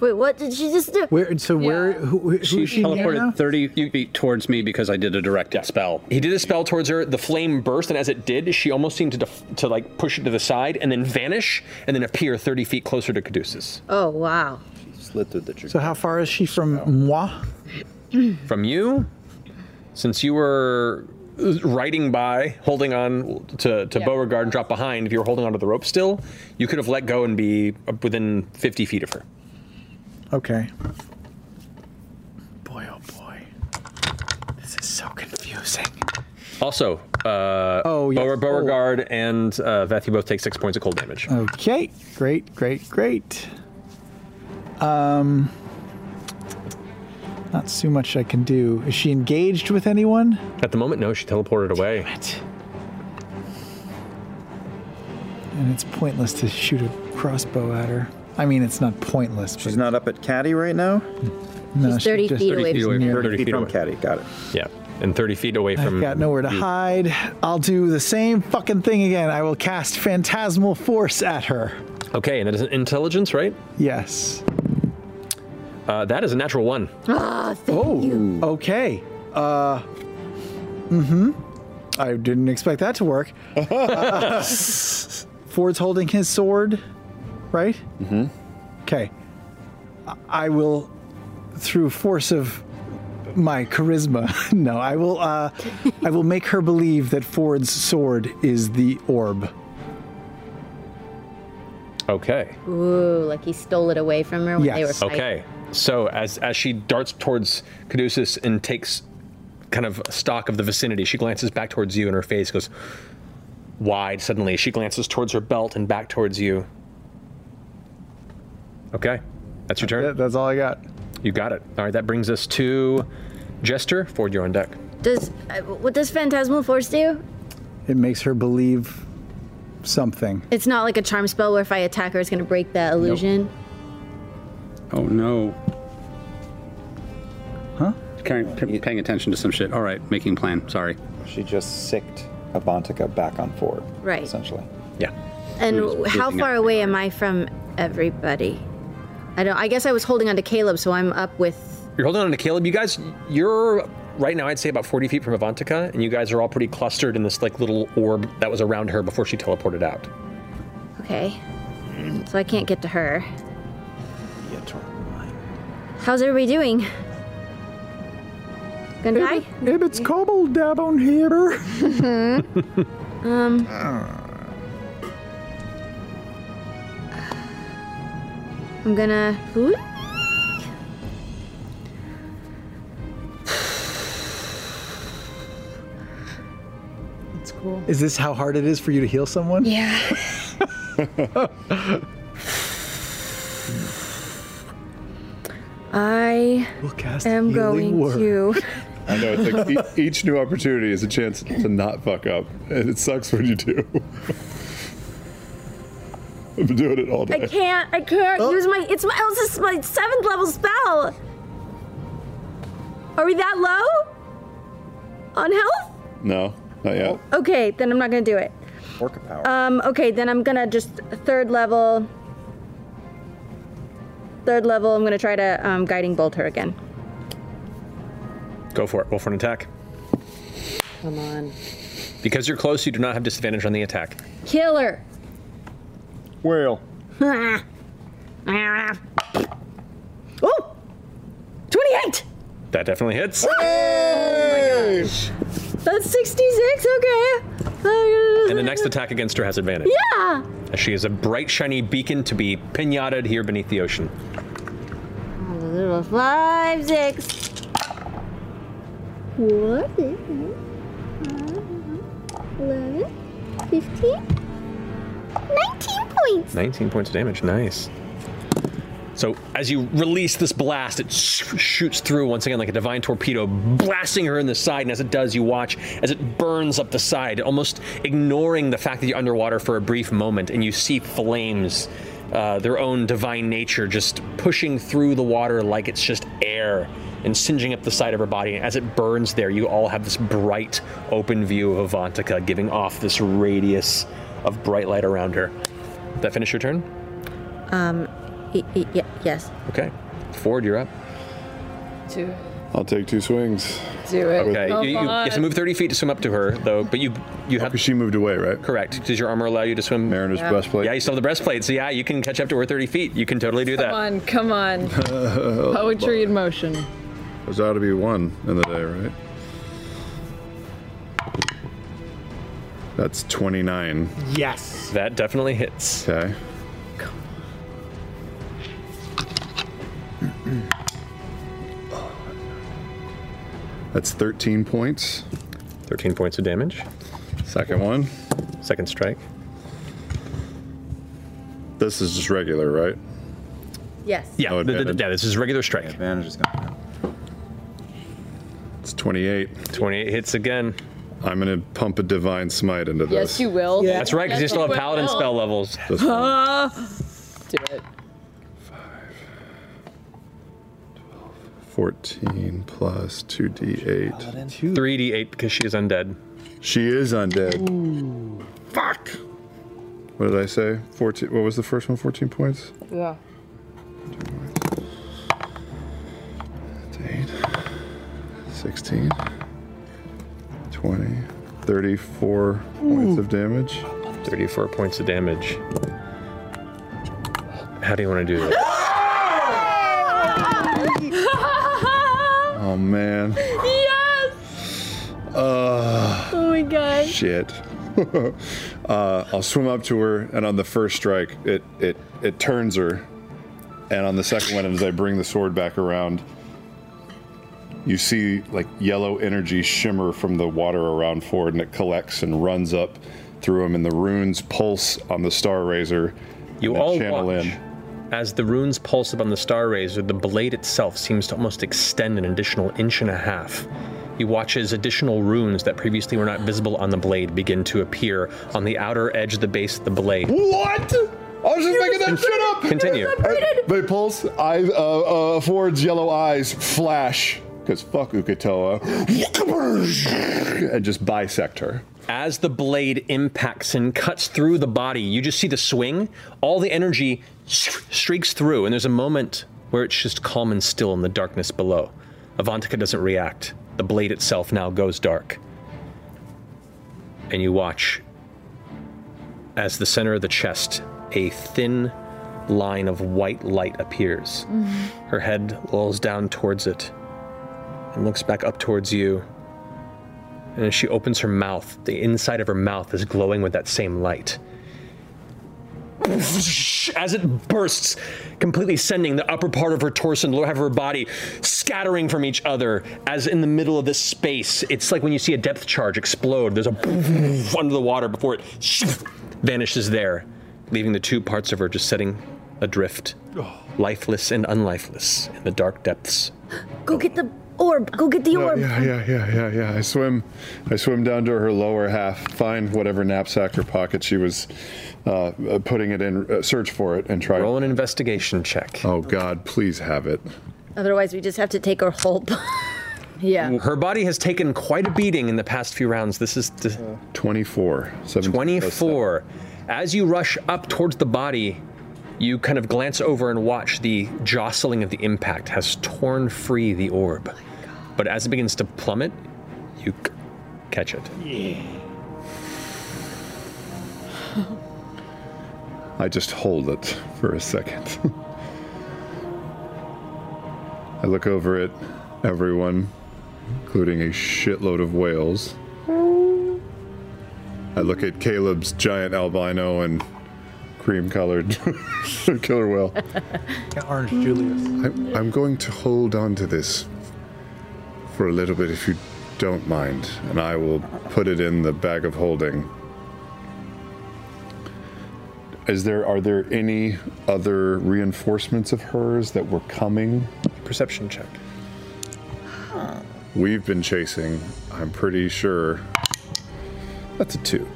[SPEAKER 2] Wait, what did she just do?
[SPEAKER 13] Where? So where? Who, who, who
[SPEAKER 9] She
[SPEAKER 13] is she now?
[SPEAKER 9] teleported 30 feet towards me because I did a directed spell.
[SPEAKER 3] He did a spell towards her. The flame burst, and as it did, she almost seemed to def- to like push it to the side and then vanish, and then appear 30 feet closer to Caduceus.
[SPEAKER 2] Oh wow.
[SPEAKER 3] Slid through the tree.
[SPEAKER 13] So how far is she from moi?
[SPEAKER 3] from you, since you were riding by, holding on to, to Beauregard and drop behind, if you were holding onto the rope still, you could have let go and be up within 50 feet of her.
[SPEAKER 13] Okay. Boy, oh boy, this is so confusing.
[SPEAKER 3] Also, uh, oh, Beauregard and uh, Veth, you both take six points of cold damage.
[SPEAKER 13] Okay, great, great, great. Um, not so much I can do. Is she engaged with anyone?
[SPEAKER 3] At the moment, no, she teleported away.
[SPEAKER 13] And it's pointless to shoot a crossbow at her. I mean, it's not pointless.
[SPEAKER 7] She's not up at Caddy right now?
[SPEAKER 13] No, She's she 30 just- feet
[SPEAKER 7] 30
[SPEAKER 13] away
[SPEAKER 7] feet
[SPEAKER 13] from you.
[SPEAKER 7] 30 feet
[SPEAKER 13] 30
[SPEAKER 7] from
[SPEAKER 13] feet
[SPEAKER 7] Caddy, got it.
[SPEAKER 3] Yeah, and 30 feet away
[SPEAKER 13] I've
[SPEAKER 3] from.
[SPEAKER 13] got nowhere to
[SPEAKER 3] you.
[SPEAKER 13] hide. I'll do the same fucking thing again. I will cast Phantasmal Force at her.
[SPEAKER 3] Okay, and that is an intelligence, right?
[SPEAKER 13] Yes.
[SPEAKER 3] Uh, that is a natural one.
[SPEAKER 13] Ah, thank oh, okay. Uh, mm-hmm. I didn't expect that to work. Uh, Ford's holding his sword, right?
[SPEAKER 6] Mm-hmm.
[SPEAKER 13] Okay. I will, through force of my charisma, no, I will, uh, I will make her believe that Ford's sword is the orb.
[SPEAKER 3] Okay.
[SPEAKER 2] Ooh, like he stole it away from her when they were fighting.
[SPEAKER 3] Okay. So as as she darts towards Caduceus and takes kind of stock of the vicinity, she glances back towards you and her face goes wide suddenly. She glances towards her belt and back towards you. Okay. That's your turn.
[SPEAKER 13] That's all I got.
[SPEAKER 3] You got it. All right, that brings us to Jester. Ford, you're on deck.
[SPEAKER 2] Does uh, what does phantasmal force do?
[SPEAKER 13] It makes her believe something.
[SPEAKER 2] It's not like a charm spell where if I attack her, it's gonna break that illusion.
[SPEAKER 9] Oh no. Huh? paying attention to some shit. All right, making plan. Sorry.
[SPEAKER 7] She just sicked Avantika back on forward.
[SPEAKER 2] Right.
[SPEAKER 7] Essentially.
[SPEAKER 3] Yeah.
[SPEAKER 2] And
[SPEAKER 7] Who's
[SPEAKER 2] w- how
[SPEAKER 7] looking
[SPEAKER 2] far
[SPEAKER 7] at
[SPEAKER 2] away am I from everybody? I don't. I guess I was holding on to Caleb, so I'm up with.
[SPEAKER 3] You're holding on to Caleb. You guys, you're right now, I'd say about 40 feet from Avantika, and you guys are all pretty clustered in this like little orb that was around her before she teleported out.
[SPEAKER 2] Okay,
[SPEAKER 7] Mm.
[SPEAKER 2] so I can't get to her. How's everybody doing? Gonna die?
[SPEAKER 13] If it's cobble dab on here.
[SPEAKER 2] um. I'm gonna.
[SPEAKER 4] It's cool.
[SPEAKER 35] Is this how hard it is for you to heal someone?
[SPEAKER 4] Yeah.
[SPEAKER 13] I am going to.
[SPEAKER 6] I know. It's like e- each new opportunity is a chance to not fuck up, and it sucks when you do. I've been doing it all day.
[SPEAKER 2] I can't. I can't
[SPEAKER 13] Oh.
[SPEAKER 2] use my. It's my. It's just my seventh level spell. Are we that low on health?
[SPEAKER 6] No, not yet.
[SPEAKER 2] Okay, then I'm not gonna do it.
[SPEAKER 3] Oh,
[SPEAKER 9] Orca power.
[SPEAKER 2] Um. Okay, then I'm gonna just third level. Third level. I'm gonna try to um, guiding bolt her again.
[SPEAKER 3] Go for it. Roll for an attack.
[SPEAKER 36] Come on.
[SPEAKER 3] Because you're close, you do not have disadvantage on the attack.
[SPEAKER 2] Killer.
[SPEAKER 3] Well.
[SPEAKER 2] Oh! 28!
[SPEAKER 3] That definitely hits.
[SPEAKER 2] Oh That's 66, okay.
[SPEAKER 3] And the next attack against her has advantage.
[SPEAKER 2] Yeah!
[SPEAKER 3] As she is a bright, shiny beacon to be pinataed here beneath the ocean.
[SPEAKER 2] Five, six. What? 11, 15, 19 points.
[SPEAKER 3] 19 points of damage. Nice. So as you release this blast, it sh- shoots through once again like a divine torpedo, blasting her in the side. And as it does, you watch as it burns up the side, almost ignoring the fact that you're underwater for a brief moment, and you see flames. Uh, their own divine nature just pushing through the water like it's just air and singeing up the side of her body. And as it burns there, you all have this bright, open view of Avantika, giving off this radius of bright light around her. Did that finish your turn?
[SPEAKER 2] Um, y- y- y- yes.
[SPEAKER 3] Okay. Ford, you're up.
[SPEAKER 11] To
[SPEAKER 6] I'll take two swings.
[SPEAKER 11] do it. Oh,
[SPEAKER 3] Okay, you, you- you have to move 30 feet to swim up to her, though. But you you have.
[SPEAKER 6] she moved away, right?
[SPEAKER 3] Correct. Does your armor allow you to swim?
[SPEAKER 6] Mariner's Yeah. breastplate.
[SPEAKER 3] Yeah, you still have the breastplate, so yeah, you can catch up to her 30 feet. You can totally do
[SPEAKER 11] Come
[SPEAKER 3] that.
[SPEAKER 11] on, come on. Poetry in motion.
[SPEAKER 6] There's ought to be one in the day, right? That's 29.
[SPEAKER 3] Yes. That definitely hits.
[SPEAKER 6] Okay. That's 13 points.
[SPEAKER 3] 13 points of damage.
[SPEAKER 6] Second one.
[SPEAKER 3] Second strike.
[SPEAKER 6] This is just regular, right?
[SPEAKER 36] Yes.
[SPEAKER 3] Yeah,
[SPEAKER 6] No
[SPEAKER 3] th- th-
[SPEAKER 6] advantage.
[SPEAKER 3] yeah, this is regular strike.
[SPEAKER 9] Advantage is going
[SPEAKER 6] It's 28.
[SPEAKER 3] 28 hits again.
[SPEAKER 6] I'm going to pump a divine smite into this.
[SPEAKER 11] Yes, you will.
[SPEAKER 3] That's right, because you still have paladin spell levels.
[SPEAKER 6] This one.
[SPEAKER 11] Ah. do it.
[SPEAKER 6] 14 plus 2d8.
[SPEAKER 3] 3d8 because she is undead.
[SPEAKER 6] She is undead. Fuck! What did I say? 14. What was the first one? 14 points?
[SPEAKER 11] Yeah.
[SPEAKER 6] That's 8. 16. 20. 34 points of damage.
[SPEAKER 3] 34 points of damage. How do you want to do this?
[SPEAKER 6] Oh, man.
[SPEAKER 11] yes!
[SPEAKER 6] Uh,
[SPEAKER 11] Oh my god.
[SPEAKER 6] Shit. uh, I'll swim up to her, and on the first strike, it it it turns her, and on the second one, as I bring the sword back around, you see like yellow energy shimmer from the water around Ford, and it collects and runs up through him, and the runes pulse on the Star Razor.
[SPEAKER 3] You
[SPEAKER 6] and
[SPEAKER 3] all
[SPEAKER 6] channel
[SPEAKER 3] watch.
[SPEAKER 6] in.
[SPEAKER 3] As the runes pulse upon the star razor, the blade itself seems to almost extend an additional inch and a half. You watch as additional runes that previously were not visible on the blade begin to appear on the outer edge of the base of the blade.
[SPEAKER 6] What? I was just making that shit up.
[SPEAKER 3] Continue.
[SPEAKER 6] They pulse. Eyes, uh, uh, Ford's yellow eyes flash because fuck Ukatoa, and just bisect her.
[SPEAKER 3] As the blade impacts and cuts through the body, you just see the swing. All the energy streaks through, and there's a moment where it's just calm and still in the darkness below. Avantika doesn't react. The blade itself now goes dark. And you watch as the center of the chest, a thin line of white light appears. Her head lolls down towards it and looks back up towards you. And as she opens her mouth, the inside of her mouth is glowing with that same light.
[SPEAKER 1] as it bursts, completely sending the upper part of her torso and the lower half of her body scattering from each other. As in the middle of this space, it's like when you see a depth charge explode. There's a under the water before it vanishes there, leaving the two parts of her just setting adrift,
[SPEAKER 3] Oh.
[SPEAKER 1] lifeless and unlifeless in the dark depths.
[SPEAKER 37] Go get the orb. Go get the orb.
[SPEAKER 6] Yeah, yeah, yeah, yeah, yeah. I swim, I swim down to her lower half, find whatever knapsack or pocket she was uh, uh, putting it in, uh, search for it, and try. Roll
[SPEAKER 3] an investigation check.
[SPEAKER 6] Oh God, please have it.
[SPEAKER 2] Otherwise, we just have to take our whole. yeah.
[SPEAKER 3] Her body has taken quite a beating in the past few rounds. This is the
[SPEAKER 6] 24.
[SPEAKER 3] oh, 24. As you rush up towards the body, you kind of glance over and watch the jostling of the impact has torn free the orb. but as it begins to plummet, you c- catch it.
[SPEAKER 6] I just hold it for a second. I look over at everyone, including a shitload of whales. I look at Caleb's giant albino and cream colored killer whale.
[SPEAKER 13] Orange Julius.
[SPEAKER 6] I'm, I'm going to hold on to this for a little bit if you don't mind, and I will put it in the bag of holding. Is there are there any other reinforcements of hers that were coming?
[SPEAKER 3] Perception check.
[SPEAKER 6] We've been chasing. I'm pretty sure. That's a two.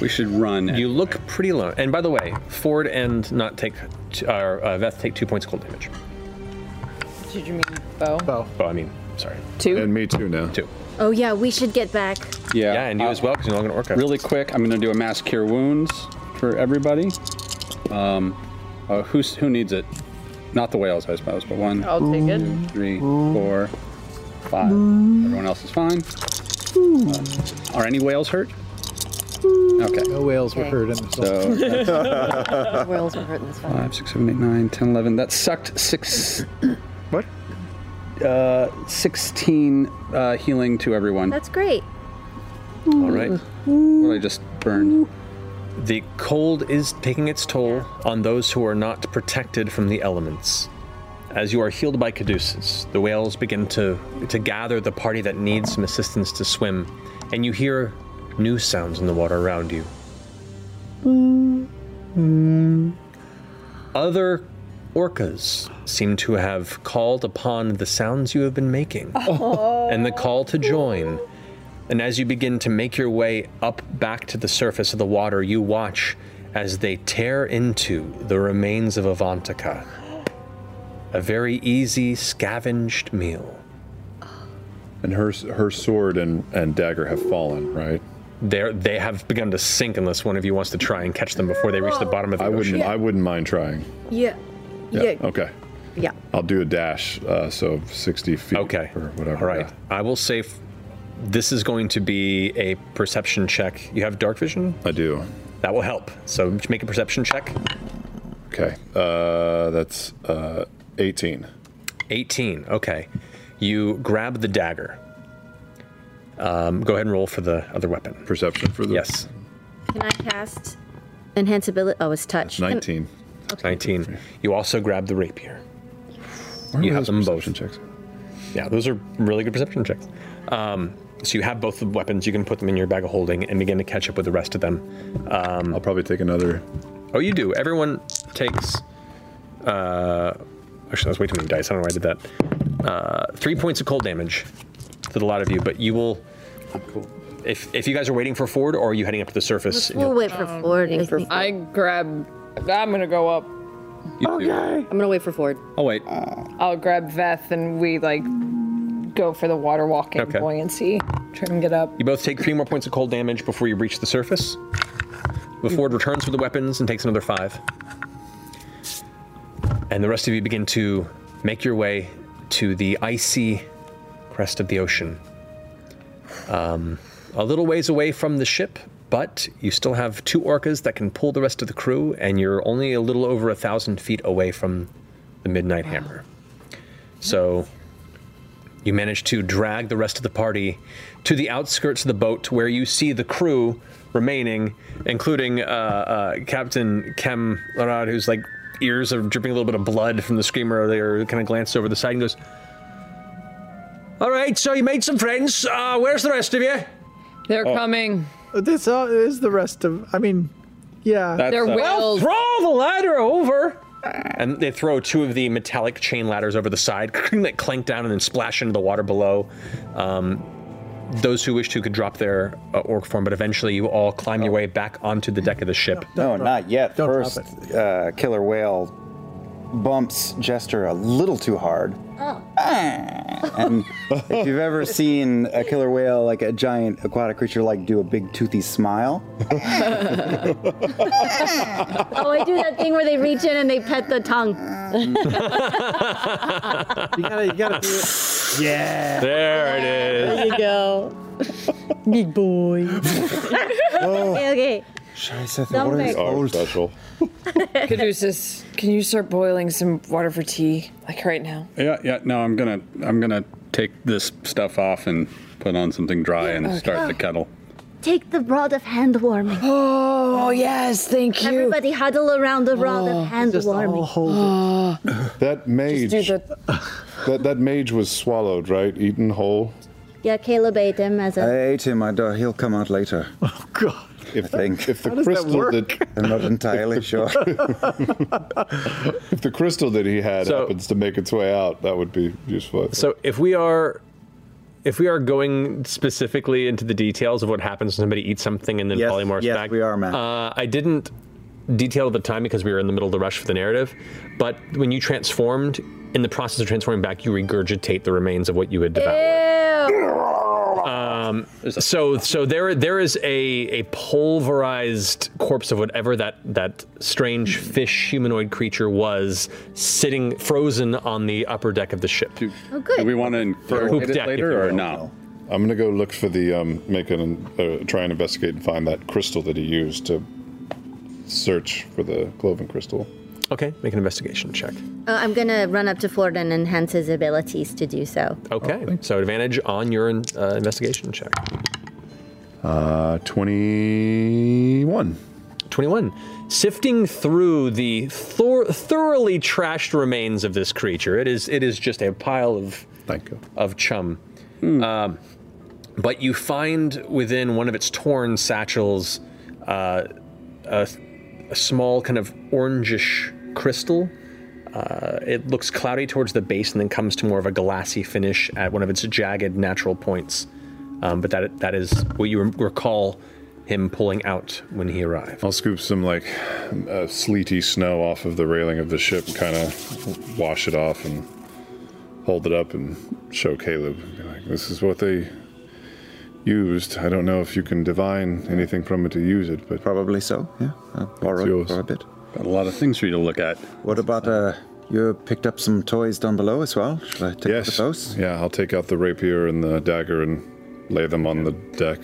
[SPEAKER 3] We should run. You look pretty low. And by the way, Ford and not take, t- or uh, Veth take two points of cold damage.
[SPEAKER 11] Did you mean bow?
[SPEAKER 3] Oh, I mean, sorry.
[SPEAKER 11] Two?
[SPEAKER 6] And me too now.
[SPEAKER 3] Two.
[SPEAKER 2] Oh yeah, we should get back.
[SPEAKER 9] Yeah.
[SPEAKER 3] Yeah, and you as well, because you're not going to orca.
[SPEAKER 9] Really quick, I'm going to do a mass cure wounds for everybody. Um, uh, who's, who needs it? Not the whales, I suppose, but one.
[SPEAKER 11] I'll take it.
[SPEAKER 9] Three, four, five. Everyone else is fine. Uh, are any whales hurt? Okay.
[SPEAKER 13] No whales were hurt in this.
[SPEAKER 9] So,
[SPEAKER 5] Whales were hurt in this fight.
[SPEAKER 9] five, six, seven, eight, nine, 10, 11. That sucked six. What? Uh, 16 uh, healing to everyone.
[SPEAKER 2] That's great.
[SPEAKER 9] All right. What did I just burn?
[SPEAKER 3] The cold is taking its toll on those who are not protected from the elements. As you are healed by Caduceus, the whales begin to, to gather the party that needs some assistance to swim, and you hear new sounds in the water around you. Other orcas seem to have called upon the sounds you have been making and the call to join. And as you begin to make your way up back to the surface of the water, you watch as they tear into the remains of Avantika. A very easy, scavenged meal.
[SPEAKER 6] And her her sword and, and dagger have fallen, right?
[SPEAKER 3] They're, they have begun to sink unless one of you wants to try and catch them before they reach the bottom of the
[SPEAKER 6] I
[SPEAKER 3] ocean.
[SPEAKER 6] wouldn't. I wouldn't mind trying.
[SPEAKER 37] Yeah.
[SPEAKER 6] Okay.
[SPEAKER 37] Yeah.
[SPEAKER 6] I'll do a dash, uh, so 60 feet
[SPEAKER 3] okay.
[SPEAKER 6] or whatever.
[SPEAKER 3] All right. I will say f- this is going to be a perception check. You have dark vision?
[SPEAKER 6] I do.
[SPEAKER 3] That will help. So make a perception check.
[SPEAKER 6] Okay. Uh, that's uh, 18.
[SPEAKER 3] 18. Okay. You grab the dagger. Um, go ahead and roll for the other weapon.
[SPEAKER 6] Perception for the.
[SPEAKER 3] Yes.
[SPEAKER 2] Can I cast enhance ability? Oh, it's touch. Can-
[SPEAKER 6] 19.
[SPEAKER 3] 19. You also grab the rapier. you have them both.
[SPEAKER 6] Checks?
[SPEAKER 3] Yeah, those are really good perception checks. Um, so you have both the weapons. You can put them in your bag of holding and begin to catch up with the rest of them. Um, I'll
[SPEAKER 6] probably take another.
[SPEAKER 3] Oh, you do. Everyone takes. Uh, actually, that's way too many dice. I don't know why I did that. Uh, three points of cold damage to the lot of you, but you will. If, if you guys are waiting for Ford, or are you heading up to the surface? and you'll-
[SPEAKER 2] We'll wait for Ford. I think.
[SPEAKER 11] Um, I grab. I'm gonna go up.
[SPEAKER 9] Okay.
[SPEAKER 11] I'm
[SPEAKER 37] gonna wait for Ford.
[SPEAKER 3] Oh wait.
[SPEAKER 11] I'll grab Veth and we like go for the water walking
[SPEAKER 3] Okay.
[SPEAKER 11] buoyancy. Try and get up.
[SPEAKER 3] You both take three more points of cold damage before you reach the surface. The Ford returns with the weapons and takes another five. And the rest of you begin to make your way to the icy crest of the ocean. Um, a little ways away from the ship, but you still have two orcas that can pull the rest of the crew, and you're only a little over a thousand feet away from the Midnight Hammer. So You manage to drag the rest of the party to the outskirts of the boat where you see the crew remaining, including uh, uh, Captain Kem Larad, whose like ears are dripping a little bit of blood from the screamer earlier, kind of glances over the side and goes, All right, so you made some friends. Uh, where's the rest of you?
[SPEAKER 11] They're coming.
[SPEAKER 13] This uh, is the rest of. I mean, yeah.
[SPEAKER 3] That's, They're uh,
[SPEAKER 11] Well,
[SPEAKER 3] throw the ladder over. And they throw two of the metallic chain ladders over the side that clank down and then splash into the water below. Um, those who wish to could drop their uh, orc form, but eventually you all climb your way back onto the deck of the ship.
[SPEAKER 7] No, not yet. First, uh, killer whale bumps Jester a little too hard.
[SPEAKER 4] Oh.
[SPEAKER 7] And if you've ever seen a killer whale, like a giant aquatic creature, like do a big toothy smile,
[SPEAKER 2] oh, I do that thing where they reach in and they pet the tongue.
[SPEAKER 13] you gotta, you gotta do it.
[SPEAKER 3] Yeah. There it is.
[SPEAKER 13] you
[SPEAKER 4] go. Big boy.
[SPEAKER 2] okay, okay.
[SPEAKER 7] Scheiße,
[SPEAKER 11] the water is Something.
[SPEAKER 6] Oh,
[SPEAKER 11] cold.
[SPEAKER 6] special.
[SPEAKER 11] Caduceus, can you start boiling some water for tea, like right now?
[SPEAKER 9] Yeah, yeah. No, I'm gonna I'm gonna take this stuff off and put on something dry and
[SPEAKER 2] Okay.
[SPEAKER 9] start the
[SPEAKER 5] Oh,
[SPEAKER 9] kettle.
[SPEAKER 2] Take the rod of hand warming. Oh,
[SPEAKER 11] yes, thank
[SPEAKER 2] you. Oh, Everybody huddle around the rod of hand warming.
[SPEAKER 6] That mage.
[SPEAKER 2] do
[SPEAKER 6] that that mage was swallowed, right? Eaten whole.
[SPEAKER 2] Yeah, Caleb ate him as
[SPEAKER 7] I
[SPEAKER 2] a.
[SPEAKER 7] ate him. I, don't- he'll come out later. Oh
[SPEAKER 13] God!
[SPEAKER 7] If, I think. If
[SPEAKER 6] the How does that crystal work? that-
[SPEAKER 7] I'm not entirely sure.
[SPEAKER 6] If the crystal that he had
[SPEAKER 3] So-
[SPEAKER 6] happens to make its way out, that would be useful.
[SPEAKER 3] So if we are if we are going specifically into the details of what happens when somebody eats something and then
[SPEAKER 7] Yes,
[SPEAKER 3] polymorphs
[SPEAKER 7] yes,
[SPEAKER 3] back,
[SPEAKER 7] we are, Matt.
[SPEAKER 3] Uh, I didn't detail at the time because we were in the middle of the rush for the narrative, but when you transformed, in the process of transforming back, you regurgitate the remains of what you had devoured. Um, so so there there is a a pulverized corpse of whatever that that strange fish humanoid creature was sitting frozen on the upper deck of the ship.
[SPEAKER 2] Oh, good.
[SPEAKER 9] we want to interrogate it later or no?
[SPEAKER 6] I'm gonna go look for the um, make an uh, try and investigate and find that crystal that he used to search for the cloven crystal.
[SPEAKER 3] Okay, make an investigation check.
[SPEAKER 2] Uh, I'm gonna run up to Florida and enhance his abilities to do so.
[SPEAKER 3] Okay,
[SPEAKER 6] Oh,
[SPEAKER 3] so advantage on your uh, investigation check.
[SPEAKER 6] Uh, twenty-one.
[SPEAKER 3] 21. Sifting through the thor- thoroughly trashed remains of this creature, it is it is just a pile of
[SPEAKER 6] Thank you. Hmm.
[SPEAKER 3] of chum. Um, but you find within one of its torn satchels uh, a, a small kind of orangish crystal. Uh, it looks cloudy towards the base and then comes to more of a glassy finish at one of its jagged natural points. Um, but that that is what you recall him pulling out when he arrived.
[SPEAKER 6] I'll scoop some like uh, sleety snow off of the railing of the ship and kind of wash it off and hold it up and show Caleb. Be Like, this is what they used. I don't know if you can divine anything from it to use it, but
[SPEAKER 7] probably so. Yeah, uh, borrow it for a bit.
[SPEAKER 9] Got a lot of things for you to look at.
[SPEAKER 7] What about uh, you picked up some toys down below as well? Should I take yes. those?
[SPEAKER 6] Yeah, I'll take out the rapier and the dagger and lay them on the deck.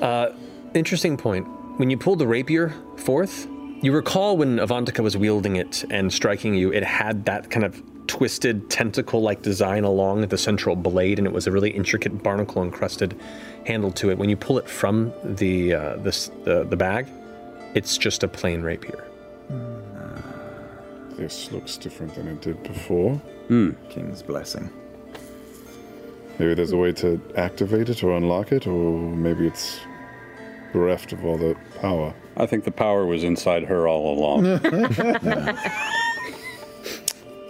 [SPEAKER 3] Uh, interesting point. When you pulled the rapier forth, you recall when Avantika was wielding it and striking you, it had that kind of twisted tentacle like design along the central blade, and it was a really intricate barnacle encrusted handle to it. When you pull it from the, uh, this, the, the bag, it's just a plain rapier.
[SPEAKER 6] Mm, uh, This looks different than it did before.
[SPEAKER 9] Hmm.
[SPEAKER 7] King's blessing.
[SPEAKER 6] Maybe
[SPEAKER 9] Hmm.
[SPEAKER 6] there's a way to activate it or unlock it, or maybe it's bereft of all the power.
[SPEAKER 9] I think the power was inside her all along.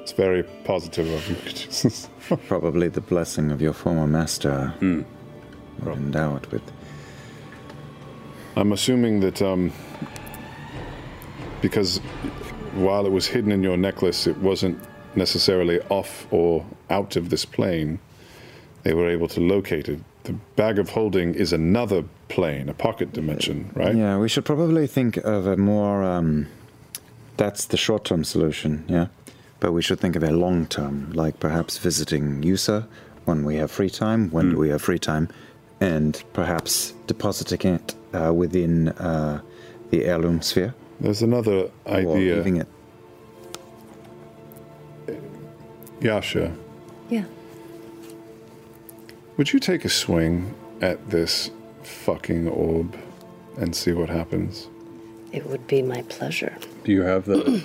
[SPEAKER 6] It's very positive of you.
[SPEAKER 7] Probably the blessing of your former master. Or Endowed with.
[SPEAKER 6] I'm assuming that um, because while it was hidden in your necklace, it wasn't necessarily off or out of this plane. They were able to locate it. The bag of holding is another plane, a pocket dimension, right?
[SPEAKER 7] Yeah, we should probably think of a more. Um, that's the short term solution, yeah? But we should think of a long term, like perhaps visiting Yusa when we have free time, when we have free time, and perhaps depositing it uh, within uh, the heirloom sphere.
[SPEAKER 6] There's another idea.
[SPEAKER 7] Or leaving it.
[SPEAKER 6] Yeah, sure.
[SPEAKER 5] Yeah.
[SPEAKER 6] Would you take a swing at this fucking orb and see what happens?
[SPEAKER 5] It would be my pleasure.
[SPEAKER 9] Do you have the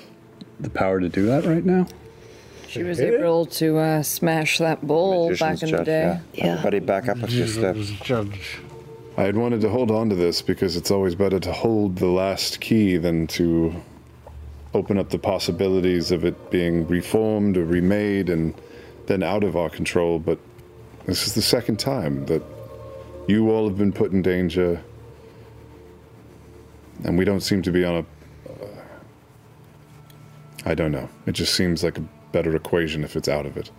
[SPEAKER 9] the power to do that right now?
[SPEAKER 11] She was able to uh, smash that bull back in the day.
[SPEAKER 6] Everybody back up a few steps. I had wanted to hold on to this because it's always better to hold the last key than to open up the possibilities of it being reformed or remade and then out of our control. But this is the second time that you all have been put in danger, and we don't seem to be on a. I don't know. It just seems like a better equation if it's out of it.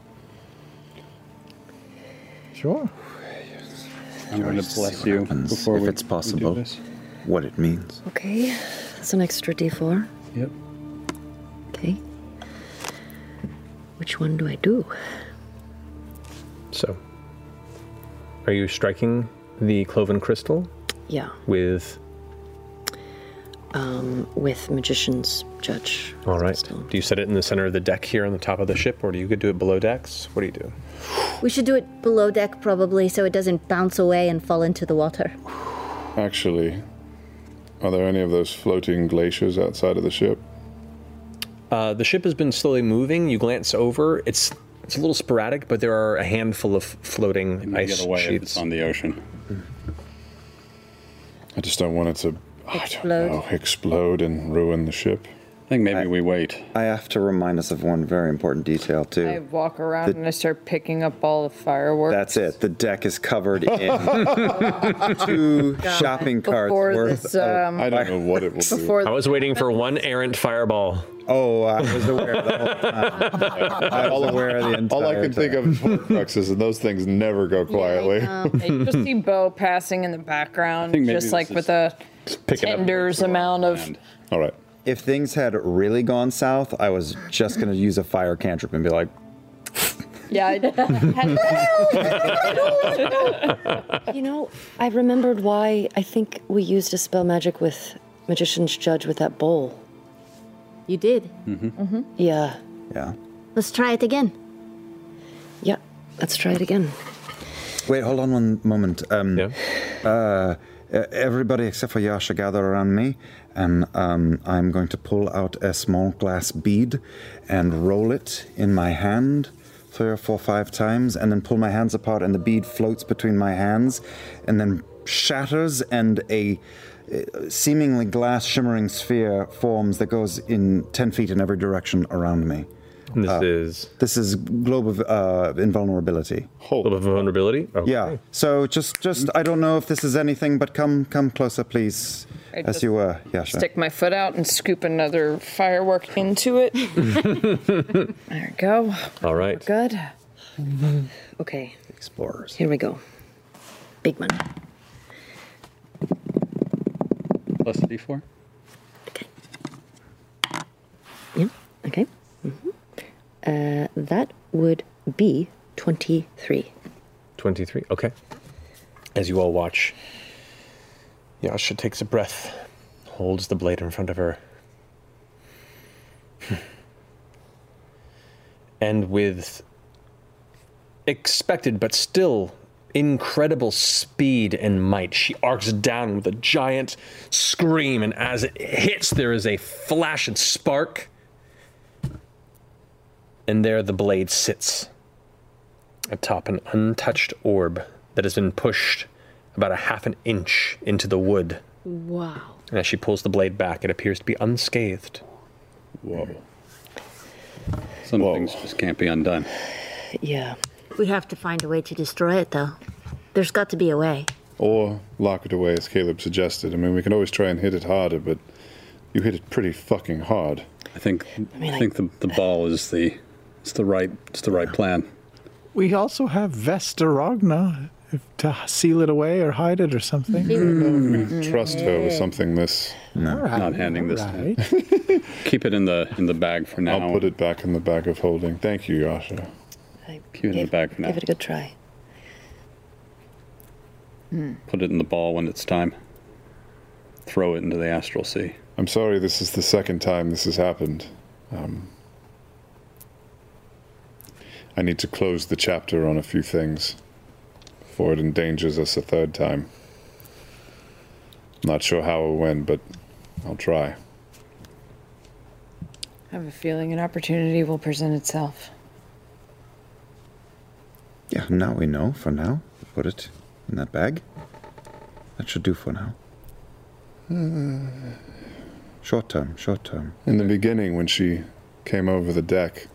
[SPEAKER 13] Sure.
[SPEAKER 9] I'm going to bless you before
[SPEAKER 7] if
[SPEAKER 9] we-
[SPEAKER 7] it's
[SPEAKER 9] we do
[SPEAKER 7] possible.
[SPEAKER 9] this.
[SPEAKER 7] What it means.
[SPEAKER 5] Okay, that's an extra d4.
[SPEAKER 9] Yep.
[SPEAKER 5] Okay. Which one do I do?
[SPEAKER 3] So, are you striking the cloven crystal
[SPEAKER 5] Yeah,
[SPEAKER 3] with?
[SPEAKER 5] um, with Magician's Judge.
[SPEAKER 3] All right. Do you set it in the center of the deck here on the top of the ship, or do you could do it below decks? What do you do?
[SPEAKER 2] We should do it below deck, probably, so it doesn't bounce away and fall into the water.
[SPEAKER 6] Actually, are there any of those floating glaciers outside of the ship?
[SPEAKER 3] Uh, the ship has been slowly moving. You glance over. It's it's a little sporadic, but there are a handful of floating
[SPEAKER 9] might
[SPEAKER 3] ice
[SPEAKER 9] get away if
[SPEAKER 3] sheets
[SPEAKER 9] it's on the ocean.
[SPEAKER 6] I just don't want it to
[SPEAKER 2] Explode.
[SPEAKER 6] oh, explode and ruin the ship.
[SPEAKER 9] I think maybe we wait.
[SPEAKER 7] I have to remind us of one very important detail, too.
[SPEAKER 11] I walk around
[SPEAKER 7] The-
[SPEAKER 11] and I start picking up all the fireworks.
[SPEAKER 7] That's it. The deck is covered in two shopping carts
[SPEAKER 11] Before
[SPEAKER 7] worth
[SPEAKER 11] this,
[SPEAKER 7] of.
[SPEAKER 11] um, I don't
[SPEAKER 6] know what it will
[SPEAKER 11] do. Before-
[SPEAKER 3] I was waiting for one errant fireball.
[SPEAKER 7] Oh, I was aware of the whole time. I was aware of the entire
[SPEAKER 6] All I can think of is Horcruxes, and those things never go quietly.
[SPEAKER 11] Um, you just see Bo passing in the background,
[SPEAKER 7] think maybe
[SPEAKER 11] just
[SPEAKER 7] this
[SPEAKER 11] like
[SPEAKER 7] is-
[SPEAKER 11] with a
[SPEAKER 7] pick it up.
[SPEAKER 11] tender's amount of.
[SPEAKER 6] All right.
[SPEAKER 7] If things had really gone south, I was just going to use a fire cantrip and be like,
[SPEAKER 11] Yeah. I-
[SPEAKER 5] you know, I remembered why I think we used a spell magic with Magician's Judge with that bowl.
[SPEAKER 2] You did.
[SPEAKER 5] Mm-hmm. Yeah.
[SPEAKER 7] yeah.
[SPEAKER 2] Let's try it again.
[SPEAKER 5] Yeah. Let's try it again.
[SPEAKER 7] Wait, hold on one moment. Um, uh, e- everybody except for Yasha gather around me, and um, I'm going to pull out a small glass bead and roll it in my hand three or four, five times, and then pull my hands apart, and the bead floats between my hands, and then shatters, and a uh, seemingly glass shimmering sphere forms that goes in 10 feet in every direction around me. Uh,
[SPEAKER 3] This is
[SPEAKER 7] this is globe of uh, invulnerability.
[SPEAKER 3] Globe of invulnerability. Okay.
[SPEAKER 7] Yeah. So just, just I don't know if this is anything, but come, come closer, please,
[SPEAKER 11] I
[SPEAKER 7] as
[SPEAKER 11] just
[SPEAKER 7] you were, Yasha.
[SPEAKER 11] Stick my foot out and scoop another firework into it. there we go.
[SPEAKER 3] All right.
[SPEAKER 11] Good.
[SPEAKER 5] Okay.
[SPEAKER 7] Explorers.
[SPEAKER 5] Here we go. Big money.
[SPEAKER 9] Plus a d4.
[SPEAKER 5] Okay. Mhm. Uh, that would be 23.
[SPEAKER 3] 23. Okay. As you all watch, Yasha takes a breath, holds the blade in front of her. Hmm. and with expected but still incredible speed and might, she arcs down with a giant scream. And as it hits, there is a flash and spark. And there the blade sits atop an untouched orb that has been pushed about a half an inch into the wood.
[SPEAKER 5] Wow.
[SPEAKER 3] And as she pulls the blade back, it appears to be unscathed.
[SPEAKER 9] Whoa. Some things just can't be undone.
[SPEAKER 5] Yeah.
[SPEAKER 2] We have to find a way to destroy it, though. There's got to be a way.
[SPEAKER 6] Or lock it away, as Caleb suggested. I mean, we can always try and hit it harder, but you hit it pretty fucking hard.
[SPEAKER 9] I think
[SPEAKER 5] mean,
[SPEAKER 9] I think the, the ball is the it's the right it's the right plan.
[SPEAKER 13] We also have Vestaragna if, to seal it away or hide it or something.
[SPEAKER 9] Mm.
[SPEAKER 6] Trust her with something this.
[SPEAKER 7] No,
[SPEAKER 13] All right,
[SPEAKER 9] not handing this.
[SPEAKER 13] all
[SPEAKER 9] To Keep it in the in the bag for now.
[SPEAKER 6] I'll put it back in the bag of holding. Thank you, Yasha.
[SPEAKER 9] Keep it in the bag for now.
[SPEAKER 5] Give it a good try.
[SPEAKER 9] Put it in the ball when it's time. Throw it into the astral sea.
[SPEAKER 6] I'm sorry this is the second time this has happened. Um, I need to close the chapter on a few things. before it endangers us a third time. Not sure how or when, but I'll try.
[SPEAKER 11] I have a feeling an opportunity will present itself.
[SPEAKER 7] Yeah, now we know for now. Put it in that bag. That should do for now.
[SPEAKER 6] Short term, short term. In the beginning, when she came over the deck,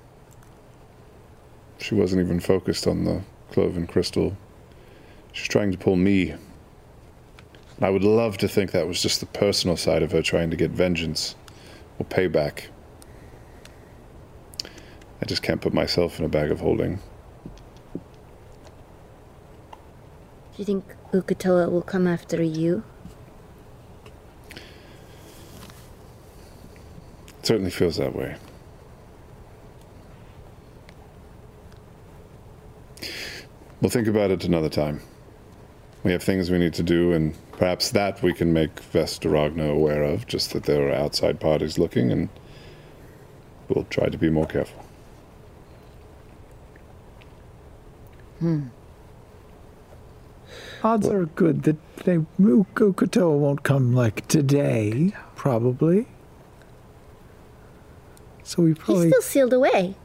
[SPEAKER 6] she wasn't even focused on the cloven crystal. She's trying to pull me. I would love to think that was just the personal side of her trying to get vengeance or payback. I just can't put myself in a bag of holding.
[SPEAKER 2] Do you think Ukatoa will come after you?
[SPEAKER 6] It certainly feels that way. We'll think about it another time. We have things we need to do, and perhaps that we can make Vestaragna aware of, just that there are outside parties looking, and we'll try to be more careful.
[SPEAKER 11] Hmm.
[SPEAKER 13] Odds are good that they Ukatoa won't come like today, probably. So we
[SPEAKER 2] He's
[SPEAKER 13] probably
[SPEAKER 2] still sealed away.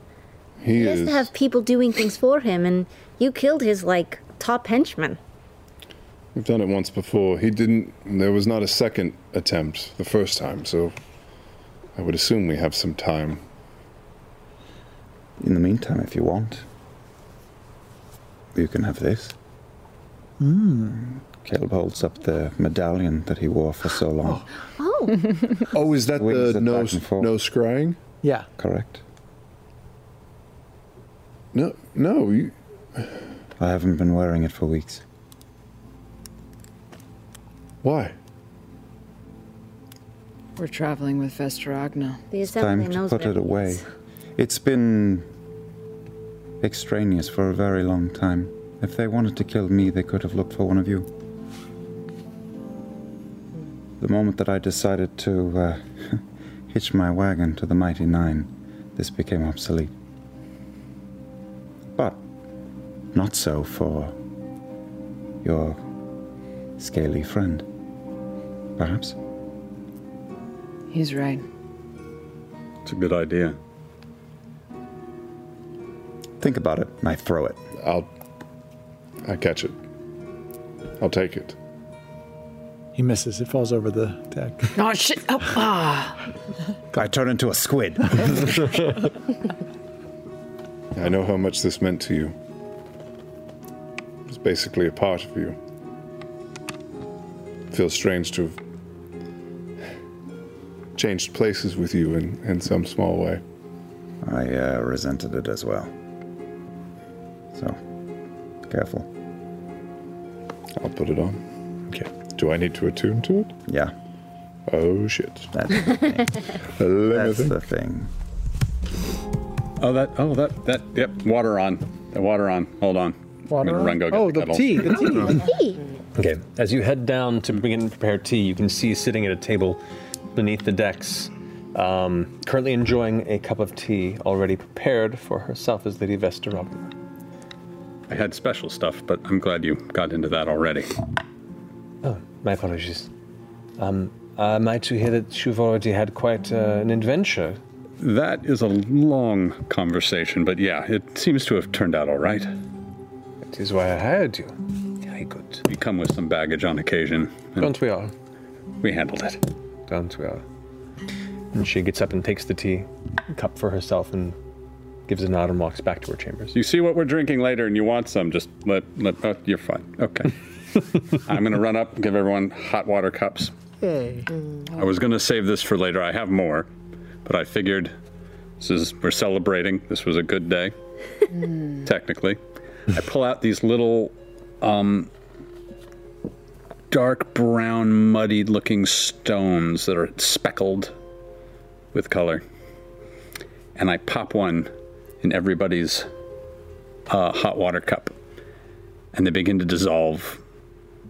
[SPEAKER 6] He
[SPEAKER 2] He has to have people doing things for him, and you killed his, like, top henchman.
[SPEAKER 6] We've done it once before. He didn't. There was not a second attempt the first time, so I would assume we have some time.
[SPEAKER 7] In the meantime, if you want, you can have this.
[SPEAKER 13] Hmm.
[SPEAKER 7] Caleb holds up the medallion that he wore for so long.
[SPEAKER 2] Oh.
[SPEAKER 6] oh, is that
[SPEAKER 7] the no, no
[SPEAKER 6] scrying?
[SPEAKER 13] Yeah.
[SPEAKER 7] Correct.
[SPEAKER 6] No, no, you.
[SPEAKER 7] I haven't been wearing it for weeks.
[SPEAKER 6] Why?
[SPEAKER 11] We're traveling with Vestaragna.
[SPEAKER 2] The
[SPEAKER 7] Time to put it away. It's been extraneous for a very long time. If they wanted to kill me, they could have looked for one of you. The moment that I decided to uh, hitch my wagon to the Mighty Nine, this became obsolete. But not so for your scaly friend, perhaps.
[SPEAKER 11] He's right.
[SPEAKER 7] It's a good idea. Think about it, and I throw it.
[SPEAKER 6] I'll. I catch it. I'll take it.
[SPEAKER 13] he misses. It falls over the deck.
[SPEAKER 11] Oh shit! Oh, ah.
[SPEAKER 7] I turn into a squid.
[SPEAKER 6] I know how much this meant to you. It's basically a part of you. Feels strange to have changed places with you in, in some small way.
[SPEAKER 7] I uh, resented it as well. So, careful.
[SPEAKER 6] I'll put it on. Okay. Do I need to attune to it?
[SPEAKER 7] Yeah.
[SPEAKER 6] Oh shit.
[SPEAKER 7] That's the
[SPEAKER 6] thing.
[SPEAKER 7] That's the thing.
[SPEAKER 9] Oh, that. Oh, that. That. Yep. Water on. The water on. Hold on. I'm gonna run go get
[SPEAKER 7] Oh,
[SPEAKER 13] Oh,
[SPEAKER 9] kettle.
[SPEAKER 3] Okay, as you head down to begin to prepare tea, you can see sitting at a table beneath the decks, um, currently enjoying a cup of tea already prepared for herself as Lady Vesterogna.
[SPEAKER 9] I had special stuff, but I'm glad you got into that already.
[SPEAKER 3] Oh, my apologies. Um, am I to hear that you've already had quite uh, an adventure?
[SPEAKER 9] That is a long conversation, but yeah, it seems to have turned out all right.
[SPEAKER 3] That is why I hired you.
[SPEAKER 9] Very good. We come with some baggage on occasion. and
[SPEAKER 3] Don't we all?
[SPEAKER 9] We handled it.
[SPEAKER 3] Don't we all? And she gets up and takes the tea cup for herself and gives a nod and walks back to her chambers.
[SPEAKER 9] You see what we're drinking later, and you want some? Just let let. Oh, you're fine. Okay. I'm gonna run up, and give everyone hot water cups.
[SPEAKER 13] Hey.
[SPEAKER 9] I was gonna save this for later. I have more, but I figured this is we're celebrating. This was a good day, technically. I pull out these little, um, dark brown, muddy-looking stones that are speckled with color, and I pop one in everybody's uh, hot water cup, and they begin to dissolve,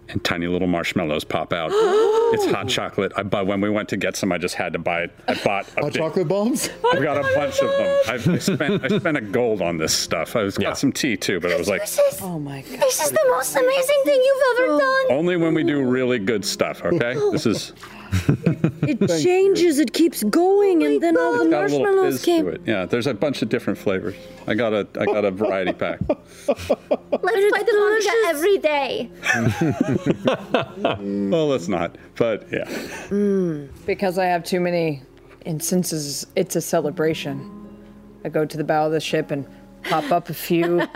[SPEAKER 9] and tiny little marshmallows pop out.
[SPEAKER 5] Oh.
[SPEAKER 9] It's hot chocolate. I bought when we went to get some. I just had to buy it. I bought a
[SPEAKER 38] Hot
[SPEAKER 9] big-
[SPEAKER 38] chocolate bombs?
[SPEAKER 9] I've got a bunch of them. I've I spent I spent a gold on this stuff. I was got some tea too, but I was like,
[SPEAKER 39] oh my god.
[SPEAKER 2] This is the most amazing thing you've ever done.
[SPEAKER 9] only when we do really good stuff. Okay, this is
[SPEAKER 5] It changes, it keeps
[SPEAKER 9] Oh
[SPEAKER 5] going, and then all the
[SPEAKER 9] got a little fizz
[SPEAKER 5] marshmallows
[SPEAKER 9] to
[SPEAKER 5] came.
[SPEAKER 9] it. Yeah, there's a bunch of different flavors. I got a I got a variety pack.
[SPEAKER 2] Let's play the Lunga every day.
[SPEAKER 9] well, let's not. But yeah,
[SPEAKER 11] Because I have too many instances, it's a celebration. I go to the bow of the ship and pop up a few,
[SPEAKER 9] Uh,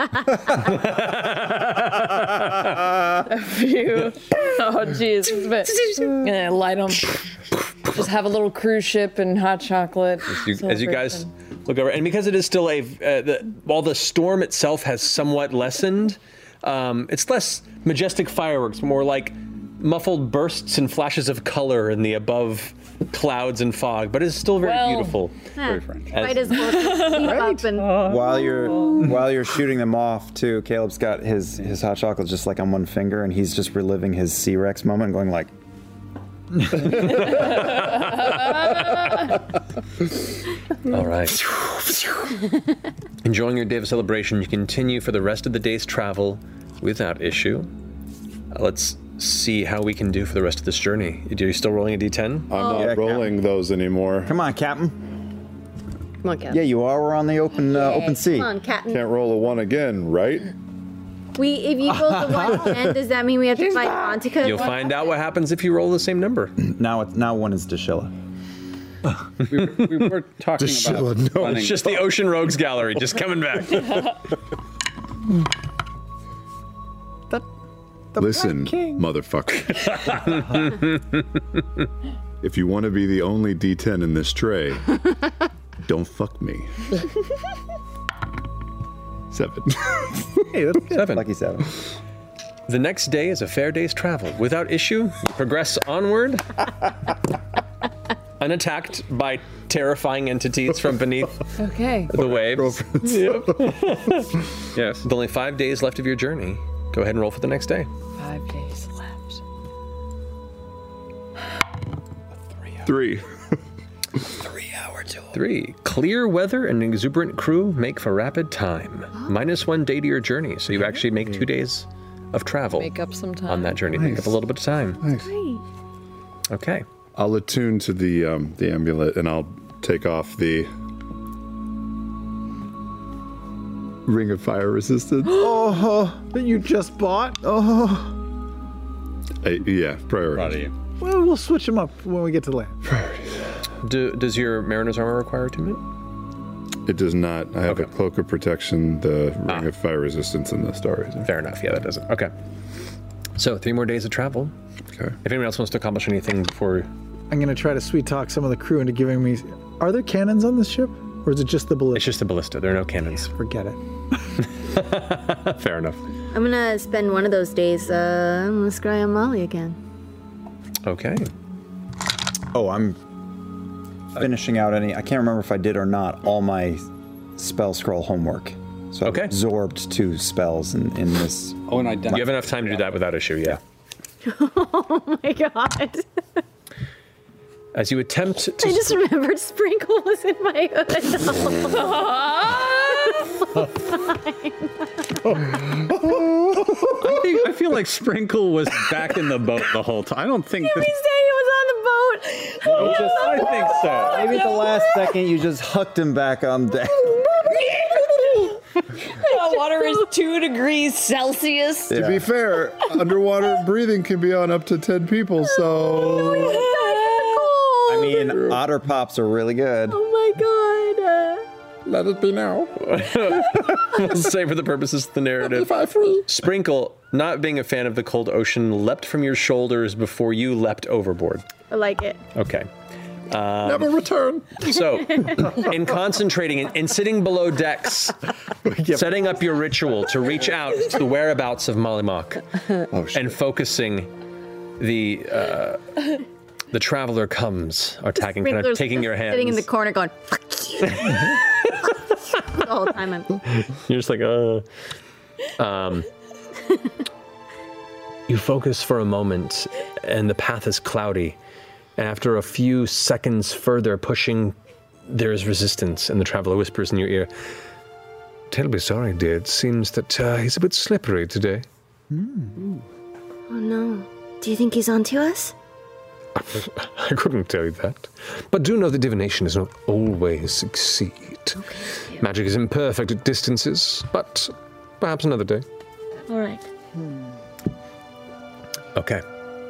[SPEAKER 11] a few. Oh, jeez, it's been- and I light them. Just have a little cruise ship and hot chocolate.
[SPEAKER 3] you, as you guys
[SPEAKER 11] celebration.
[SPEAKER 3] look over, and because it is still a, uh, the, while the storm itself has somewhat lessened, um, it's less majestic fireworks, more like muffled bursts and flashes of color in the above clouds and fog, but it's still very
[SPEAKER 2] Well,
[SPEAKER 3] beautiful.
[SPEAKER 2] Huh. Right as
[SPEAKER 3] As-
[SPEAKER 2] well keep up and
[SPEAKER 7] While you're
[SPEAKER 9] Oh.
[SPEAKER 7] while you're shooting them off too, Caleb's got his his hot chocolate just like on one finger, and he's just reliving his C Rex moment, going like,
[SPEAKER 3] All right. Enjoying your day of celebration, you continue for the rest of the day's travel without issue. Uh, let's see how we can do for the rest of this journey. Are you still rolling a d10? I'm
[SPEAKER 6] not Yeah, rolling
[SPEAKER 3] those anymore. Come
[SPEAKER 7] on, Captain.
[SPEAKER 5] Come on, Captain.
[SPEAKER 7] "Yeah, you are. We're on the open uh,
[SPEAKER 2] Yay.
[SPEAKER 7] open sea.
[SPEAKER 2] Come on, Captain.
[SPEAKER 6] Can't roll a one again, right?
[SPEAKER 2] we if you roll the one ten, does that mean we have to fight Antica?
[SPEAKER 3] You'll find out what happens if you roll the same number.
[SPEAKER 7] Now it's now one is Deshilla.
[SPEAKER 9] we, were, we were talking about running.
[SPEAKER 3] it's just the Ocean Rogues Gallery just coming back.
[SPEAKER 6] Listen,
[SPEAKER 39] King.
[SPEAKER 6] motherfucker. if you want to be the only D10 in this tray, don't fuck me. Seven.
[SPEAKER 3] hey, that's Seven.
[SPEAKER 7] Lucky seven.
[SPEAKER 3] The next day is a fair day's travel. Without issue, you progress onward, unattacked by terrifying entities from beneath
[SPEAKER 11] Okay.
[SPEAKER 3] the waves. yes. With only five days left of your journey, go ahead and roll for the next day.
[SPEAKER 11] Five days left.
[SPEAKER 3] Three. Three. Clear weather and an exuberant crew make for rapid time.
[SPEAKER 11] Oh.
[SPEAKER 3] Minus one day to your journey, so you actually make two days of travel
[SPEAKER 11] Make up some time.
[SPEAKER 3] on that journey. Make up a little bit of time. Okay.
[SPEAKER 6] I'll attune to the um, the amulet and I'll take off the ring of fire resistance.
[SPEAKER 13] oh, that you just bought. Oh,
[SPEAKER 6] I, Uh, yeah, priority.
[SPEAKER 13] well, we'll switch them up when we get to land.
[SPEAKER 3] Do, does your mariner's armor require attunement?
[SPEAKER 6] It does not. I have a cloak of protection, the ring of fire resistance, and the star razor.
[SPEAKER 3] Ah. Fair enough. Yeah, that does it. Okay. So three more days of travel.
[SPEAKER 6] Okay.
[SPEAKER 3] If anyone else wants to accomplish anything before,
[SPEAKER 13] I'm gonna try to sweet talk some of the crew into giving me. Are there cannons on this ship, or is it just the ballista? It's
[SPEAKER 3] just the ballista. There are no cannons.
[SPEAKER 13] Forget it.
[SPEAKER 3] fair enough.
[SPEAKER 40] I'm gonna spend one of those days. Uh, I'm gonna scry on Molly again.
[SPEAKER 3] Okay.
[SPEAKER 7] Oh, I'm finishing out any. I can't remember if I did or not. All my spell scroll homework. So I absorbed two spells in, in this.
[SPEAKER 9] Oh, and I
[SPEAKER 3] you have enough time to do that without issue. Yeah.
[SPEAKER 2] Oh my god.
[SPEAKER 3] As you attempt to
[SPEAKER 2] I just remembered Sprinkle was in my hood.
[SPEAKER 9] I, think, I feel like Sprinkle was back in the boat the whole time. I don't think
[SPEAKER 2] Did we
[SPEAKER 9] this.
[SPEAKER 2] say he was on the boat?
[SPEAKER 9] No, just- I think so.
[SPEAKER 7] Maybe at the last second you just hucked him back on deck.
[SPEAKER 39] the water is two degrees Celsius.
[SPEAKER 6] To be fair, underwater breathing can be on up to 10 people, so.
[SPEAKER 7] I mean, otter pops are really good.
[SPEAKER 2] Oh my god.
[SPEAKER 6] Let it be now.
[SPEAKER 3] Say for the purposes of the narrative. Sprinkle, not being a fan of the cold ocean, leapt from your shoulders before you leapt overboard.
[SPEAKER 2] I like it.
[SPEAKER 3] Okay. Um,
[SPEAKER 6] Never return.
[SPEAKER 3] So, in concentrating and, and sitting below decks, setting up your ritual to reach out to the whereabouts of Malimok,
[SPEAKER 6] Oh,
[SPEAKER 3] and focusing, the uh, the traveler comes, attacking, kind of
[SPEAKER 2] Sprinkler's
[SPEAKER 3] taking your hands.
[SPEAKER 2] Sitting in the corner going, fuck you. the whole time I'm.
[SPEAKER 3] You're just like, uh. Um, You focus for a moment, and the path is cloudy. And after a few seconds further pushing, there is resistance, and the traveler whispers in your ear, Terribly sorry, dear. It seems that uh, he's a bit slippery today.
[SPEAKER 2] Oh no. Do you think he's onto us?
[SPEAKER 3] I couldn't tell you that. But do know that divination does not always succeed. Magic is imperfect at distances, but perhaps another day.
[SPEAKER 2] All right.
[SPEAKER 3] Okay,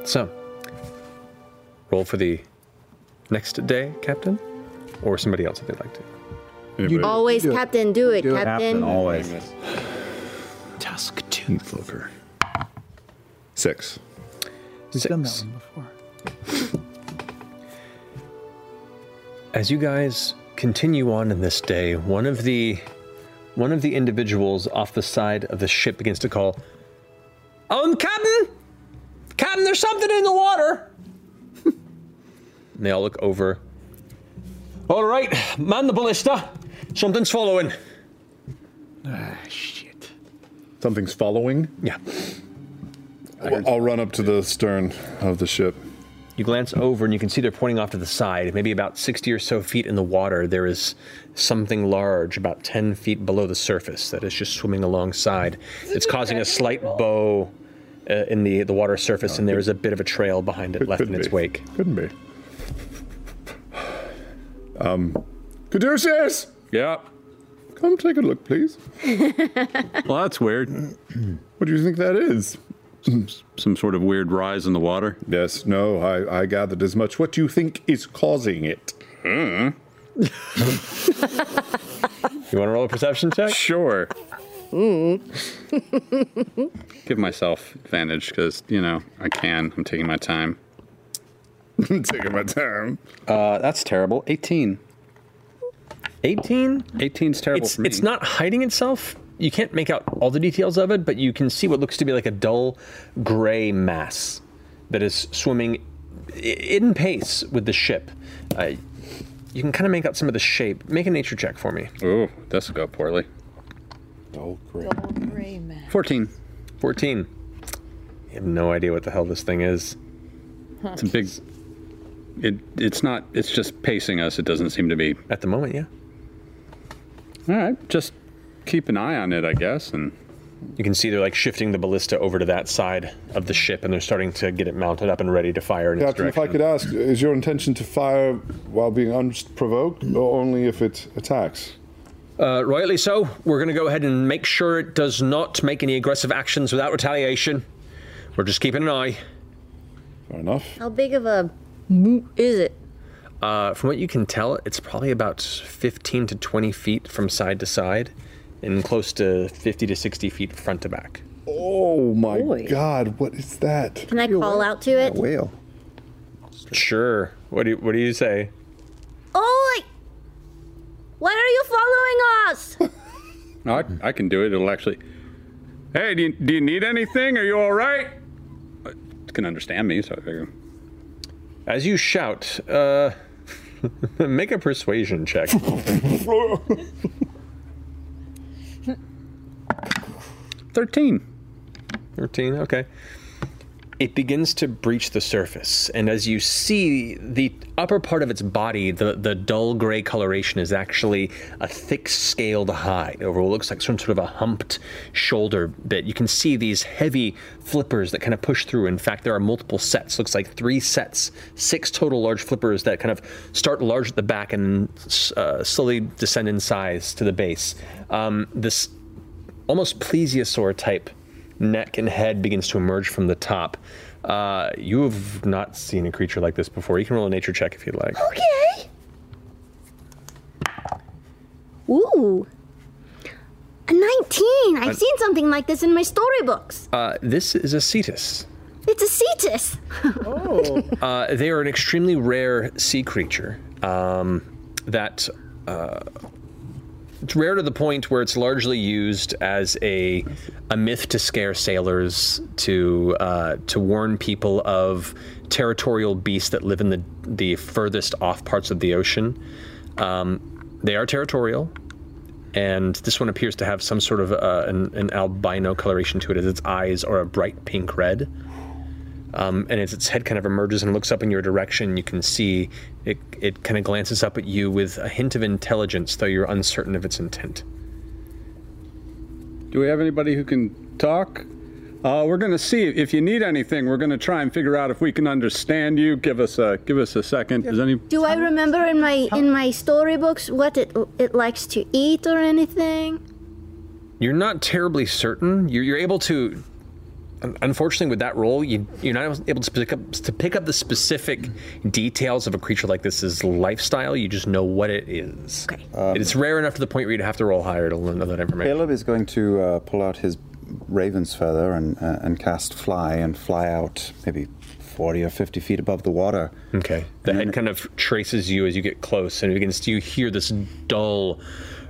[SPEAKER 3] so roll for the next day, Captain, or somebody else if they'd like to.
[SPEAKER 2] always, Captain, do it,
[SPEAKER 3] Do it.
[SPEAKER 2] Captain.
[SPEAKER 3] Tusk
[SPEAKER 6] Looker. Six.
[SPEAKER 7] We've done that one before.
[SPEAKER 3] As you guys continue on in this day, one of the one of the individuals off the side of the ship begins to call, Um, Captain? Captain, there's something in the water! and they all look over. All right, man the ballista. Something's following.
[SPEAKER 6] Ah, shit. Something's following?
[SPEAKER 3] Yeah.
[SPEAKER 6] I'll, I'll run up to the stern of the ship.
[SPEAKER 3] You glance over and you can see they're pointing off to the side, maybe about 60 or so feet in the water. There is something large, about 10 feet below the surface, that is just swimming alongside. It's causing a slight bow uh, in the, the water surface,
[SPEAKER 6] Uh,
[SPEAKER 3] and there is a bit of a trail behind it left in
[SPEAKER 6] couldn't
[SPEAKER 3] its
[SPEAKER 6] be.
[SPEAKER 3] wake.
[SPEAKER 6] Couldn't be. Um, Caduceus!
[SPEAKER 9] Yeah.
[SPEAKER 6] Come take a look, please.
[SPEAKER 9] Well, that's weird.
[SPEAKER 6] What do you think that is?
[SPEAKER 9] Some sort of weird rise in the water?
[SPEAKER 6] Yes, no, I, I gathered as much. What do you think is causing it?
[SPEAKER 3] Hmm. you want to roll a perception check?
[SPEAKER 9] Sure.
[SPEAKER 5] Mm.
[SPEAKER 9] Give myself advantage because, you know, I can. I'm taking my time.
[SPEAKER 6] I'm taking my time.
[SPEAKER 9] Uh, that's terrible. 18.
[SPEAKER 3] 18?
[SPEAKER 9] 18's terrible
[SPEAKER 3] it's,
[SPEAKER 9] for me.
[SPEAKER 3] it's not hiding itself. You can't make out all the details of it, but you can see what looks to be like a dull gray mass that is swimming i- in pace with the ship. Uh, you can kind of make out some of the shape. Make a nature check for me.
[SPEAKER 9] Ooh, this will go poorly.
[SPEAKER 6] Dull gray.
[SPEAKER 9] 14.
[SPEAKER 3] 14. You have no idea what the hell this thing is.
[SPEAKER 9] It's a big. It, it's not. It's just pacing us. It doesn't seem to be.
[SPEAKER 3] At the moment, yeah.
[SPEAKER 9] All right. Just keep an eye on it, I guess. And
[SPEAKER 3] You can see they're like shifting the ballista over to that side of the ship, and they're starting to get it mounted up and ready to fire in its
[SPEAKER 6] Captain, if
[SPEAKER 3] direction.
[SPEAKER 6] I could ask, is your intention to fire while being unprovoked, or only if it attacks?
[SPEAKER 3] Uh, rightly so. We're going to go ahead and make sure it does not make any aggressive actions without retaliation. We're just keeping an eye.
[SPEAKER 6] Fair enough.
[SPEAKER 2] How big of a moot is it?
[SPEAKER 3] Uh, from what you can tell, it's probably about 15 to 20 feet from side to side and close to 50 to 60 feet front to back.
[SPEAKER 6] Oh my God! What is that?
[SPEAKER 2] Can I call out to it?
[SPEAKER 3] Whale. Sure. What do you, what do you say?
[SPEAKER 2] Oi! Why are you following us?
[SPEAKER 9] I, I can do it. It'll actually. Hey, do you, do you need anything? Are you all right? It can understand me, so I figure.
[SPEAKER 3] As you shout, uh, make a persuasion check.
[SPEAKER 9] Thirteen.
[SPEAKER 3] 13, okay. It begins to breach the surface, and as you see, the upper part of its body, the, the dull gray coloration, is actually a thick scaled hide over what looks like some sort of a humped shoulder bit. You can see these heavy flippers that kind of push through. In fact, there are multiple sets, looks like three sets, six total large flippers that kind of start large at the back and uh, slowly descend in size to the base. Um, this almost plesiosaur type neck and head begins to emerge from the top. Uh, you have not seen a creature like this before. You can roll a nature check if you'd like.
[SPEAKER 2] Okay. Ooh. A 19. I've
[SPEAKER 3] But-
[SPEAKER 2] seen something like this in my storybooks.
[SPEAKER 3] Uh, this is a cetus.
[SPEAKER 2] It's a cetus. Oh.
[SPEAKER 3] Uh, they are an extremely rare sea creature um, that uh, it's rare to the point where it's largely used as a a myth to scare sailors, to uh, to warn people of territorial beasts that live in the the furthest off parts of the ocean. Um, they are territorial, and this one appears to have some sort of uh, an, an albino coloration to it, as its eyes are a bright pink red. Um, and as its head kind of emerges and looks up in your direction, you can see it, it kind of glances up at you with a hint of intelligence, though you're uncertain of its intent.
[SPEAKER 9] Do we have anybody who can talk? Uh, we're going to see if you need anything. We're going to try and figure out if we can understand you. Give us a give us a second. Is any
[SPEAKER 2] Do I remember in my in my storybooks what it it likes to eat or anything?
[SPEAKER 3] You're not terribly certain. You're, you're able to. un- Unfortunately, with that role, you, you're not able to pick up to pick up the specific details of a creature like this' lifestyle. You just know what it is. Okay. it's rare enough to the point where you'd have to roll higher to learn know that information.
[SPEAKER 7] Caleb is going to uh, pull out his raven's feather and uh, and cast fly and fly out maybe forty or fifty feet above the water.
[SPEAKER 3] Okay. The head kind of traces you as you get close, and it begins to you hear this dull,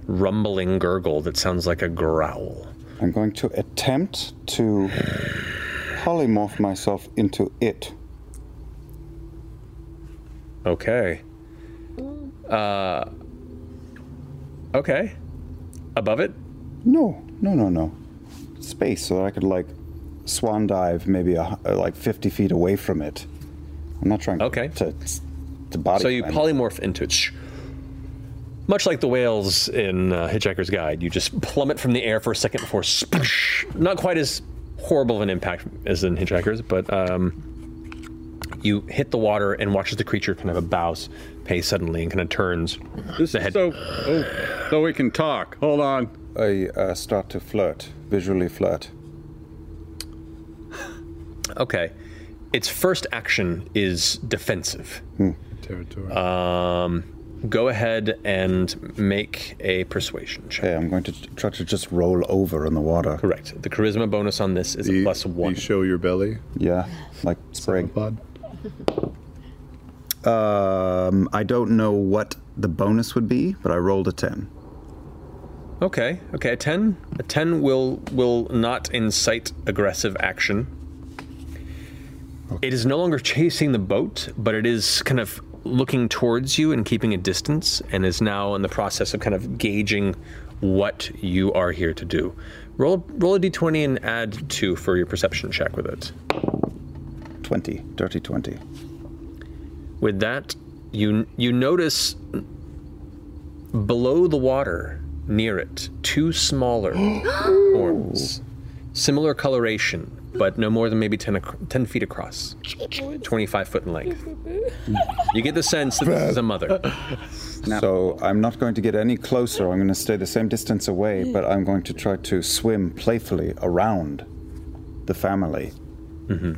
[SPEAKER 3] rumbling gurgle that sounds like a growl.
[SPEAKER 7] I'm going to attempt to polymorph myself into it.
[SPEAKER 3] Okay. Uh. Okay. Above it?
[SPEAKER 7] No, no, no, no. Space so that I could like swan dive maybe a, hu- uh, like 50 feet away from it. I'm not trying
[SPEAKER 3] Okay.
[SPEAKER 7] to to body.
[SPEAKER 3] so you
[SPEAKER 7] climb.
[SPEAKER 3] polymorph into it. Shh. Much like the whales in uh, Hitchhiker's Guide, you just plummet from the air for a second before sploosh. Not quite as horrible of an impact as in Hitchhiker's, but um, you hit the water and watch as the creature kind of bows, pays suddenly, and kind of turns.
[SPEAKER 9] This
[SPEAKER 3] the head.
[SPEAKER 9] So, oh, so we can talk. Hold on.
[SPEAKER 7] I uh, start to flirt, visually flirt.
[SPEAKER 3] Okay. Its first action is defensive.
[SPEAKER 7] Hmm.
[SPEAKER 41] Territory.
[SPEAKER 3] Um, go ahead and make a persuasion check.
[SPEAKER 7] Okay, I'm going to t- try to just roll over in the water.
[SPEAKER 3] Correct. The charisma bonus on this is a plus one. You
[SPEAKER 41] show your belly.
[SPEAKER 7] Yeah, like spring. Um, I don't know what the bonus would be, but I rolled a 10.
[SPEAKER 3] Okay. Okay. A ten. A ten will will not incite aggressive action. It is no longer chasing the boat, but it is kind of looking towards you and keeping a distance, and is now in the process of kind of gauging what you are here to do. Roll roll a d20 and add two for your perception check with it.
[SPEAKER 7] 20, dirty 20.
[SPEAKER 3] With that, you you notice below the water, near it, two smaller forms, similar coloration, but no more than maybe 10, ac- 10 feet across, 25 foot in length. You get the sense that this is a mother.
[SPEAKER 7] So I'm not going to get any closer. I'm going to stay the same distance away, but I'm going to try to swim playfully around the family.
[SPEAKER 3] Mm-hmm.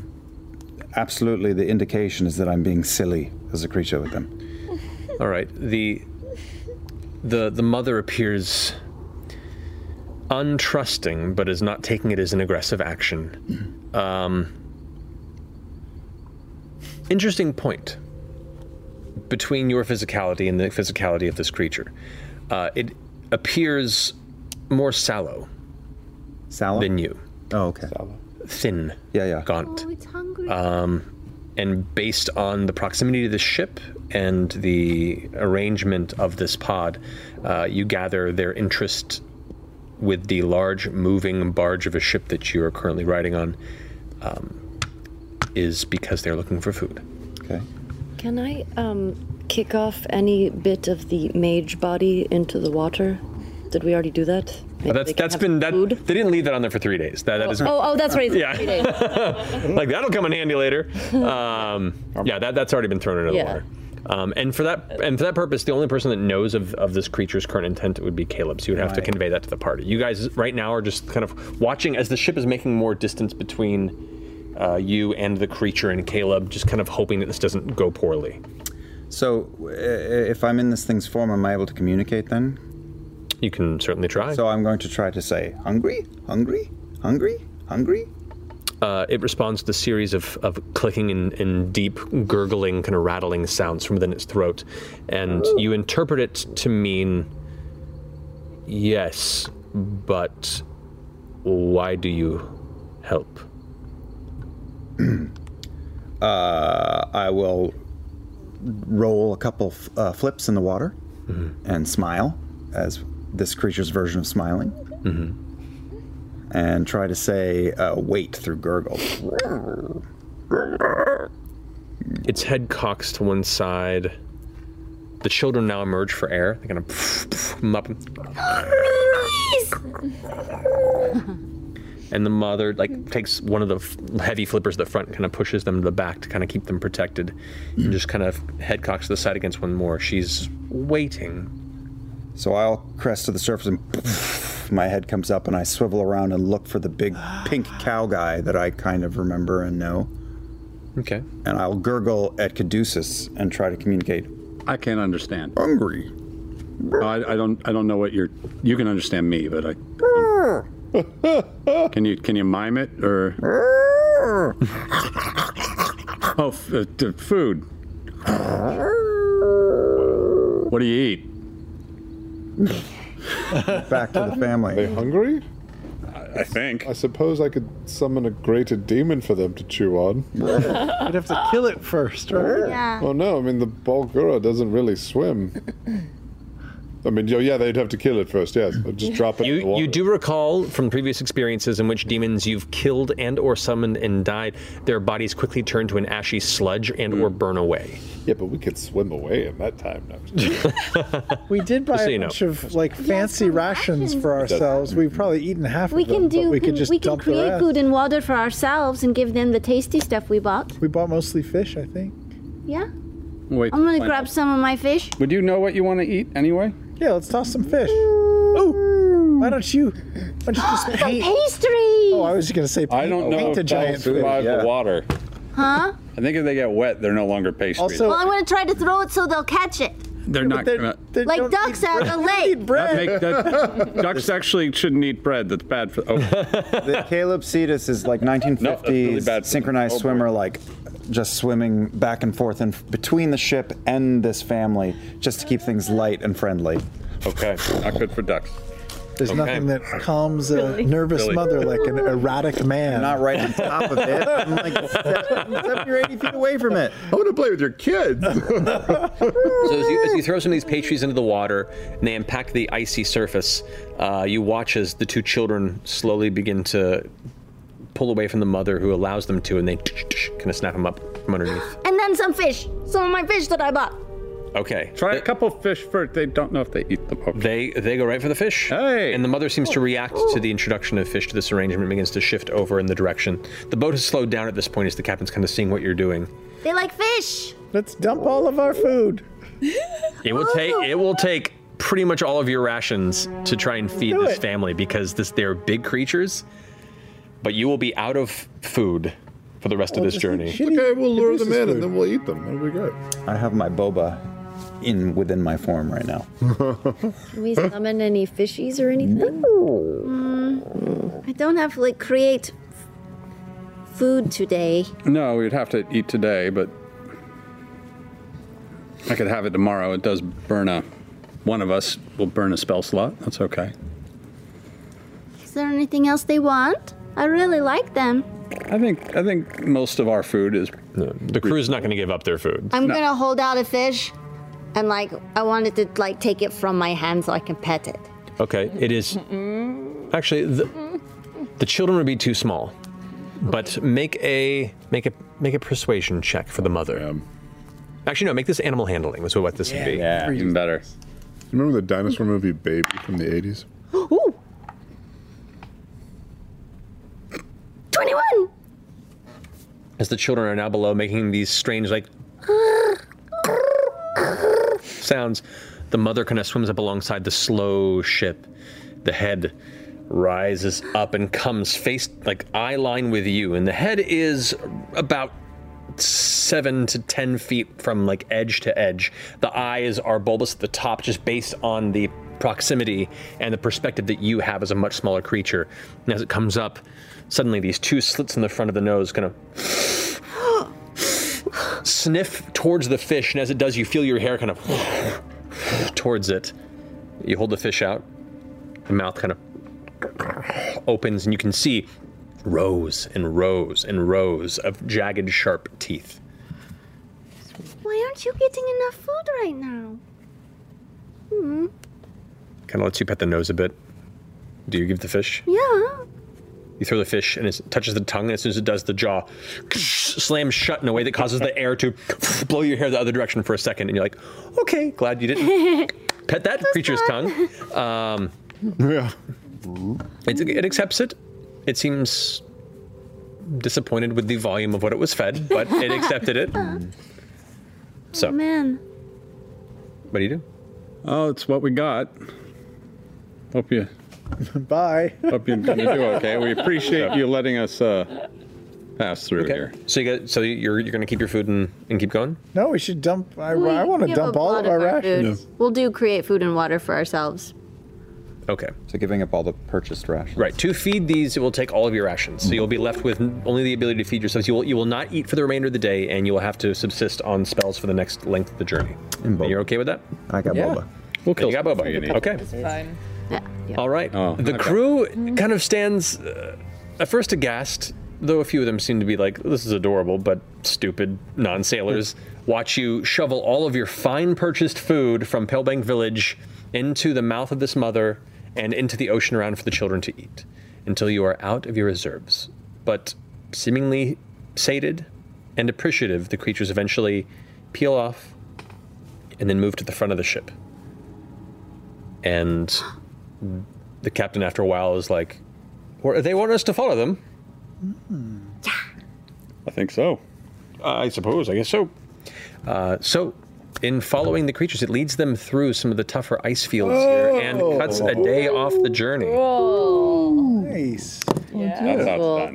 [SPEAKER 7] Absolutely, the indication is that I'm being silly as a creature with them.
[SPEAKER 3] All right. The the the mother appears untrusting, but is not taking it as an aggressive action. Um, interesting point between your physicality and the physicality of this creature. Uh, it appears more sallow,
[SPEAKER 7] sallow
[SPEAKER 3] than you.
[SPEAKER 7] Oh, okay.
[SPEAKER 3] Thin.
[SPEAKER 7] Yeah, yeah.
[SPEAKER 3] Gaunt.
[SPEAKER 2] Oh, it's hungry.
[SPEAKER 3] Um, and based on the proximity to the ship and the arrangement of this pod, uh, you gather their interest with the large moving barge of a ship that you are currently riding on um, is because they're looking for food.
[SPEAKER 7] Okay.
[SPEAKER 5] Can I um, kick off any bit of the mage body into the water? Did we already do that? Maybe
[SPEAKER 3] that's
[SPEAKER 5] they can
[SPEAKER 3] that's
[SPEAKER 5] have-
[SPEAKER 3] been that they didn't leave that on there for three days. That that is
[SPEAKER 5] Oh, oh, that's right.
[SPEAKER 3] Yeah,
[SPEAKER 5] Three days.
[SPEAKER 3] like that'll come in handy later. Um, yeah, that, that's already been thrown into
[SPEAKER 5] Yeah.
[SPEAKER 3] the water. Um, and for that and for that purpose, the only person that knows of, of this creature's current intent would be Caleb. So you would have to
[SPEAKER 42] Right.
[SPEAKER 3] convey that to the party. You guys right now are just kind of watching as the ship is making more distance between uh, you and the creature and Caleb, just kind of hoping that this doesn't go poorly.
[SPEAKER 7] So, uh, if I'm in this thing's form, am I able to communicate then?
[SPEAKER 3] You can certainly try.
[SPEAKER 7] So, I'm going to try to say, hungry, hungry, hungry, hungry.
[SPEAKER 3] Uh, it responds to a series of, of clicking and, and deep gurgling, kind of rattling sounds from within its throat. And you interpret it to mean yes, but why do you help?
[SPEAKER 7] Uh, I will roll a couple f- uh, flips in the water
[SPEAKER 3] Mm-hmm.
[SPEAKER 7] and smile as this creature's version of smiling.
[SPEAKER 3] Mm-hmm.
[SPEAKER 7] And try to say, uh, wait through gurgle.
[SPEAKER 3] Its head cocks to one side. The children now emerge for air. They're gonna pff, pff, them up, and the mother like takes one of the f- heavy flippers at the front, and kind of pushes them to the back to kind of keep them protected, and just kind of head cocks to the side against one more. She's waiting.
[SPEAKER 7] So I'll crest to the surface and my head comes up and I swivel around and look for the big pink cow guy that I kind of remember and know.
[SPEAKER 3] Okay.
[SPEAKER 7] And I'll gurgle at Caduceus and try to communicate.
[SPEAKER 9] I can't understand.
[SPEAKER 7] Hungry.
[SPEAKER 9] No, I, I don't. I don't know what you're. You can understand me, but I. can you can you mime it or? oh, f- uh, t- food. what do you eat?
[SPEAKER 7] Back to the family.
[SPEAKER 6] Are they hungry? I
[SPEAKER 9] think.
[SPEAKER 6] I suppose I could summon a greater demon for them to chew on.
[SPEAKER 13] You'd have to kill it first, right?
[SPEAKER 6] Oh no, I mean the Bulgura doesn't really swim. I mean, yo- yeah, they'd have to kill it first. Yes, But just drop it. in the
[SPEAKER 3] You,
[SPEAKER 6] water.
[SPEAKER 3] you do recall from previous experiences in which demons you've killed and or summoned and died, their bodies quickly turn to an ashy sludge and or burn away.
[SPEAKER 6] Mm. Yeah, but we could swim away in that time. No.
[SPEAKER 13] We did buy
[SPEAKER 3] Just so
[SPEAKER 13] a
[SPEAKER 3] you know.
[SPEAKER 13] bunch of like fancy rations for ourselves. We've probably eaten half
[SPEAKER 2] We
[SPEAKER 13] of them.
[SPEAKER 2] can
[SPEAKER 13] but
[SPEAKER 2] do.
[SPEAKER 13] We can just
[SPEAKER 2] we can
[SPEAKER 13] dump the
[SPEAKER 2] create
[SPEAKER 13] rest.
[SPEAKER 2] food and water for ourselves and give them the tasty stuff we bought.
[SPEAKER 13] We bought mostly fish, I think.
[SPEAKER 2] Yeah.
[SPEAKER 9] Wait.
[SPEAKER 2] I'm gonna
[SPEAKER 9] wait.
[SPEAKER 2] grab some of my fish.
[SPEAKER 9] Would you know what you want to eat anyway?
[SPEAKER 13] Yeah, let's toss some fish. Oh, why don't you? Why don't you just paint?
[SPEAKER 2] pastry.
[SPEAKER 13] Oh, I was just gonna say. Paint,
[SPEAKER 9] I don't know
[SPEAKER 13] paint
[SPEAKER 9] if
[SPEAKER 13] a
[SPEAKER 9] that'll
[SPEAKER 13] giant
[SPEAKER 9] survive
[SPEAKER 13] fish.
[SPEAKER 9] the water.
[SPEAKER 2] Huh?
[SPEAKER 9] I think if they get wet, they're no longer pastry.
[SPEAKER 2] well, I'm gonna try to throw it so they'll catch it,
[SPEAKER 9] they're not. gonna-
[SPEAKER 2] like ducks out of the lake.
[SPEAKER 9] that make- that- ducks actually shouldn't eat bread. That's bad for. Oh.
[SPEAKER 7] the Caleb Cetus is like 1950s
[SPEAKER 9] really bad for
[SPEAKER 7] synchronized
[SPEAKER 9] them. Oh, boy.
[SPEAKER 7] swimmer, like just swimming back and forth and between the ship and this family, just to keep things light and friendly.
[SPEAKER 9] Okay, not good for ducks.
[SPEAKER 13] There's nothing that calms a
[SPEAKER 7] Really?
[SPEAKER 13] nervous
[SPEAKER 7] Really?
[SPEAKER 13] mother like an erratic man.
[SPEAKER 7] Not right on top of it. I'm like 70, 70 or 80 feet away from it. I want to play with your kids.
[SPEAKER 3] So as you, as you throw some of these pastries into the water and they impact the icy surface, uh, you watch as the two children slowly begin to pull away from the mother, who allows them to, and they kind of snap them up from underneath.
[SPEAKER 2] And then some fish. Some of my fish that I bought.
[SPEAKER 3] Okay.
[SPEAKER 9] Try a couple fish first. They don't know if they eat them.
[SPEAKER 3] They they go right for the fish. Hey. And the mother seems to react to the introduction of fish to this arrangement and begins to shift over in the direction. The boat has slowed down at this point as the captain's kind of seeing what you're doing.
[SPEAKER 2] They like fish.
[SPEAKER 13] Let's dump all of our food.
[SPEAKER 3] It will take
[SPEAKER 13] Oh.
[SPEAKER 3] it will take pretty much all of your rations to try and feed
[SPEAKER 13] Do
[SPEAKER 3] this
[SPEAKER 13] it.
[SPEAKER 3] family because this they're big creatures. But you will be out of food for the rest
[SPEAKER 13] Oh,
[SPEAKER 3] of this journey.
[SPEAKER 6] Okay, we'll lure them in
[SPEAKER 7] food.
[SPEAKER 6] and then we'll eat them. That'll be great.
[SPEAKER 7] I have my boba in within my form right now.
[SPEAKER 5] Can we summon any fishies or anything?
[SPEAKER 2] Mm,
[SPEAKER 9] oh.
[SPEAKER 2] I don't have to, like create food today.
[SPEAKER 9] No, we'd have to eat today, but I could have it tomorrow. It does burn a. One of us will burn a spell slot. That's okay.
[SPEAKER 2] Is there anything else they want? I really like them.
[SPEAKER 9] I think I think most of our food is.
[SPEAKER 3] The crew's not going to give up their food.
[SPEAKER 2] I'm gonna hold out a fish, and like I wanted to like take it from my hand so I can pet it.
[SPEAKER 3] Okay, it is actually the, the children would be too small, but make a make a make a persuasion check for the mother. Actually, no, make this animal handling. Was what this would be.
[SPEAKER 9] Yeah, even better.
[SPEAKER 6] Remember the dinosaur movie Baby from the 80s?
[SPEAKER 2] Ooh. Twenty-one.
[SPEAKER 3] As the children are now below, making these strange like sounds, the mother kind of swims up alongside the slow ship. The head rises up and comes face like eye line with you, and the head is about seven to ten feet from like edge to edge. The eyes are bulbous at the top, just based on the proximity and the perspective that you have as a much smaller creature. And as it comes up, suddenly these two slits in the front of the nose kind of sniff towards the fish, and as it does, you feel your hair kind of towards it. You hold the fish out, the mouth kind of opens, and you can see rows and rows and rows of jagged, sharp teeth.
[SPEAKER 2] Why aren't you getting enough food right now? Hmm.
[SPEAKER 3] Kind of lets you pet the nose a bit. Do you give the fish?
[SPEAKER 2] Yeah.
[SPEAKER 3] You throw the fish and it touches the tongue, and as soon as it does, the jaw slams shut in a way that causes the air to blow your hair the other direction for a second, and you're like, okay, glad you didn't pet that creature's tongue. Um, yeah. It, it accepts it. It seems disappointed with the volume of what it was fed, but it accepted it. So,
[SPEAKER 43] man.
[SPEAKER 3] what do you do?
[SPEAKER 9] Oh, it's what we got. Hope you
[SPEAKER 13] Bye.
[SPEAKER 9] hope you're gonna do okay. We appreciate you letting us uh, pass through
[SPEAKER 3] Okay.
[SPEAKER 9] here.
[SPEAKER 3] So you got so you're you're gonna keep your food and, and keep going.
[SPEAKER 13] No, we should dump. I,
[SPEAKER 2] We
[SPEAKER 13] I want to
[SPEAKER 2] give
[SPEAKER 13] dump
[SPEAKER 2] up a
[SPEAKER 13] all
[SPEAKER 2] lot
[SPEAKER 13] of our rations.
[SPEAKER 2] food. We'll do create food and water for ourselves.
[SPEAKER 3] Okay.
[SPEAKER 7] So giving up all the purchased rations.
[SPEAKER 3] Right. To feed these, it will take all of your rations. So you'll be left with only the ability to feed yourselves. You will you will not eat for the remainder of the day, and you will have to subsist on spells for the next length of the journey. You're okay with that?
[SPEAKER 7] I got
[SPEAKER 3] Yeah.
[SPEAKER 7] boba.
[SPEAKER 3] We'll kill you got boba. Okay.
[SPEAKER 11] Fine.
[SPEAKER 3] All right. the crew kind of stands uh, at first aghast, though a few of them seem to be like, "This is adorable," but stupid non-sailors watch you shovel all of your fine purchased food from Palebank Village into the mouth of this mother and into the ocean around for the children to eat until you are out of your reserves. But seemingly sated and appreciative, the creatures eventually peel off and then move to the front of the ship and the captain after a while is like "Well, they want us to follow them i think so i suppose i guess so uh, so in following the creatures it leads them through some of the tougher ice fields here and cuts a day off the journey
[SPEAKER 13] Nice.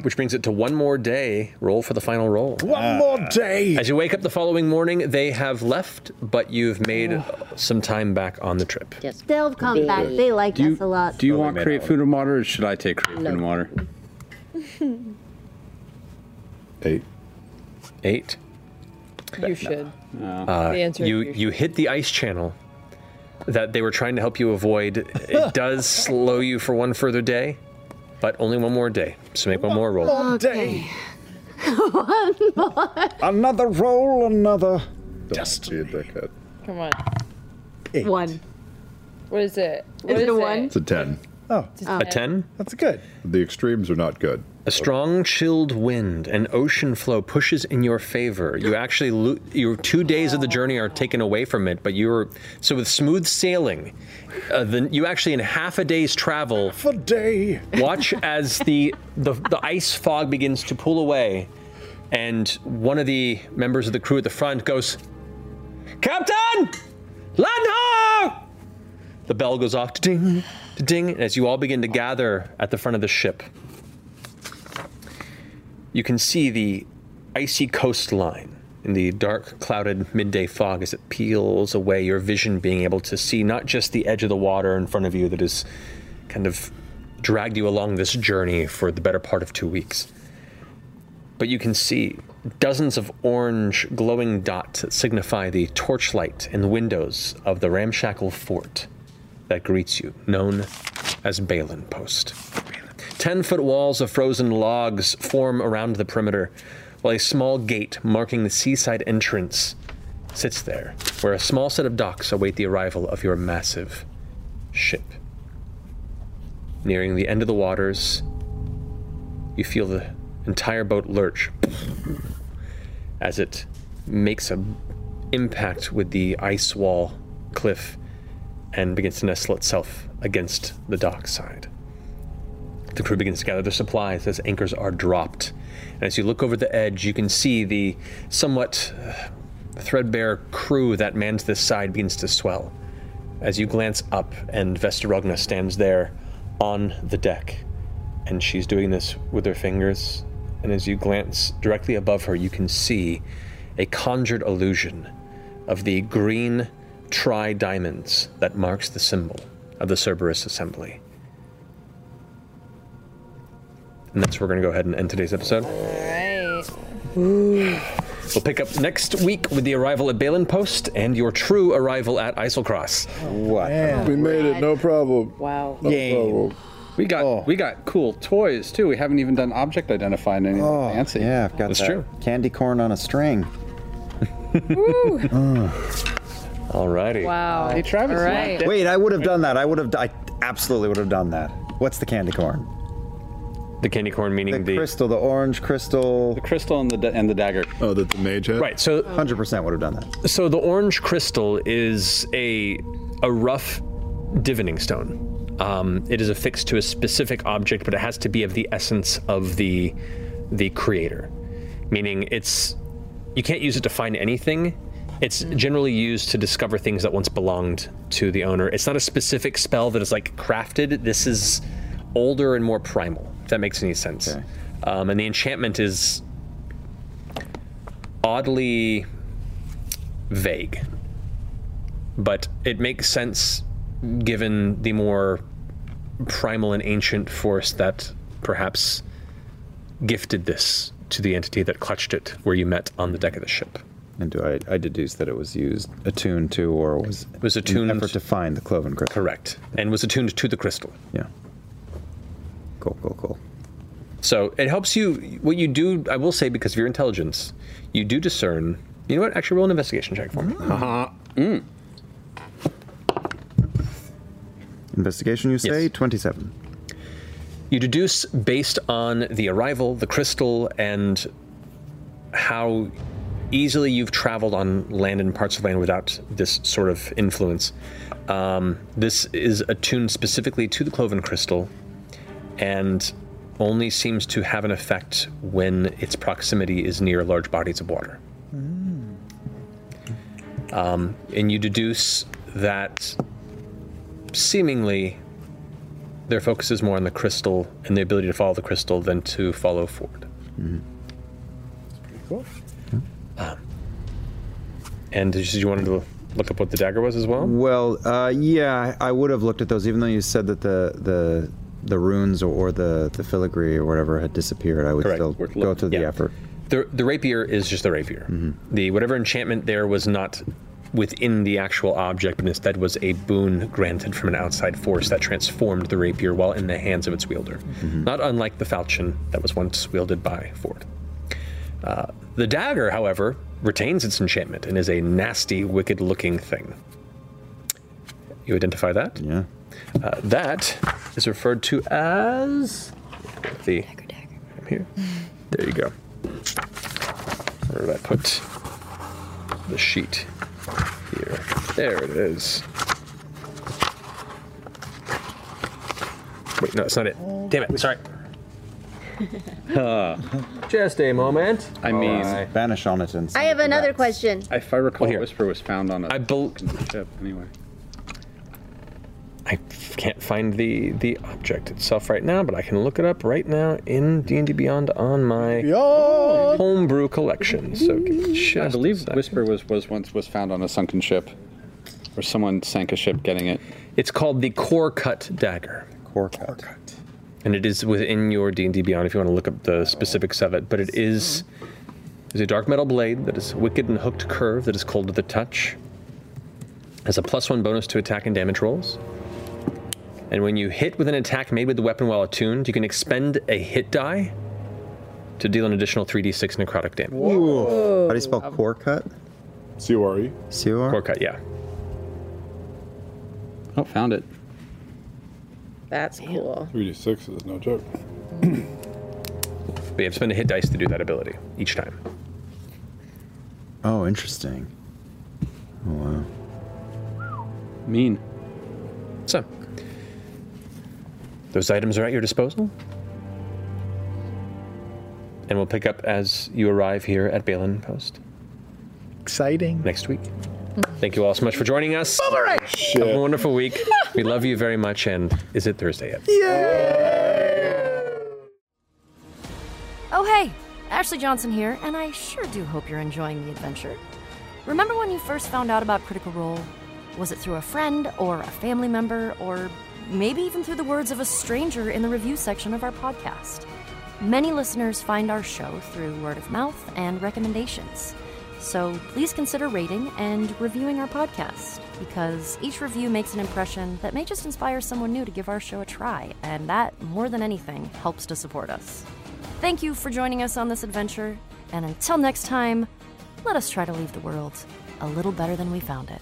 [SPEAKER 3] which brings it to one more day. Roll for the final roll.
[SPEAKER 13] One more day.
[SPEAKER 3] As you wake up the following morning, they have left, but you've made some time back on the trip.
[SPEAKER 43] They'll come back. They like
[SPEAKER 9] Do you-
[SPEAKER 43] us a lot.
[SPEAKER 9] Do you want create food and water, or should I take create food and water?
[SPEAKER 3] Eight. Eight.
[SPEAKER 11] You should.
[SPEAKER 3] Uh,
[SPEAKER 11] The answer is
[SPEAKER 3] you
[SPEAKER 11] you should.
[SPEAKER 3] you hit the ice channel that they were trying to help you avoid. It does slow you for one further day, but only one more day. So make one more roll.
[SPEAKER 13] day.
[SPEAKER 2] One more.
[SPEAKER 7] Another roll, another.
[SPEAKER 6] Just be a dickhead.
[SPEAKER 11] Come on.
[SPEAKER 2] One.
[SPEAKER 11] What is it? What
[SPEAKER 2] Is it a one?
[SPEAKER 6] It's a ten.
[SPEAKER 13] Oh,
[SPEAKER 3] A ten.
[SPEAKER 13] That's good.
[SPEAKER 3] The extremes are not good. A strong chilled wind and ocean flow pushes in your favor. You actually lo- your two days of the journey are taken away from it, but you're so with smooth sailing, uh, then you actually in half a day's travel
[SPEAKER 13] For day.
[SPEAKER 3] watch as the, the the ice fog begins to pull away, and one of the members of the crew at the front goes, "Captain, land ho!" The bell goes off, ding, ding, as you all begin to gather at the front of the ship. You can see the icy coastline in the dark, clouded midday fog as it peels away, your vision being able to see not just the edge of the water in front of you that has kind of dragged you along this journey for the better part of two weeks, but you can see dozens of orange glowing dots that signify the torchlight in the windows of the ramshackle fort that greets you, known as Balin Post. Ten foot walls of frozen logs form around the perimeter, while a small gate marking the seaside entrance sits there, where a small set of docks await the arrival of your massive ship. Nearing the end of the waters, you feel the entire boat lurch as it makes an impact with the ice wall cliff and begins to nestle itself against the dock side. The crew begins to gather their supplies as anchors are dropped. And as you look over the edge, you can see the somewhat uh, threadbare crew that mans this side begins to swell. As you glance up, and Vesterogna stands there on the deck, and she's doing this with her fingers. And as you glance directly above her, you can see a conjured illusion of the green tri diamonds that marks the symbol of the Cerberus assembly. And that's where we're going to go ahead and end today's episode.
[SPEAKER 11] Right.
[SPEAKER 3] We'll pick up next week with the arrival at Balin Post and your true arrival at Iselcross.
[SPEAKER 7] What?
[SPEAKER 6] We made it, no problem.
[SPEAKER 7] Oh,
[SPEAKER 11] Wow.
[SPEAKER 6] No problem.
[SPEAKER 44] We got we got cool toys too. We haven't even done object identifying anything
[SPEAKER 7] Oh,
[SPEAKER 44] fancy.
[SPEAKER 7] yeah, I've got that candy corn on a string.
[SPEAKER 3] Alrighty.
[SPEAKER 11] Wow.
[SPEAKER 44] Hey, Travis,
[SPEAKER 11] All right.
[SPEAKER 7] Wait, I would have done that. I would have. I absolutely would have done that. What's the candy corn?
[SPEAKER 3] The candy corn, meaning the,
[SPEAKER 7] crystal, the orange crystal, the
[SPEAKER 9] crystal and the and the dagger.
[SPEAKER 7] Oh, that the mage had.
[SPEAKER 3] Right. So
[SPEAKER 7] 100 percent would have done that.
[SPEAKER 3] So the orange crystal is a a rough divining stone. Um, it is affixed to a specific object, but it has to be of the essence of the the creator. Meaning, it's you can't use it to find anything. It's generally used to discover things that once belonged to the owner. It's not a specific spell that is like crafted. This is older and more primal. If that makes any sense. Um, and the enchantment is oddly vague, but it makes sense given the more primal and ancient force that perhaps gifted this to the entity that clutched it where you met on the deck of the ship.
[SPEAKER 7] And do I, I deduce that it was used attuned to, or was
[SPEAKER 3] was
[SPEAKER 7] attuned an effort to find the cloven crystal?
[SPEAKER 3] Correct, and was attuned to the crystal.
[SPEAKER 7] Yeah. Cool, cool, cool.
[SPEAKER 3] So it helps you. What you do, I will say, because of your intelligence, you do discern. You know what? Actually, roll an investigation check for me. Uh-huh. Mm.
[SPEAKER 7] Investigation, you say twenty-seven.
[SPEAKER 3] You deduce based on the arrival, the crystal, and how easily you've traveled on land and parts of land without this sort of influence. Um, this is attuned specifically to the cloven crystal and only seems to have an effect when its proximity is near large bodies of water.
[SPEAKER 7] Mm.
[SPEAKER 3] Um, and you deduce that seemingly their focus is more on the crystal and the ability to follow the crystal than to follow forward.
[SPEAKER 7] Cool.
[SPEAKER 3] And did you, you wanted to look up what the dagger was as well?
[SPEAKER 7] Well, uh, yeah, I would have looked at those, even though you said that the the the runes or, or the the filigree or whatever had disappeared. I would
[SPEAKER 3] Correct.
[SPEAKER 7] still
[SPEAKER 3] Worth
[SPEAKER 7] go
[SPEAKER 3] looking.
[SPEAKER 7] to the
[SPEAKER 3] Yeah.
[SPEAKER 7] effort.
[SPEAKER 3] The, the rapier is just the rapier. The whatever enchantment there was not within the actual object, but instead was a boon granted from an outside force that transformed the rapier while in the hands of its wielder. Not unlike the falchion that was once wielded by Ford. Uh, the dagger, however, retains its enchantment and is a nasty, wicked-looking thing. You identify that?
[SPEAKER 7] Yeah.
[SPEAKER 3] Uh, that is referred to as the dagger. I'm here. There you go. Where did I put the sheet? Here. There it is. Wait, no, it's not it. Damn it. Sorry. Just a moment.
[SPEAKER 9] Uh, I mean,
[SPEAKER 7] banish on it and. Oh,
[SPEAKER 2] I have another question.
[SPEAKER 9] If I recall, Whisper was found on a I ship anyway.
[SPEAKER 3] I can't find the the object itself right now, but I can look it up right now in D and D Beyond on my homebrew collection. So give me
[SPEAKER 9] I
[SPEAKER 3] just
[SPEAKER 9] believe Whisper was, was once was found on a sunken ship, or someone sank a ship getting it.
[SPEAKER 3] It's called the core cut dagger.
[SPEAKER 7] Core cut.
[SPEAKER 3] And it is within your D and D Beyond if you want to look up the specifics of it. But it is is a dark metal blade that is wicked and hooked curve that is cold to the touch. Has a plus one bonus to attack and damage rolls. And when you hit with an attack made with the weapon while attuned, you can expend a hit die to deal an additional 3d6 necrotic damage.
[SPEAKER 7] Ooh. How do you spell core cut?
[SPEAKER 3] C O R E.
[SPEAKER 7] C O R.
[SPEAKER 3] Core cut, yeah.
[SPEAKER 9] Oh, found it.
[SPEAKER 45] That's cool.
[SPEAKER 46] 3d6 is no joke.
[SPEAKER 3] But you have to spend a hit dice to do that ability each time.
[SPEAKER 7] Oh, interesting. Oh wow.
[SPEAKER 9] Mean.
[SPEAKER 3] So, those items are at your disposal. And we'll pick up as you arrive here at Balin Post.
[SPEAKER 13] Exciting.
[SPEAKER 3] Next week. Thank you all so much for joining us. Have a wonderful week. We love you very much. And is it Thursday yet?
[SPEAKER 5] Oh, hey! Ashley Johnson here, and I sure do hope you're enjoying the adventure. Remember when you first found out about Critical Role? Was it through a friend, or a family member, or maybe even through the words of a stranger in the review section of our podcast? Many listeners find our show through word of mouth and recommendations. So please consider rating and reviewing our podcast, because each review makes an impression that may just inspire someone new to give our show a try, and that, more than anything, helps to support us. Thank you for joining us on this adventure, and until next time, let us try to leave the world a little better than we found it.